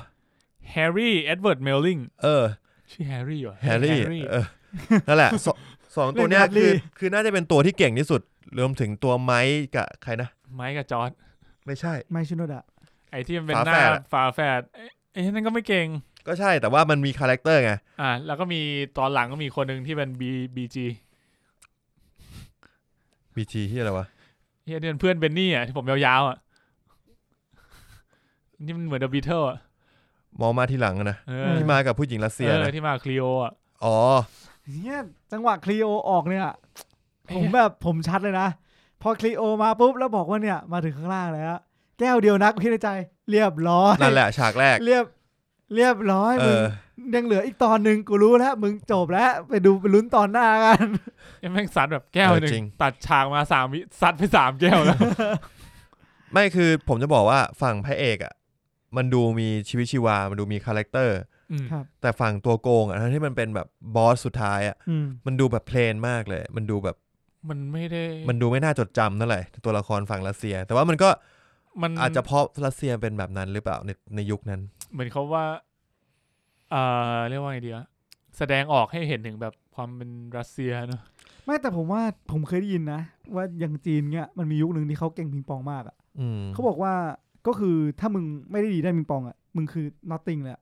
Speaker 3: แฮร์รี่เอ็ดเวิร์ดเมลลิง
Speaker 2: เออ
Speaker 3: ชื่อแฮร์รี่เหรอ
Speaker 2: แฮร์รี่เออนั่นแหละสองสองตัวเนี้ยคือคือน่าจะเป็นตัวที่เก่งที่สุดรวมถึงตัวไม้กับใครนะ
Speaker 3: ไมค์กับจอร์ด
Speaker 2: ไม่ใช่
Speaker 1: ไมชิโนดะ
Speaker 3: ไอที่มันเป็น
Speaker 2: ฝาแฝ
Speaker 3: หน้า
Speaker 2: ดอะ
Speaker 3: ฝาแฝดไอ้ไอ้นั่นก็ไม่เก่ง
Speaker 2: ก็ใช่แต่ว่ามันมีคาแรคเตอร์ไง
Speaker 3: อ่า แล้วก็มีตอนหลังก็มีคนหนึ่งที่เป็นบีบีจี
Speaker 2: บีทีที่อะไรวะ
Speaker 3: เฮียเดือนเพื่อนเบนนี่อ่ะที่ผมยาวๆอ่ะ นี่มันเหมือนเดอะบีเทิลอ่ะ
Speaker 2: มองมาที่หลังอะนะ
Speaker 3: เออ
Speaker 2: ที่มากับผู้หญิงรัสเซีย
Speaker 3: เออ
Speaker 2: นะ
Speaker 3: ที่มาคลีโออ่ะ
Speaker 2: อ๋อ
Speaker 1: เนี่ยจังหวะคลีโอออกเนี่ย
Speaker 3: ไอ้
Speaker 1: ผม
Speaker 3: เหี้ย
Speaker 1: แบบผมชัดเลยนะ พอคลีโอมาปุ๊บแล้วบอกว่าเนี่ยมาถึงข้างล่างแล้ว แก้วเดียวนักคิดในใจ เรียบร้อย
Speaker 2: นั่นแหละฉากแรก
Speaker 1: เรียบเรียบร้อย
Speaker 2: เอ
Speaker 1: มึง
Speaker 2: อ
Speaker 1: ยังเหลืออีกตอนหนึ่งกูรู้แล้ว มึงจบแล้ว ไปดูไปลุ้นตอนหน้ากัน
Speaker 3: ไอ้แม่งซัดแบบแก้วหนึ่
Speaker 2: เออจริง
Speaker 3: งตัดฉากมาสามวิซัดไปสามแก้ว
Speaker 2: <laughs>
Speaker 3: แล้ว
Speaker 2: ไม่คือผมจะบอกว่าฝั่งพระเอกอ่ะ มันดูมีชีวิตชีวา มันดูมีคาแรคเตอร์
Speaker 3: อืม
Speaker 1: ครับ
Speaker 2: แต่ฝั่งตัวโกงอ่ะทั้งที่มันเป็นแบบบอสสุดท้ายอ่ะ
Speaker 1: อืม
Speaker 2: มันดูแบบเพลนมากเลย มันดูแบบ
Speaker 3: มันไม่ได้
Speaker 2: มันดูไม่น่าจดจำเท่าไหร่ตัวละครฝั่งรัสเซีย แต่ว่ามันก็
Speaker 3: มัน
Speaker 2: อาจจะเพราะรัสเซียเป็นแบบนั้นหรือเปล่าในในยุคนั้น
Speaker 3: เหมือนเขาว่าเอ่อเรียกว่าไงดีวะแสดงออกให้เห็นถึงแบบความเป็นรัสเซียเนอะ
Speaker 1: ไม่แต่ผมว่าผมเคยได้ยินนะ ว่าอย่างจีนเนี่ยมันมียุคหนึ่งที่เขาเก่งปิงปองมากอะ
Speaker 2: อืม
Speaker 1: เขาบอกว่าก็คือถ้ามึงไม่ได้ดีด้านปิงปองอ่ะมึงคือ nothing แหลยอะ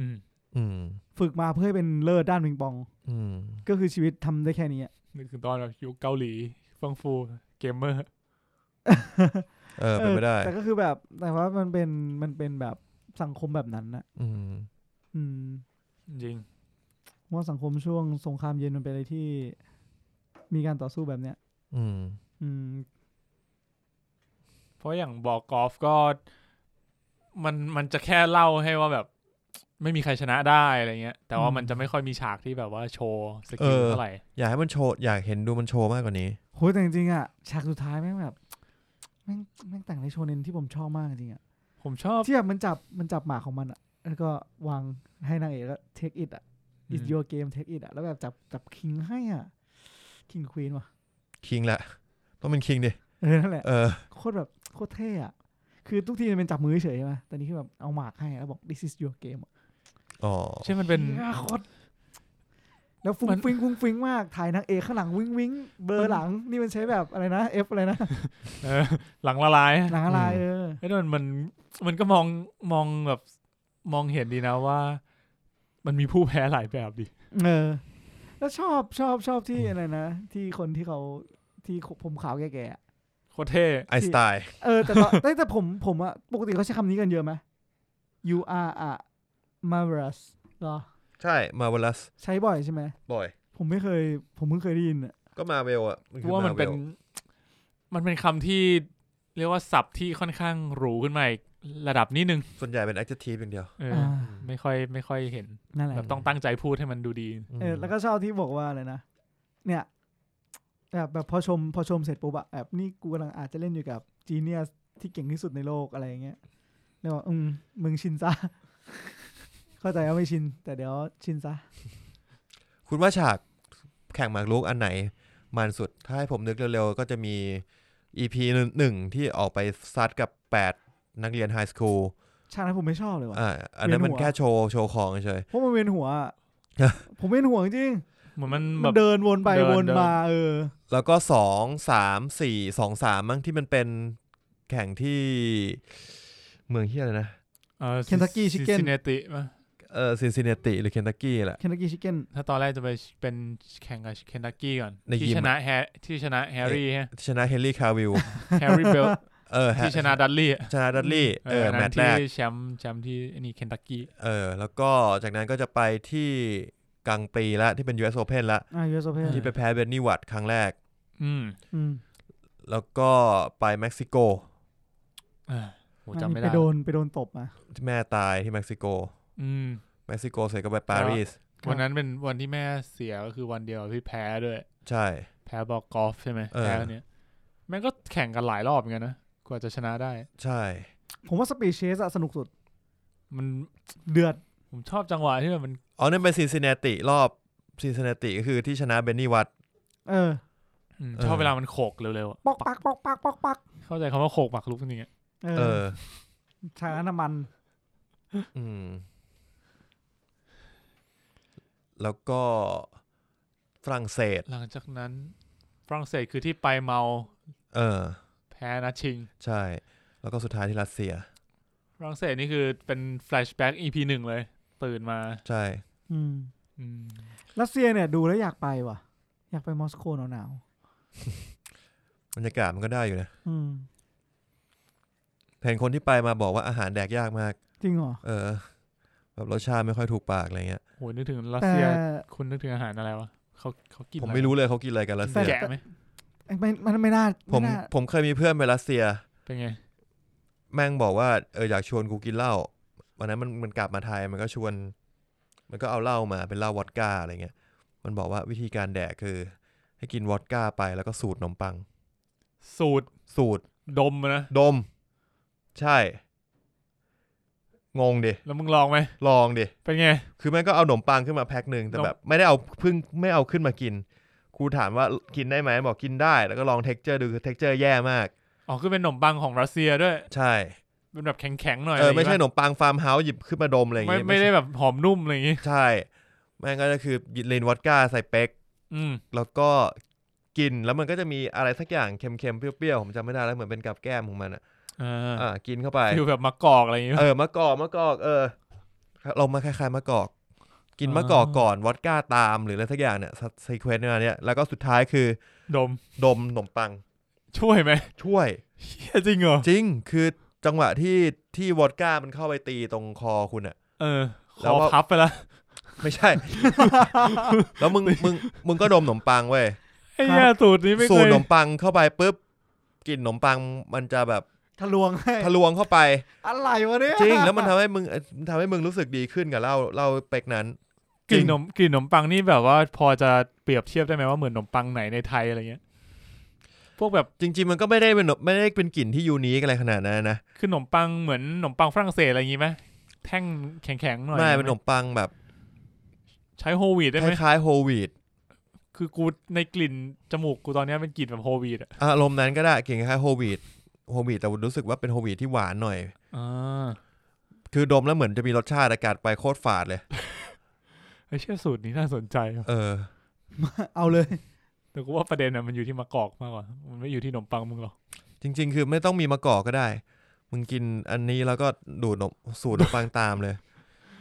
Speaker 3: อืม
Speaker 2: อืม
Speaker 1: ฝึกมาเพื่อให้เป็นเลิศด้านปิงปอง
Speaker 2: อืม
Speaker 1: ก็คือชีวิตทำได้แค่นี้อะ
Speaker 3: นึกถึงตอนแบบยุคเกาหลีเฟื่องฟูเกมเมอร์
Speaker 2: เออเป็นไปได้
Speaker 1: แต่ก็คือแบบแต่ว่ามันเป็นมันเป็นแบบสังคมแบบนั้นนะ
Speaker 2: อืม
Speaker 1: อืม
Speaker 3: จริง
Speaker 1: ว่าสังคมช่วงสงครามเย็นมันเป็นอะไรที่ มีการต่อสู้แบบเนี้ย
Speaker 2: อืม
Speaker 1: อืม
Speaker 3: เพราะอย่างบอกกอล์ฟก็มันมันจะแค่เล่าให้ว่าแบบ ไม่มีใครชนะได้อะไรเงี้ย แต่ว่า
Speaker 1: อืม
Speaker 3: มันจะไม่ค่อยมีฉากที่แบบว่าโชว์สกิลเท่าไหร่
Speaker 2: อยากให้มันโชว์อยากเห็นดูมันโชว์มากกว่านี้
Speaker 1: โหแต่จริงๆอ่ะฉากสุดท้ายแม่งแบบแม่งแม่งแต่งในโชเนนที่ผมชอบมากจริงๆอ่ะ
Speaker 3: ผมชอบ
Speaker 1: ที่แบบมันจับมันจับหมาของมันอ่ะ แล้วก็วางให้นางเอกแล้ว take it อ่ะ it's your game take it อ่ะแล้วแบบจับจับคิงให้อ่ะคิงควีนว่ะ
Speaker 2: คิงแหละ ต้องเป็นคิงดิ
Speaker 1: เออนั่นแหละ
Speaker 2: เออ
Speaker 1: โคตรแบบโคตรเท่อะคือทุกทีมันเป็นจับมือเฉยๆใช่ไหมแต่นี่คือแบบเอาหมากให้แล้วบอก this is your game อะ
Speaker 2: อ๋อ
Speaker 3: ใช่มันเป็น
Speaker 1: หี้ยโคตรแล้วฟุ้ง
Speaker 3: มัน
Speaker 1: ฟิ้งฟุ้งฟิ้งมาก ถ่ายนางเอกข้างหลังวิ้งวิ้งเบอร์หลัง นี่มันใช้แบบอะไรนะ F อะไรนะ
Speaker 3: เออหลังละลาย
Speaker 1: หนังอะไร
Speaker 2: อืม
Speaker 1: เออ
Speaker 3: ไอ้ยแต่มันมันมันก็มองมองแบบมองเห็นดีนะว่า มันมีผู้แพ้หลายแบบดิ
Speaker 1: เออ แล้วชอบชอบชอบที่
Speaker 2: อืม
Speaker 1: อะไรนะ ที่คนที่เขาที่ผมขาวแก่ๆอะ
Speaker 3: โคตรเท่
Speaker 2: ไอสไตล์
Speaker 1: เออ แต่ตอน <laughs> แต่แต่ผมผมอะปกติเขาใช้คำนี้กันเยอะไหม you are a marvelous เหรอ
Speaker 2: ใช่มาเวลัส
Speaker 1: ใช้บ่อยใช่ไหม
Speaker 2: บ่อย
Speaker 1: ผมไม่เคย ผมเพิ่งเคยได้ยินอะ
Speaker 2: ก็มาเวลอะ
Speaker 3: เพราะว่ามันเป็นมันเป็นคำที่เรียกว่าศัพท์ที่ค่อนข้างหรูขึ้นมาอีกระดับนิดนึง
Speaker 2: ส่วนใหญ่เป็น adjective อย่างเดียว
Speaker 3: เอออ
Speaker 1: อ่า
Speaker 3: ไม่ค่อยไม่ค่อยเห็น
Speaker 1: นั่นแหละ
Speaker 3: แบบต้องตั้งใจพูดให้มันดูดี
Speaker 1: เออแล้วก็ชอบที่บอกว่าอะไรนะ เนี่ยแบบแบบพอชมพอชมเสร็จปุ๊บอะแบบนี่กูกำลังอาจจะเล่นอยู่กับจีเนียสที่เก่งที่สุดในโลกอะไรอย่างเงี้ยแล้วบอกอืมมึงชินซะ <laughs> เข้าใจว่าไม่ชิน แต่เดี๋ยวชินซะ
Speaker 2: คุณว่าฉากแข่งหมากรุกอันไหน มันสุด ถ้าให้ผมนึกเร็วๆ ก็จะมี EP หนึ่งที่ออกไปซัดกับ 8 นักเรียนไฮสคูล
Speaker 1: ฉากนั้นผมไม่ชอบเลยว่ะ
Speaker 2: อ่าอันนั้นมัน
Speaker 1: เวียนหัว
Speaker 2: แค่โชว์โชว์ของเฉย
Speaker 1: เพราะมันเวียนหัวอะ
Speaker 3: <laughs>
Speaker 1: ผมเวียนหัวจริง
Speaker 3: เหมือนมัน
Speaker 1: ๆ
Speaker 3: แบ
Speaker 1: มัน
Speaker 3: บ
Speaker 1: เดินวนไป
Speaker 3: เดิน
Speaker 1: วน
Speaker 3: เดิน
Speaker 1: มาเออ
Speaker 2: แล้วก็สองสามสี่สองสามมั้งที่มันเป็นแข่งที่เมืองที่อะไรนะ
Speaker 1: Kentucky Chicken
Speaker 3: ซินเนติมั้ย
Speaker 2: เออซินซินเนติหรือเคนตักกี้แหละ
Speaker 1: เคน t ักกี้ชิคเก้น
Speaker 3: ถ้าตอนแรกจะไปเป็นแข่งกับเคนตักกี้ก่อน
Speaker 2: ในยิม
Speaker 3: ที่ชนะแฮร์ที่ชนะแฮร์รี่ฮะ
Speaker 2: ชนะเฮนรี่คาวิล
Speaker 3: แฮร์รี่เบล
Speaker 2: <laughs> เออ
Speaker 3: ที่ชนะดัตลี่
Speaker 2: ชนะดัตลี่เออแมตช์แรก
Speaker 3: ที่แชมป์แชมป์ที่ไอ้นี่เคนตักกี้
Speaker 2: เออแล้วก็จากนั้นก็จะไปที่กลางปีละที่เป็น US Open ละ
Speaker 1: อ่า US Open
Speaker 2: ที่ไปแพ้เบนนี่วัตครั้งแรก
Speaker 3: อืม
Speaker 1: อืม
Speaker 2: แล้วก็ไปเม็กซิโก
Speaker 3: อ่าโห
Speaker 1: อัน
Speaker 3: จำ
Speaker 1: นี้
Speaker 3: ไม่
Speaker 1: ไป
Speaker 3: ได้
Speaker 1: โดนไปโดนตบมา
Speaker 2: ที่แม่ตายที่เม็กซิโก
Speaker 3: อืม
Speaker 2: เม็กซิโกเสร็จก็ไปปารีส
Speaker 1: ครับ
Speaker 3: วันนั้นเป็นวันที่แม่เสียก็คือวันเดียวที่แพ้ด้วย
Speaker 2: ใช่
Speaker 3: แพ้บอกกอล์ฟใช่ไหม
Speaker 2: เออ
Speaker 3: แพ้เนี่ยแม่งก็แข่งกันหลายรอบเหมือนกันนะกว่าจะชนะได้
Speaker 2: ใช่
Speaker 1: ผมว่าสปีเชสอะสนุกสุด
Speaker 3: มัน
Speaker 1: เดือด
Speaker 3: ผมชอบจังหวะที่แบบมัน
Speaker 2: อ๋อนั่นเป็นซินซินเนติรอบซินซินเนติก็คือที่ชนะเบนนี่วัต
Speaker 1: เออ
Speaker 3: อืม
Speaker 2: เออ
Speaker 3: ชอบเวลามันโขกเร็วๆอะ
Speaker 1: ปอกปักปอกปักปอกปัก
Speaker 3: เข้าใจคำว่าโขกปักลุกจริงๆอะ
Speaker 1: เอ
Speaker 2: เอ
Speaker 1: อ
Speaker 2: อ
Speaker 1: ฉากนั้นน้ำมัน
Speaker 2: อืม แล้วก็ฝรั่งเศส
Speaker 3: หลังจากนั้นฝรั่งเศสคือที่ไปเมา
Speaker 2: เออ
Speaker 3: แพ้นัดชิง
Speaker 2: ใช่ แล้วก็สุดท้ายที่รัสเซีย
Speaker 3: ฝรั่งเศสนี่คือเป็นแฟลชแบ็ก EP หนึ่งเลย ตื่นมา
Speaker 2: ใช่
Speaker 1: อืม
Speaker 3: อืม
Speaker 1: รัสเซียเนี่ยดูแล้วอยากไปว่ะ อยากไปมอสโกหนาว
Speaker 2: บรรยากาศมันก็ได้อยู่นะ
Speaker 1: ๆอืม
Speaker 2: เห็นคนที่ไปมาบอกว่าอาหารแดกยากมาก
Speaker 1: จริงเหรอ
Speaker 2: เออ แบบรสชาติไม่ค่อยถูกปากอะไรเงี้ย
Speaker 3: โหนึกถึงรัส
Speaker 1: แต่
Speaker 3: เซียคุณนึกถึงอาหารอะไรวะเขาเขากิน
Speaker 2: ผม
Speaker 3: อะ
Speaker 2: ไม่รู้เลยเขากินอะไรกันรัส
Speaker 3: กิ
Speaker 2: เซี
Speaker 3: น
Speaker 2: ย
Speaker 3: แกะไหม
Speaker 1: ไม่มันไม่น่า
Speaker 2: ผ
Speaker 1: ไม่
Speaker 2: ม
Speaker 1: น่า
Speaker 2: ผมเคยมีเพื่อนไปรัสเซีย
Speaker 3: เป็นไง
Speaker 2: แม่งบอกว่าเอออยากชวนกูกินเหล้า วันนั้นมันมันกลับมาไทยมันก็ชวน มันก็เอาเหล้ามาเป็นเหล้าวอดก้าอะไรเงี้ย มันบอกว่าวิธีการแดกคือ ให้กินวอดก้าไปแล้วก็สูดนมปัง
Speaker 3: สูตร
Speaker 2: สูด
Speaker 3: ดมอะนะ
Speaker 2: ดม ใช่ งงดิ
Speaker 3: แล้วมึงลองไหม
Speaker 2: ลองดิ
Speaker 3: เป็นไง
Speaker 2: คือแม่งก็เอาขนมปังขึ้นมาแพ็คหนึ่งแต่
Speaker 3: นม
Speaker 2: แบบไม่ได้เอาเพึ่งไม่เอาขึ้นมากิน ครูถามว่ากินได้ไหมบอกกินได้แล้วก็ลองเท็กเจอร์ดูคือเท็กเจอร์แย่มาก
Speaker 3: อ๋อคือเป็นขนมปังของรัสเซียด้วย
Speaker 2: ใช่
Speaker 3: เป็นแบบแข็งๆหน่อย
Speaker 2: เออไม่ใช่ข
Speaker 3: หน
Speaker 2: นมปังฟาร์มเฮาส์หยิบขึ้นมาดมอะไรอย่าง
Speaker 3: ไม่
Speaker 2: เงี้ย
Speaker 3: ไม่ได้แบบหอมนุ่มอะไรอย่างงี้
Speaker 2: ใช่แม่งก็จะคือเลนวอดก้าใส่เป๊ก
Speaker 3: อืม
Speaker 2: แล้วก็กินแล้วมันก็จะมีอะไรสักอย่างเค็มๆเปรี้ยวๆผมจำไม่ได้แล้วเหมือนเป็นกับแก้มของมันอ่ะ
Speaker 3: อ่า
Speaker 2: อ่ากินเข้าไป
Speaker 3: ฟิลแบบมะกอกอะไรอย่างงี้
Speaker 2: เออมะกอกมะกอกเออเรามาคล้ายๆมะกอก กินมะกอก
Speaker 3: อ่า
Speaker 2: ก่อนวอดก้าตามหรืออะไรสักอย่างเนี่ยซีเควนต์เนี่ยแล้วก็สุดท้ายคือ
Speaker 3: ดม
Speaker 2: ดมขนมปัง
Speaker 3: ช่วยไหม
Speaker 2: ช่วย
Speaker 3: เหี้ยจริงเหรอ
Speaker 2: จริงคือจังหวะที่ที่วอดก้ามันเข้าไปตีตรงคอคุณอะ
Speaker 3: เออค
Speaker 2: แล้ว
Speaker 3: อ
Speaker 2: ว่า
Speaker 3: พับไปละ
Speaker 2: ไม่
Speaker 3: <laughs>
Speaker 2: ใช่ แล้วมึงมึงมึงก็ดมขนมปังเว้ย
Speaker 3: ไอ้เหี้ยสูตรนี้ไม่
Speaker 2: สู
Speaker 3: เค
Speaker 2: ด
Speaker 3: ย
Speaker 2: ขนมปังเข้าไปปุ๊บกลินขนมปังมันจะแบบ
Speaker 1: ทะลวงให้
Speaker 2: ทะลวงเข้าไป
Speaker 1: อะไรวะเนี่ย
Speaker 2: จริง แล้วมันทำให้มึงเอ่อมันทำให้มึงรู้สึกดีขึ้นกับเหล้าเหล้าเป็กนั้น
Speaker 3: กลิ่นขนมกลิ่นขนมปังนี่แบบว่าพอจะเปรียบเทียบได้ไหมว่าเหมือนขนมปังไหนในไทยอะไรเงี้ย พวกแบบ
Speaker 2: จริง ๆ มันก็ไม่ได้เป็นไม่ได้เป็นกลิ่นที่ยูนิคอะไรขนาดนั้นนะ
Speaker 3: คือขนมปังเหมือนขนมปังฝรั่งเศสอะไรอย่างงี้ไหมแท่งแข็งๆหน่อย
Speaker 2: ไม่เป็นขนมปังแบบ
Speaker 3: ใช้โฮวีด
Speaker 2: ค
Speaker 3: ได้ไหม
Speaker 2: ล้ายๆโฮลวีด
Speaker 3: คือกูในกลิ่นจมูกกูตอนเนี้ยเป็นกลิ่นแบบโฮวีดอ่ะ
Speaker 2: อารมณ์นั้นก็ได้กลิ่นคล้ายๆโฮลวีดโฮลวีดแต่รู้สึกว่าเป็นโฮลวีดที่หวานหน่อย
Speaker 3: อ่า
Speaker 2: คือดมแล้วเหมือนจะมีรสชาติอากาศไปโคตรฝาดเลย
Speaker 3: ไอ้เชี่ยสูตรนี้น่าสนใจว่ะ
Speaker 2: เออ
Speaker 1: เอาเลย
Speaker 3: แต่กูว่าประเด็นน่ะมันอยู่ที่มะกอกมากกว่ามันไม่อยู่ที่ขนมปังมึงหรอก
Speaker 2: จริง ๆ คือไม่ต้องมีมะกอกก็ได้ มึงกินอันนี้แล้วก็ดูดนมสูดนมปังตามเลย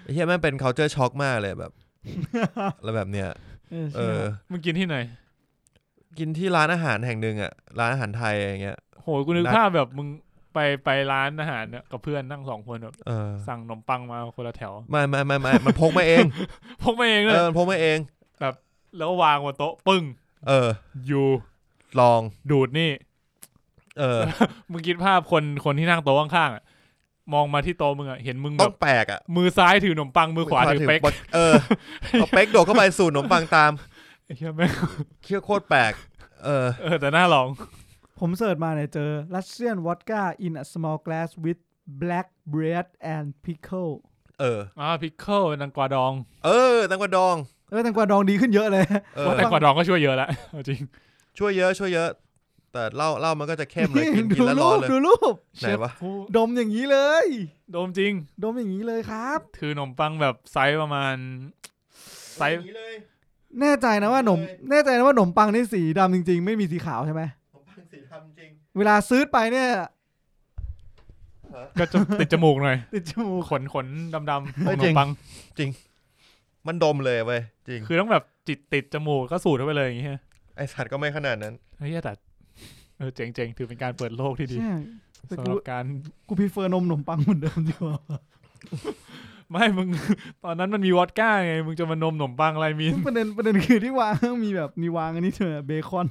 Speaker 2: ไอ้เฮียแม่งเป็น culture shock มากเลย
Speaker 3: <laughs>
Speaker 2: แบบ แล้วแบบเนี้ย
Speaker 1: เออ
Speaker 2: เอ
Speaker 1: เชี่ย
Speaker 2: อ
Speaker 3: มึงกินที่ไหน
Speaker 2: กินที่ร้านอาหารแห่งหนึ่งอะร้านอาหารไทยอย่างเงี้ย
Speaker 3: โหกูนึก
Speaker 2: นัด
Speaker 3: ภาพแบบมึงไปไปร้านอาหารเนี่ยกับเพื่อนนั่งสองคนแบบ
Speaker 2: เอ
Speaker 3: <laughs>
Speaker 2: อ
Speaker 3: สั่งขนมปังมาคนละแถว
Speaker 2: ไม่ไม่ไม่ไม่มันพกมาเอง
Speaker 3: พกมาเอง <laughs> เล
Speaker 2: เอย อมันพกมาเอง
Speaker 3: แล้ววางบนโต๊ะปึ้ง
Speaker 2: เออ
Speaker 3: อยู่
Speaker 2: ลอง
Speaker 3: ดูดนี่
Speaker 2: เอ
Speaker 3: <laughs>
Speaker 2: อ
Speaker 3: มึงคิดภาพคนคนที่นั่งโต๊ะข้างๆอะมองมาที่โต๊ะมึงอะเห็นมึงแบ
Speaker 2: ต้อง
Speaker 3: บ
Speaker 2: แปลกอะ
Speaker 3: มือซ้ายถือขนมปังมือขวาถือเป๊ก
Speaker 2: เออเอาเป๊กโดดเข้าไปสูดนมปังตาม
Speaker 3: ไอ้เหี้ยแม่ง
Speaker 2: เคี้ยวโคตรแปลก เออ
Speaker 3: เออแต่น่าลอง
Speaker 1: ผมเสิร์ชมาเนี่ยเจอ Russian vodka in a small glass with black bread and pickle
Speaker 2: เออ
Speaker 3: อ่าพิคเกิลนางกวาดอง
Speaker 2: เออแตังกวาดอง
Speaker 1: เออแตงกวาดองดีขึ้นเยอะเลย
Speaker 2: เอ
Speaker 3: ว่า
Speaker 2: อ
Speaker 3: แตงกวาดองก็ช่วยเยอะละเอาจริง
Speaker 2: ช่วยเยอะช่วยเยอะ แต่เหล้าเหล้ามันก็จะเข้
Speaker 1: <laughs>
Speaker 2: มเลยกินกิน
Speaker 1: ดู
Speaker 2: แล้วร้
Speaker 1: รู
Speaker 2: อน
Speaker 1: ป
Speaker 2: เลย
Speaker 1: ดูรูป
Speaker 2: ไหนวะ
Speaker 3: เชฟผู้
Speaker 1: ดมอย่างนี้เลย
Speaker 3: โดมจริง
Speaker 1: ดมอย่างนี้เลยครับ
Speaker 3: คือขนมปังแบบไซส์ประมาณ ไซส์
Speaker 1: แน่ใจนะว่าหนม แน่ใจนะว่าหนมปังนี่สีดำจริง ๆ ไม่มีสีขาวใช่ไหม
Speaker 2: ผมฟังสีทำจริง
Speaker 1: เวลาซื้อไปเนี่ย
Speaker 3: ก็จะ <laughs> ติดจมูกหน่อย
Speaker 1: ติดจมูก
Speaker 3: ขนขนดำๆของขนมปัง
Speaker 2: มันดมเลยเว้ยจริง
Speaker 3: คือต้องแบบจิตติดจมูกก็สูดเข้าไปเลยอย่างเงี้ย
Speaker 2: ไอสัตว์ก็ไม่ขนาด
Speaker 1: <laughs>
Speaker 2: นั้น
Speaker 3: เฮ้ยแต่เออเจ๋งๆ ถือเป็นการเปิดโลกที่ดี
Speaker 1: ใช่แต่
Speaker 3: สำห
Speaker 1: กู
Speaker 3: รับการ
Speaker 1: กูพิเฟอร์นมหนมปังเหมือนเดิมดี
Speaker 2: <laughs>
Speaker 1: กว่า
Speaker 3: ไม่มึง <laughs> ตอนนั้นมันมีวอดก้าไง มึงจะมานมขนมปังอะไรมีน
Speaker 1: ประเด็นประเด็นคือที่วางมีแบบมีวางอันนี้เถ
Speaker 2: <laughs>
Speaker 1: อะเบคอน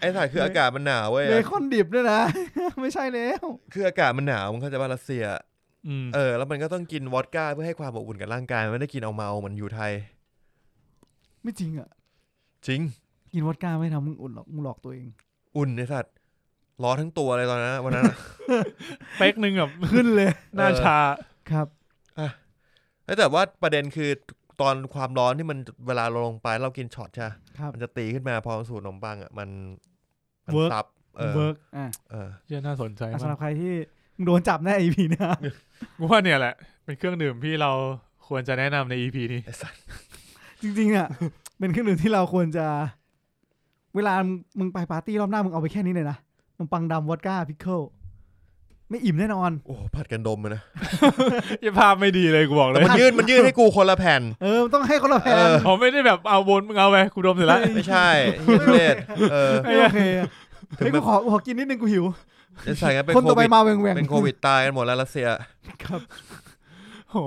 Speaker 2: ไอสัตว์คืออากาศมันหนาวเว้ย
Speaker 1: เบคอนดิบด้วยนะ <laughs> ไม่ใช่แล้ว
Speaker 2: คืออากาศมันหนาวมึงเข้าใจว่ารัสเซีย
Speaker 3: อืม
Speaker 2: เออแล้วมันก็ต้องกินวอดก้าเพื่อให้ความอบอุ่นกับร่างกายมันไม่ได้กินเอาเมาเหมือนอยู่ไทย
Speaker 1: ไม่จริงอ่ะ
Speaker 2: จริง
Speaker 1: กินวอดก้าไม่ทำมึงอุ่นหรอกมึงหลอกตัวเอง
Speaker 2: อุ่นไอสัตว์ร้อนทั้งตัวเลยตอนนั้นอะวันนั้นอะ
Speaker 1: <laughs>
Speaker 3: เป๊กหนึ่งแบบ
Speaker 1: ขึ้นเลย
Speaker 3: หน้าชา
Speaker 1: ครับ
Speaker 2: เอ้ยแต่ว่าประเด็นคือตอนความร้อนที่มันเวลาเราลงไปเรากินช็อตใช่ปะ
Speaker 1: ครับ
Speaker 2: มันจะตีขึ้นมาพอสูตรขนมปังอ่ะมันมัน
Speaker 3: เวิร์ก
Speaker 2: ซับเออ
Speaker 1: เวิร์กอ่ะ
Speaker 2: เออ
Speaker 3: เหี้ยน่าสนใจ
Speaker 1: อ่ะสำห
Speaker 3: มา
Speaker 1: รั
Speaker 3: ก
Speaker 1: บใครที่มึงโดนจับแน่ <laughs> EP หนะ
Speaker 3: กูว่าเนี่ยแหละ เป็นเครื่องดื่มที่เราควรจะแนะนำใน EP นี้ <laughs>
Speaker 2: ไอสัตว์
Speaker 1: จริงๆอ่ะ เป็นเครื่องดื่มที่เราควรจะ เวลามึงไปปาร์ตี้รอบหน้ามึงเอาไปแค่นี้เลยนะนมปังดำวอดก้าพิคเกิลไม่อิ่มแน่นอน
Speaker 2: โอ้ผัดกันดมเลยนะ
Speaker 3: ยี่ภาพไม่ดีเลยกูบอกเล
Speaker 2: แต่
Speaker 3: ย <laughs>
Speaker 2: มันยื่นมันยื่นให้กูคนละแผ่น
Speaker 1: เออต้องให้คนละแพน
Speaker 2: เอ <laughs> อ
Speaker 3: ผมไม่ได้แบบเอาวนมึงเอาไปกูดมเสร็จแล้ว
Speaker 2: ไม่ใช่เหี้ยทุเรศเออ
Speaker 1: ไม่โอเคอ่ะ
Speaker 2: ถึง
Speaker 1: เฮ้ยกู
Speaker 2: มัน
Speaker 1: ขอกูขอกินนิดนึงกูหิว
Speaker 2: ไอสัตว์งั้นเป็น
Speaker 1: คน
Speaker 2: โค
Speaker 1: ต่อไป
Speaker 2: วิด
Speaker 1: มาแหวงแหวง
Speaker 2: เป็นโควิดตายกันหมดแล้วรัสเซีย
Speaker 1: ครับ
Speaker 3: โอ้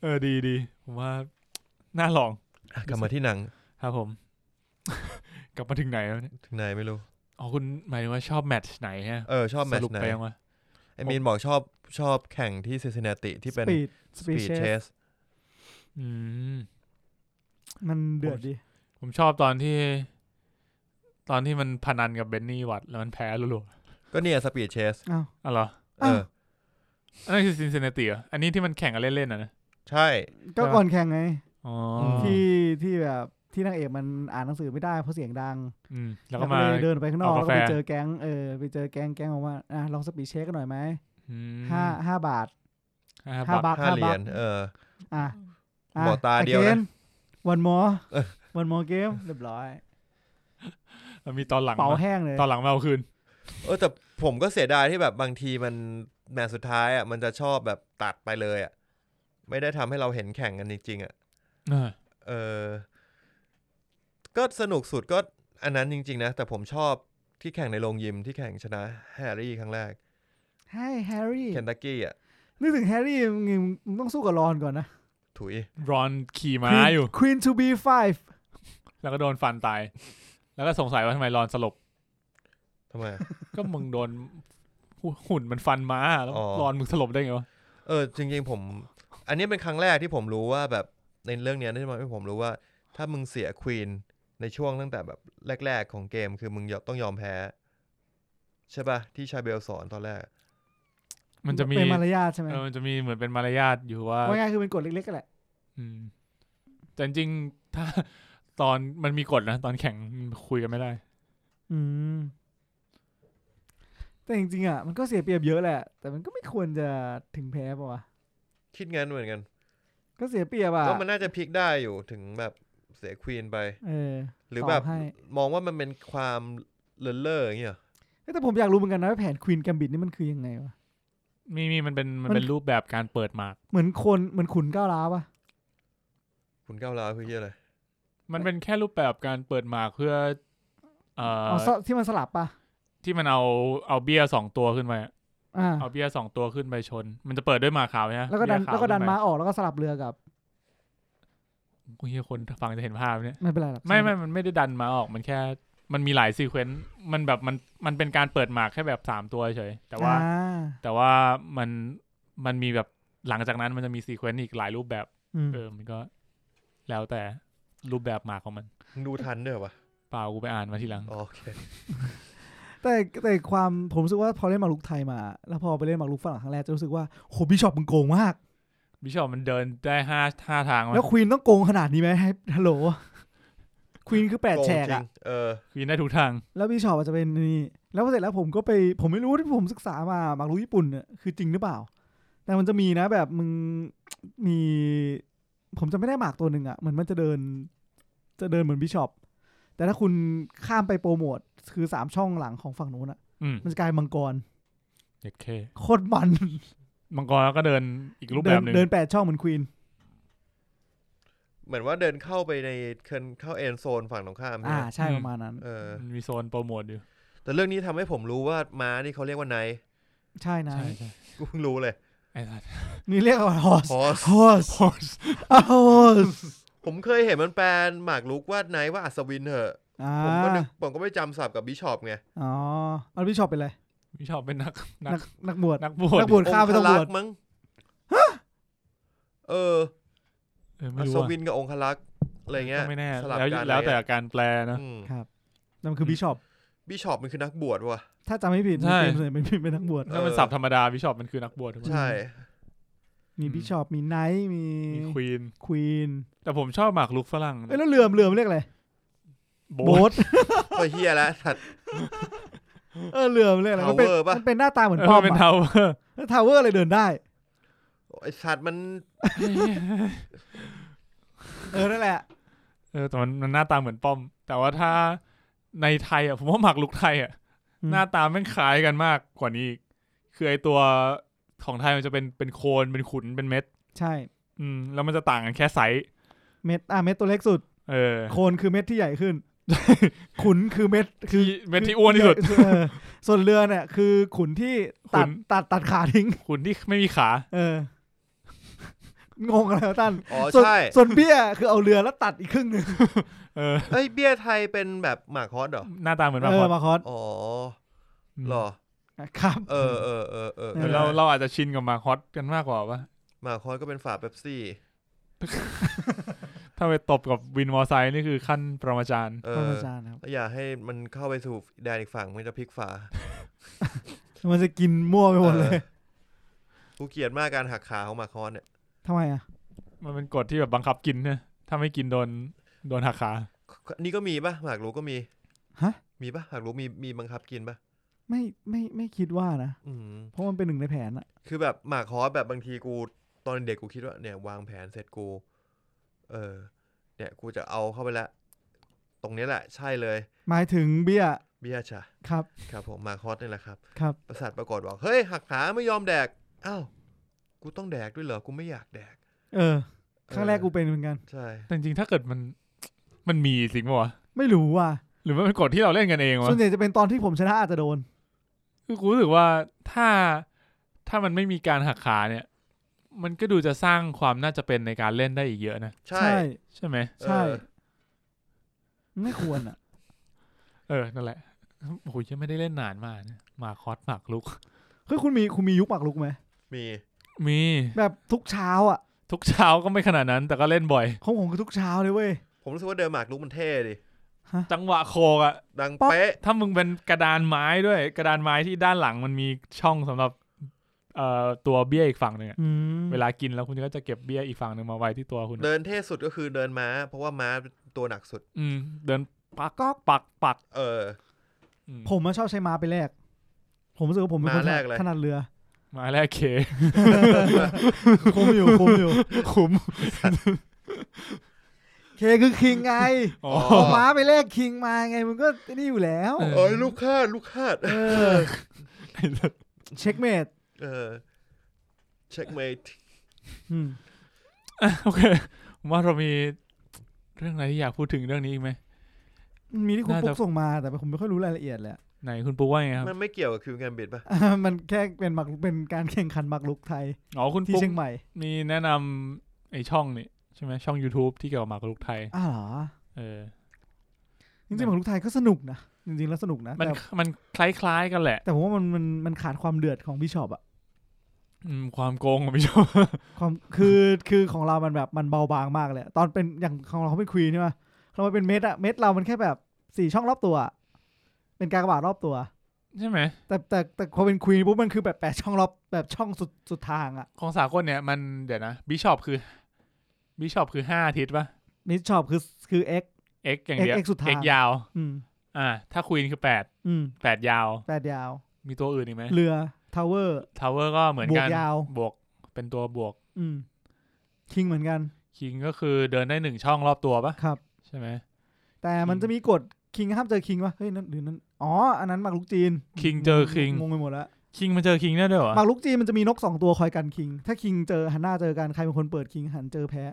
Speaker 3: เออดีดีผมว่าน่าลอง
Speaker 2: อ่ะกลับมาที่หนัง
Speaker 3: ครับผม <laughs> กลับมาถึงไหนแล้วเนี่ย
Speaker 2: ถึงไหนไม่รู้
Speaker 3: อ๋อคุณหมายถึงว่าชอบแมตช์ไหนฮะ
Speaker 2: เออ ชอบแมต
Speaker 3: สรุป
Speaker 2: ช์ไหน
Speaker 3: ไปยังวะ
Speaker 2: ไอมีนบอกชอบชอบแข่งที่ซินซินนาติ
Speaker 1: ส
Speaker 2: ที่เป็น
Speaker 1: ปีดส
Speaker 2: ส
Speaker 1: ปี
Speaker 2: ปี
Speaker 1: ด
Speaker 2: ด
Speaker 1: เช
Speaker 2: เช
Speaker 1: ส
Speaker 2: ส
Speaker 3: อืม
Speaker 1: มันเดือดดี
Speaker 3: ผมชอบตอนที่ ตอนที่มันพนันกับเบนนี่วัดแล้วมันแพ้รัว
Speaker 2: ก็เนี่ยสปีดเชส
Speaker 1: อ้าว
Speaker 3: ๆอ๋อเหรอ
Speaker 2: เออ
Speaker 3: อันนั้นคือซินเซนติเหรออันนี้ที่มันแข่งกันเล่นๆนะนะ
Speaker 2: ใช่
Speaker 1: ก็
Speaker 3: ใช่ปะ
Speaker 1: ก่อนแข่งไง
Speaker 3: อ๋อ
Speaker 1: ที่ที่แบบที่นางเอกมันอ่านหนังสือไม่ได้เพราะเสียงดัง
Speaker 3: อืมแล้วก็มา
Speaker 1: เยเดินไปข้างนอกแล้
Speaker 3: เอากาว แฟ
Speaker 1: ก็ไปเจอแก๊งเออไปเจอแก๊งแก๊งบอกว่าอ่ะลองสปีดเช็คกันหน่อยไหม
Speaker 3: อืม
Speaker 1: ห้าห้าบาท
Speaker 3: ห้า
Speaker 1: ห้า
Speaker 3: บาท
Speaker 1: บาท
Speaker 2: ห้า
Speaker 1: ห้า
Speaker 2: เห
Speaker 1: บา
Speaker 2: รีย
Speaker 1: ท
Speaker 2: ญเออ
Speaker 1: อ่ะ
Speaker 2: บอกตาเดียวนะ
Speaker 1: วันมอ
Speaker 2: เออ
Speaker 1: วันมอเกมเรียบร้อย
Speaker 3: แล้วมีตอนหลัง
Speaker 1: เป่า
Speaker 3: มา
Speaker 1: แห้งเลย
Speaker 3: ตอนหลังมาเอาคืน
Speaker 2: เออแต่ผมก็เสียดายที่แบบบางทีมันแมตช์สุดท้ายอ่ะมันจะชอบแบบตัดไปเลยอ่ะไม่ได้ทำให้เราเห็นแข่งกันจริงๆอ่ะ
Speaker 3: เออ
Speaker 2: เออ ก็สนุกสุดก็อันนั้นจริง ๆ นะ แต่ผมชอบที่แข่งในโรงยิมที่แข่งชนะแฮร์รี่ครั้งแรก
Speaker 1: ให้แฮร์รี่
Speaker 2: เคนตักกี้อ่ะ
Speaker 1: นึกถึงแฮร์รี่มึงมึงต้องสู้กับรอนก่อนนะ
Speaker 2: ถุย
Speaker 3: รอนขี่ม้าอยู่
Speaker 1: ควีนทูบีไฟฟ์
Speaker 3: แล้วก็โดนฟันตาย แล้วก็สงสัยว่าทำไมรอนสลบ
Speaker 2: ทำไมอะ
Speaker 3: ก็มึงโดนหุ่นมันฟันม้าแล้ว
Speaker 2: อ๋อ
Speaker 3: รอนมึงสลบได้ไงวะ
Speaker 2: เออจริงๆผม อันนี้เป็นครั้งแรกที่ผมรู้ว่าแบบในเรื่องเนี้ยที่มันให้ผมรู้ว่า ถ้ามึงเสียควีนในช่วงตั้งแต่แบบแรก ๆ ของเกมคือมึงยอมต้องยอมแพ้ ใช่ปะ่ะ ที่ชาเบลสอนตอนแรก
Speaker 3: มันจะมี
Speaker 1: เป็นมารยาทใช่ไหม
Speaker 3: เออมันจะมีเหมือนเป็นมารยาทอยู่ว่า
Speaker 1: ว่าง่ายคือเป็นกฎเล็กๆกันแหละ
Speaker 3: อืมแต่จริงๆถ้า ตอนมันมีกฎนะ ตอนแข่งมันคุยกันไม่ได้
Speaker 1: อืมแต่จริงๆอ่ะมันก็เสียเปรียบเยอะแหละ แต่มันก็ไม่ควรจะถึงแพ้ป่ะวะ
Speaker 2: คิดงั้นเหมือนกัน
Speaker 1: ก็เสียเปรียบอ่ะ
Speaker 2: ก็มันน่าจะพลิกได้อยู่ถึงแบบเสียควีนไป
Speaker 1: เออ
Speaker 2: หรือแบบ
Speaker 1: ต่อให้
Speaker 2: มองว่ามันเป็นความเลินเล่ออย่างเงี้ยเหรอ
Speaker 1: เอ้ยแต่ผมอยากรู้เหมือนกันนะว่าแผนควีนกัมบิดนี่มันคือยังไงวะ
Speaker 3: มีมีมันเป็นมัน
Speaker 1: มัน
Speaker 3: เป็นรูปแบบการเปิดหมาก
Speaker 1: เหมือนคนเหมือนขุนก้าวร้าวปะ
Speaker 2: คุณก้าวร้าวคือเหี้ยอะไร
Speaker 3: มันเป็นแค่รูปแบบการเปิดหมากเพื่อ เอ่อ
Speaker 1: เอาซะที่มันสลับปะ
Speaker 3: ที่มันเอาเอาเบี้ยสองตัวขึ้นไปอะ
Speaker 1: อ่า
Speaker 3: เอาเบี้ยสองตัวขึ้นไปชน มันจะเปิดด้วยหมากขาวใช่ไหม
Speaker 1: แล้วก็ดัน
Speaker 3: เบี้ยขา
Speaker 1: แล้วก็ดัน
Speaker 3: ขึ้ไป
Speaker 1: ม้าออกแล้วก็สลับเรือกับ
Speaker 3: โอ้ยคนฟังจะเห็นภาพเนี่ย
Speaker 1: ไม่เป็นไรหรอก
Speaker 3: ไม่ไม่มันไม่ได้ดันมาออกมันแค่ มันมีหลายซีเควนต์มันแบบมันมันเป็นการเปิดหมากแค่แบบสามตัวเฉยแต่ว่า
Speaker 1: อ่
Speaker 3: แต่ว่ามันมันมีแบบหลังจากนั้นมันจะมีซีเควนต์อีกหลายรูปแบบ
Speaker 1: อืม
Speaker 3: เออมันก็ แล้วแต่รูปแบบหมากของมัน
Speaker 2: มึงดูทันด้วยเหรอวะ
Speaker 3: เปล่ากูไปอ่านมาทีหลัง
Speaker 2: อ๋อโอเค
Speaker 1: แต่แต่ความผมรู้สึกว่าพอเล่นหมากรุกไทยมา แล้วพอไปเล่นหมากรุกฝรั่งครั้งแรกจะรู้สึกว่าโหบิชอปมึงโกงมาก
Speaker 3: บิชอปมันเดินได้ห้าห้าทางมั้ย
Speaker 1: แล้วควีนต้องโกงขนาดนี้ไหมให้ฮัลโหล ควีนคือแปดแฉก
Speaker 2: โงจริ
Speaker 1: อะ
Speaker 2: งเออ
Speaker 3: ควีนได้ทุกทาง
Speaker 1: แล้วพี่ชอบอาจจะเป็นนี่แล้วพอเสร็จแล้วผมก็ไปผมไม่รู้ที่ผมศึกษามามักรู้ญี่ปุ่นเนี่ยคือจริงหรือเปล่า แต่มันจะมีนะแบบมึงมี ผมจะไม่ได้หมากตัวหนึ่งอะเหมือนมันจะเดิน จะเดินเหมือนบิชอปแต่ถ้าคุณข้ามไปโปรโมทคือสามช่องหลังของฝั่งนู้นอะ
Speaker 3: อืม
Speaker 1: มันจะกลายเป็นมังกร
Speaker 3: เด็ดเค
Speaker 1: โคตรมัน
Speaker 3: มังกรแล้วก็เดินอีกรูปแบบหนึ่ง
Speaker 1: เดินเดินแปดช่องเหมือนควีน
Speaker 2: เหมือนว่าเดินเข้าไปในเคินเข้าเอนโซนฝั่งตรงข้ามใช่
Speaker 1: อ่า
Speaker 2: ไหม
Speaker 1: ใช่ประมาณนั้น
Speaker 2: เออ
Speaker 3: มันมีโซนโปรโมทอยู่
Speaker 2: แต่เรื่องนี้ทำให้ผมรู้ว่าม้านี่เขาเรีย <laughs> กว่าไนท์
Speaker 1: ใช่นะ
Speaker 3: ใช่ใช่
Speaker 2: กูเพิ่งรู้เลย
Speaker 3: ไอ้สัตว์
Speaker 1: นี่เรียกว่า horse
Speaker 2: พอ
Speaker 1: horse <laughs>
Speaker 3: โอ้ย
Speaker 1: horse
Speaker 2: ผมเคยเห็นมันแปลนหมากลุกว่าไนท์ว่าอัศวินเหอะ
Speaker 1: อ่า
Speaker 2: ผมก็นึกผมก็ไม่จำศัพท์กับบิชอปไง
Speaker 1: อ๋อเอาพี่ชอบเป็นอะไร
Speaker 3: พี่ชอบเป็นนักนั
Speaker 1: นั
Speaker 3: ก
Speaker 1: กนักบวช
Speaker 3: นักบวช
Speaker 1: นักบวช
Speaker 2: อง
Speaker 1: ข้ามไป
Speaker 2: ค
Speaker 1: ตำรวจ
Speaker 2: ลักษ์มั้งเออ
Speaker 3: เออไม่
Speaker 2: อั
Speaker 3: รู้
Speaker 2: ศ
Speaker 3: อะ
Speaker 2: วินกับองคลักษ์อะไรเงี้ย
Speaker 3: ก็ไม่แน่
Speaker 2: สลับ
Speaker 3: แล้ว
Speaker 2: กัน
Speaker 3: แล้วแต่การแปลนะ
Speaker 1: นั่นคือบิชอป
Speaker 2: บิชอปมันคือนักบวชว่ะ
Speaker 1: ถ้าจำไม่ผิดใน
Speaker 3: ใช่
Speaker 1: เกมส่วนใหญ่เป็นเป็นนักบวช
Speaker 2: เออ
Speaker 3: ถ้ามันสับธรรมดาพี่ชอบมันคือนักบวชถูกไหม
Speaker 2: ใช่
Speaker 1: มีบิชอปมีไนท์มี
Speaker 3: มีควีน
Speaker 1: ควีน
Speaker 3: แต่ผมชอบหมากลุกฝรั่ง
Speaker 1: เอ้ยแล้วเรือมเรือมเรียกอะไร
Speaker 3: โบ
Speaker 1: โบ๊
Speaker 3: ท
Speaker 1: ท
Speaker 2: ก็เฮียแล้วสัตว์
Speaker 1: เออเรือมเรียกอะไรมันเป็น
Speaker 2: Tower ปะ
Speaker 1: มันเป็นหน้าตาเหมือน
Speaker 3: เอ
Speaker 1: ป้อ
Speaker 3: อ
Speaker 1: ม
Speaker 3: เป็น
Speaker 1: อะ
Speaker 3: เทาเวอร์
Speaker 1: แล้วทาวเวอร์อะไรเดินได้
Speaker 2: ไอสัตว์มัน
Speaker 1: เออนั่นแหละ
Speaker 3: เออแต่มันมันหน้าตาเหมือนป้อม แต่ว่าถ้าในไทยอ่ะผมว่าหมากลุกไทยอ่ะ
Speaker 1: อืม
Speaker 3: หน้าตาแม่งคล้ายกันมากกว่านี้อีกคือไอตัวของไทยมันจะเป็นเป็นโคนเป็นขุนเป็นเม็ด
Speaker 1: ใช่
Speaker 3: อืมแล้วมันจะต่างกันแค่ไซส์
Speaker 1: เม็ดอ่ะเม็ดตัวเล็กสุด
Speaker 3: เออ
Speaker 1: โคนคือเม็ดที่ใหญ่ขึ้น <laughs> ขุนคือเม็ด
Speaker 3: คือเม็ดที่อ้วน
Speaker 1: <laughs>
Speaker 3: ที่สุด
Speaker 1: เออส่วนเรือเนี่ยคือขุนที่ตัด
Speaker 3: ขุน
Speaker 1: ตัดตัดขาทิ้ง
Speaker 3: ขุนที่ไม่มีขา
Speaker 1: เออ งงอะไรวะตั้น
Speaker 2: อ๋อ
Speaker 1: ส่วน
Speaker 2: ใช่
Speaker 1: <laughs> ส่วนเบี้ยคือเอาเรือแล้วตัดอีกครึ่งหนึ่ง
Speaker 3: เออ
Speaker 2: เอ้ยเบี้ยไทยเป็นแบบหมากฮอตเหรอ
Speaker 3: หน้าตาเหมือนหมา
Speaker 1: เอ
Speaker 3: พ
Speaker 1: อ
Speaker 3: อด
Speaker 1: มาคอส
Speaker 2: อ๋อ
Speaker 3: อืม
Speaker 2: เหรอ
Speaker 1: ครับ
Speaker 2: เออเออเออเออ
Speaker 1: เอ
Speaker 3: แต่
Speaker 1: อ
Speaker 3: เราเราอาจจะชินกับหมาฮอตกันมากกว่าปะ
Speaker 2: หมากฮอตก็เป็นฝาเป๊ปซี่
Speaker 3: ถ้าไปตบกับวินมอไซค์นี่คือขั้นประมาจารย์
Speaker 2: เอ
Speaker 1: พระ
Speaker 2: อ
Speaker 1: อาจารย์ครับ
Speaker 2: อย่าให้มันเข้าไปสู่แดนอีกฝั่งมันจะพลิกฝา
Speaker 1: มันจะกินมั่วไปหมดเลย
Speaker 2: ออกูเกลียดมากการหักขาของหมากฮอตเนี่ย
Speaker 1: ทำไมอ่ะ
Speaker 3: มันเป็นกฎที่แบบบังคับกินนะถ้าไม่กินโดนโดนหักขา
Speaker 2: นี่ก็มีปะหมากรู้ก็มี
Speaker 1: ฮะ
Speaker 2: มีปะหมากรู้มีมีบังคับกินปะ
Speaker 1: ไม่ไม่ไม่คิดว่านะ
Speaker 2: อืม
Speaker 1: เพราะมันเป็นหนึ่งในแผนอะ
Speaker 2: คือแบบหมากฮอตแบบบางทีกูตอนเด็กกูคิดว่าเนี่ยวางแผนเสร็จกู เออ เนี่ยกูจะเอาเข้าไปละ ตรงนี้แหละ ใช่เลย
Speaker 1: หมายถึงเบี้ย
Speaker 2: เบียร์ชะ
Speaker 1: ครับ
Speaker 2: ครับผมหมากฮอตนี่แหละครับ
Speaker 1: ครับ
Speaker 2: ประสาทปรากฏบอกเฮ้ยหักขาไม่ยอมแดกอ้าวกูต้องแดกด้วยเหรอกูไม่อยากแดก
Speaker 1: เออครั้งแรกกู
Speaker 2: เออ
Speaker 1: เป็นเหมือนกัน
Speaker 2: ใช่
Speaker 3: แต่จริงๆถ้าเกิดมันมันมีจริงปะวะ
Speaker 1: ไม่รู้ว่ะ
Speaker 3: หรือว่าเป็นกฎที่เราเล่นกันเองวะ
Speaker 1: ส่วนใหญ่จะเป็นตอนที่ผมชนะอาจจะโดน
Speaker 3: คือกูรู้สึกว่าถ้าถ้ามันไม่มีการหักขาเนี่ย มันก็ดูจะสร้างความน่าจะเป็นในการเล่นได้อีกเยอะนะ
Speaker 2: ใช่
Speaker 3: ใช่ไหม
Speaker 1: ใช่
Speaker 2: เออ
Speaker 1: ไม่ควรอ่ะ
Speaker 3: เออนั่นแหละโอ้ยยังไม่ได้เล่นนานมากนะหมากคอสหมากลุก
Speaker 1: คือคุณมีคุณมียุคปากลุกไหม
Speaker 2: มี
Speaker 3: มี
Speaker 1: แบบทุกเช้าอ่ะ
Speaker 3: ทุกเช้าก็ไม่ขนาดนั้น แต่ก็เล่นบ่อย
Speaker 1: ของผมคือทุกเช้าเลยเว้ย
Speaker 2: ผมรู้สึกว่าเดินหมากรุกมันเท่ดิ
Speaker 3: จังหวะโคกอะ
Speaker 2: ดัง
Speaker 1: ป๊อก
Speaker 2: เป๊ะ
Speaker 3: ถ้ามึงเป็นกระดานไม้ด้วย กระดานไม้ที่ด้านหลังมันมีช่องสำหรับเอ่อตัวเบี้ยอีกฝั่งหนึ่งอะ
Speaker 1: อืม
Speaker 3: เวลากินแล้วคุณก็จะเก็บเบี้ยอีกฝั่งหนึ่งมาไว้ที่ตัวคุณ
Speaker 2: เดินเท่สุดก็คือเดินม้า เพราะว่าม้าเป็นตัวหนักสุด
Speaker 3: อืม เดินปักก็ปักปัก
Speaker 2: เออ
Speaker 3: อืม
Speaker 1: ผมมาชอบใช้ม้าไปแลกผมรู้สึกว่าผมเป็นคน
Speaker 2: ม้าแลกเลย
Speaker 1: ถนัดเรือ
Speaker 3: มาแรกเค <laughs>
Speaker 1: คุมอยู่คุมอยู่
Speaker 3: คุ้ม
Speaker 1: เคคือคิงไง
Speaker 3: อ๋อ
Speaker 2: อ๋อ
Speaker 1: เอาม้าไปแลกคิงมาไงมันก็ไอ้นี่อยู่แล้ว
Speaker 3: เอ
Speaker 2: เอ้ยลูกคาดลูกคาด
Speaker 1: เออ เช็คเมด
Speaker 2: เออเช็คเมท
Speaker 1: อืม
Speaker 3: โอเคผมว่าเรามีเรื่องอะไรที่อยากพูดถึงเรื่องนี้อีกไหม
Speaker 1: มีที่คุณ
Speaker 3: น่าจะ
Speaker 1: ปุ๊กส่งมาแต่ผมไม่ค่อยรู้รายละเอียดแหลยอะ <laughs>
Speaker 3: ไหนคุณปุ๊กว่าไงครับ
Speaker 2: มันไม่เกี่ยวกับคิวงานบิดปะ
Speaker 1: อ่ะมันแค่เป็นมักเป็นการแข่งขันมักลุกไทย
Speaker 3: อ๋อคุณ
Speaker 1: ที่
Speaker 3: ปุ๊ก
Speaker 1: เชียงใหม่
Speaker 3: มีแนะนำไอช่องนี่ใช่ไหมช่อง YouTube ที่เกี่ยวกับหมากรุกไทย
Speaker 1: อ้าวเหรอ
Speaker 3: เออ
Speaker 1: จริงๆมักลุกไทยก็สนุกนะจริงๆแล้วสนุกนะ
Speaker 3: มัน
Speaker 1: แต่
Speaker 3: มันคล้ายๆกันแหละ
Speaker 1: แต่ผมว่ามันมันมันขาดความเดือดของพี่ชอบอะ
Speaker 3: อืม ความ <laughs> โกงของพี่ชอบ
Speaker 1: ความคือคือของเรามันแบบมันเบาบางมากเลยตอนเป็นอย่างของเราเขาเป็นควีนใช่ไหมเราเป็นเม็ดอะเม็ดเรามันแค่แบบสี่ช่องรอบตัวอะเป็นกากบาทรอบตัว
Speaker 3: ใช่ไหม
Speaker 1: แต่แต่แต่พอเป็นควีนปุ๊บมันคือแบบแปดช่องรอบแบบช่องสุดสุดทางอะ
Speaker 3: ของสากลเนี่ยมันเดี๋ยวนะบิชอปคือบิชอปคือห้าอาทิตย์ปะ
Speaker 1: มิชชอปคือคือ X
Speaker 3: x อย่างเดียว
Speaker 1: X- X สุดท้าย
Speaker 3: x ยาว
Speaker 1: อืม
Speaker 3: อ่า ถ้าควีนคือแปด
Speaker 1: อืม
Speaker 3: แปดยาว
Speaker 1: แปดยาว
Speaker 3: มีตัวอื่นอีกไหม
Speaker 1: เรือทาวเวอร์
Speaker 3: ทาวเวอร์ก็เหมือนกั
Speaker 1: บว
Speaker 3: น
Speaker 1: กยาว
Speaker 3: บวกเป็นตัวบวก
Speaker 1: อืมคิงเหมือนกัน
Speaker 3: คิงก็คือเดินได้หนึ่งช่องรอบตัวปะ
Speaker 1: ครับ
Speaker 3: ใช่ไหม
Speaker 1: แต่มันจะมีกฎคิงห้ามเจอคิงวะเฮ้ยนั่นหรือนั่นอ๋ออันนั้นหมากรุกจีน
Speaker 3: King เจอ King
Speaker 1: งงไปหมดแล้ว
Speaker 3: คิงมันเจอคิงได้ด้วยเหรอ
Speaker 1: หมากรุกจีนมันจะมีนกสองตัวคอยกันคิง ถ้าคิงเจอหันหน้าเจอกันใครเป็นคนเปิดคิงหันเจอแพ้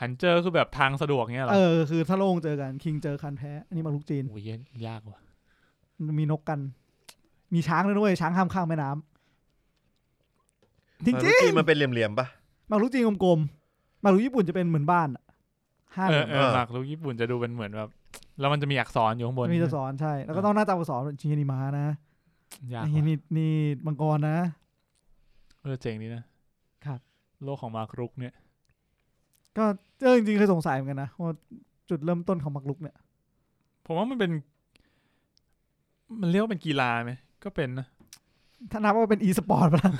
Speaker 3: หันเจอคือแบบทางสะดวกเงี้ยเหรอ
Speaker 1: เออคือถ้าโล่งเจอกันคิงเจอคันแพ้อันนี้หมากรุกจีน
Speaker 3: โอ้ยยากว่ะ
Speaker 1: มันมีนกกัน มีช้างด้วยด้วยช้างห้ามข้ามแม่น้ำจริงจริง
Speaker 2: ๆมันเป็นเหลี่ยมๆปะ
Speaker 1: ๆหมากรุกจีนกลมๆหมากรุกญี่ปุ่นจะเป็นเหมือนบ้านอะห้า
Speaker 3: เอ
Speaker 1: เหลี่
Speaker 3: อย
Speaker 1: ม
Speaker 3: เอ
Speaker 2: เอ
Speaker 3: อ
Speaker 2: อ
Speaker 3: หมากรุกญี่ปุ่นจะดูเป็นเหมือนแบบ แล้วมันจะมีอักษรอยู่ข้างบน
Speaker 1: มีตัวสอนใช่ แล้วก็ต้องหน้าตาตัวสอนชิงนิมานะ
Speaker 3: ยาก
Speaker 1: ไอ้นี่นี่
Speaker 3: ว่ะ
Speaker 1: นี่มังกรนะ
Speaker 3: เออเจ๋งดีนะครับ โลกของหมากรุกเนี่ย
Speaker 1: ก็เออจริงๆเคยสงสัยเหมือนกันนะว่าจุดเริ่มต้นของหมากรุกเนี่ย
Speaker 3: ผมว่ามันเป็น มันเรียกว่าเป็นกีฬาไหมก็เป็นนะ
Speaker 1: ถ้านับว่าเป็น e สปอร์ต
Speaker 3: <laughs>
Speaker 1: ปะล่ะ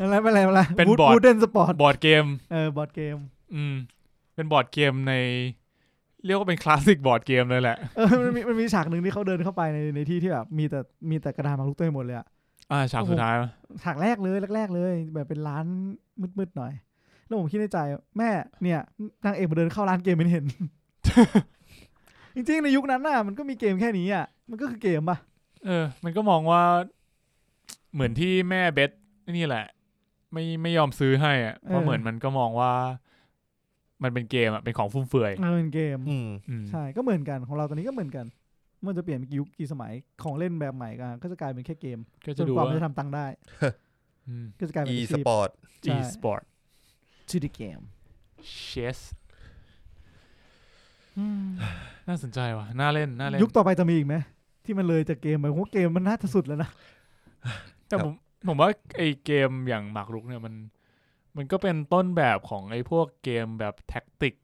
Speaker 1: อะไรไม่อะไรไม่อะไร
Speaker 3: เป็น
Speaker 1: วูด
Speaker 3: board
Speaker 1: วูดเดนสปอร์ต
Speaker 3: บอร์ดเกม
Speaker 1: เออบอร์ดเก
Speaker 3: <laughs>
Speaker 1: ม
Speaker 3: อืม เป็นบอร์ดเกมใน เรียกว่าเป็นคลาสสิกบอร์ดเกมเลยแหละ
Speaker 1: เออมันมีมันมีฉากหนึ่งที่เขาเดินเข้าไปในในที่ที่แบบมีแต่มีแต่กระดานหมากรุกเต็มไปหมดเลยอะ
Speaker 3: อ่าฉากสุดท้ายปะ
Speaker 1: ฉากแรกเลยแรกๆเลย แบบเป็นร้านมืดๆหน่อย แล้วผมคิดในใจแม่เนี่ยนางเอกมาเดินเข้าร้านเกมไม่เห็น <laughs> จริงๆในยุคนั้นน่ะมันก็มีเกมแค่นี้อ่ะมันก็คือเกมปะ
Speaker 3: เออ มันก็มองว่า เหมือนที่แม่เบสนี่แหละ ไม่ไม่ยอมซื้อให้อ่ะเพราะเหมือนมันก็มองว่า มันเป็นเกมอ่ะเป็นของฟุ่มเฟือย
Speaker 1: เออเป็นเกม
Speaker 2: อืม
Speaker 3: อืม
Speaker 1: ใช่ก็เหมือนกันของเราตอนนี้ก็เหมือนกันมันจะเปลี่ยนไปกี่ยุคกี่สมัยของเล่นแบบใหม่ก็ก็จะกลายเป็นแค่เกม
Speaker 3: ก็
Speaker 1: จ
Speaker 3: จะ
Speaker 1: น
Speaker 3: ดู
Speaker 1: กว่า
Speaker 3: ว่า
Speaker 1: มันจะทำตังค์ได้
Speaker 3: อืม
Speaker 1: ก็จะกลายเป็น
Speaker 2: e
Speaker 1: อาชี
Speaker 2: ส
Speaker 1: พ
Speaker 2: ปอร์ต
Speaker 1: ใช่
Speaker 3: e sport
Speaker 1: ชื่อเกม
Speaker 3: chess น่าสนใจว่ะน่าเล่นน่าเล่น
Speaker 1: ยุคต่อไปจะมีอีกไหมที่มันเลยจากเกมไปเพราะว่าเกมมันน่าจะสุดแล้วนะ
Speaker 3: แต่ผมผมว่าไอเกมอย่างหมากรุกเนี่ยมัน มันก็เป็นต้นแบบของไอพวกเกมแบบแท็กติก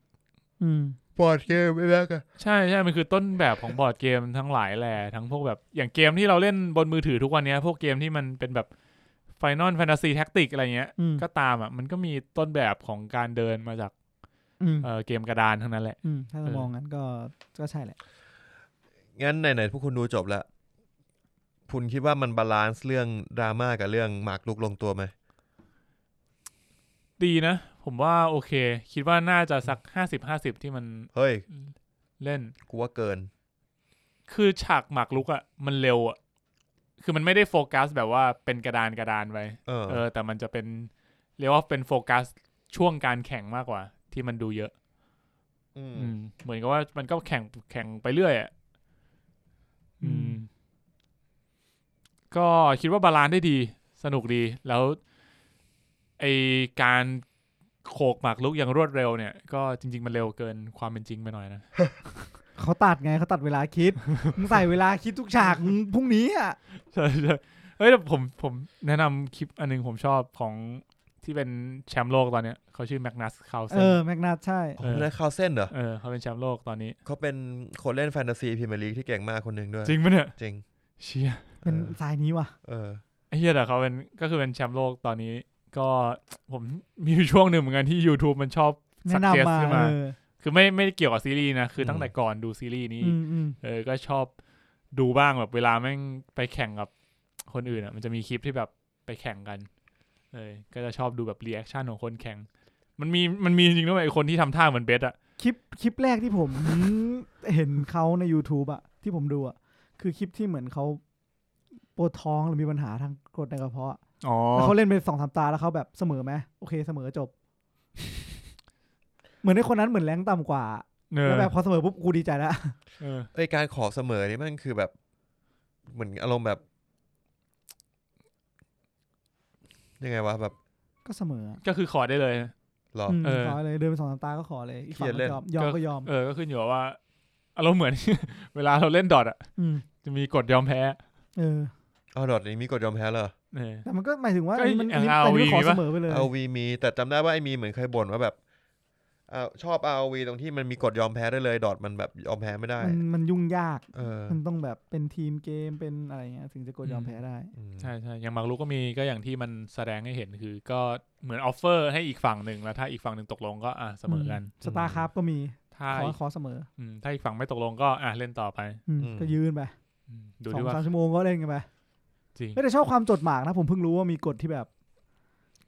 Speaker 1: อืม
Speaker 2: บอร์ดเกมไม่แบกอะ
Speaker 3: ใช่ใช่ มันคือต้นแบบของบอร์ดเกมทั้งหลายแหละทั้งพวกแบบ อย่างเกมที่เราเล่นบนมือถือทุกวันเนี้ย พวกเกมที่มันเป็นแบบ Final Fantasy Tactic อะไรเงี้ย
Speaker 1: อืม
Speaker 3: ก็ตามอ่ะ มันก็มีต้นแบบของการเดินมาจาก
Speaker 1: อืม
Speaker 3: เอ่อเกมกระดานทั้งนั้นแหละ
Speaker 1: อืมถ้าเรา
Speaker 3: เออ
Speaker 1: มองงั้นก็ก็ใช่แหละ
Speaker 2: งั้นไหนๆพวกคุณดูจบแล้วคุณคิดว่ามันบาลานซ์เรื่องดราม่ากับเรื่องหมากลุกลงตัวไหม
Speaker 3: ดีนะ ผมว่าโอเค คิดว่าน่าจะสัก 50-50 ที่มัน
Speaker 2: เฮ้ย
Speaker 3: เล่น
Speaker 2: กูว่าเกิน
Speaker 3: คือฉากหมากรุกอ่ะ มันเร็วอ่ะ คือมันไม่ได้โฟกัสแบบว่าเป็นกระดานกระดานไป
Speaker 2: เออ
Speaker 3: เออแต่มันจะเป็นเรียกว่าเป็นโฟกัสช่วงการแข่งมากกว่า ที่มันดูเยอะ
Speaker 2: อืม
Speaker 3: อืมเหมือนกับว่ามันก็แข่งแข่งไปเรื่อยอ่ะ
Speaker 1: อืม
Speaker 3: อืม ก็คิดว่าบาลานซ์ได้ดี สนุกดี แล้วไอการโขกหมากลุกอย่างรวดเร็วเนี่ย ก็จริง ๆ มันเร็วเกินความเป็นจริงไปหน่อยนะ <laughs>
Speaker 1: เขาตัดไงเขาตัดเวลาคิด <laughs> มึงใส่เวลาคิดทุกฉากมึงพรุ่งนี้อ่ะ
Speaker 3: ใช่ใช่เฮ้ยแต่ผมผมแนะนำคลิปอันหนึงผมชอบของที่เป็นแชมป์โลกตอนเนี้ยเขาชื่อแมกนัสคาลเซ
Speaker 1: เอน อแมกนาใช่
Speaker 3: เออ
Speaker 2: แล้วคาวเส้นเหรอ
Speaker 3: เออเขาเป็นแชมป์โลกตอนนี้
Speaker 2: เขาเป็นคนเล่นแฟนตาซีพรีเมียร์ลีกที่เก่งมากคนหนึ่งด้วย
Speaker 3: จริงปะเนี่ย
Speaker 2: จริง
Speaker 3: เชีย
Speaker 1: เป็นสายนี้ว่ะ
Speaker 2: เออ
Speaker 3: ไอ้เฮียแต่เขาเป็นก็คือเป็นแชมป์โลกตอนนี้ ก็ผมมีอยู่ช่วงหนึ่งเหมือนกันที่ YouTube มันชอบ
Speaker 1: แนะนำมา
Speaker 3: suggest
Speaker 1: เอ
Speaker 3: ขึ้นมา
Speaker 1: อ
Speaker 3: คือไม่ไม่ได้เกี่ยวกับซีรีส์นะ คืออ
Speaker 2: ม
Speaker 3: ตั้งแต่ก่อนดูซีรีส์นี้
Speaker 1: อืมอืม
Speaker 3: เออก็ชอบดูบ้างแบบเวลาแม่งไปแข่งกับคนอื่นอ่ะมันจะมีคลิปที่แบบไปแข่งกันเออก็จะชอบดูแบบรีแอคชั่นของคนแข่ง มันมีมันมีจริงด้วยไอ้คนที่ทำท่าเหมือนเบสอ่ะ
Speaker 1: คลิปคลิปแรกที่ผม เห็นเขาใน YouTube อ่ะ ที่ผมดูอ่ะ คือคลิปที่เหมือนเขาปวดท้องหรือมีปัญหาทางกรดในกระเพาะอะ
Speaker 3: อ๋อ
Speaker 1: แล้วเขาเล่นไปสองสามตาแล้วเขาแบบเสมอไหมโอเคเสมอจบ เหมือนในคนนั้นเหมือนแรงต่ำกว่า
Speaker 3: เออ
Speaker 1: แล้วแบบพอเสมอปุ๊บกูดีใจแล้ว <laughs>
Speaker 3: เออ
Speaker 2: ไอยการขอเสมอนี่มันคือแบบ เหมือนอารมณ์แบบ ยังไงวะแบบ
Speaker 1: ก็เสมอ
Speaker 3: ก็คือขอได้เลย
Speaker 2: หรอ
Speaker 1: อืม
Speaker 3: เออ
Speaker 1: ขอเลยเดินไปสองสามตาก็ขอเลยอีกฝั่ง
Speaker 2: เครียดเล่
Speaker 1: ก็
Speaker 2: น
Speaker 1: ยอมยอมก็ยอม
Speaker 3: เออก็ขึ้นอยู่กับว่าอารมณ์เหมือน <laughs> เวลาเราเล่นดอทอ่ะ
Speaker 1: อืม
Speaker 3: จะมีกฎยอมแพ้
Speaker 1: เออ
Speaker 2: เอาดอทนี้มีกฎยอมแพ้เลย
Speaker 3: เออ
Speaker 1: แต่มันก็หมายถึงว่า
Speaker 3: ก็
Speaker 1: อันนี้มัน
Speaker 3: อ
Speaker 1: อัน
Speaker 3: ย่าง
Speaker 1: นี้อันนี้
Speaker 3: ROV
Speaker 1: ขอ
Speaker 3: มี
Speaker 1: เส
Speaker 3: ปะ
Speaker 1: มอไปเลย
Speaker 2: RV มีแต่จำได้ว่าไอมีเหมือนเคยบ่นว่าแบบเอาชอบ RV ตรงที่มันมีกฎยอมแพ้ได้เลย ดอทมันแบบยอมแพ้ไม่ได้
Speaker 1: มันมันยุ่งยาก
Speaker 2: เออ
Speaker 1: มันต้องแบบเป็นทีมเกมเป็นอะไรเงี้ยถึงจะกดยอมแพ้ได้
Speaker 2: อืม
Speaker 3: ใช่ใช่อย่างมารุกก็มีก็อย่างที่มันแสดงให้เห็นคือ ก็เหมือนออฟเฟอร์ให้อีกฝั่งหนึ่งแล้วถ้าอีกฝั่งหนึ่งตกลงก็อ่ะเสมอกัน
Speaker 1: สตาร์ครับก็มี
Speaker 3: ไท ถ้า
Speaker 1: ขอขอเสมอ
Speaker 3: อืมถ้าอีกฝั่งไม่ตกลงก็อ่ะเล่นต่อไป
Speaker 1: อืม
Speaker 2: อืม
Speaker 1: ก็ยืนไป
Speaker 3: อืมดู
Speaker 1: สอ
Speaker 3: ดิ
Speaker 1: ง
Speaker 3: ว่า
Speaker 1: สามชั่วโมงก็เล่นกันไป
Speaker 3: จริง
Speaker 1: เฮ้ยแต่ชอบความจดหมากนะผมเพิ่งรู้ว่ามีกฎที่แบบ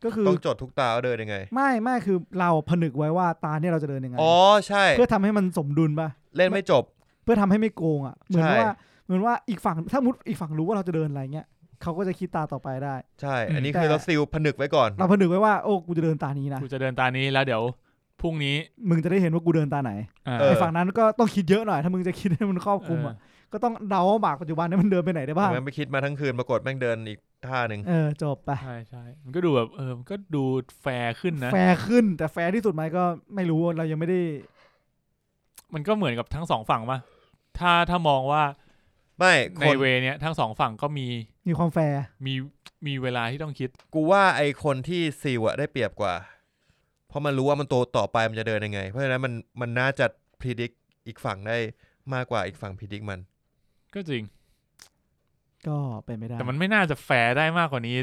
Speaker 1: ก็คือ
Speaker 2: ต้องจดทุกตาว่าเดินยังไง
Speaker 1: ไม่ไม่คือเราผนึกไว้ว่าตาเนี่ยเราจะเดินยังไง
Speaker 2: อ๋อใช่
Speaker 1: เพื่อทำให้มันสมดุลป่ะ
Speaker 2: เล่นไม่จบ
Speaker 1: เพื่อทำให้ไม่โกงอ่ะเหมือน
Speaker 2: ใช่
Speaker 1: ว่าเหมือนว่าอีกฝั่งถ้ามุดอีกฝั่งรู้ว่าเราจะเดินอะไรเงี้ยเขาก็จะคิดตาต่อไปได้
Speaker 2: ใช่ อันนี้
Speaker 1: แต่
Speaker 2: คือเราซิลผนึกไว้ก่อน
Speaker 1: เราผนึกไว้ว่าโอ้กูจะเดินตานี้นะ
Speaker 3: กูจะเดินตานี้แล้วเดี๋ยวพรุ่งนี้
Speaker 1: มึงจะได้เห็นว่ากูเดินตาไหน
Speaker 3: อ่า
Speaker 2: เออ
Speaker 1: ไอ้ฝั่งนั้นก็ต้องคิดเยอะหน่อย ถ้ามึงจะคิดให้มันครอบคลุมอ่ะก็ต้องเดาว่าหมากปัจจุบันเนี่ยมันเดินไปไหนได้บ้าง
Speaker 2: แม่งไปคิดมาทั้งคืนปรากฏแม่งเดินอีกท่าหนึ่ง
Speaker 1: เออจบไป
Speaker 3: ใช่ใช่มันก็ดูแบบเออมันก็ดูแฟร์ขึ้นนะ
Speaker 1: แฟร์ขึ้นแต่แฟร์ที่สุดไหมก็ไม่รู้เรายังไม่ได้
Speaker 3: มันก็เหมือนกับทั้งสองฝั่งปะถ้าถ้ามองว่า
Speaker 2: ไม่
Speaker 3: ใน
Speaker 2: คน
Speaker 3: เวเนี้ยทั้งสองฝั่งก็มี
Speaker 1: มีความแฟร์
Speaker 3: มีมีเวลาที่ต้องคิด
Speaker 2: กูว่าไอคนที่ซิลอะได้เปรียบกว่า เพราะมันรู้ว่ามันโตต่อไปมันจะเดินยังไง เพราะฉะนั้นมันมันน่าจะพิจิกอีกฝั่งได้มากกว่าอีกฝั่งพิจิกมัน
Speaker 3: ก็จริง
Speaker 1: ก็เป็นไม่ได้
Speaker 3: แต่มันไม่น่าจะแฟร์ได้มากกว่านี้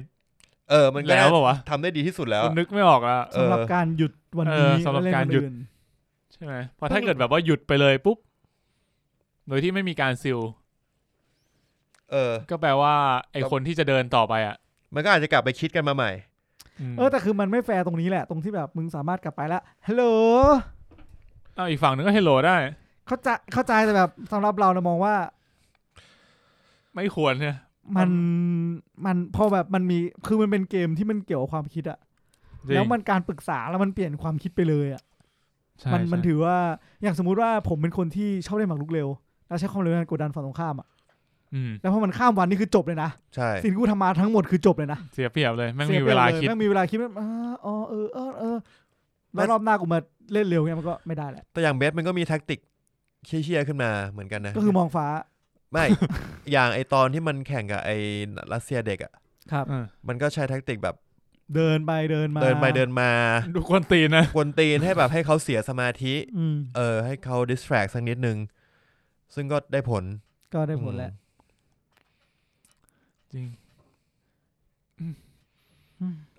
Speaker 2: เออมันก็
Speaker 3: แล้ว
Speaker 2: น่า
Speaker 3: เปล่าวะ
Speaker 2: ทำได้ดีที่สุดแล้ว
Speaker 3: คุ
Speaker 2: อะ
Speaker 3: นึกไม่ออกอะ
Speaker 2: เออ
Speaker 1: สำหรับการหยุดวันนี้
Speaker 3: เออสำหรับ
Speaker 1: เล่น
Speaker 3: การ
Speaker 1: วัน
Speaker 3: หยุด
Speaker 1: อื่น
Speaker 3: ใช่ไหมเพอถ้าเกิดแบบว่าหยุดไปเลยปุ๊บ โดยที่ไม่มีการซิล
Speaker 2: เออ
Speaker 3: ก็แปลว่าไอ
Speaker 2: ครับ
Speaker 3: คนที่จะเดินต่อไปอ่ะ
Speaker 2: มันก็อาจจะกลับไปคิดกันมาใหม่
Speaker 3: ม
Speaker 1: เออแต่คือมันไม่แฟร์ตรงนี้แหละตรงที่แบบมึงสามารถกลับไปละฮัลโหล
Speaker 3: เอาอีกฝั่งหนึงก็เฮลโลได้
Speaker 1: เข้าใจเข้าใจแต่แบบสำหรับเราเรามองว่า
Speaker 3: ไม่ควรเนี่ย
Speaker 1: มัน
Speaker 3: มัน
Speaker 1: มันพอแบบมันมีคือมันเป็นเกมที่มันเกี่ยวกับความคิดอะ
Speaker 3: จริง
Speaker 1: แล้วมันการปรึกษาแล้วมันเปลี่ยนความคิดไปเลยอะ
Speaker 3: ใช่
Speaker 1: มันมัน
Speaker 3: ใช่
Speaker 1: ถือว่าอย่างสมมุติว่าผมเป็นคนที่ชอบเล่นหมากรุกเร็ว แล้วใช้ความเร็วในการกดดันฝั่งตรงข้ามอะ
Speaker 3: อืม
Speaker 1: แล้วพอมันข้ามวันนี่คือจบเลยนะ
Speaker 2: ใช่
Speaker 1: สิ่งที่กูทำมาทั้งหมดคือจบเลยนะ
Speaker 3: เสียเปรียบเลยแม่ง
Speaker 1: สี
Speaker 3: มี
Speaker 1: ยป
Speaker 3: เว
Speaker 1: รียบ
Speaker 3: ลาย คิด
Speaker 1: แม่งมีเวลาคิดว่าอ๋ออ๋อเออเออเออแล้วรอบหน้ากูมาเล่นเร็วเงี้ยมันก็ไม่ได้แหละ
Speaker 2: แต่อย่างเบสมันก็มีแท็กติกเชี่ยๆขึ้นมาเหมือนกันนะ
Speaker 1: ก็คือมองฟ้า
Speaker 2: ไม่ <laughs> อย่างไอตอนที่มันแข่งกับไอรัสเซียเด็กอะ
Speaker 1: ครับ
Speaker 3: เออ
Speaker 2: มันก็ใช้แท็กติกแบบ
Speaker 1: เดินไปเดินมา
Speaker 2: เดินไปเดินมา
Speaker 3: ดูควนตีนนะ
Speaker 2: กวนตีนให้แบบให้เขาเสียสมาธิ
Speaker 1: อืม
Speaker 2: เออให้เขาดิสแทรกสักนิดนึง ซึ่งก็ได้ผล
Speaker 1: ก็ได้ผลแหละ
Speaker 3: จริง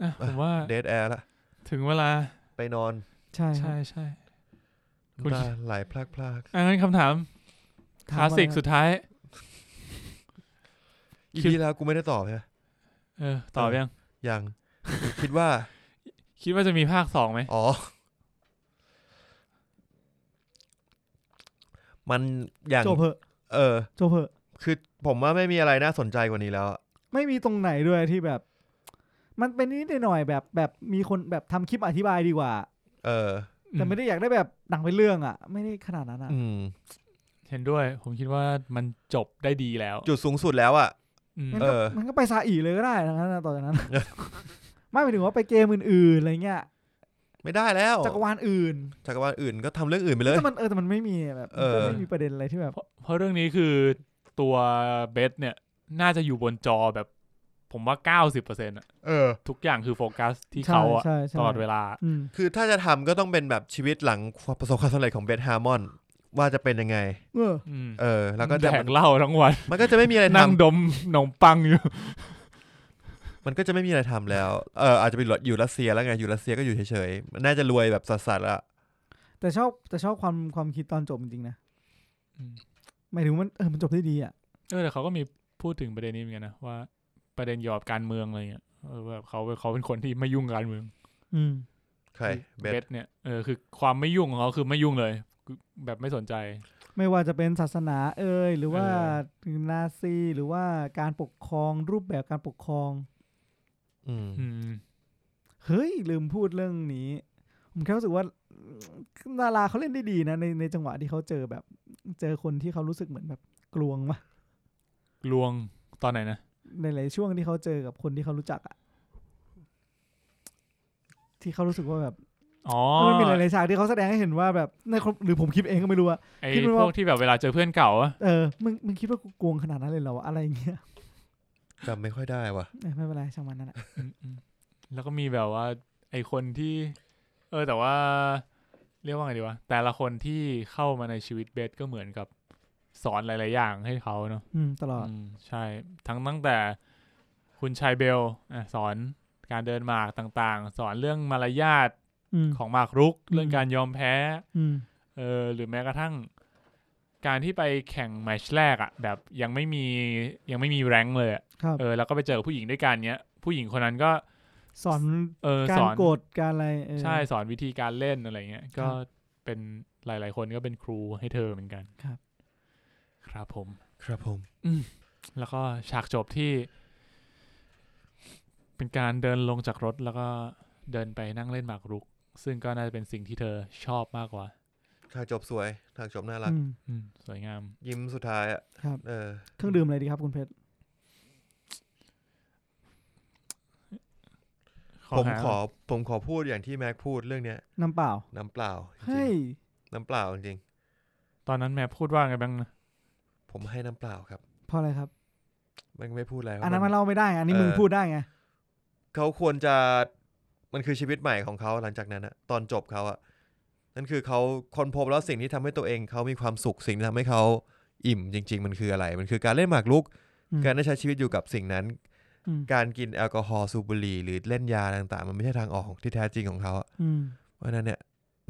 Speaker 3: อ่ะผมว่า
Speaker 2: เดดแอร์ละ
Speaker 3: ถึงเวลา
Speaker 2: ไปนอน
Speaker 1: ใช่ครับ
Speaker 3: ใช่ใช่
Speaker 2: น้ำตาไหลพลากพลาก
Speaker 3: อ่ะงั้นคำถามคลาสสิกสุดท้าย
Speaker 2: อี
Speaker 3: คิด
Speaker 2: พีแล้วกูไม่ได้ตอบใช่ไหม
Speaker 3: เออตอบยัง
Speaker 2: ยัง คิดว่า
Speaker 3: คิดว่าจะมีภาคสองไหม
Speaker 2: อ๋อ <laughs> มันอย่าง
Speaker 1: จบเหอะ
Speaker 2: เออ
Speaker 1: จบเหอะ
Speaker 2: คือผมว่าไม่มีอะไรน่าสนใจกว่านี้แล้วอะ
Speaker 1: ไม่มีตรงไหนด้วยที่แบบ มันเป็นนิดหน่อยๆแบบแบบมีคนแบบทำคลิปอธิบายดีกว่า
Speaker 2: เออ
Speaker 1: แต่ไม่ได้อยากได้แบบหนังเป็นเรื่องอ่ะ ไม่ได้ขนาดนั้นอ่ะ
Speaker 2: อืม
Speaker 3: เห็นด้วย ผมคิดว่ามันจบได้ดีแล้ว
Speaker 2: จุดสูงสุดแล้วอะ
Speaker 3: อืม
Speaker 1: งั้น
Speaker 2: เอ
Speaker 1: ก็
Speaker 2: อ
Speaker 1: มันก็ไปซาอีเลยก็ได้ดังนั้นนะต่อจากนั้น ไม่หมายถึงว่าไปเกมอื่นๆอะไรเงี้ย
Speaker 2: ไม่ได้แล้ว
Speaker 1: จักรวาลอื่น
Speaker 2: จักรวาลอื่นก็ทำเรื่องอื่นไปเลย
Speaker 1: แต่มันเออแต่มันไม่มีแบบ
Speaker 2: เออ
Speaker 1: มันก็ไม่มีประเด็นอะไรที่แบบ
Speaker 3: เพราะเพราะเรื่องนี้คือตัวเบสเนี่ย น่าจะอยู่บนจอแบบ ผมว่า 90%อะ
Speaker 2: เออ
Speaker 3: ทุกอย่างคือโฟกัสที่
Speaker 1: ใช่
Speaker 3: เขาอะ
Speaker 1: ใช่ใช่
Speaker 3: ตลอดเวลา
Speaker 1: อืม
Speaker 2: คือถ้าจะทำก็ต้องเป็นแบบชีวิตหลังประสบความสำเร็จของเบสฮาร์มอน ว่าจะเป็นยังไง
Speaker 1: เออ
Speaker 3: อืม
Speaker 2: เออ แล้วก็
Speaker 3: แด
Speaker 2: จะ
Speaker 3: กเหล้าทั้งวัน
Speaker 2: มันก็จะไม่มีอะไร
Speaker 3: นั่ง
Speaker 2: ทำ
Speaker 3: ดมขนมปังอยู่
Speaker 2: มันก็จะไม่มีอะไรทำแล้ว เอออาจจะไปอยู่รัสเซียแล้วไง อยู่รัสเซียก็อยู่เฉยๆมันน่าจะรวยแบบสัสๆละ
Speaker 1: แต่ชอบแต่ชอบความความคิดตอนจบจริงๆนะ
Speaker 3: อืม
Speaker 1: หมายถึงมันเออมันจบได้ดีอ่ะ
Speaker 3: เออแต่เขาก็มีพูดถึงประเด็นนี้เหมือนกันนะว่าประเด็นเกี่ยวกับการเมืองอะไรเงี้ยเออแบบเขาเขาเป็นคนที่ไม่ยุ่งกับการเมือง
Speaker 1: อืม
Speaker 2: ใครเบ
Speaker 3: เบ
Speaker 2: ส
Speaker 3: สเนี่ยเออคือความไม่ยุ่งของเขาคือไม่ยุ่งเลยคือแบบไม่สนใจ
Speaker 1: ไม่ว่าจะเป็นศาสนาเอ่ยหรือว่า
Speaker 3: เ
Speaker 1: นาซีหรือว่าการปกครองรูปแบบการปกครอง
Speaker 2: อืม
Speaker 3: อืม
Speaker 1: เฮ้ย ลืมพูดเรื่องนี้ ผมแค่รู้สึกว่าดาราเขาเล่นได้ดีนะในในจังหวะที่เขาเจอแบบ เจอคนที่เขารู้สึกเหมือนแบบกลวงมา
Speaker 3: ลวงตอนไหนนะ
Speaker 1: ในหลายช่วงที่เขาเจอกับคนที่เขารู้จักอะที่เขารู้สึกว่าแบบ
Speaker 3: อ๋อ
Speaker 1: มันมีหลายๆฉากที่เขาแสดงให้เห็นว่าแบบในครอบหรือผมคิดเองก็ไม่รู้อะ
Speaker 3: ไอ
Speaker 1: คิดว่า
Speaker 3: พวกที่แบบเวลาเจอเพื่อนเก่าอะ
Speaker 1: เออมึงมึงคิดว่ากูโกงขนาดนั้นเลยเหรอวะอะไรอย่างเงี้ย <laughs>
Speaker 2: จำไม่ค่อยได้ว่ะ
Speaker 1: เออไม่เป็นไรช่างมันนั่นแหละ
Speaker 3: อืมอืมแล้วก็มีแบบว่า ไอคนที่ เออแต่ว่า เรียกว่าไงดีวะแต่ละคนที่เข้ามาในชีวิตเบสก็เหมือนกับสอนหลาย ๆ อย่างให้เขาเนาะ
Speaker 1: อืมตลอด
Speaker 3: อืมใช่ ทั้งตั้งแต่คุณชายเบลอ่ะสอนการเดินหมากต่าง ๆ สอนเรื่องมารยาท
Speaker 1: อืม
Speaker 3: ของหมากรุก เรื่อง
Speaker 1: อืม
Speaker 3: การยอมแพ้
Speaker 1: อืม
Speaker 3: เอ เออหรือแม้กระทั่ง การที่ไปแข่งแมตช์แรกอะแบบยังไม่มียังไม่มีแรงค์เลยอะ
Speaker 1: ครับ
Speaker 3: เออแล้วก็ไปเจอกับผู้หญิงด้วยกันเนี้ย ผู้หญิงคนนั้นก็
Speaker 1: สอน
Speaker 3: เออก
Speaker 1: า
Speaker 3: ส
Speaker 1: ร
Speaker 3: อน
Speaker 1: กดการอะไรเออ
Speaker 3: ใช่สอนวิธีการเล่นอะไรเงี้ย ก็
Speaker 1: ครับ
Speaker 3: เป็นหลาย ๆ คนก็เป็นครูให้เธอเหมือนกัน
Speaker 1: ครับ
Speaker 3: ครับผม
Speaker 2: ครับผม
Speaker 3: แล้วก็ฉากจบที่ เป็นการเดินลงจากรถแล้วก็เดินไปนั่งเล่นหมากรุก ซึ่งก็น่าจะเป็นสิ่งที่เธอชอบมากกว่า
Speaker 2: ทางจบสวย ทางจบน่ารัก
Speaker 1: อืม
Speaker 3: อืม สวยงาม
Speaker 2: ยิ้มสุดท้ายอ่ะ
Speaker 1: ครับ
Speaker 2: เออ
Speaker 1: เครื่องดื่มอะไรดีครับคุณเพชร
Speaker 2: ผมขอผมขอพูดอย่างที่แม็กพูดเรื่องเนี้ย
Speaker 1: น้ำเปล่า
Speaker 2: น้ำเปล่าจริ
Speaker 1: เฮ้
Speaker 2: ง
Speaker 1: ย
Speaker 2: ๆน้ำเปล่าจริง
Speaker 3: ตอนนั้นแม่พูดว่าไงบ้างนะ
Speaker 2: ๆผมให้น้ำเปล่าครับ
Speaker 1: เพราะอะไรครับ
Speaker 2: มันไม่พูดอะไรเพราะ
Speaker 1: อันนั้น
Speaker 2: มั
Speaker 1: มัน นเล่าไม่ได้ อันนี้มึง
Speaker 2: เออ
Speaker 1: พูดได้ไง
Speaker 2: เขาควรจะ มันคือชีวิตใหม่ของเขาหลังจากนั้นอะตอนจบเขาอะนั่นคือเขาคนพบแล้วสิ่งที่ทำให้ตัวเองเขามีความสุขสิ่งที่ทำให้เขาอิ่มจริง ๆ มันคืออะไร มันคือการเล่นหมากรุก
Speaker 1: อืม
Speaker 2: การได้ใช้ชีวิตอยู่กับสิ่งนั้น
Speaker 1: อืม
Speaker 2: การกินแอลกอฮอล์สูบบุหรี่หรือเล่นยาต่างๆ มันไม่ใช่ทางออกที่แท้จริงของเขาอะ
Speaker 1: อืม
Speaker 2: เพราะฉะนั้นเนี่ย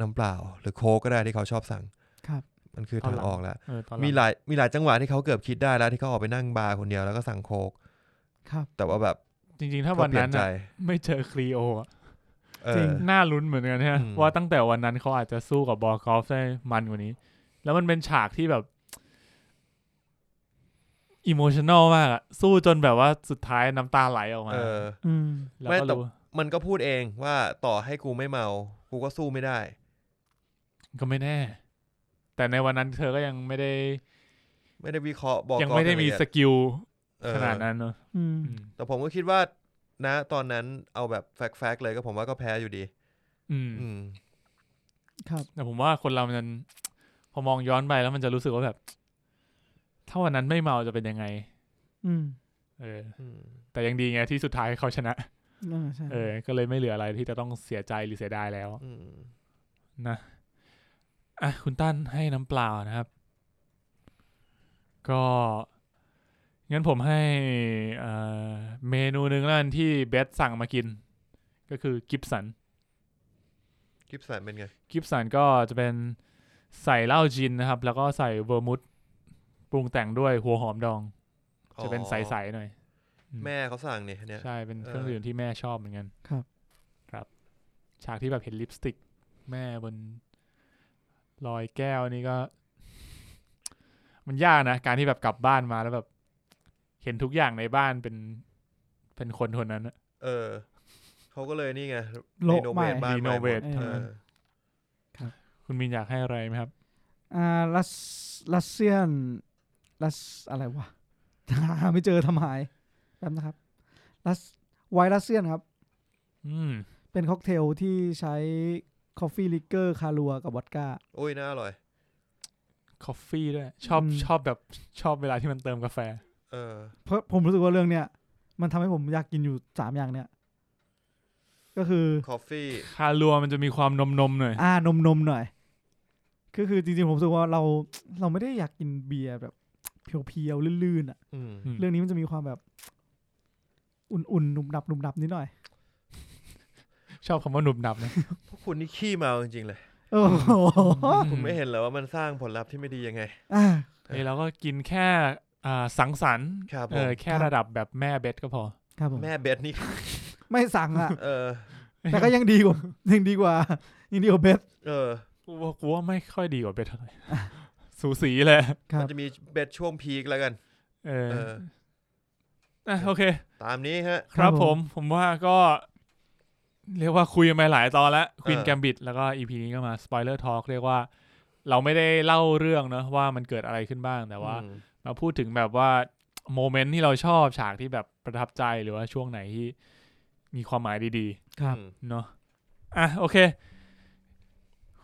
Speaker 2: น้ำเปล่าหรือโค้กก็ได้ที่เขาชอบสั่ง
Speaker 1: ครับ
Speaker 2: มันคือ
Speaker 3: ตอน
Speaker 2: ทาง
Speaker 3: หลัง
Speaker 2: ออกแล้ว
Speaker 3: เออตอนหลัง
Speaker 2: มีหลายมีหลายจังหวะที่เขาเกือบคิดได้แล้วที่เขาออกไปนั่งบาร์คนเดียวแล้วก็สั่งโคก
Speaker 1: ครับ
Speaker 2: แต่ว่าแบบ
Speaker 3: จริง ๆ ถ้า
Speaker 2: ก็
Speaker 3: วัน
Speaker 2: เปลี่ย
Speaker 3: นั้น น
Speaker 2: ใจ
Speaker 3: น่ะไม่เจอครีโออะ
Speaker 2: เอ
Speaker 1: จริ
Speaker 2: อ
Speaker 1: ง
Speaker 3: น่าลุ้นเหมือนกันฮะ
Speaker 2: อืม
Speaker 3: ว่าตั้งแต่วันนั้นเขาอาจจะสู้กับบอลกอล์ฟได้มันกว่านี้ แล้วมันเป็นฉากที่แบบอิโมชันอลมากอะสู้จนแบบว่าสุดท้ายน้ำตาไหลออกมา
Speaker 2: เออ
Speaker 1: อืม
Speaker 3: แล้ว
Speaker 2: ไม่
Speaker 3: ก็
Speaker 2: แต่
Speaker 3: รู้ว่า
Speaker 2: มันก็พูดเองว่าต่อให้กูไม่เมา กูก็สู้ไม่ได้
Speaker 3: ก็ไม่แน่ แต่ในวันนั้นเธอก็ยังไม่ได้
Speaker 2: ไม่ได้วิเคราะห์บอก
Speaker 3: ยังไม่ได้มี
Speaker 2: กอ
Speaker 3: ส
Speaker 2: ล์ฟ
Speaker 3: กิล
Speaker 2: เออ
Speaker 3: ขนาดนั้นเนอะ
Speaker 1: อืม
Speaker 3: อืม
Speaker 2: แต่ผมก็คิดว่านะตอนนั้นเอาแบบแฟกแฟกเลยก็ผมว่าก็แพ้อยู่ดี
Speaker 3: อืม
Speaker 2: อืม
Speaker 1: ครับ
Speaker 3: แต่ผมว่าคนเรามัน พอมองย้อนไปแล้วมันจะรู้สึกว่าแบบ ถ้าวันนั้นไม่เมาจะเป็นยังไง
Speaker 1: อืม
Speaker 3: เออ
Speaker 2: อืม
Speaker 3: แต่ยังดีไงที่สุดท้ายเขาชนะ
Speaker 1: น่าใช่
Speaker 3: เออ ก็เลยไม่เหลืออะไรที่จะต้องเสียใจหรือเสียดายแล้ว
Speaker 2: อืม
Speaker 3: นะอ่ะคุณตั้นให้น้ำเปล่านะครับ ก็งั้นผมให้เอ่อเมนูหนึ่งแล้วกันที่เบสสั่งมากิน ก็คือกิฟสัน
Speaker 2: กิฟสันเป็นไง
Speaker 3: กิฟสันก็จะเป็นใส่เหล้าจินนะครับ แล้วก็ใส่เวอร์มุตปรุงแต่งด้วยหัวหอมดอง จะเป็นใสๆหน่อย
Speaker 2: แม่เขาสั่งเนี่ยอันเนี่ย
Speaker 3: ใช่เป็น
Speaker 2: เออ
Speaker 3: เครื่องดื่มที่แม่ชอบเหมือนกัน
Speaker 1: ครับ
Speaker 3: ฉากที่แบบเห็นลิปสติก แม่บนรอยแก้วนี่ก็ มันยากนะ การที่แบบกลับบ้านมาแล้วแบบ เห็นทุกอย่างในบ้านเป็นเป็นคนคนนั้นอะ
Speaker 2: เออ เขาก็เลยนี่ไง
Speaker 1: โลก
Speaker 2: โน
Speaker 1: ใหม่
Speaker 2: เวทบ้านใหม่หมด
Speaker 3: renovate
Speaker 2: เออ
Speaker 3: คุณมินอยากให้อะไรไหมครับ
Speaker 1: อ่ารัสรัสเซียนรัสอะไรวะ หาไม่เจอทำหายแป๊บนะครับรัสไวน์รัสเซียนครับ
Speaker 3: อืม
Speaker 1: เป็นค็อกเทลที่ใช้คอฟฟี่ลิเกอร์คาลัวกับวอดก้า
Speaker 2: โอ้ยน่าอร่อย
Speaker 3: คอฟฟี่ด้วย ชอบ
Speaker 1: อืม
Speaker 3: ชอบแบบชอบเวลาที่มันเติมกาแฟ
Speaker 2: เออ
Speaker 1: เพราะผมรู้สึกว่าเรื่องเนี้ยมันทำให้ผมอยากกินอยู่สามอย่างเนี้ยก็คือ
Speaker 2: คอฟฟี่
Speaker 3: คาลัวมันจะมีความนมนมๆหน่อย
Speaker 1: อ่านมนมหน่อย ก็คือจริงๆ ผมรู้สึกว่าเราเราไม่ได้อยากกินเบียร์แบบเพียวๆ ลื่นๆอ่ะ
Speaker 2: อืม
Speaker 3: ม
Speaker 1: เรื่องนี้มันจะมีความแบบ อุ่นๆหนุ่มดับหนุ่มดับนิดหน่อย
Speaker 3: ชอบคำว่าหนุบหนับนะ
Speaker 2: พวกคุณนี่ขี้เมาจริงๆเลย
Speaker 1: โอ้โห
Speaker 2: คุณไม่เห็นเหรอว่ามันสร้างผลลัพธ์ที่ไม่ดียังไง
Speaker 1: อ่า
Speaker 3: เอ้ยเราก็กินแค่อ่าสังสรรค์
Speaker 2: ครับผม
Speaker 3: เออแค่
Speaker 1: ครับ
Speaker 3: ระดับแบบแม่เบสก็พอ
Speaker 1: ครับผม
Speaker 2: แม่เบสนี่ <laughs>
Speaker 1: ไม่สั่งอ่ะ
Speaker 2: เออ
Speaker 1: แต่ก็ยังดีกว่า <laughs> ยังดีกว่ายังดีกว่าเบส
Speaker 2: เออ
Speaker 3: กูว่ากูว่าไม่ค่อยดีกว่าเบสเท่าไหร่
Speaker 2: <laughs>
Speaker 3: สูสีเลย
Speaker 1: ครั
Speaker 2: มัน
Speaker 1: บ
Speaker 2: จะมีเบสช่วงพีคแล้วกัน
Speaker 3: เออ
Speaker 2: เออ
Speaker 3: อ่ะโอเค
Speaker 2: ตามนี้ฮะ
Speaker 1: ค
Speaker 3: ค
Speaker 1: รั
Speaker 3: รั
Speaker 1: บบ ผ
Speaker 3: ผม ม ผมว่าก็เรียกว่าคุยกันมาหลายตอนแล้วควีน
Speaker 2: เออ
Speaker 3: แกมบิดแล้วก็อีพีนี้ก็มาสปอยเลอร์ทอล์กเรียกว่า เราไม่ได้เล่าเรื่องเนอะว่ามันเกิดอะไรขึ้นบ้างแต่ว่า
Speaker 2: อืม
Speaker 3: มาพูดถึงแบบว่าโมเมนต์ที่เราชอบฉากที่แบบประทับใจหรือว่าช่วงไหนที่มีความหมายดี
Speaker 1: ครับ
Speaker 2: อืม
Speaker 3: ๆ เนอะอ่ะโอเค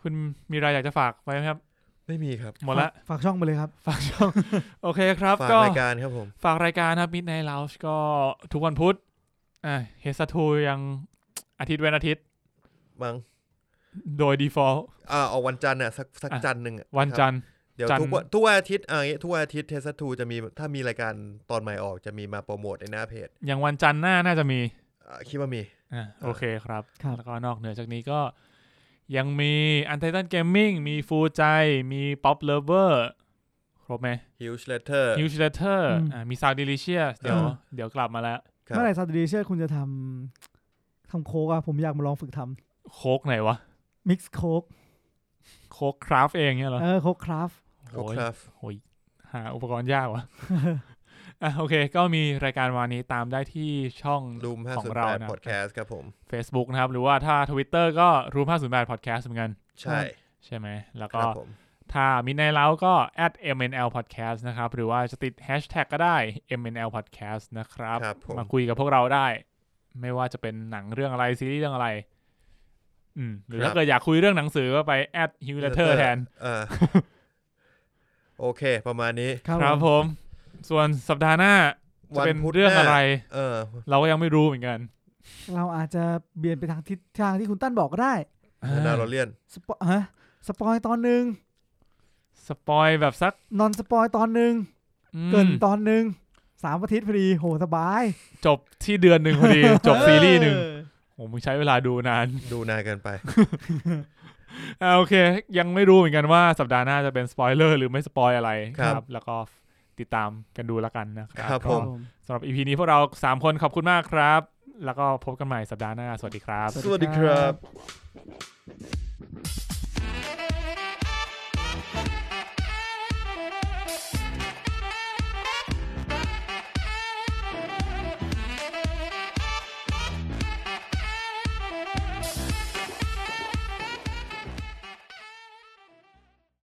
Speaker 3: คุณมีอะไรอยากจะฝากไว้ไหมครับ
Speaker 2: ไม่มีครับ
Speaker 3: หมดละ
Speaker 1: ฝากช่องไปเลยครับ
Speaker 3: ฝากช่อง <laughs> โอเคครับ
Speaker 2: ฝาก
Speaker 3: ก็
Speaker 2: รายการครับผม
Speaker 3: ฝากรายการนะครับ Midnight Lounge ก็ทุกวันพุธอ่าเฮสทูยังอาทิตย์เว้นอาทิตย์
Speaker 2: มัง
Speaker 3: โดย default
Speaker 2: อ่าออกวันจันทร์น่ะสักสัก
Speaker 3: อ่ะ
Speaker 2: จันทร์หนึ่งอ่ะ
Speaker 3: วันจันทร์
Speaker 2: ครับเดี๋ยว
Speaker 3: จันทร์
Speaker 2: ทุกวันทุกวันอาทิตย์อ่าอย่างงี้ทุกวันอาทิตย์เทสทูจะมีถ้ามีรายการตอนใหม่ออกจะมีมาโปรโมทในหน้าเพจ
Speaker 3: อย่างวันจันทร์หน้าน่าจะมี
Speaker 2: อ่าคิดว่ามี
Speaker 3: อ่าโอเคครับ
Speaker 1: ครับ
Speaker 3: แล้วก็นอกเหนือจากนี้ก็ ยังมีอันไททันเกมมิ่งมีฟูใจมีป๊อปเลเวอร์ครบไหม
Speaker 2: ฮิวชเลเตอร์
Speaker 3: นิวชเลเตอร์
Speaker 1: อืม
Speaker 3: มีซาวดิลิเชียสเดี๋ยว
Speaker 2: อ่า
Speaker 3: เดี๋ยวกลับมาแล้ว
Speaker 2: ครับ
Speaker 1: เมื่อไหร่ซาตูดีเชื่อคุณจะทำทำโค้กอะผมอยากมาลองฝึกทำ
Speaker 3: โคกไหนวะ
Speaker 1: มิกซ์โค้ก
Speaker 3: โคกคราฟเองเนี่ยเหรอ
Speaker 1: เออโค้กคราฟ
Speaker 2: โอ้
Speaker 3: โอ้ย
Speaker 2: ครับ
Speaker 3: โอ้ยหาอุปกรณ์ยากวะ <laughs> อ่ะโอเค ก็มีรายการวันนี้ตามได้ที่ช่อง
Speaker 2: รูม
Speaker 3: ของเรานะ
Speaker 2: 508 podcast ครับผม
Speaker 3: Facebook นะครับ หรือว่าถ้า Twitter ก็รูม508 Podcast เหมือนกัน
Speaker 2: ใช่
Speaker 3: ใช่ไหม แล้ว
Speaker 2: ค
Speaker 3: ก็
Speaker 2: รับผม
Speaker 3: ถ้ามีในเล้าก็ at mnl podcast นะครับ หรือว่าจะติด hashtag ก็ได้ mnl podcast นะครับ
Speaker 2: ครับผม
Speaker 3: มาคุยกับพวกเราได้ ไม่ว่าจะเป็นหนังเรื่องอะไร ซีรีส์เรื่องอะไร อืม หรือถ้าเกิดอยากคุยเรื่องหนังสือก็ไป at h u l e t e r แทน
Speaker 2: เอ
Speaker 3: <laughs>
Speaker 2: อโอเค ประมาณนี้
Speaker 1: ครับ
Speaker 3: ครับ
Speaker 1: ผม
Speaker 3: ผม ส่วนสัปดาห์หน้าจะ
Speaker 2: วัน
Speaker 3: เป็น
Speaker 2: พุธ
Speaker 3: เรื่องอะไร
Speaker 2: หน้าเออ
Speaker 3: เราก็ยังไม่รู้เหมือนกัน
Speaker 1: เราอาจจะเบี่ยนไปทางทิศทางที่คุณตั้นบอกก็ได้
Speaker 2: นาโรเลียน
Speaker 1: สปอยฮะสปอยตอนหนึ่ง
Speaker 3: สปอยแบบสัก
Speaker 1: นอนสปอยตอนหนึ่ง
Speaker 3: อืม
Speaker 1: เกรินตอนหนึ่งสามอาทิตย์พอดีโหสบาย
Speaker 3: จบที่เดือนหนึ่งพอดี จบซีรีส์หนึ่ง
Speaker 1: เออ
Speaker 3: โอ้มึงใช้เวลาดูนาน
Speaker 2: ดูนานเกินไป
Speaker 3: อ่าโอเค ยังไม่รู้เหมือนกันว่าสัปดาห์หน้าจะเป็นสปอยเลอร์หรือไม่สปอยอะไร
Speaker 2: ครับ
Speaker 3: แล้วก็ติดตามกันดูแล้วกันนะครั
Speaker 2: ครับ บ
Speaker 3: ก็
Speaker 2: ผม
Speaker 3: สำหรับอีพีนี้พวกเรา 3 คนขอบคุณมากครับ แล้วก็พบกันใหม่สัปดาห์หน้า สวัสดีครับ
Speaker 1: สวัสดี
Speaker 2: สวัสดีครับ